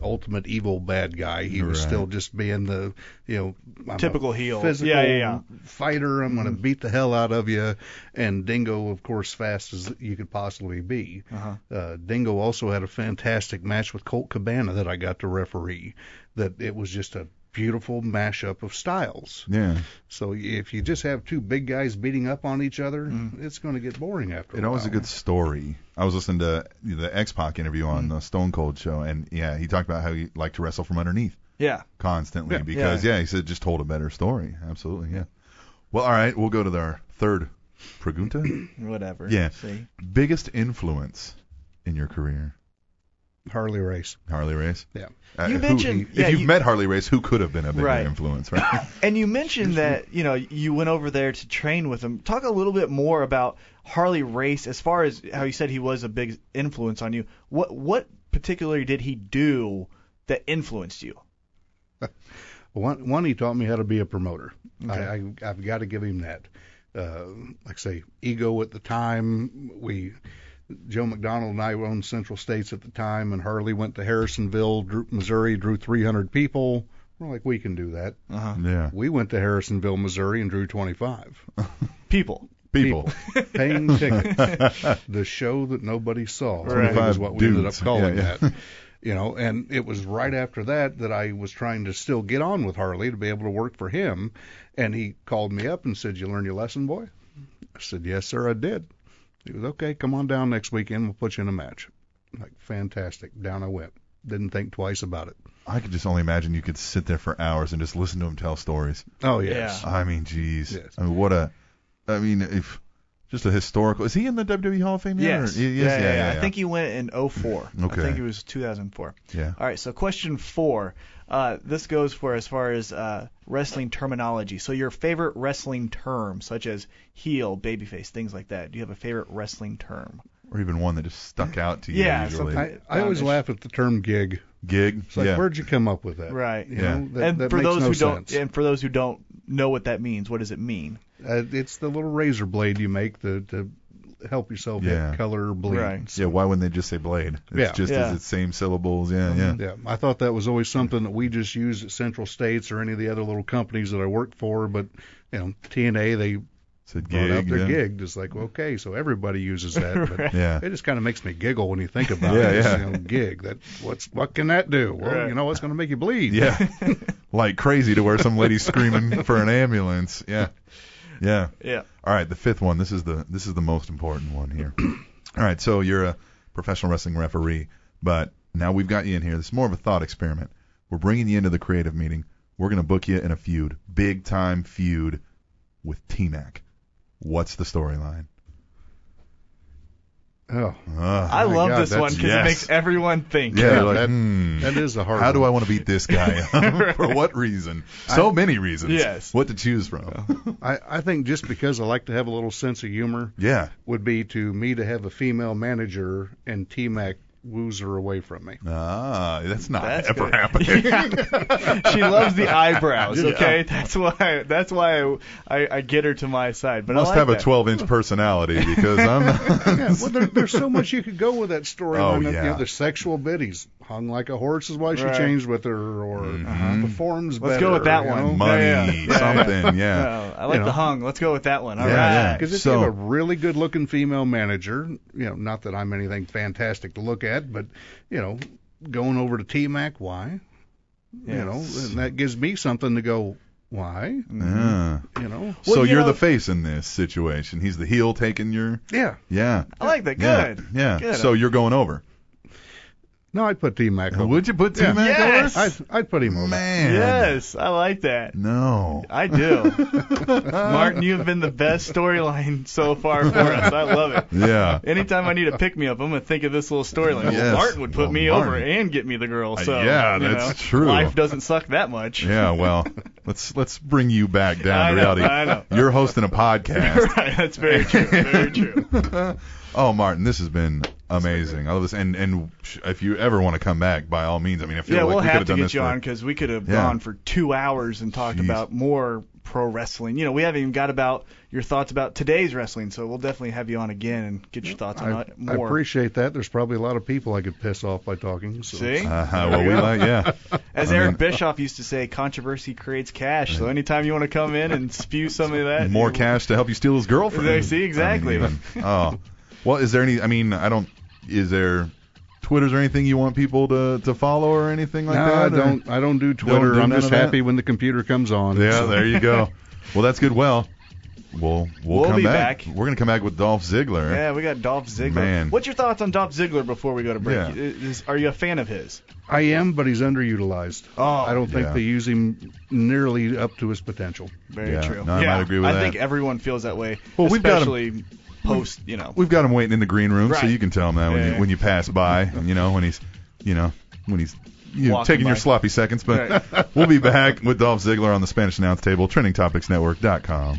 [SPEAKER 12] ultimate evil bad guy. He was
[SPEAKER 4] Right.
[SPEAKER 12] still just being the you know I'm a
[SPEAKER 4] Typical heel.
[SPEAKER 12] physical
[SPEAKER 4] Yeah, yeah, yeah. Mm-hmm.
[SPEAKER 12] fighter. I'm going to beat the hell out of you. And Dingo, of course, fast as you could possibly be.
[SPEAKER 4] Uh-huh.
[SPEAKER 12] Uh, Dingo also had a fantastic match with Colt Cabana that I got to referee. That it was just a beautiful mashup of styles.
[SPEAKER 3] Yeah.
[SPEAKER 12] So if you just have two big guys beating up on each other, it's going to get boring after.
[SPEAKER 3] It
[SPEAKER 12] a
[SPEAKER 3] always a
[SPEAKER 12] while.
[SPEAKER 3] good story. Mm-hmm. I was listening to the X Pac interview on the Stone Cold show, and yeah, he talked about how he liked to wrestle from underneath
[SPEAKER 4] Yeah.
[SPEAKER 3] constantly
[SPEAKER 4] Yeah.
[SPEAKER 3] because yeah. he said just told a better story. Absolutely, yeah. Well, all right, we'll go to our third *clears throat* pregunta.
[SPEAKER 4] Whatever.
[SPEAKER 3] yeah.
[SPEAKER 4] See.
[SPEAKER 3] Biggest influence in your career,
[SPEAKER 12] Harley race.
[SPEAKER 3] Harley Race.
[SPEAKER 12] Yeah.
[SPEAKER 3] Uh,
[SPEAKER 4] You
[SPEAKER 3] who-
[SPEAKER 4] mentioned-
[SPEAKER 3] if
[SPEAKER 4] yeah,
[SPEAKER 3] you've
[SPEAKER 4] you-
[SPEAKER 3] met Harley Race, who could have been a bigger
[SPEAKER 4] Right.
[SPEAKER 3] influence,
[SPEAKER 12] *laughs*
[SPEAKER 3] right?
[SPEAKER 4] And you mentioned that you know you went over there to train with him. Talk a little bit more about Harley Race, as far as how you said he was a big influence on you. What what particularly did he do that influenced you?
[SPEAKER 12] One, one, he taught me how to be a promoter.
[SPEAKER 4] Okay.
[SPEAKER 12] I, I, I've got to give him that. Uh, like I say, ego at the time. We, Joe McDonald and I owned Central States at the time, and Harley went to Harrisonville, drew, Missouri, drew 300 people. We're like, we can do that.
[SPEAKER 4] Uh-huh.
[SPEAKER 3] yeah.
[SPEAKER 12] We went to Harrisonville, Missouri, and drew 25
[SPEAKER 4] People.
[SPEAKER 3] People. *laughs*
[SPEAKER 12] paying tickets. the show that nobody saw.
[SPEAKER 4] Right.
[SPEAKER 12] is what we ended up
[SPEAKER 3] Dudes.
[SPEAKER 12] calling
[SPEAKER 3] Yeah, yeah.
[SPEAKER 12] that. You know, and it was right after that that I was trying to still get on with Harley to be able to work for him, and he called me up and said, "You learned your lesson, boy." I said, "Yes, sir, I did." He was okay. Come on down next weekend. We'll put you in a match. I'm like fantastic. Down I went. Didn't think twice about it.
[SPEAKER 3] *laughs* I could just only imagine you could sit there for hours and just listen to him tell stories.
[SPEAKER 12] Oh yes.
[SPEAKER 3] I mean, jeez.
[SPEAKER 12] Yes.
[SPEAKER 3] I mean, what a. I mean, if Just a historical. Is he in the WWE Hall of Fame? yet,
[SPEAKER 4] Yes.
[SPEAKER 3] or- he is?
[SPEAKER 4] yeah,
[SPEAKER 3] Yeah,
[SPEAKER 4] yeah,
[SPEAKER 3] yeah,
[SPEAKER 4] I
[SPEAKER 3] yeah.
[SPEAKER 4] think he went in 04.
[SPEAKER 3] Okay.
[SPEAKER 4] I think it was 2004.
[SPEAKER 3] Yeah.
[SPEAKER 4] All right, so question four. Uh, this goes for as far as uh, wrestling terminology. So your favorite wrestling term, such as heel, babyface, things like that. Do you have a favorite wrestling term?
[SPEAKER 3] Or even one that just stuck out to you.
[SPEAKER 4] Yeah,
[SPEAKER 3] usually.
[SPEAKER 4] something-
[SPEAKER 12] I always laugh at the term gig.
[SPEAKER 3] Gig.
[SPEAKER 12] It's like,
[SPEAKER 3] yeah.
[SPEAKER 12] where'd you come up with that?
[SPEAKER 4] Right.
[SPEAKER 12] You know, that,
[SPEAKER 4] and
[SPEAKER 12] that
[SPEAKER 4] for
[SPEAKER 12] makes
[SPEAKER 4] those
[SPEAKER 12] no
[SPEAKER 4] who
[SPEAKER 12] sense.
[SPEAKER 4] don't, and for those who don't know what that means, what does it mean?
[SPEAKER 12] Uh, it's the little razor blade you make to, to help yourself
[SPEAKER 3] Yeah.
[SPEAKER 12] get color or bleed.
[SPEAKER 3] Yeah. Why wouldn't they just say blade? It's
[SPEAKER 12] Yeah.
[SPEAKER 3] just
[SPEAKER 12] Yeah.
[SPEAKER 3] as it's same syllables. Yeah. Yeah.
[SPEAKER 12] Yeah, I thought that was always something that we just used at Central States or any of the other little companies that I worked for, but you know, TNA they
[SPEAKER 3] Said
[SPEAKER 12] brought out
[SPEAKER 3] gig,
[SPEAKER 12] their
[SPEAKER 3] yeah.
[SPEAKER 12] gig. It's like okay, so everybody uses that, *laughs* but
[SPEAKER 3] Right. Yeah.
[SPEAKER 12] it just kind of makes me giggle when you think about
[SPEAKER 3] Yeah,
[SPEAKER 12] it. It's,
[SPEAKER 3] yeah. *laughs*
[SPEAKER 12] You know, gig. That what's what can that do? Well,
[SPEAKER 3] Right.
[SPEAKER 12] you know, it's going to make you bleed.
[SPEAKER 3] Yeah. like crazy to where some lady's screaming for an ambulance. Yeah. Yeah.
[SPEAKER 4] Yeah.
[SPEAKER 3] All right, the fifth one. This is the this is the most important one here. All right, so you're a professional wrestling referee, but now we've got you in here. This is more of a thought experiment. We're bringing you into the creative meeting. We're going to book you in a feud, big time feud with T-Mac. What's the storyline?
[SPEAKER 12] Oh.
[SPEAKER 4] I love this one because it makes everyone think.
[SPEAKER 3] Yeah, you're like, hmm,
[SPEAKER 12] that is a hard.
[SPEAKER 3] How do
[SPEAKER 12] one.
[SPEAKER 3] I want to beat this guy?
[SPEAKER 12] *laughs*
[SPEAKER 3] For what reason? So many reasons. What to choose from?
[SPEAKER 12] I, I think just because I like to have a little sense of humor
[SPEAKER 3] Yeah.
[SPEAKER 12] would be to me to have a female manager and T Mac woos her away from me.
[SPEAKER 3] Ah, that's not
[SPEAKER 12] That's
[SPEAKER 3] ever
[SPEAKER 4] *laughs*
[SPEAKER 12] good.
[SPEAKER 3] happening.
[SPEAKER 4] she loves
[SPEAKER 3] *laughs*
[SPEAKER 4] the eyebrows.
[SPEAKER 3] Yeah.
[SPEAKER 4] Okay, that's why that's why I, I, I get her to my side. But
[SPEAKER 3] Must
[SPEAKER 4] I like
[SPEAKER 3] have
[SPEAKER 4] that.
[SPEAKER 3] a 12 inch personality because
[SPEAKER 4] *laughs*
[SPEAKER 3] I'm
[SPEAKER 12] Yeah, well, there, there's so much you could go with that storyline.
[SPEAKER 3] Oh,
[SPEAKER 12] of, You
[SPEAKER 3] yeah.
[SPEAKER 12] know, the sexual bit. He's hung like a horse is why she
[SPEAKER 4] Right.
[SPEAKER 12] changed with her, or
[SPEAKER 3] Mm-hmm.
[SPEAKER 12] performs
[SPEAKER 4] Let's
[SPEAKER 12] better.
[SPEAKER 4] go with that
[SPEAKER 12] you
[SPEAKER 4] one.
[SPEAKER 12] know?
[SPEAKER 3] Money, something, yeah.
[SPEAKER 4] No, Oh, I like
[SPEAKER 12] You
[SPEAKER 4] the
[SPEAKER 12] know.
[SPEAKER 4] hung. Let's go with that one. All right.
[SPEAKER 3] Yeah, yeah.
[SPEAKER 12] Because if
[SPEAKER 3] So-
[SPEAKER 12] you have a really good-looking female manager, you know, not that I'm anything fantastic to look at, but you know, going over to T Mac, why? You know,
[SPEAKER 4] Yes.
[SPEAKER 12] and that gives me something to go, why?
[SPEAKER 3] Yeah.
[SPEAKER 4] Mm-hmm.
[SPEAKER 12] You know.
[SPEAKER 3] so you're the face in this situation. He's the heel taking your.
[SPEAKER 12] Yeah.
[SPEAKER 3] Yeah.
[SPEAKER 4] I like that.
[SPEAKER 3] Yeah.
[SPEAKER 4] Oh, Good.
[SPEAKER 3] Yeah.
[SPEAKER 4] Good.
[SPEAKER 3] So you're going over.
[SPEAKER 12] No, I'd put T Mac over.
[SPEAKER 3] Would you put T Mac
[SPEAKER 4] Yes.
[SPEAKER 3] over?
[SPEAKER 12] I'd, I'd put him over.
[SPEAKER 3] Man.
[SPEAKER 4] yes, I like that.
[SPEAKER 3] No.
[SPEAKER 4] I do.
[SPEAKER 3] *laughs*
[SPEAKER 4] Martin, you've been the best storyline so far for us. I love it. *laughs*
[SPEAKER 3] Yeah.
[SPEAKER 4] Anytime I need a pick me up, I'm gonna think of this little storyline.
[SPEAKER 3] Yes.
[SPEAKER 4] Well, Martin would put
[SPEAKER 3] Well,
[SPEAKER 4] me
[SPEAKER 3] Martin.
[SPEAKER 4] over and get me the girl.
[SPEAKER 3] Uh,
[SPEAKER 4] So
[SPEAKER 3] yeah,
[SPEAKER 4] you
[SPEAKER 3] that's
[SPEAKER 4] know,
[SPEAKER 3] true.
[SPEAKER 4] Life doesn't suck that much.
[SPEAKER 3] Yeah. Well, let's let's bring you back down
[SPEAKER 4] I
[SPEAKER 3] to
[SPEAKER 4] know,
[SPEAKER 3] reality.
[SPEAKER 4] I know.
[SPEAKER 3] You're
[SPEAKER 4] *laughs*
[SPEAKER 3] hosting a podcast.
[SPEAKER 4] right. *laughs* That's very true.
[SPEAKER 3] *laughs*
[SPEAKER 4] Very true.
[SPEAKER 3] Oh, Martin, this has been amazing. I love this. And and sh- if you ever want to come back, by all means. I mean, I feel
[SPEAKER 4] Yeah,
[SPEAKER 3] like
[SPEAKER 4] we'll
[SPEAKER 3] we could
[SPEAKER 4] have to
[SPEAKER 3] done this
[SPEAKER 4] get you
[SPEAKER 3] for-
[SPEAKER 4] on because we could have
[SPEAKER 3] Yeah.
[SPEAKER 4] gone for two hours and talked
[SPEAKER 3] Jeez.
[SPEAKER 4] about more pro wrestling. You know, we haven't even got about your thoughts about today's wrestling, so we'll definitely have you on again and get your thoughts on
[SPEAKER 12] I,
[SPEAKER 4] it
[SPEAKER 12] I
[SPEAKER 4] more.
[SPEAKER 12] appreciate that. There's probably a lot of people I could piss off by talking. So.
[SPEAKER 4] See?
[SPEAKER 3] Uh-huh, well, we like
[SPEAKER 4] *laughs*
[SPEAKER 3] yeah.
[SPEAKER 4] As
[SPEAKER 3] I
[SPEAKER 4] Eric
[SPEAKER 3] mean- uh,
[SPEAKER 4] Bischoff used to say, controversy creates cash. So anytime you want to come in and spew some of that,
[SPEAKER 3] more
[SPEAKER 4] you-
[SPEAKER 3] cash to help you steal his girlfriend.
[SPEAKER 4] They- see, exactly.
[SPEAKER 3] I mean, even- oh, well, is there any? I mean, I don't. Is there Twitters or anything you want people to to follow or anything like
[SPEAKER 12] no,
[SPEAKER 3] that?
[SPEAKER 12] I
[SPEAKER 3] or-
[SPEAKER 12] don't. I don't do Twitter.
[SPEAKER 3] do
[SPEAKER 12] I'm
[SPEAKER 3] none
[SPEAKER 12] just
[SPEAKER 3] of that?
[SPEAKER 12] happy when the computer comes on.
[SPEAKER 3] Yeah,
[SPEAKER 12] So-
[SPEAKER 3] there you go. Well, that's good. Well, we'll we'll,
[SPEAKER 4] We'll
[SPEAKER 3] come
[SPEAKER 4] be
[SPEAKER 3] back.
[SPEAKER 4] back.
[SPEAKER 3] We're gonna come back with Dolph Ziggler.
[SPEAKER 4] Yeah, we got Dolph Ziggler.
[SPEAKER 3] Man.
[SPEAKER 4] What's your thoughts on Dolph Ziggler before we go to break?
[SPEAKER 3] Yeah.
[SPEAKER 4] Is- are you a fan of his?
[SPEAKER 12] *laughs* I am, but he's underutilized.
[SPEAKER 4] Oh.
[SPEAKER 12] I don't think
[SPEAKER 3] Yeah.
[SPEAKER 12] they use him nearly up to his potential.
[SPEAKER 4] Very
[SPEAKER 3] Yeah,
[SPEAKER 4] true.
[SPEAKER 3] no, I
[SPEAKER 4] yeah,
[SPEAKER 3] might agree with
[SPEAKER 4] I
[SPEAKER 3] that.
[SPEAKER 4] think everyone feels that way,
[SPEAKER 3] Well, we've got 'em-
[SPEAKER 4] especially post, you know.
[SPEAKER 3] We've got him waiting in the green room, so
[SPEAKER 4] Right.
[SPEAKER 3] you can tell him that when
[SPEAKER 4] Yeah,
[SPEAKER 3] you
[SPEAKER 4] yeah.
[SPEAKER 3] when you pass
[SPEAKER 4] *laughs*
[SPEAKER 3] by, you know, when he's, you know, when he's. You know,
[SPEAKER 4] Walking
[SPEAKER 3] taking your
[SPEAKER 4] by.
[SPEAKER 3] sloppy seconds, but *laughs* we'll be back with Dolph Ziggler on the Spanish Announce Table, TrendingTopicsNetwork.com.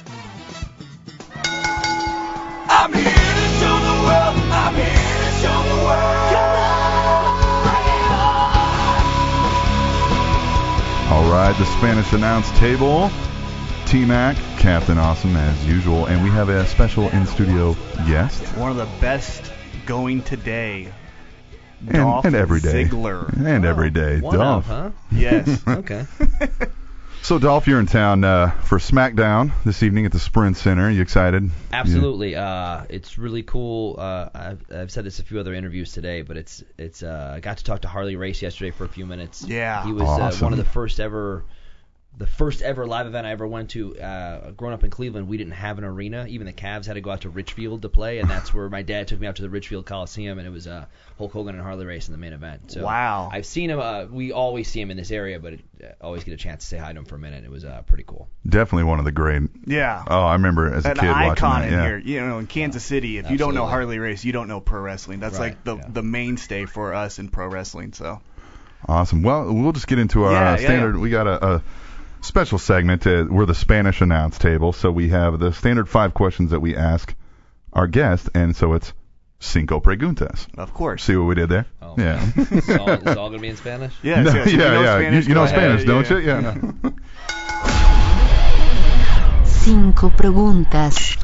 [SPEAKER 7] I'm here to show the world. I'm here to show the world. Come on, bring it
[SPEAKER 3] All right, the Spanish announce table. T Mac, Captain Awesome as usual, and we have a special in studio guest.
[SPEAKER 4] One of the best going today
[SPEAKER 3] and, and every day. *laughs* And
[SPEAKER 4] Oh,
[SPEAKER 3] every day.
[SPEAKER 16] One
[SPEAKER 3] Dolph.
[SPEAKER 16] up, huh?
[SPEAKER 3] *laughs*
[SPEAKER 16] Yes. okay.
[SPEAKER 3] So, Dolph, you're in town uh, for SmackDown this evening at the Sprint Center. you excited?
[SPEAKER 16] Absolutely. Uh, it's really cool. Uh, I've, I've said this a few other interviews today, but it's it's. Uh, I got to talk to Harley Race yesterday for a few minutes.
[SPEAKER 7] Yeah.
[SPEAKER 16] He was
[SPEAKER 7] Awesome.
[SPEAKER 16] uh, one of the first ever, the first ever live event I ever went to. Uh, growing up in Cleveland, we didn't have an arena. Even the Cavs had to go out to Richfield to play, and that's where my dad took me out to the Richfield Coliseum, and it was uh, Hulk Hogan and Harley Race in the main event. So
[SPEAKER 7] Wow.
[SPEAKER 16] I've seen him. Uh, we always see him in this area, but uh, always get a chance to say hi to him for a minute. It was uh, pretty cool.
[SPEAKER 3] Definitely one of the great.
[SPEAKER 7] Yeah.
[SPEAKER 3] Oh, I remember as a
[SPEAKER 7] an
[SPEAKER 3] kid watching
[SPEAKER 7] icon
[SPEAKER 3] that,
[SPEAKER 7] in
[SPEAKER 3] yeah.
[SPEAKER 7] here. You know, in Kansas City, if you don't know
[SPEAKER 16] Absolutely.
[SPEAKER 7] Harley Race, you don't know pro wrestling. That's
[SPEAKER 16] Right,
[SPEAKER 7] like the the mainstay for us in pro wrestling. So
[SPEAKER 3] Awesome. Well, we'll just get into our
[SPEAKER 7] Yeah,
[SPEAKER 3] uh,
[SPEAKER 7] yeah,
[SPEAKER 3] standard.
[SPEAKER 7] yeah.
[SPEAKER 3] We got a, a special segment. Uh, we're the Spanish announce table, so we have the standard five questions that we ask our guest, and so it's cinco preguntas.
[SPEAKER 7] Of course.
[SPEAKER 3] See what we did there?
[SPEAKER 16] Oh. *laughs*
[SPEAKER 3] yeah. *laughs*
[SPEAKER 16] it's all, it's all gonna be
[SPEAKER 7] *laughs*
[SPEAKER 16] in Spanish.
[SPEAKER 3] No, yeah, yeah. you, you know Spanish, don't you? Yeah.
[SPEAKER 17] Cinco preguntas.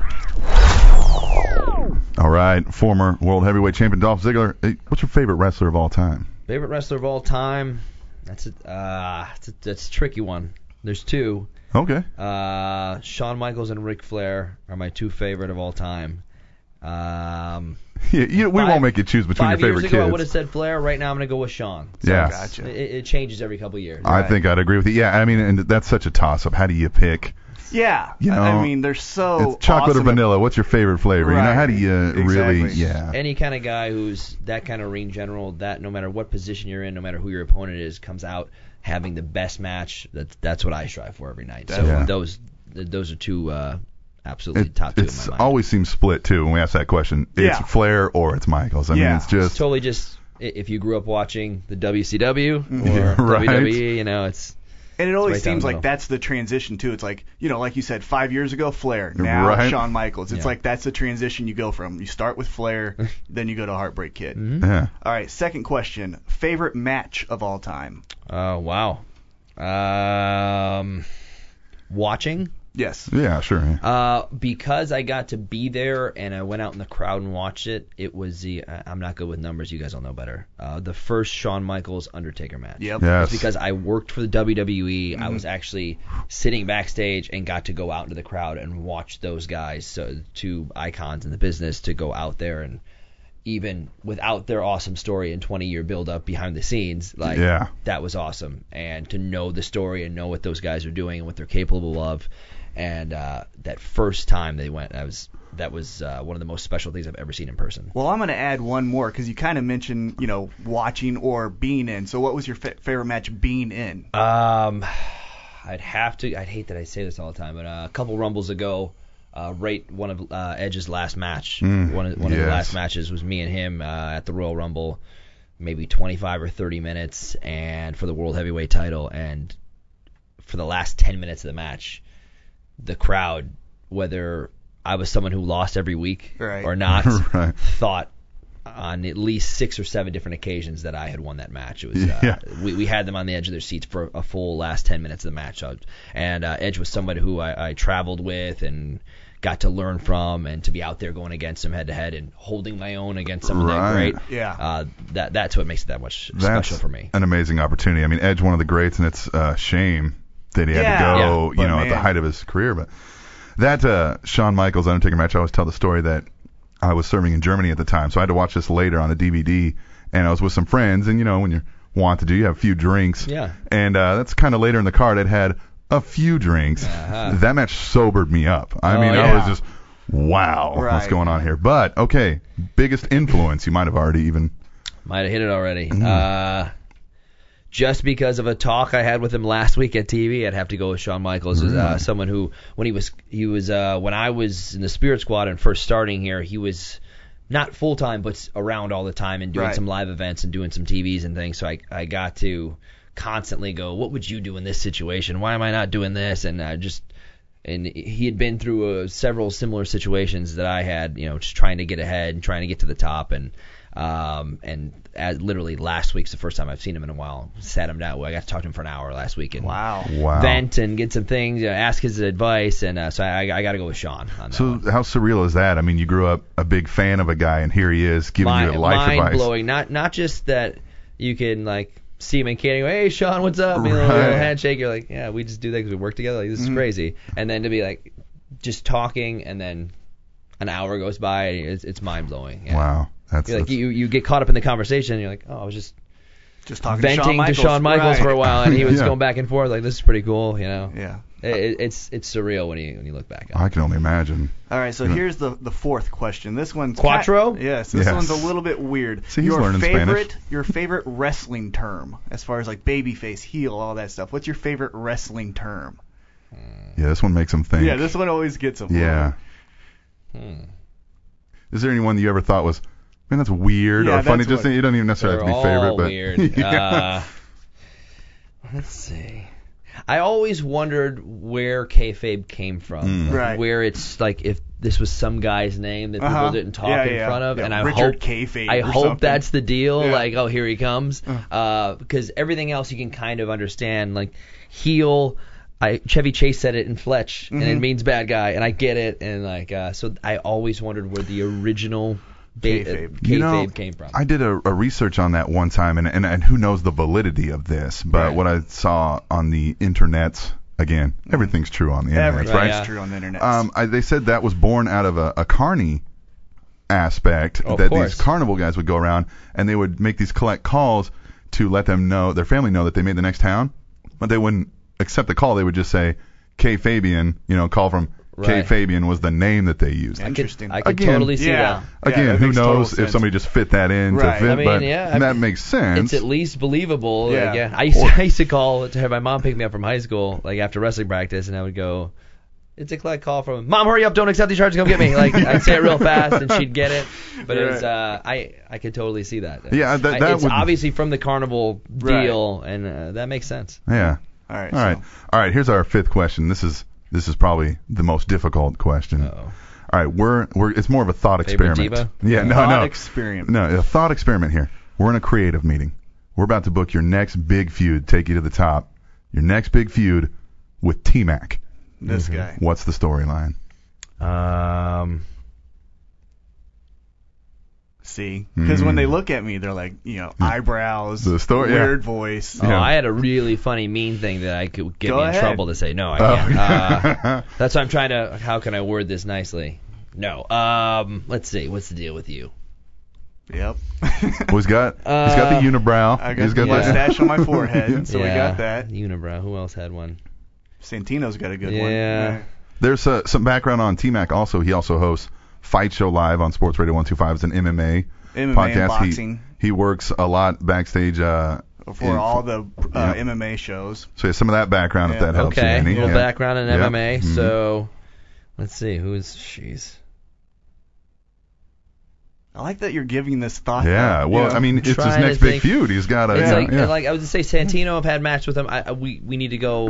[SPEAKER 3] *laughs* All right, former world heavyweight champion Dolph Ziggler. eh, What's your favorite wrestler of all time?
[SPEAKER 16] Favorite wrestler of all time? That's a uh, that's a, that's a tricky one. There's two.
[SPEAKER 3] Okay. *laughs*
[SPEAKER 16] Uh, Shawn Michaels and Ric Flair are my two favorite of all time. Um,
[SPEAKER 3] Yeah, you, we will won't make you choose between
[SPEAKER 16] five
[SPEAKER 3] your favorite
[SPEAKER 16] years ago I
[SPEAKER 3] kids.
[SPEAKER 16] would have said Flair. Right now I'm gonna go with Shawn. So
[SPEAKER 3] Yeah.
[SPEAKER 16] it's-
[SPEAKER 3] Gotcha.
[SPEAKER 16] It, it changes every couple years.
[SPEAKER 3] I think I'd agree with you. Yeah, I mean, and that's such a toss-up. How do you pick?
[SPEAKER 7] yeah.
[SPEAKER 3] You know,
[SPEAKER 7] I mean, they're so
[SPEAKER 16] Oh,
[SPEAKER 3] it's chocolate
[SPEAKER 7] awesome.
[SPEAKER 3] or vanilla. What's your favorite flavor? You know, how do you really? Yeah.
[SPEAKER 16] Any kind of guy who's that kind of ring general, that no matter what position you're in, no matter who your opponent is, comes out having the best match. That's that's what I strive for every night. So
[SPEAKER 3] Definitely.
[SPEAKER 16] those th- those are two uh, absolutely
[SPEAKER 3] It
[SPEAKER 16] top two in my
[SPEAKER 3] it's always seems split too when we ask that question. It's
[SPEAKER 16] Yeah.
[SPEAKER 3] Flair or it's Michaels. I mean, it's just
[SPEAKER 16] totally just i- if you grew up watching
[SPEAKER 3] *laughs*
[SPEAKER 16] the WCW
[SPEAKER 3] Yeah,
[SPEAKER 16] or
[SPEAKER 3] right.
[SPEAKER 16] WWE, you know, it's
[SPEAKER 7] And it always
[SPEAKER 16] right down
[SPEAKER 7] seems
[SPEAKER 16] the
[SPEAKER 7] like
[SPEAKER 16] middle.
[SPEAKER 7] that's the transition too. It's like you know, like you said, five years ago Flair, now
[SPEAKER 3] Right.
[SPEAKER 7] Shawn Michaels. It's
[SPEAKER 3] Yeah.
[SPEAKER 7] like that's the transition you go from. You start with Flair,
[SPEAKER 16] *laughs*
[SPEAKER 7] then you go to Heartbreak Kid.
[SPEAKER 16] Mm-hmm.
[SPEAKER 3] Yeah.
[SPEAKER 7] All right, second question: favorite match of all time?
[SPEAKER 16] oh wow. Um, watching.
[SPEAKER 7] Yes.
[SPEAKER 3] yeah, sure. yeah.
[SPEAKER 16] Uh, because I got to be there and I went out in the crowd and watched it. It was the I- I'm not good with numbers. You guys all know better. Uh, the first Shawn Michaels Undertaker match.
[SPEAKER 3] Yes.
[SPEAKER 7] Yep.
[SPEAKER 3] Mm-hmm.
[SPEAKER 16] It's because I worked for the WWE. I was actually sitting backstage and got to go out into the crowd and watch those guys, so the two icons in the business, to go out there and even without their awesome story and 20 year build up behind the scenes, like
[SPEAKER 3] Yeah.
[SPEAKER 16] that was awesome. And to know the story and know what those guys are doing and what they're capable of, and uh, that first time they went, I was that was uh, one of the most special things I've ever seen in person.
[SPEAKER 7] Well, I'm going to add one more because you kind of mentioned, you know, watching or being in. So, what was your fa- favorite match being in?
[SPEAKER 16] Um, I'd have to. I'd hate that I say this all the time, but uh, a couple rumbles ago, uh, right one of uh, Edge's last match,
[SPEAKER 3] Mm,
[SPEAKER 16] one of, one of the
[SPEAKER 3] yes.
[SPEAKER 16] last matches was me and him uh, at the Royal Rumble, maybe 25 or 30 minutes, and for the World Heavyweight Title, and for the last 10 minutes of the match, the crowd, whether I was someone who lost every week
[SPEAKER 7] Right.
[SPEAKER 16] or not,
[SPEAKER 3] *laughs* Right.
[SPEAKER 16] thought on at least six or seven different occasions that I had won that match. It was uh,
[SPEAKER 3] Yeah.
[SPEAKER 16] we, we had them on the edge of their seats for a full last 10 minutes of the match. Uh, And uh, Edge was somebody who I, I traveled with and got to learn from and to be out there going against him head to head and holding my own against someone that
[SPEAKER 3] Right.
[SPEAKER 16] great. Yeah. Uh, that that's what makes it that much
[SPEAKER 3] That's
[SPEAKER 16] special for me.
[SPEAKER 3] an amazing opportunity. I mean, Edge, one of the greats, and it's a shame that he had
[SPEAKER 16] Yeah.
[SPEAKER 3] to go,
[SPEAKER 16] Yeah,
[SPEAKER 3] you
[SPEAKER 16] but
[SPEAKER 3] know, at the
[SPEAKER 16] man.
[SPEAKER 3] height of his career. But that uh, Shawn Michaels Undertaker match, I always tell the story that I was serving in Germany at the time, so I had to watch this later on a DVD, and I was with some friends, and you know, when you want to do, you have a few drinks,
[SPEAKER 16] Yeah.
[SPEAKER 3] and uh, that's kind of later in the card. I'd had a few drinks. That match sobered me up. I
[SPEAKER 16] Uh-huh. Oh,
[SPEAKER 3] mean, I
[SPEAKER 16] yeah.
[SPEAKER 3] was just. Wow, what's
[SPEAKER 16] Right.
[SPEAKER 3] going on here? But okay, biggest influence you might have already even
[SPEAKER 16] Might have hit it already. Uh, just because of a talk I had with him last week at TV, I'd have to go with Shawn Michaels as uh,
[SPEAKER 10] Really?
[SPEAKER 16] someone who, when he was, he was, uh, when I was in the Spirit Squad and first starting here, he was not full time, but s- around all the time and doing
[SPEAKER 10] Right.
[SPEAKER 16] some live events and doing some TVs and things. So I, I got to constantly go, what would you do in this situation? Why am I not doing this? And I just and he had been through uh, several similar situations that I had, you know, just trying to get ahead and trying to get to the top, and Um, and as, literally last week's the first time I've seen him in a while. Sat him down. I got to talk to him for an hour last week and
[SPEAKER 7] wow,
[SPEAKER 3] Wow.
[SPEAKER 16] vent and get some things, you know, ask his advice, and uh, so I, I got to go with Sean. On that.
[SPEAKER 3] So how surreal is that? I mean, you grew up a big fan of a guy, and here he is giving
[SPEAKER 16] mind,
[SPEAKER 3] you life advice.
[SPEAKER 16] blowing. Not not just that you can like see him in Canada. go, Hey, Sean, what's up? You know, a little
[SPEAKER 3] Right.
[SPEAKER 16] handshake. You're like, yeah, we just do that 'cause we work together. Like this is
[SPEAKER 3] Mhm.
[SPEAKER 16] crazy. And then to be like, just talking, and then an hour goes by. And it's, it's mind blowing. Yeah.
[SPEAKER 3] Wow, that's,
[SPEAKER 16] You're like
[SPEAKER 3] that's
[SPEAKER 16] you you get caught up in the conversation. and You're like, oh, I was just
[SPEAKER 7] just talking
[SPEAKER 16] venting
[SPEAKER 7] to Shawn Michaels, Right.
[SPEAKER 16] for a while, and he was
[SPEAKER 3] *laughs* Yeah.
[SPEAKER 16] going back and forth. Like this is pretty cool, you know.
[SPEAKER 7] Yeah.
[SPEAKER 16] It, it- it's it's surreal when you when you look back.
[SPEAKER 3] I can only imagine.
[SPEAKER 7] All right, so
[SPEAKER 3] You know-
[SPEAKER 7] here's the the fourth question. This one's
[SPEAKER 16] Quattro?
[SPEAKER 7] Ki- yes, this
[SPEAKER 3] Yes.
[SPEAKER 7] one's a little bit weird.
[SPEAKER 3] See, he's
[SPEAKER 7] your
[SPEAKER 3] learning Spanish.
[SPEAKER 7] favorite your favorite wrestling term, as far as like babyface, heel, all that stuff. What's your favorite wrestling term?
[SPEAKER 3] Yeah, this one makes him think.
[SPEAKER 7] Yeah, this one always gets them.
[SPEAKER 3] Yeah.
[SPEAKER 16] Hmm.
[SPEAKER 3] Is there anyone that you ever thought was, man, that's weird
[SPEAKER 7] Yeah,
[SPEAKER 3] or funny?
[SPEAKER 7] that's
[SPEAKER 3] Just
[SPEAKER 7] what-
[SPEAKER 3] you don't even necessarily have to be
[SPEAKER 16] They're
[SPEAKER 3] favorite,
[SPEAKER 16] all
[SPEAKER 3] but *laughs*
[SPEAKER 16] weird.
[SPEAKER 3] Yeah.
[SPEAKER 16] Uh, let's see. I always wondered where kayfabe came from,
[SPEAKER 3] Hmm.
[SPEAKER 7] Mm. Right.
[SPEAKER 16] where it's like if this was some guy's name that
[SPEAKER 7] Uh-huh.
[SPEAKER 16] people didn't talk
[SPEAKER 7] Yeah,
[SPEAKER 16] in
[SPEAKER 7] yeah.
[SPEAKER 16] front of,
[SPEAKER 7] Yeah,
[SPEAKER 16] and I
[SPEAKER 7] Richard
[SPEAKER 16] hope
[SPEAKER 7] Kayfabe
[SPEAKER 16] I
[SPEAKER 7] or
[SPEAKER 16] hope
[SPEAKER 7] something.
[SPEAKER 16] that's the deal.
[SPEAKER 7] Yeah. Uh-huh.
[SPEAKER 16] Like, oh, here he comes, uh, because everything else you can kind of understand. Like, heel. I Chevy Chase said it in Fletch, and it
[SPEAKER 7] Mhm.
[SPEAKER 16] means bad guy, and I get it, and like uh, so. I always wondered where the original ba- kayfabe,
[SPEAKER 7] Kayfabe.
[SPEAKER 16] kayfabe
[SPEAKER 3] You know,
[SPEAKER 16] came from.
[SPEAKER 3] I did a, a research on that one time, and, and and who knows the validity of this, but
[SPEAKER 16] Right.
[SPEAKER 3] what I saw on the internet again, everything's true on the internet,
[SPEAKER 7] Everything's
[SPEAKER 3] right?
[SPEAKER 16] Yeah.
[SPEAKER 7] true on the internet.
[SPEAKER 3] Um, I, they said that was born out of a, a carny aspect
[SPEAKER 16] Of
[SPEAKER 3] that
[SPEAKER 16] course.
[SPEAKER 3] these carnival guys would go around and they would make these collect calls to let them know their family know that they made the next town, but they wouldn't accept the call. They would just say K Fabian, you know, call from K
[SPEAKER 16] Right.
[SPEAKER 3] Fabian was the name that they used.
[SPEAKER 7] Interesting.
[SPEAKER 16] I can
[SPEAKER 3] Again.
[SPEAKER 16] totally see
[SPEAKER 7] yeah.
[SPEAKER 16] that.
[SPEAKER 3] Again,
[SPEAKER 7] yeah, that
[SPEAKER 3] who
[SPEAKER 7] makes total
[SPEAKER 3] knows if
[SPEAKER 7] sense.
[SPEAKER 3] somebody just fit that in
[SPEAKER 7] Right.
[SPEAKER 3] to fit,
[SPEAKER 16] I mean,
[SPEAKER 3] but
[SPEAKER 16] yeah, I
[SPEAKER 3] that
[SPEAKER 16] mean,
[SPEAKER 3] makes sense.
[SPEAKER 16] It's at least believable. Yeah.
[SPEAKER 7] Yeah.
[SPEAKER 16] Like, yeah. I used, to, I used to call to have my mom pick me up from high school, like after wrestling practice, and I would go, "It's a collect call from mom. Hurry up! Don't accept these charges. Come get me." Like I'd say it real fast, and she'd get it. But it was, uh, I I could totally see that.
[SPEAKER 3] Yeah, that-
[SPEAKER 16] I-
[SPEAKER 3] that
[SPEAKER 16] it's
[SPEAKER 3] would-
[SPEAKER 16] obviously from the carnival
[SPEAKER 7] Right.
[SPEAKER 16] deal, and uh, that makes sense.
[SPEAKER 3] yeah.
[SPEAKER 7] All right.
[SPEAKER 3] All right. All right. Here's our fifth question. This is this is probably the most difficult question.
[SPEAKER 16] Uh-oh.
[SPEAKER 3] All right. We're we're it's more of a thought
[SPEAKER 16] Favorite
[SPEAKER 3] experiment.
[SPEAKER 16] diva?
[SPEAKER 3] Yeah. No.
[SPEAKER 7] Thought
[SPEAKER 3] no.
[SPEAKER 7] experiment.
[SPEAKER 3] No. A thought experiment here. We're in a creative meeting. We're about to book your next big feud. Take you to the top. Your next big feud with T Mac.
[SPEAKER 7] This guy.
[SPEAKER 3] What's the storyline?
[SPEAKER 16] Um,
[SPEAKER 7] See, because
[SPEAKER 3] Mm.
[SPEAKER 7] when they look at me, they're like, you know, eyebrows,
[SPEAKER 3] The story- yeah.
[SPEAKER 7] weird voice.
[SPEAKER 16] oh,
[SPEAKER 3] Yeah.
[SPEAKER 16] I had a really funny mean thing that I could get
[SPEAKER 7] Go
[SPEAKER 16] me in
[SPEAKER 7] ahead.
[SPEAKER 16] trouble to say. No, I
[SPEAKER 3] Oh, *laughs*
[SPEAKER 16] can't. Uh, That's why I'm trying to. How can I word this nicely? No. Um. Let's see. What's the deal with you?
[SPEAKER 7] Yep. *laughs*
[SPEAKER 3] well, he's got he's got
[SPEAKER 16] Uh,
[SPEAKER 3] the unibrow.
[SPEAKER 7] I got
[SPEAKER 3] he's
[SPEAKER 7] the
[SPEAKER 3] got that-
[SPEAKER 7] mustache on my
[SPEAKER 3] *laughs*
[SPEAKER 7] forehead. So we got that.
[SPEAKER 16] Unibrow. Who else had one?
[SPEAKER 7] Santino's got a good one.
[SPEAKER 16] Yeah.
[SPEAKER 3] There's uh, some background on T Mac. Also, he also hosts Fight Show Live on Sports Radio 125. It's an MMA,
[SPEAKER 7] MMA
[SPEAKER 3] podcast.
[SPEAKER 7] and boxing
[SPEAKER 3] He, he works a lot backstage. Uh,
[SPEAKER 7] for
[SPEAKER 3] in-
[SPEAKER 7] all the uh,
[SPEAKER 3] yeah.
[SPEAKER 7] MMA shows.
[SPEAKER 3] So yeah, some of that background, if
[SPEAKER 7] Yeah.
[SPEAKER 3] that helps you
[SPEAKER 16] okay.
[SPEAKER 3] any.
[SPEAKER 16] little
[SPEAKER 3] yeah.
[SPEAKER 16] background in
[SPEAKER 3] Yeah.
[SPEAKER 16] MMA.
[SPEAKER 3] Mhm.
[SPEAKER 16] So, let's see. Who's she's?
[SPEAKER 7] I like that you're giving this thought.
[SPEAKER 3] Yeah,
[SPEAKER 7] though.
[SPEAKER 3] well, I mean, it's his
[SPEAKER 16] Trying to
[SPEAKER 3] next big
[SPEAKER 16] think.
[SPEAKER 3] feud. He's got a.
[SPEAKER 16] It's
[SPEAKER 3] Oh, yeah,
[SPEAKER 16] like
[SPEAKER 3] yeah.
[SPEAKER 16] like I would say Santino. I've had matched with him. I, I- we we need to go.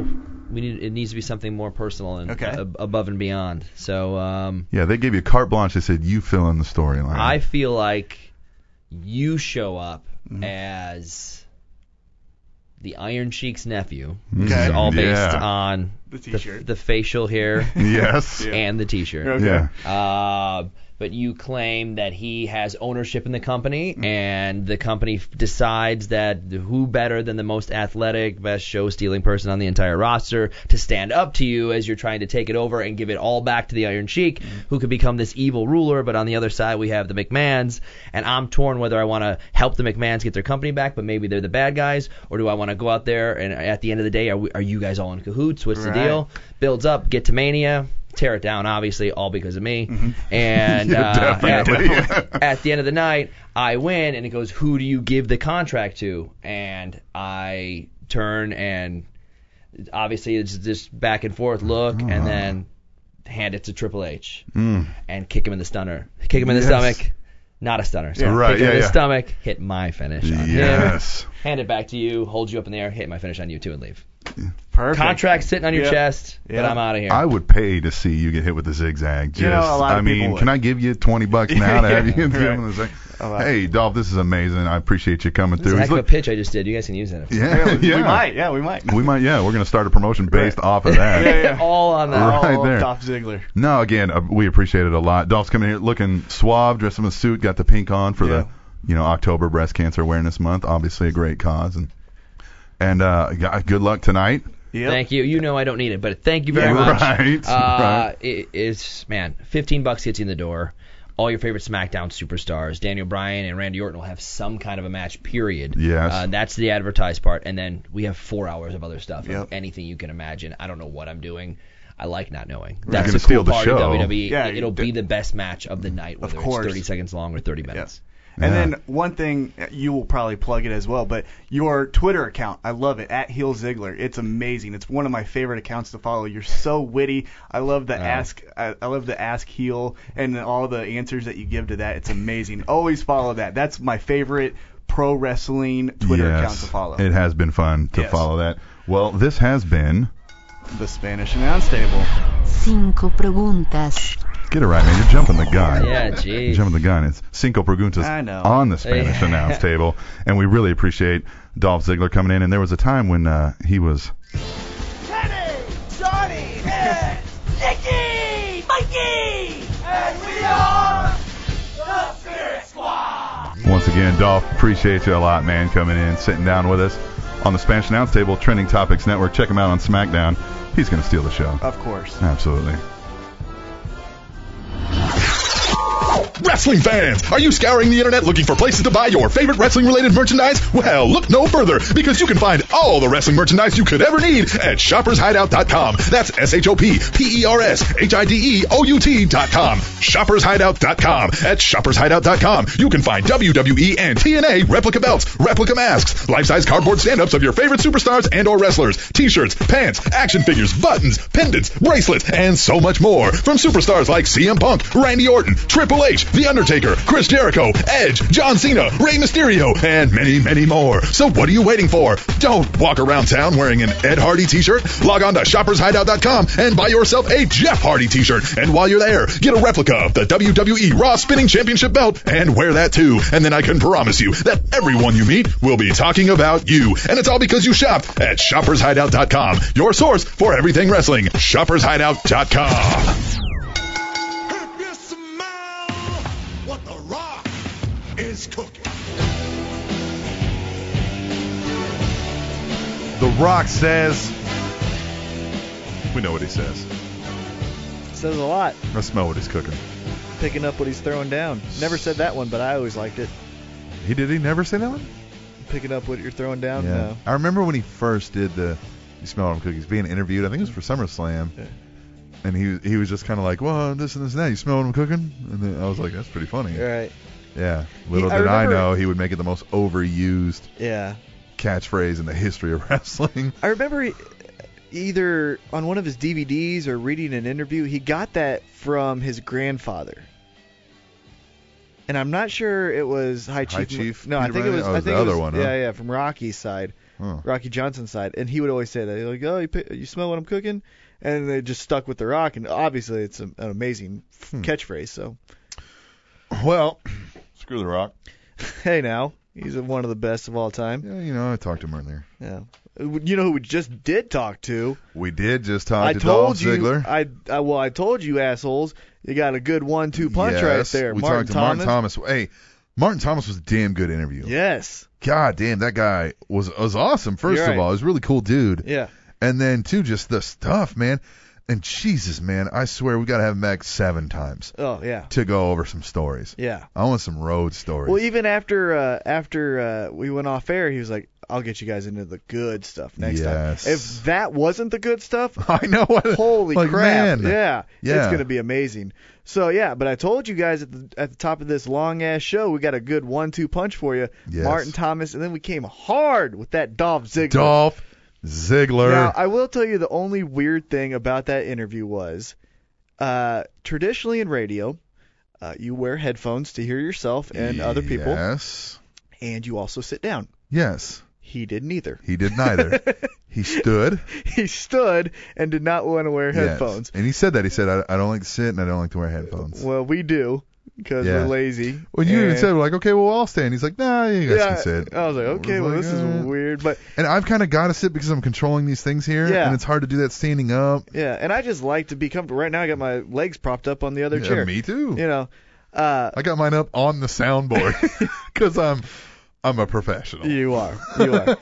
[SPEAKER 16] We need it needs to be something more personal and
[SPEAKER 7] Okay.
[SPEAKER 16] ab- above and beyond. So um,
[SPEAKER 3] yeah, they gave you carte blanche. They said you fill in the storyline.
[SPEAKER 16] I feel like you show up
[SPEAKER 3] Mm-hmm.
[SPEAKER 16] as the Iron Cheek's nephew. This is
[SPEAKER 7] Okay.
[SPEAKER 16] all based
[SPEAKER 3] Yeah.
[SPEAKER 16] on
[SPEAKER 7] The
[SPEAKER 16] The,
[SPEAKER 7] t-shirt.
[SPEAKER 16] the
[SPEAKER 7] *laughs*
[SPEAKER 16] facial hair
[SPEAKER 3] *laughs* Yes. yeah.
[SPEAKER 16] and the T-shirt.
[SPEAKER 7] Okay.
[SPEAKER 3] Yeah.
[SPEAKER 16] Uh, but you claim that he has ownership in the company,
[SPEAKER 7] Mm-hmm.
[SPEAKER 16] and the company f- decides that who better than the most athletic, best show-stealing person on the entire roster to stand up to you as you're trying to take it over and give it all back to the Iron Sheik,
[SPEAKER 7] Mm-hmm.
[SPEAKER 16] who could become this evil ruler. But on the other side, we have the McMahons, and I'm torn whether I want to help the McMahons get their company back, but maybe they're the bad guys, or do I want to go out there and at the end of the day, are, we, are you guys all in cahoots? What's the
[SPEAKER 7] Right.
[SPEAKER 16] deal? Builds up, get to Mania tear it down, obviously, all because of me. *laughs*
[SPEAKER 3] *laughs*
[SPEAKER 16] And
[SPEAKER 3] Yeah,
[SPEAKER 16] uh,
[SPEAKER 3] Mm-hmm. definitely.
[SPEAKER 16] At, *laughs* at the end of the night, I win, and it goes, who do you give the contract to? And I turn and obviously it's just back and forth look,
[SPEAKER 3] Oh,
[SPEAKER 16] and then hand it to Triple H
[SPEAKER 3] Mm.
[SPEAKER 16] and kick him in the stunner, kick him in the
[SPEAKER 3] Yes.
[SPEAKER 16] stomach. Not a stunner. So
[SPEAKER 3] Yeah. Right,
[SPEAKER 16] Kick him
[SPEAKER 3] yeah,
[SPEAKER 16] in the
[SPEAKER 3] yeah.
[SPEAKER 16] stomach, hit my finish on him.
[SPEAKER 3] Yes.
[SPEAKER 16] Hand it back to you, hold you up in the air, hit my finish on you too, and leave.
[SPEAKER 4] Perfect.
[SPEAKER 16] Contract sitting on your
[SPEAKER 4] Yep.
[SPEAKER 16] chest,
[SPEAKER 4] Yep.
[SPEAKER 16] but I'm out of here.
[SPEAKER 3] I would pay to see you get hit with the zigzag. Just,
[SPEAKER 16] You know, a lot of
[SPEAKER 3] I
[SPEAKER 16] people
[SPEAKER 3] mean,
[SPEAKER 16] would.
[SPEAKER 3] can I give you 20 bucks now to have
[SPEAKER 16] Yeah,
[SPEAKER 3] you in the
[SPEAKER 16] right.
[SPEAKER 3] gym? with the zig- Hey, Dolph, this is amazing. I appreciate you coming
[SPEAKER 16] It's a
[SPEAKER 3] through.
[SPEAKER 16] heck
[SPEAKER 3] He's
[SPEAKER 16] of a
[SPEAKER 3] look-
[SPEAKER 16] pitch I just did. You guys can use that.
[SPEAKER 3] Yeah, Yeah, we- yeah. we might.
[SPEAKER 4] Yeah, we might.
[SPEAKER 3] we might, yeah, we're going to start a promotion based off of
[SPEAKER 4] *laughs*
[SPEAKER 3] that.
[SPEAKER 16] All on that.
[SPEAKER 3] Right there.
[SPEAKER 4] Dolph Ziggler.
[SPEAKER 3] No, again, uh, we appreciate it a lot. Dolph's coming here looking suave, dressed in a suit, got the pink on for the you know October Breast Cancer Awareness Month. Obviously, a great cause, and and uh, g- good luck tonight.
[SPEAKER 16] Thank you. You know I don't need it, but thank you very
[SPEAKER 3] Yeah,
[SPEAKER 16] much.
[SPEAKER 3] right,
[SPEAKER 16] Uh,
[SPEAKER 3] right.
[SPEAKER 16] It, it's man, 15 bucks gets you in the door. All your favorite SmackDown superstars, Daniel Bryan and Randy Orton, will have some kind of a match. Period.
[SPEAKER 3] Yes.
[SPEAKER 16] Uh, that's the advertised part, and then we have four hours of other stuff. Of anything you can imagine. I don't know what I'm doing. I like not knowing.
[SPEAKER 3] You're
[SPEAKER 16] That's
[SPEAKER 3] gonna
[SPEAKER 16] the
[SPEAKER 3] steal
[SPEAKER 16] cool
[SPEAKER 3] the
[SPEAKER 16] part of
[SPEAKER 3] show.
[SPEAKER 16] WWE.
[SPEAKER 3] Yeah,
[SPEAKER 16] It- It'll be the best match of the night, whether it's
[SPEAKER 4] course.
[SPEAKER 16] 30 seconds long or 30 minutes.
[SPEAKER 4] And then one thing uh, you will probably plug it as well, but your Twitter account, I love it at Heel Ziggler. It's amazing. It's one of my favorite accounts to follow. You're so witty. I love the ask. I, I love the ask heel and all the answers that you give to that. It's amazing. Always follow that. That's my favorite pro wrestling Twitter
[SPEAKER 3] yes,
[SPEAKER 4] account to follow.
[SPEAKER 3] It has been fun to
[SPEAKER 4] Yes.
[SPEAKER 3] follow that. Well, this has been
[SPEAKER 4] The Spanish announce table.
[SPEAKER 9] Cinco preguntas.
[SPEAKER 3] get it right, man. You're jumping the gun.
[SPEAKER 9] Yeah, jeez.
[SPEAKER 3] You're Jumping the gun. It's cinco preguntas
[SPEAKER 9] I know.
[SPEAKER 3] on the Spanish
[SPEAKER 9] Yeah.
[SPEAKER 3] announce table, and we really appreciate Dolph Ziggler coming in. And there was a time when uh, he was
[SPEAKER 7] Johnny and Nicky, Mikey, and we are the Spirit Squad.
[SPEAKER 3] Once again, Dolph, appreciate you a lot, man, coming in, sitting down with us on the Spanish Announce Table, Trending Topics Network. Check him out on SmackDown. He's going to steal the show.
[SPEAKER 4] Of course.
[SPEAKER 3] Absolutely.
[SPEAKER 18] Wrestling fans, are you scouring the internet looking for places to buy your favorite wrestling related merchandise? Well, look no further because you can find all the wrestling merchandise you could ever need at shoppershideout.com. That's S H O P P E R S H I D E O U T.com. Shoppershideout.com. At shoppershideout.com, you can find WWE and TNA replica belts, replica masks, life-size cardboard stand-ups of your favorite superstars and or wrestlers, t-shirts, pants, action figures, buttons, pendants, bracelets, and so much more from superstars like CM Punk, Randy Orton, Triple H, The Undertaker, Chris Jericho, Edge, John Cena, Rey Mysterio, and many, many more. So what are you waiting for? Don't walk around town wearing an Ed Hardy t-shirt. Log on to shoppershideout.com and buy yourself a Jeff Hardy t-shirt. And while you're there, get a replica of the WWE Raw Spinning Championship belt and wear that too. And then I can promise you that everyone you meet will be talking about you. And it's all because you shopped at shoppershideout.com, your source for everything wrestling. Shoppershideout.com.
[SPEAKER 7] Is cooking.
[SPEAKER 3] The Rock says. We know what he says.
[SPEAKER 11] Says a lot.
[SPEAKER 3] I smell what he's cooking.
[SPEAKER 11] Picking up what he's throwing down. Never said that one, but I always liked it.
[SPEAKER 3] He did he never say that one?
[SPEAKER 11] Picking up what you're throwing down. No.
[SPEAKER 3] I remember when he first did the You Smell Them Cookies being interviewed. I think it was for SummerSlam. And he he was just kind of like, well, this and this and that. You smell what I'm cooking? And then I was like, that's pretty funny.
[SPEAKER 11] Right.
[SPEAKER 3] Yeah. Little
[SPEAKER 11] I
[SPEAKER 3] did I
[SPEAKER 11] remember-
[SPEAKER 3] know he would make it the most overused
[SPEAKER 11] Yeah.
[SPEAKER 3] catchphrase in the history of *laughs* wrestling.
[SPEAKER 11] I remember he- either on one of his DVDs or reading an interview, he got that from his grandfather. And I'm not sure it was High Chief.
[SPEAKER 3] High Chief
[SPEAKER 11] No, I
[SPEAKER 3] Peter
[SPEAKER 11] think it
[SPEAKER 3] Bryan?
[SPEAKER 11] was.
[SPEAKER 3] Oh, it
[SPEAKER 11] I
[SPEAKER 3] was
[SPEAKER 11] think
[SPEAKER 3] the
[SPEAKER 11] it
[SPEAKER 3] other
[SPEAKER 11] was-
[SPEAKER 3] one, huh?
[SPEAKER 11] Yeah, yeah, from Rocky's side,
[SPEAKER 3] Huh.
[SPEAKER 11] Rocky Johnson's side, and he would always say that. He's like, "Oh, you, pi- you smell what I'm cooking," and they just stuck with the Rock, and obviously it's a- an amazing f
[SPEAKER 12] Hmm.
[SPEAKER 11] catchphrase. So,
[SPEAKER 3] well, *clears throat* screw the Rock.
[SPEAKER 11] Hey, now he's one of the best of all time.
[SPEAKER 3] Yeah, you know, I talked to him earlier.
[SPEAKER 11] Yeah, you know who we just did talk to?
[SPEAKER 3] We did just talk
[SPEAKER 11] I
[SPEAKER 3] to
[SPEAKER 11] told
[SPEAKER 3] Dolph
[SPEAKER 11] you,
[SPEAKER 3] Ziggler.
[SPEAKER 11] I, I well, I told you assholes, you got a good one-two punch right
[SPEAKER 3] Yes,
[SPEAKER 11] there.
[SPEAKER 3] We
[SPEAKER 11] Martin
[SPEAKER 3] talked to
[SPEAKER 11] Thomas.
[SPEAKER 3] Martin Thomas. Hey, Martin Thomas was a damn good interview.
[SPEAKER 11] Yes.
[SPEAKER 3] God damn, that guy was was awesome. 1st
[SPEAKER 11] You're
[SPEAKER 3] of
[SPEAKER 11] right.
[SPEAKER 3] all, he was a really cool dude.
[SPEAKER 11] Yeah.
[SPEAKER 3] And then too, just the stuff, man. And Jesus, man, I swear we gotta have him back seven times
[SPEAKER 11] Oh yeah,
[SPEAKER 3] to go over some stories.
[SPEAKER 11] yeah.
[SPEAKER 3] I want some road stories.
[SPEAKER 11] Well, even after uh, after uh, we went off air, he was like, "I'll get you guys into the good stuff next
[SPEAKER 3] Yes.
[SPEAKER 11] time." If that wasn't the good stuff,
[SPEAKER 3] *laughs* I know.
[SPEAKER 11] Holy
[SPEAKER 3] like,
[SPEAKER 11] crap!
[SPEAKER 3] man.
[SPEAKER 11] yeah, it's
[SPEAKER 3] Yeah.
[SPEAKER 11] gonna be amazing. So yeah, but I told you guys at the at the top of this long ass show, we got a good one-two punch for you,
[SPEAKER 3] Yes.
[SPEAKER 11] Martin Thomas, and then we came hard with that Dolph Ziggler.
[SPEAKER 3] Dolph Ziggler.
[SPEAKER 11] Now, I will tell you the only weird thing about that interview was uh, traditionally in radio, uh, you wear headphones to hear yourself and other people.
[SPEAKER 3] Yes.
[SPEAKER 11] And you also sit down.
[SPEAKER 3] Yes.
[SPEAKER 11] He didn't either.
[SPEAKER 4] *laughs*
[SPEAKER 3] He did neither. He stood.
[SPEAKER 4] he stood and did not want to wear headphones.
[SPEAKER 3] Yes. And he said that. He said, I, I don't like to sit and I don't like to wear headphones.
[SPEAKER 4] Well, we do because
[SPEAKER 3] Yeah.
[SPEAKER 4] we're lazy.
[SPEAKER 3] Well, you even
[SPEAKER 4] and-
[SPEAKER 3] said, like, okay, well, I'll stand. He's like, nah, you guys
[SPEAKER 4] yeah,
[SPEAKER 3] can sit. uh.
[SPEAKER 4] I was like, okay, well, this is weird, but
[SPEAKER 3] And I've kind of got to sit because I'm controlling these things here,
[SPEAKER 4] Yeah.
[SPEAKER 3] and it's hard to do that standing up.
[SPEAKER 4] yeah. And I just like to be comfortable. Right now, I got my legs propped up on the other
[SPEAKER 3] Yeah,
[SPEAKER 4] chair.
[SPEAKER 3] me too.
[SPEAKER 4] You know, uh,
[SPEAKER 3] I got mine up on the soundboard
[SPEAKER 4] *laughs*
[SPEAKER 3] *laughs* because I'm I'm a professional.
[SPEAKER 4] You are.
[SPEAKER 3] *laughs*
[SPEAKER 4] You are.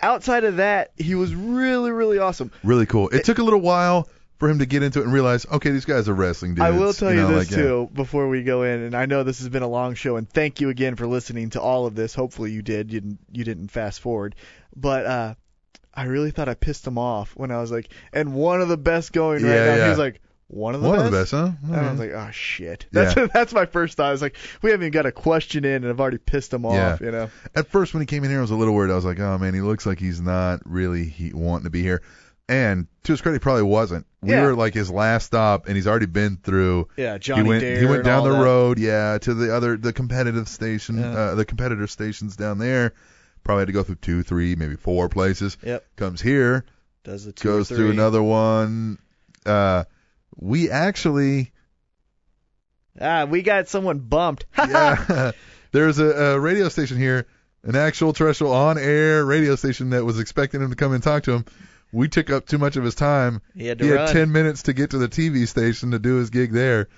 [SPEAKER 4] Outside of that, he was really, really awesome.
[SPEAKER 3] Really cool. It, took a little while for him to get into it and realize, okay, these guys are wrestling dudes.
[SPEAKER 4] I will tell you,
[SPEAKER 3] know,
[SPEAKER 4] this
[SPEAKER 3] like, yeah.
[SPEAKER 4] too before we go in, and I know this has been a long show, and thank you again for listening to all of this. Hopefully you did. You didn't. You didn't fast forward, but uh, I really thought I pissed him off when I was like, and one of the best going right
[SPEAKER 3] Yeah,
[SPEAKER 4] now. He
[SPEAKER 3] yeah.
[SPEAKER 4] was like, one of the
[SPEAKER 3] One
[SPEAKER 4] best.
[SPEAKER 3] of the best, huh?
[SPEAKER 4] And I was like, oh shit. *laughs* That's
[SPEAKER 3] Yeah.
[SPEAKER 4] that's my first thought. I was like, we haven't even got a question in, and I've already pissed him off.
[SPEAKER 3] Yeah.
[SPEAKER 4] You know.
[SPEAKER 3] At first, when he came in here, I was a little worried. I was like, oh man, he looks like he's not really he, wanting to be here. And to his credit, he probably wasn't. We
[SPEAKER 4] Yeah.
[SPEAKER 3] were like his last stop, and he's already been through.
[SPEAKER 4] Yeah, Johnny
[SPEAKER 3] he went,
[SPEAKER 4] Dare
[SPEAKER 3] He went
[SPEAKER 4] and
[SPEAKER 3] down
[SPEAKER 4] all
[SPEAKER 3] the
[SPEAKER 4] that.
[SPEAKER 3] road, yeah, to the other the competitive station,
[SPEAKER 4] Yeah.
[SPEAKER 3] uh, the competitor stations down there. Probably had to go through two, three, maybe four places.
[SPEAKER 4] Yep.
[SPEAKER 3] Comes here,
[SPEAKER 4] Does the two or
[SPEAKER 3] goes through
[SPEAKER 4] three.
[SPEAKER 3] another one. Uh, we
[SPEAKER 4] *laughs*
[SPEAKER 3] actually.
[SPEAKER 4] Ah, we got someone bumped. *laughs*
[SPEAKER 3] Yeah. *laughs* There's a, a radio station here, an actual terrestrial on air radio station that was expecting him to come and talk to him. We took up too much of his time.
[SPEAKER 4] He had to run.
[SPEAKER 3] 10 minutes to get to the TV station to do his gig there.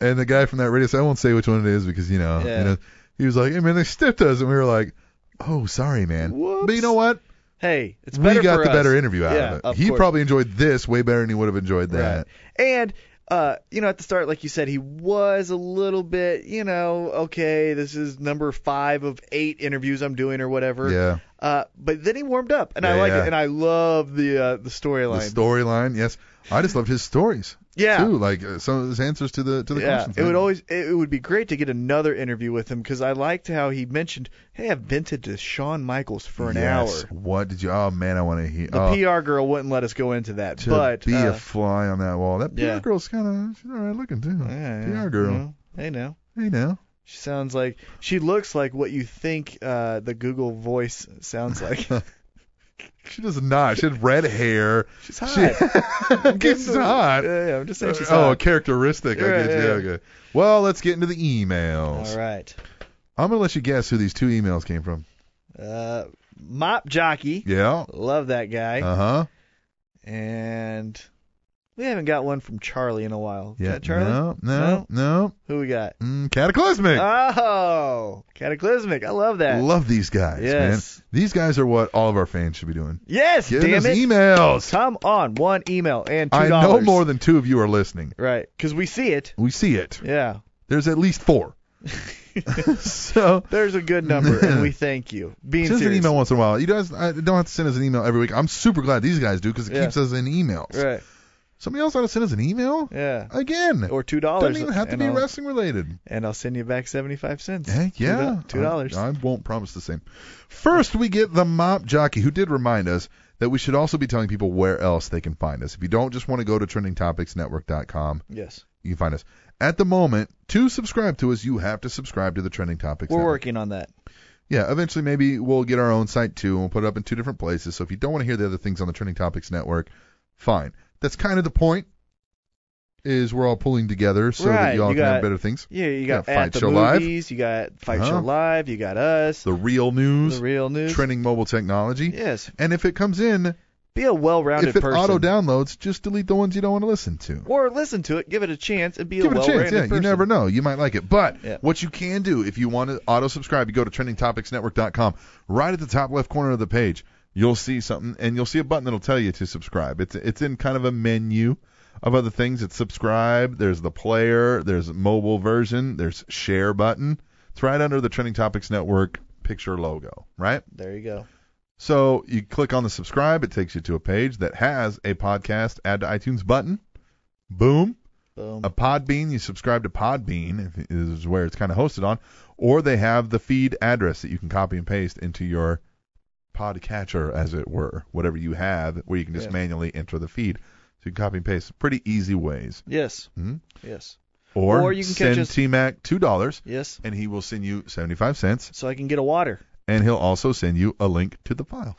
[SPEAKER 3] And the guy from that radio station, I won't say which one it is because, you know,
[SPEAKER 4] Yeah.
[SPEAKER 3] you know he was like, hey, man, they stiffed us. And we were like, oh, sorry, man. But you know what?
[SPEAKER 4] Hey, it's
[SPEAKER 3] we
[SPEAKER 4] better
[SPEAKER 3] got
[SPEAKER 4] for
[SPEAKER 3] the
[SPEAKER 4] us.
[SPEAKER 3] better interview out
[SPEAKER 4] yeah, Uh,
[SPEAKER 3] of it. he
[SPEAKER 4] course.
[SPEAKER 3] probably enjoyed this way better than he would have enjoyed that.
[SPEAKER 4] And uh, you know, at the start, like you said, he was a little bit, you know, okay, this is number five of eight interviews I'm doing or whatever.
[SPEAKER 3] Yeah.
[SPEAKER 4] Uh, but then he warmed up, and I
[SPEAKER 3] Yeah,
[SPEAKER 4] like
[SPEAKER 3] yeah.
[SPEAKER 4] it, and I love the uh, the
[SPEAKER 3] The
[SPEAKER 4] storyline.
[SPEAKER 3] storyline, yes. I just loved his stories.
[SPEAKER 4] Yeah.
[SPEAKER 3] Too, like uh, some of his answers to the to the
[SPEAKER 4] yeah,
[SPEAKER 3] questions.
[SPEAKER 4] it would
[SPEAKER 3] man.
[SPEAKER 4] always it it would be great to get another interview with him because I liked how he mentioned, hey, I've vented to Shawn Michaels for an
[SPEAKER 3] Yes.
[SPEAKER 4] hour.
[SPEAKER 3] What did you? Oh man, I want to hear.
[SPEAKER 4] The
[SPEAKER 3] oh,
[SPEAKER 4] PR girl wouldn't let us go into that,
[SPEAKER 3] to
[SPEAKER 4] but
[SPEAKER 3] be
[SPEAKER 4] uh,
[SPEAKER 3] a fly on that wall. That PR
[SPEAKER 4] yeah.
[SPEAKER 3] girl's kind of she's all right looking too.
[SPEAKER 4] yeah, mm-hmm.
[SPEAKER 3] PR
[SPEAKER 4] you
[SPEAKER 3] girl.
[SPEAKER 4] know, hey now.
[SPEAKER 3] Hey now.
[SPEAKER 4] She sounds like she looks like what you think uh, the Google voice sounds like. *laughs*
[SPEAKER 3] She does not. She had red hair.
[SPEAKER 4] She's hot.
[SPEAKER 3] She- *laughs* she's hot.
[SPEAKER 4] Yeah, yeah, I'm just saying she's
[SPEAKER 3] oh, a
[SPEAKER 4] hot.
[SPEAKER 3] characteristic. I
[SPEAKER 4] Yeah,
[SPEAKER 3] get
[SPEAKER 4] yeah,
[SPEAKER 3] you.
[SPEAKER 4] yeah.
[SPEAKER 3] Okay. Well, let's get into the emails.
[SPEAKER 4] All right.
[SPEAKER 3] I'm gonna let you guess who these two emails came from.
[SPEAKER 4] Uh, Mop Jockey.
[SPEAKER 3] Yeah.
[SPEAKER 4] Love that guy.
[SPEAKER 3] Uh huh.
[SPEAKER 4] And we haven't got one from Charlie in a while. Is
[SPEAKER 3] Yeah.
[SPEAKER 4] that Charlie?
[SPEAKER 3] No. No. No.
[SPEAKER 4] Who we got?
[SPEAKER 3] Mm, Cataclysmic.
[SPEAKER 4] Oh, Cataclysmic. I love that.
[SPEAKER 3] Love these guys,
[SPEAKER 4] Yes.
[SPEAKER 3] man. These guys are what all of our fans should be doing.
[SPEAKER 4] yes,
[SPEAKER 3] Get
[SPEAKER 4] damn
[SPEAKER 3] us
[SPEAKER 4] it.
[SPEAKER 3] emails.
[SPEAKER 4] Come on, one email and $2.
[SPEAKER 3] I know more than two of you are listening.
[SPEAKER 4] Right, because we see it.
[SPEAKER 3] We see it.
[SPEAKER 4] Yeah.
[SPEAKER 3] There's at least
[SPEAKER 4] *laughs*
[SPEAKER 3] four. so
[SPEAKER 4] There's a good number, and
[SPEAKER 11] *laughs*
[SPEAKER 4] we thank you. Being
[SPEAKER 3] send us an
[SPEAKER 4] serious.
[SPEAKER 3] email once in a while. You guys I don't have to send us an email every week. I'm super glad these guys do because it
[SPEAKER 4] Yeah.
[SPEAKER 3] keeps us in emails.
[SPEAKER 4] Right.
[SPEAKER 3] Somebody else ought to send us an email
[SPEAKER 4] Yeah.
[SPEAKER 3] again.
[SPEAKER 4] Or two dollars.
[SPEAKER 3] Doesn't even have to be wrestling related.
[SPEAKER 4] And I'll send you back seventy-five cents.
[SPEAKER 3] Heck yeah.
[SPEAKER 4] Two dollars.
[SPEAKER 3] I, I won't promise the same. First, we get the mop jockey who did remind us that we should also be telling people where else they can find us. If you don't just want to go to trendingtopicsnetwork.com,
[SPEAKER 4] Yes.
[SPEAKER 3] you can find us. At the moment, to subscribe to us, you have to subscribe to the Trending Topics
[SPEAKER 4] We're
[SPEAKER 3] Network.
[SPEAKER 4] working on that.
[SPEAKER 3] Yeah, eventually maybe we'll get our own site too, and we'll put it up in two different places. So if you don't want to hear the other things on the Trending Topics Network, fine. That's kind of the point. Is we're all pulling together so
[SPEAKER 4] right.
[SPEAKER 3] that y'all
[SPEAKER 4] you
[SPEAKER 3] can
[SPEAKER 4] got,
[SPEAKER 3] have better things.
[SPEAKER 4] Yeah. You got
[SPEAKER 3] Fight
[SPEAKER 4] at the
[SPEAKER 3] Show Live,
[SPEAKER 4] movies. You got fight show
[SPEAKER 3] Uh-huh.
[SPEAKER 4] live. You got us.
[SPEAKER 3] the real news,
[SPEAKER 4] The real news.
[SPEAKER 3] trending mobile technology.
[SPEAKER 4] Yes.
[SPEAKER 3] And if it comes in,
[SPEAKER 4] Be a well-rounded
[SPEAKER 3] if it
[SPEAKER 4] person.
[SPEAKER 3] auto downloads, just delete the ones you don't want to listen to.
[SPEAKER 4] or listen to it. Give it a chance and be
[SPEAKER 3] Give it
[SPEAKER 4] a
[SPEAKER 3] a
[SPEAKER 4] well-rounded
[SPEAKER 3] chance. Yeah,
[SPEAKER 4] person.
[SPEAKER 3] you never know. You might like it. But
[SPEAKER 4] Yeah.
[SPEAKER 3] what you can do if you want to auto subscribe, you go to trendingtopicsnetwork.com. Right at the top left corner of the page, you'll see something, and you'll see a button that'll tell you to subscribe. It's it's in kind of a menu of other things. It's subscribe. There's the player. There's mobile version. There's share button. It's right under the Trending Topics Network picture logo. Right.
[SPEAKER 4] There you go.
[SPEAKER 3] So you click on the subscribe, it takes you to a page that has a podcast add to iTunes button. Boom.
[SPEAKER 4] Boom.
[SPEAKER 3] A Podbean, you subscribe to Podbean, if it is where it's kind of hosted on, or they have the feed address that you can copy and paste into your podcatcher, as it were, whatever you have, where you can just
[SPEAKER 4] Yeah.
[SPEAKER 3] manually enter the feed. So you can copy and paste. Pretty easy ways.
[SPEAKER 4] Yes.
[SPEAKER 3] Mhm.
[SPEAKER 4] Yes.
[SPEAKER 3] Or,
[SPEAKER 4] Or you can catch
[SPEAKER 3] send
[SPEAKER 4] us-
[SPEAKER 3] T-Mac two dollars,
[SPEAKER 4] Yes.
[SPEAKER 3] and he will send you seventy-five cents,
[SPEAKER 4] So I can get a water.
[SPEAKER 3] and he'll also send you a link to the file.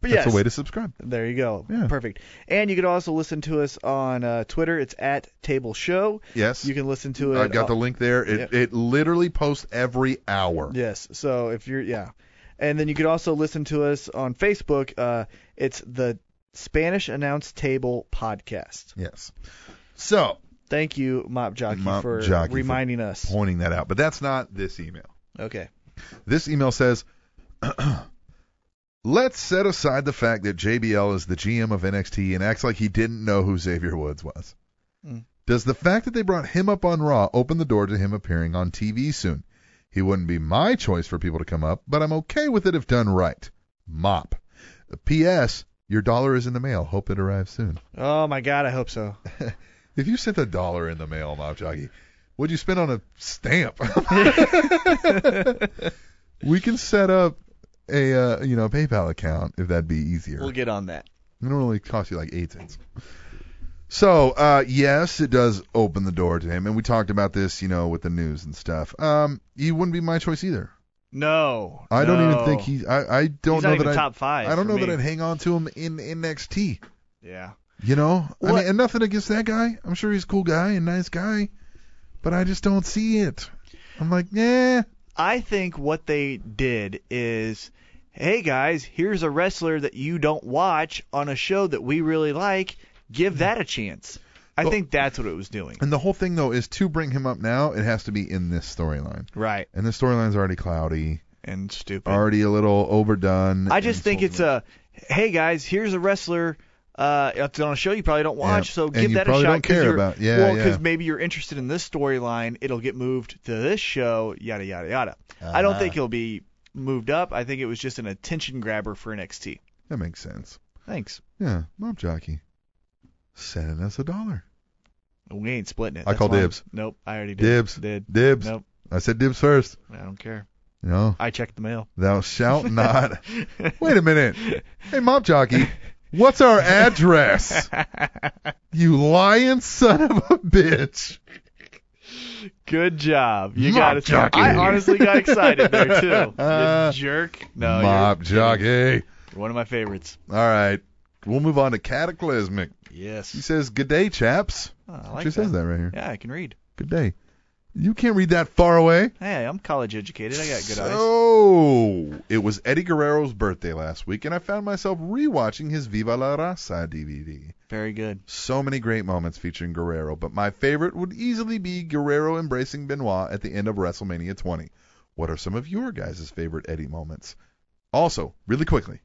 [SPEAKER 4] But
[SPEAKER 3] That's
[SPEAKER 4] yes.
[SPEAKER 3] a way to subscribe.
[SPEAKER 4] There you go.
[SPEAKER 3] Yeah.
[SPEAKER 4] Perfect. And you can also listen to us on uh, Twitter. It's at Table Show.
[SPEAKER 3] Yes.
[SPEAKER 4] You can uh, listen to it.
[SPEAKER 3] I've got the
[SPEAKER 4] on-
[SPEAKER 3] link there. It it literally posts every hour.
[SPEAKER 4] Yes. So if you're yeah, and then you could also listen to us on Facebook. Uh, it's the Spanish Announce Table Podcast.
[SPEAKER 3] Yes. So
[SPEAKER 4] thank you, Mop Jockey,
[SPEAKER 3] Mop
[SPEAKER 4] for
[SPEAKER 3] Jockey for
[SPEAKER 4] reminding us.
[SPEAKER 3] Pointing that out. But that's not this email.
[SPEAKER 4] Okay.
[SPEAKER 3] This email says *clears throat* Let's set aside the fact that JBL is the GM of NXT and acts like he didn't know who Xavier Woods was.
[SPEAKER 4] Mm.
[SPEAKER 3] Does the fact that they brought him up on Raw open the door to him appearing on TV soon? He wouldn't be my choice for people to come up, but I'm okay with it if done right. Mop. P.S. Your dollar is in the mail. Hope it arrives soon.
[SPEAKER 4] Oh my God, I hope so.
[SPEAKER 3] *laughs* If you sent a dollar in the mail, Mop Jockey, what'd you spend on a
[SPEAKER 4] *laughs*
[SPEAKER 3] stamp? *laughs* we can set up a uh, you know PayPal account if that'd be easier.
[SPEAKER 4] We'll get on that.
[SPEAKER 3] It only costs you like eight cents. So uh, yes, it does open the door to him, and we talked about this, you know, with the news and stuff. Um, he wouldn't be my choice either.
[SPEAKER 4] No.
[SPEAKER 3] I don't
[SPEAKER 4] no.
[SPEAKER 3] even think he. I, I don't
[SPEAKER 4] He's
[SPEAKER 3] know
[SPEAKER 4] not even
[SPEAKER 3] that I.
[SPEAKER 4] top five
[SPEAKER 3] I don't
[SPEAKER 4] for
[SPEAKER 3] know
[SPEAKER 4] me.
[SPEAKER 3] that I'd hang on to him in in NXT.
[SPEAKER 4] Yeah.
[SPEAKER 3] You know, I
[SPEAKER 4] What-
[SPEAKER 3] mean, and nothing against that guy. I'm sure he's a cool guy and nice guy, but I just don't see it. I'm like, yeah,
[SPEAKER 4] I think what they did is, hey guys, here's a wrestler that you don't watch on a show that we really like. Give that a chance. I
[SPEAKER 3] Hmm. Well-
[SPEAKER 4] think that's what it was doing.
[SPEAKER 3] And the whole thing though is to bring him up now, it has to be in this storyline.
[SPEAKER 4] Right.
[SPEAKER 3] And the storyline's already cloudy,
[SPEAKER 4] And stupid.
[SPEAKER 3] already a little overdone.
[SPEAKER 4] I just
[SPEAKER 3] and
[SPEAKER 4] think
[SPEAKER 3] so-
[SPEAKER 4] it's a, hey guys, here's a wrestler. Uh, it's on a show you probably don't watch,
[SPEAKER 3] Yeah.
[SPEAKER 4] so
[SPEAKER 3] And
[SPEAKER 4] give
[SPEAKER 3] you
[SPEAKER 4] that a
[SPEAKER 3] probably
[SPEAKER 4] shot.
[SPEAKER 3] don't
[SPEAKER 4] 'cause
[SPEAKER 3] care
[SPEAKER 4] you're-
[SPEAKER 3] about- yeah,
[SPEAKER 4] well,
[SPEAKER 3] yeah.
[SPEAKER 4] maybe you're interested in this storyline, it'll get moved to this show, yada yada yada. I
[SPEAKER 3] Uh-huh.
[SPEAKER 4] don't think he'll be moved up. I think it was just an attention grabber for NXT.
[SPEAKER 3] that makes sense.
[SPEAKER 4] Thanks.
[SPEAKER 3] Yeah, Mom Jockey, sending us a dollar.
[SPEAKER 4] We ain't splitting it.
[SPEAKER 3] I
[SPEAKER 4] That's
[SPEAKER 3] call
[SPEAKER 4] mine.
[SPEAKER 3] dibs.
[SPEAKER 4] Nope, I already did.
[SPEAKER 3] Dibs.
[SPEAKER 4] Did.
[SPEAKER 3] Dibs.
[SPEAKER 4] Nope.
[SPEAKER 3] I said dibs first.
[SPEAKER 4] I don't care.
[SPEAKER 3] You know,
[SPEAKER 4] I checked the mail.
[SPEAKER 3] thou
[SPEAKER 4] *laughs*
[SPEAKER 3] shalt not. Wait a minute. Hey, Mom Jockey, what's our address? you lying son of a bitch.
[SPEAKER 4] Good job. You
[SPEAKER 3] Mop
[SPEAKER 4] got it.
[SPEAKER 3] jockey.
[SPEAKER 4] I honestly got excited
[SPEAKER 3] *laughs*
[SPEAKER 4] there too.
[SPEAKER 3] Uh,
[SPEAKER 4] you jerk. No,
[SPEAKER 3] Mop Jockey.
[SPEAKER 4] you're one of my favorites.
[SPEAKER 3] All right. We'll move on to Cataclysmic.
[SPEAKER 4] Yes.
[SPEAKER 3] He says, Good day, chaps.
[SPEAKER 4] Oh,
[SPEAKER 3] She
[SPEAKER 4] I like
[SPEAKER 3] says that right here.
[SPEAKER 4] Yeah, I can read.
[SPEAKER 3] Good day. You can't read that far away.
[SPEAKER 4] Hey, I'm college educated. I got good eyes.
[SPEAKER 3] So, it was Eddie Guerrero's birthday last week, and I found myself rewatching his Viva la Raza DVD.
[SPEAKER 4] Very good.
[SPEAKER 3] So many great moments featuring Guerrero, but my favorite would easily be Guerrero embracing Benoit at the end of WrestleMania 20. What are some of your guys' favorite Eddie moments? Also, really quickly,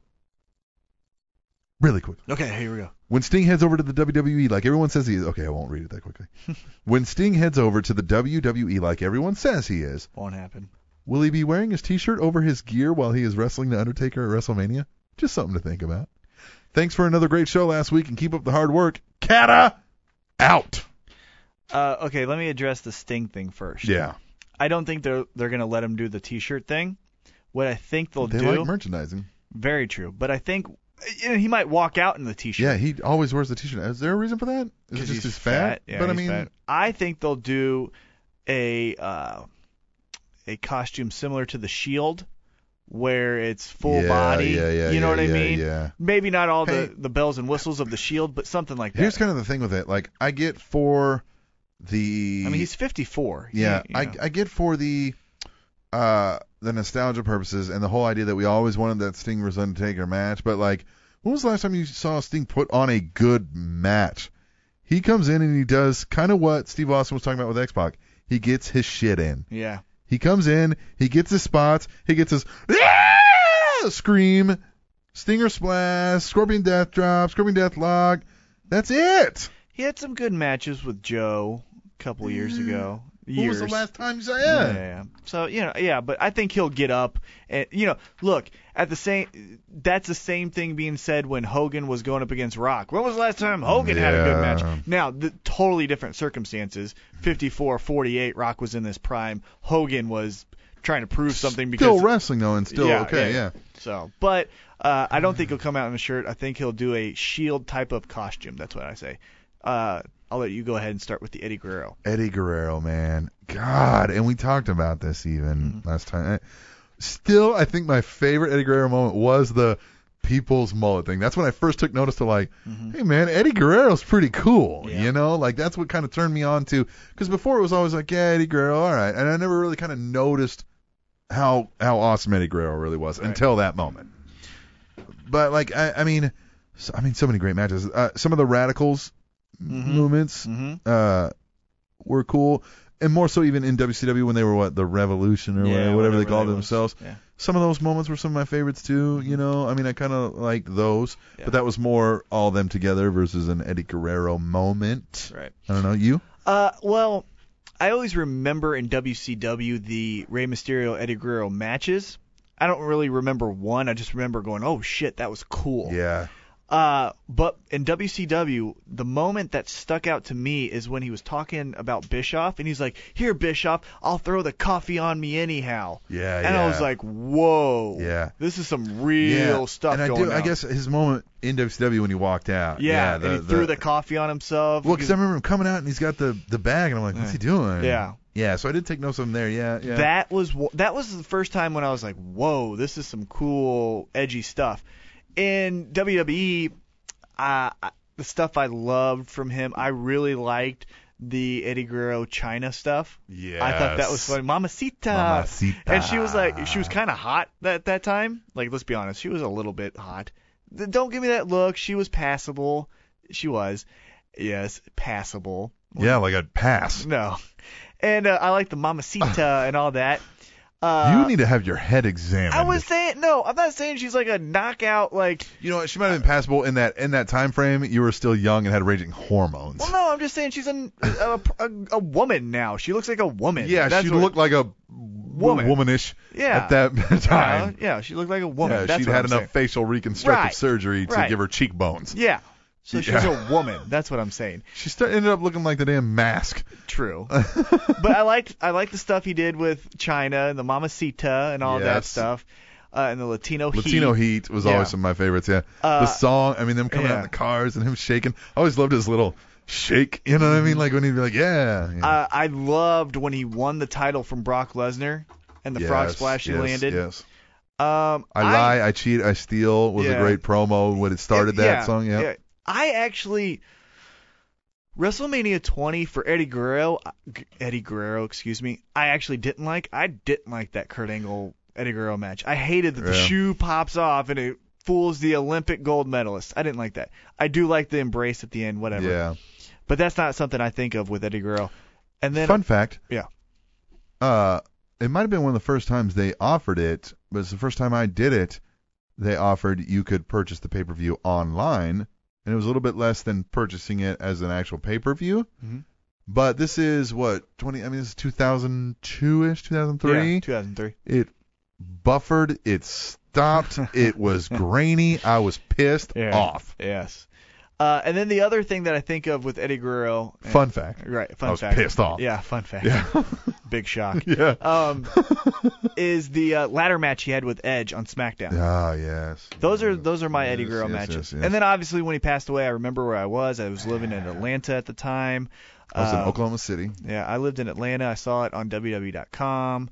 [SPEAKER 3] really quickly.
[SPEAKER 4] Okay, here we go.
[SPEAKER 3] When Sting heads over to the WWE, like everyone says he is. Okay, I won't read it that quickly. *laughs* when Sting heads over to the WWE, like everyone says he is,
[SPEAKER 4] Won't happen.
[SPEAKER 3] will he be wearing his T-shirt over his gear while he is wrestling the Undertaker at WrestleMania? Just something to think about. Thanks for another great show last week, and keep up the hard work. Kata out.
[SPEAKER 4] Uh, okay, let me address the Sting thing first.
[SPEAKER 3] Yeah,
[SPEAKER 4] I don't think they're they're gonna let him do the T-shirt thing. What I think they'll
[SPEAKER 3] they
[SPEAKER 4] do.
[SPEAKER 3] like merchandising.
[SPEAKER 4] very true. But I think you know, he might walk out in the T-shirt.
[SPEAKER 3] Yeah, he always wears the T-shirt. Is there a reason for that? Is it
[SPEAKER 4] 'Cause
[SPEAKER 3] just
[SPEAKER 4] he's
[SPEAKER 3] his fat?
[SPEAKER 4] Yeah,
[SPEAKER 3] but I
[SPEAKER 4] he's
[SPEAKER 3] mean,
[SPEAKER 4] fat. I think they'll do a uh, a costume similar to the Shield, where it's full
[SPEAKER 3] yeah,
[SPEAKER 4] body.
[SPEAKER 3] Yeah, yeah,
[SPEAKER 4] you know
[SPEAKER 3] yeah,
[SPEAKER 4] what I
[SPEAKER 3] yeah,
[SPEAKER 4] mean?
[SPEAKER 3] Yeah.
[SPEAKER 4] Maybe not all
[SPEAKER 3] Hey.
[SPEAKER 4] the, the bells and whistles of the Shield, but something like that.
[SPEAKER 3] Here's kind of the thing with it. Like, I get for the.
[SPEAKER 4] I mean, he's 54. He-
[SPEAKER 3] Yeah,
[SPEAKER 4] you
[SPEAKER 3] I,
[SPEAKER 4] know.
[SPEAKER 3] I get for the uh the nostalgia purposes and the whole idea that we always wanted that Sting versus Undertaker match, but like when was the last time you saw Sting put on a good match? He comes in and he does kind of what Steve Austin was talking about with X Pac. He gets his shit in.
[SPEAKER 4] yeah.
[SPEAKER 3] He comes in, he gets his spots, he gets his "Ah!" scream, Stinger splash, Scorpion death drop, Scorpion death lock. That's it.
[SPEAKER 4] He had some good matches with Joe a couple of years ago.
[SPEAKER 3] When was
[SPEAKER 4] Years.
[SPEAKER 3] the last time you saw
[SPEAKER 4] Yeah.
[SPEAKER 3] it?
[SPEAKER 4] yeah. So you know, yeah, but I think he'll get up and you know, look at the same. That's the same thing being said when Hogan was going up against Rock. When was the last time Hogan had a good
[SPEAKER 3] Yeah.
[SPEAKER 4] match? Now, the totally different circumstances. 54, 48. Rock was in this prime. Hogan was trying to prove something because
[SPEAKER 3] Still wrestling though, and still
[SPEAKER 4] Yeah,
[SPEAKER 3] okay,
[SPEAKER 4] yeah.
[SPEAKER 3] yeah.
[SPEAKER 4] So, but uh, I don't think he'll come out in a shirt. I think he'll do a shield type of costume. That's what I say. Uh, I'll let you go ahead and start with the Eddie Guerrero.
[SPEAKER 3] Eddie Guerrero, man. God, and we talked about Eh, this even last time. I- Still, I think my favorite Eddie Guerrero moment was the people's mullet thing. That's when I first took notice to like, hey man, Eddie Guerrero's pretty cool. You know, like that's what kind of turned me on to because before it was always like, yeah, Eddie Guerrero, all right, and I never really kind of noticed how how awesome Eddie Guerrero really was until that moment. But like, I, I mean, so, I mean, so many great matches. Uh, some of the Radicals
[SPEAKER 19] Mm-hmm.
[SPEAKER 3] movements uh, were cool, and more so even in WCW when they were what the Revolution or
[SPEAKER 19] Yeah,
[SPEAKER 3] whatever,
[SPEAKER 19] whatever
[SPEAKER 3] they
[SPEAKER 19] that
[SPEAKER 3] called
[SPEAKER 19] was.
[SPEAKER 3] themselves.
[SPEAKER 19] Yeah. Mm-hmm.
[SPEAKER 3] Some of those moments were some of my favorites too. You know, I mean, I kind of liked those, but that was more all them together versus an Eddie Guerrero moment.
[SPEAKER 4] Right.
[SPEAKER 3] I don't know you.
[SPEAKER 4] Uh, well, I always remember in WCW the Rey Mysterio Eddie Guerrero matches. I don't really remember one. I just remember going, "Oh shit, that was cool."
[SPEAKER 3] Yeah.
[SPEAKER 4] Uh, but in WCW, the moment that stuck out to me is when he was talking about Bischoff, and he's like, "Here, Bischoff, I'll throw the coffee on me anyhow."
[SPEAKER 3] Yeah,
[SPEAKER 4] and I was
[SPEAKER 3] yeah.
[SPEAKER 4] like, "Whoa,
[SPEAKER 3] Yeah.
[SPEAKER 4] this is some real
[SPEAKER 3] yeah.
[SPEAKER 4] stuff
[SPEAKER 3] And I
[SPEAKER 4] going
[SPEAKER 3] do.
[SPEAKER 4] on."
[SPEAKER 3] I guess his moment in WCW when he walked out.
[SPEAKER 4] Yeah,
[SPEAKER 3] Yeah.
[SPEAKER 4] and he threw the coffee on himself.
[SPEAKER 3] Well, 'cause I remember him coming out and he's got the the bag, and I'm like, what's he doing?
[SPEAKER 4] Yeah.
[SPEAKER 3] Yeah. So I did take notes of him there. Yeah. Yeah.
[SPEAKER 4] That was wh- that was the first time when I was like, "Whoa, this is some cool, edgy stuff." In WWE, uh, I- the stuff I loved from him, I really liked the Eddie Guerrero China stuff.
[SPEAKER 3] Yeah,
[SPEAKER 4] I thought that was funny, Mamacita.
[SPEAKER 3] Mamacita.
[SPEAKER 4] And she was like, she was kind of hot at that time. Like, let's be honest, she was a little bit hot. Th- Don't give me that look. She was passable. She was, yes, passable.
[SPEAKER 3] Yeah. Like I'd pass.
[SPEAKER 4] No. And uh, I like
[SPEAKER 3] *laughs*
[SPEAKER 4] the Mamacita and all that. Uh,
[SPEAKER 3] you need to have your head examined.
[SPEAKER 4] I was saying no. I'm not saying she's like a knockout. Like,
[SPEAKER 3] You know, what, she might have been passable in that in that time frame. You were still young and had raging hormones.
[SPEAKER 4] well, no. I'm just saying she's an, a, a a woman now. She looks like a woman.
[SPEAKER 3] Yeah,
[SPEAKER 4] That's
[SPEAKER 3] she
[SPEAKER 4] what-
[SPEAKER 3] looked like a woman.
[SPEAKER 4] Woman.
[SPEAKER 3] womanish
[SPEAKER 4] Yeah.
[SPEAKER 3] at that *laughs* time.
[SPEAKER 4] Yeah, yeah, she looked like a woman.
[SPEAKER 3] Yeah,
[SPEAKER 4] That's
[SPEAKER 3] she'd
[SPEAKER 4] what
[SPEAKER 3] had
[SPEAKER 4] I'm
[SPEAKER 3] enough
[SPEAKER 4] saying.
[SPEAKER 3] facial reconstructive
[SPEAKER 4] Right.
[SPEAKER 3] surgery to
[SPEAKER 4] Right.
[SPEAKER 3] give her cheekbones.
[SPEAKER 4] Yeah. So she's
[SPEAKER 3] Yeah.
[SPEAKER 4] a woman. That's what I'm saying.
[SPEAKER 3] She st- ended up looking like the damn mask. *laughs*
[SPEAKER 4] True. but I liked I liked the stuff he did with China and the Mamacita and all that
[SPEAKER 3] Yes.
[SPEAKER 4] stuff. Uh, and the Latino,
[SPEAKER 3] Latino Heat, was
[SPEAKER 4] Yeah.
[SPEAKER 3] always some of my favorites. Yeah,
[SPEAKER 4] Uh,
[SPEAKER 3] the song. I mean, them coming out
[SPEAKER 4] yeah.
[SPEAKER 3] in the cars and him shaking. I always loved his little shake. You know what I mean? Like when he'd be like, yeah. yeah.
[SPEAKER 4] Uh, I loved when he won the title from Brock Lesnar and the frog
[SPEAKER 3] Yes,
[SPEAKER 4] splash he
[SPEAKER 3] yes,
[SPEAKER 4] landed.
[SPEAKER 3] Yes.
[SPEAKER 4] Um,
[SPEAKER 3] I, lie, I cheat, I steal was
[SPEAKER 4] Yeah.
[SPEAKER 3] a great promo when it started that
[SPEAKER 4] yeah,
[SPEAKER 3] song. Yeah.
[SPEAKER 4] I actually WrestleMania 20 for Eddie Guerrero, uh, Eddie Guerrero, excuse me. I actually didn't like. I didn't like that Kurt Angle Eddie Guerrero match. I hated that the
[SPEAKER 3] Yeah.
[SPEAKER 4] shoe pops off and it fools the Olympic gold medalist. I didn't like that. I do like the embrace at the end, whatever.
[SPEAKER 3] Yeah.
[SPEAKER 4] But that's not something I think of with Eddie Guerrero. And then
[SPEAKER 3] Fun fact.
[SPEAKER 4] Yeah.
[SPEAKER 3] Uh, it might have been one of the first times they offered it, but it's the first time I did it. They offered you could purchase the pay per view online, and it was a little bit less than purchasing it as an actual pay per view.
[SPEAKER 4] Mhm.
[SPEAKER 3] But this is what 20. I mean, this is 2002 ish, 2003.
[SPEAKER 4] Yeah, 2003.
[SPEAKER 3] It buffered. It stopped.
[SPEAKER 4] *laughs*
[SPEAKER 3] it was grainy. I was pissed
[SPEAKER 4] Yeah.
[SPEAKER 3] off.
[SPEAKER 4] Yes. Uh, and then the other thing that I think of with Eddie Guerrero.
[SPEAKER 3] Fun fact.
[SPEAKER 4] Right. Fun
[SPEAKER 3] I was
[SPEAKER 4] fact.
[SPEAKER 3] pissed off.
[SPEAKER 4] Yeah. Fun fact.
[SPEAKER 3] Yeah.
[SPEAKER 4] *laughs* Big shock.
[SPEAKER 3] *laughs* Yeah.
[SPEAKER 4] Um, is the uh, ladder match he had with Edge on SmackDown.
[SPEAKER 3] Ah, yes.
[SPEAKER 4] Those are those are my Eddie
[SPEAKER 3] Yes,
[SPEAKER 4] Guerrero
[SPEAKER 3] yes,
[SPEAKER 4] matches.
[SPEAKER 3] yes, yes.
[SPEAKER 4] And then obviously when he passed away, I remember where I was. I was living in Atlanta at the time.
[SPEAKER 3] I was in
[SPEAKER 4] Uh,
[SPEAKER 3] Oklahoma City.
[SPEAKER 4] Yeah, I lived in Atlanta. I saw it on WWE.com.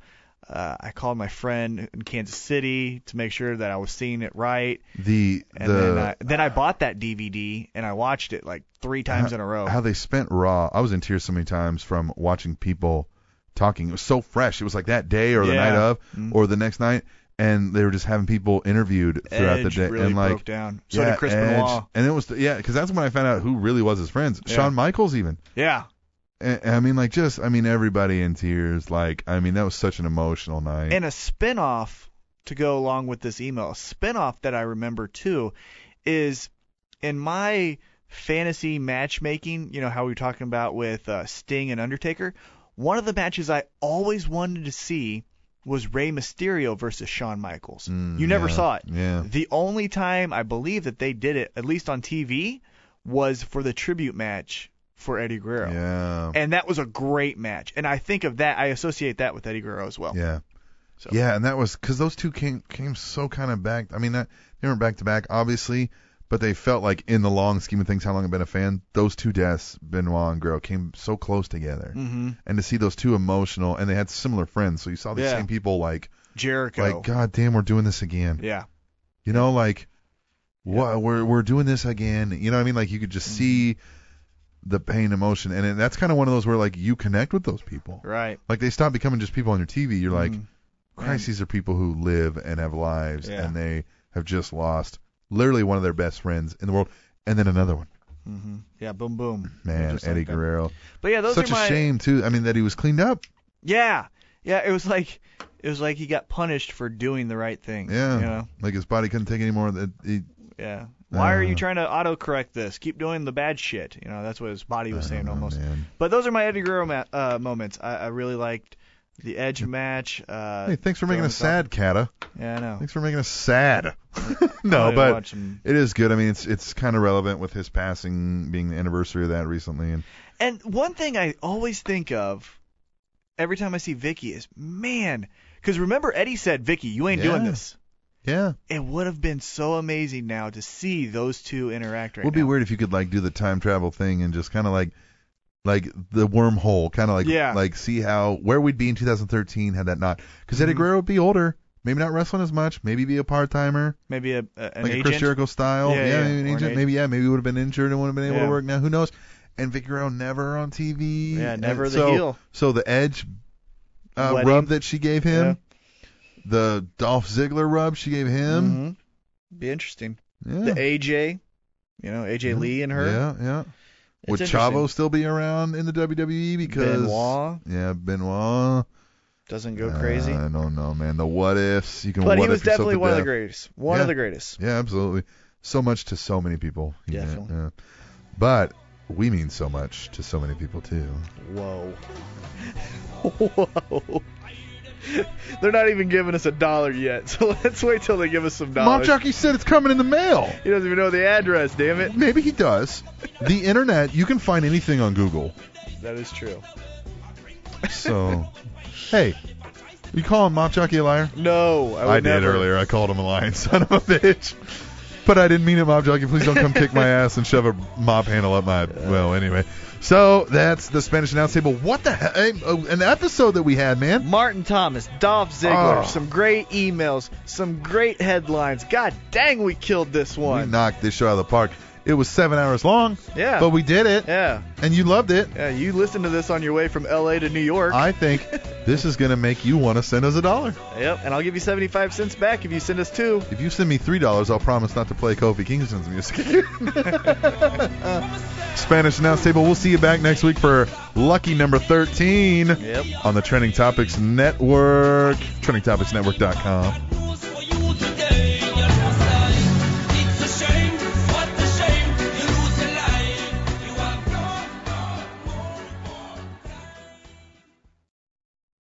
[SPEAKER 4] Uh, I called my friend in Kansas City to make sure that I was seeing it right.
[SPEAKER 3] The
[SPEAKER 4] And
[SPEAKER 3] the
[SPEAKER 4] then, I, then I bought that DVD and I watched it like three times in a row.
[SPEAKER 3] how they spent Raw. I was in tears so many times from watching people talking. It was so fresh. It was like that day or the
[SPEAKER 4] Yeah.
[SPEAKER 3] night of
[SPEAKER 4] Mhm.
[SPEAKER 3] or the next night, and they were just having people interviewed throughout the
[SPEAKER 4] Edge
[SPEAKER 3] day.
[SPEAKER 4] really
[SPEAKER 3] and like,
[SPEAKER 4] broke down. So
[SPEAKER 3] yeah,
[SPEAKER 4] did Chris
[SPEAKER 3] Edge.
[SPEAKER 4] Benoit.
[SPEAKER 3] And it was yeah, because that's when I found out who really was his friends.
[SPEAKER 4] Yeah.
[SPEAKER 3] Shawn Michaels even.
[SPEAKER 4] Yeah.
[SPEAKER 3] And, and I mean, like just I mean everybody in tears. Like I mean that was such an emotional night.
[SPEAKER 4] And a spinoff to go along with this email, a spinoff that I remember too is in my fantasy matchmaking, you know, how we were talking about with uh, Sting and Undertaker, one of the matches I always wanted to see was Rey Mysterio versus Shawn Michaels. you never
[SPEAKER 3] Mm, yeah,
[SPEAKER 4] saw it.
[SPEAKER 3] yeah.
[SPEAKER 4] The only time I believe that they did it, at least on TV, was for the tribute match for Eddie Guerrero.
[SPEAKER 3] yeah.
[SPEAKER 4] And that was a great match. And I think of that, I associate that with Eddie Guerrero as well.
[SPEAKER 3] Yeah. Yeah, and that was because those two came came so kind of back. I mean, that, they weren't back to back, obviously, but they felt like in the long scheme of things, how long I've been a fan, those two deaths, Benoit and Grill, came so close together.
[SPEAKER 4] Mm-hmm.
[SPEAKER 3] And to see those two emotional, and they had similar friends, so you saw these
[SPEAKER 4] Yeah.
[SPEAKER 3] same people like
[SPEAKER 4] Jericho.
[SPEAKER 3] like God damn, we're doing this again.
[SPEAKER 4] yeah.
[SPEAKER 3] You know, like Wha- we're we're doing this again. You know what I mean? Like you could just
[SPEAKER 4] Mm-hmm.
[SPEAKER 3] see the pain, emotion, and it, that's kind of one of those where like you connect with those people.
[SPEAKER 7] Right.
[SPEAKER 3] Like they stop becoming just people on your TV. You're like, Christ, these are people who live and have lives,
[SPEAKER 7] Mm-hmm. Yeah.
[SPEAKER 3] and they have just lost literally one of their best friends in the world, and then another one.
[SPEAKER 7] hmm Yeah. Boom. Boom.
[SPEAKER 3] Man,
[SPEAKER 7] Just like
[SPEAKER 3] Eddie
[SPEAKER 7] that.
[SPEAKER 3] Guerrero.
[SPEAKER 7] But yeah, those
[SPEAKER 3] such
[SPEAKER 7] are my-
[SPEAKER 3] a shame too. I mean that he was cleaned up.
[SPEAKER 7] Yeah. Yeah. It was like it was like he got punished for doing the right thing.
[SPEAKER 3] Yeah.
[SPEAKER 7] You know.
[SPEAKER 3] Like his body couldn't take any more. That he,
[SPEAKER 7] Yeah. Why are
[SPEAKER 3] Uh.
[SPEAKER 7] you trying to autocorrect this? Keep doing the bad shit. You know, that's what his body was saying almost.
[SPEAKER 3] man.
[SPEAKER 7] But those are my Eddie Guerrero ma- uh, moments. I, I really liked the Edge match. Uh,
[SPEAKER 3] hey, thanks for making
[SPEAKER 7] throwing
[SPEAKER 3] us sad, Kata.
[SPEAKER 7] Yeah, I know.
[SPEAKER 3] Thanks for making us sad. *laughs* no,
[SPEAKER 7] Probably
[SPEAKER 3] but
[SPEAKER 7] watch him.
[SPEAKER 3] it is good. I mean, it's it's kind of relevant with his passing being the anniversary of that recently, and
[SPEAKER 7] And one thing I always think of every time I see Vicky is, man, because remember Eddie said, Vicky, you ain't doing
[SPEAKER 3] Yeah.
[SPEAKER 7] this.
[SPEAKER 3] yeah,
[SPEAKER 7] It would have been so amazing now to see those two interact right
[SPEAKER 3] would be weird if you could like do the time travel thing and just kind of like like the wormhole, kind of like
[SPEAKER 7] Yeah.
[SPEAKER 3] like see how where we'd be in 2013 had that not because
[SPEAKER 7] Mm-hmm.
[SPEAKER 3] Eddie Guerrero would be older, maybe not wrestling as much, maybe be a part timer.
[SPEAKER 7] Maybe a, a, an
[SPEAKER 3] like
[SPEAKER 7] agent.
[SPEAKER 3] a Chris Jericho style.
[SPEAKER 7] Yeah,
[SPEAKER 3] Yeah,
[SPEAKER 7] yeah,
[SPEAKER 3] maybe an
[SPEAKER 7] or an
[SPEAKER 3] agent.
[SPEAKER 7] agent.
[SPEAKER 3] Maybe yeah, maybe would have been injured and would have been able
[SPEAKER 7] Yeah.
[SPEAKER 3] to work. Now who knows? And Vicky Guerrero never on TV.
[SPEAKER 7] Yeah,
[SPEAKER 3] And
[SPEAKER 7] never the
[SPEAKER 3] so,
[SPEAKER 7] heel.
[SPEAKER 3] So the Edge uh,
[SPEAKER 7] Wedding.
[SPEAKER 3] rub that she gave him, the Dolph Ziggler rub she gave him.
[SPEAKER 7] Mhm. Be interesting.
[SPEAKER 3] Yeah.
[SPEAKER 7] The AJ, you know, AJ Lee and her.
[SPEAKER 3] Yeah, yeah.
[SPEAKER 7] It's
[SPEAKER 3] Would
[SPEAKER 7] interesting.
[SPEAKER 3] Chavo still be around in the WWE because
[SPEAKER 7] Benoit
[SPEAKER 3] Yeah, Benoit. Uh,
[SPEAKER 7] doesn't go crazy.
[SPEAKER 3] I don't know, man. The what ifs. You can.
[SPEAKER 7] But he
[SPEAKER 3] what-if
[SPEAKER 7] was
[SPEAKER 3] yourself
[SPEAKER 7] definitely
[SPEAKER 3] to
[SPEAKER 7] one of the
[SPEAKER 3] death.
[SPEAKER 7] greatest. One
[SPEAKER 3] Yeah.
[SPEAKER 7] of the greatest.
[SPEAKER 3] Yeah, absolutely. So much to so many people. He meant,
[SPEAKER 7] Definitely.
[SPEAKER 3] yeah. But we mean so much to so many people too.
[SPEAKER 7] Whoa. Whoa. *laughs* They're not even giving us a dollar yet, *laughs* so let's wait till they give us some
[SPEAKER 3] Mom
[SPEAKER 7] dollars.
[SPEAKER 3] Jockey said it's coming in the mail.
[SPEAKER 7] He doesn't even know the address, damn it.
[SPEAKER 3] Maybe he does. The internet, you can find anything on Google.
[SPEAKER 7] That is true.
[SPEAKER 3] So, hey, you call him Mop Jockey a liar?
[SPEAKER 7] No, I, would
[SPEAKER 3] I did
[SPEAKER 7] never.
[SPEAKER 3] earlier. I called him a lying *laughs* son of a bitch. But I didn't mean it, Mop Jockey. Please don't come kick my ass and shove a mop handle up my. Well, anyway. So that's the Spanish announce table. What the hell? An episode that we had, man.
[SPEAKER 7] Martin Thomas, Dolph Ziggler,
[SPEAKER 3] Oh.
[SPEAKER 7] some great emails, some great headlines. God dang, we killed this
[SPEAKER 3] We
[SPEAKER 7] one.
[SPEAKER 3] knocked this show out of the park. It was seven hours long,
[SPEAKER 7] yeah.
[SPEAKER 3] but we did it,
[SPEAKER 7] yeah.
[SPEAKER 3] and you loved it.
[SPEAKER 7] Yeah, you listen to this on your way from LA to New York.
[SPEAKER 3] I think this is going to make you want to send us a dollar.
[SPEAKER 7] Yep, and I'll give you 75 cents back if you send us two.
[SPEAKER 3] If you send me three dollars, I'll promise not to play Kofi Kingston's music. Spanish announce table. We'll see you back next week for lucky number 13
[SPEAKER 7] Yep.
[SPEAKER 3] on the Trending Topics Network. TrendingTopicsNetwork.com.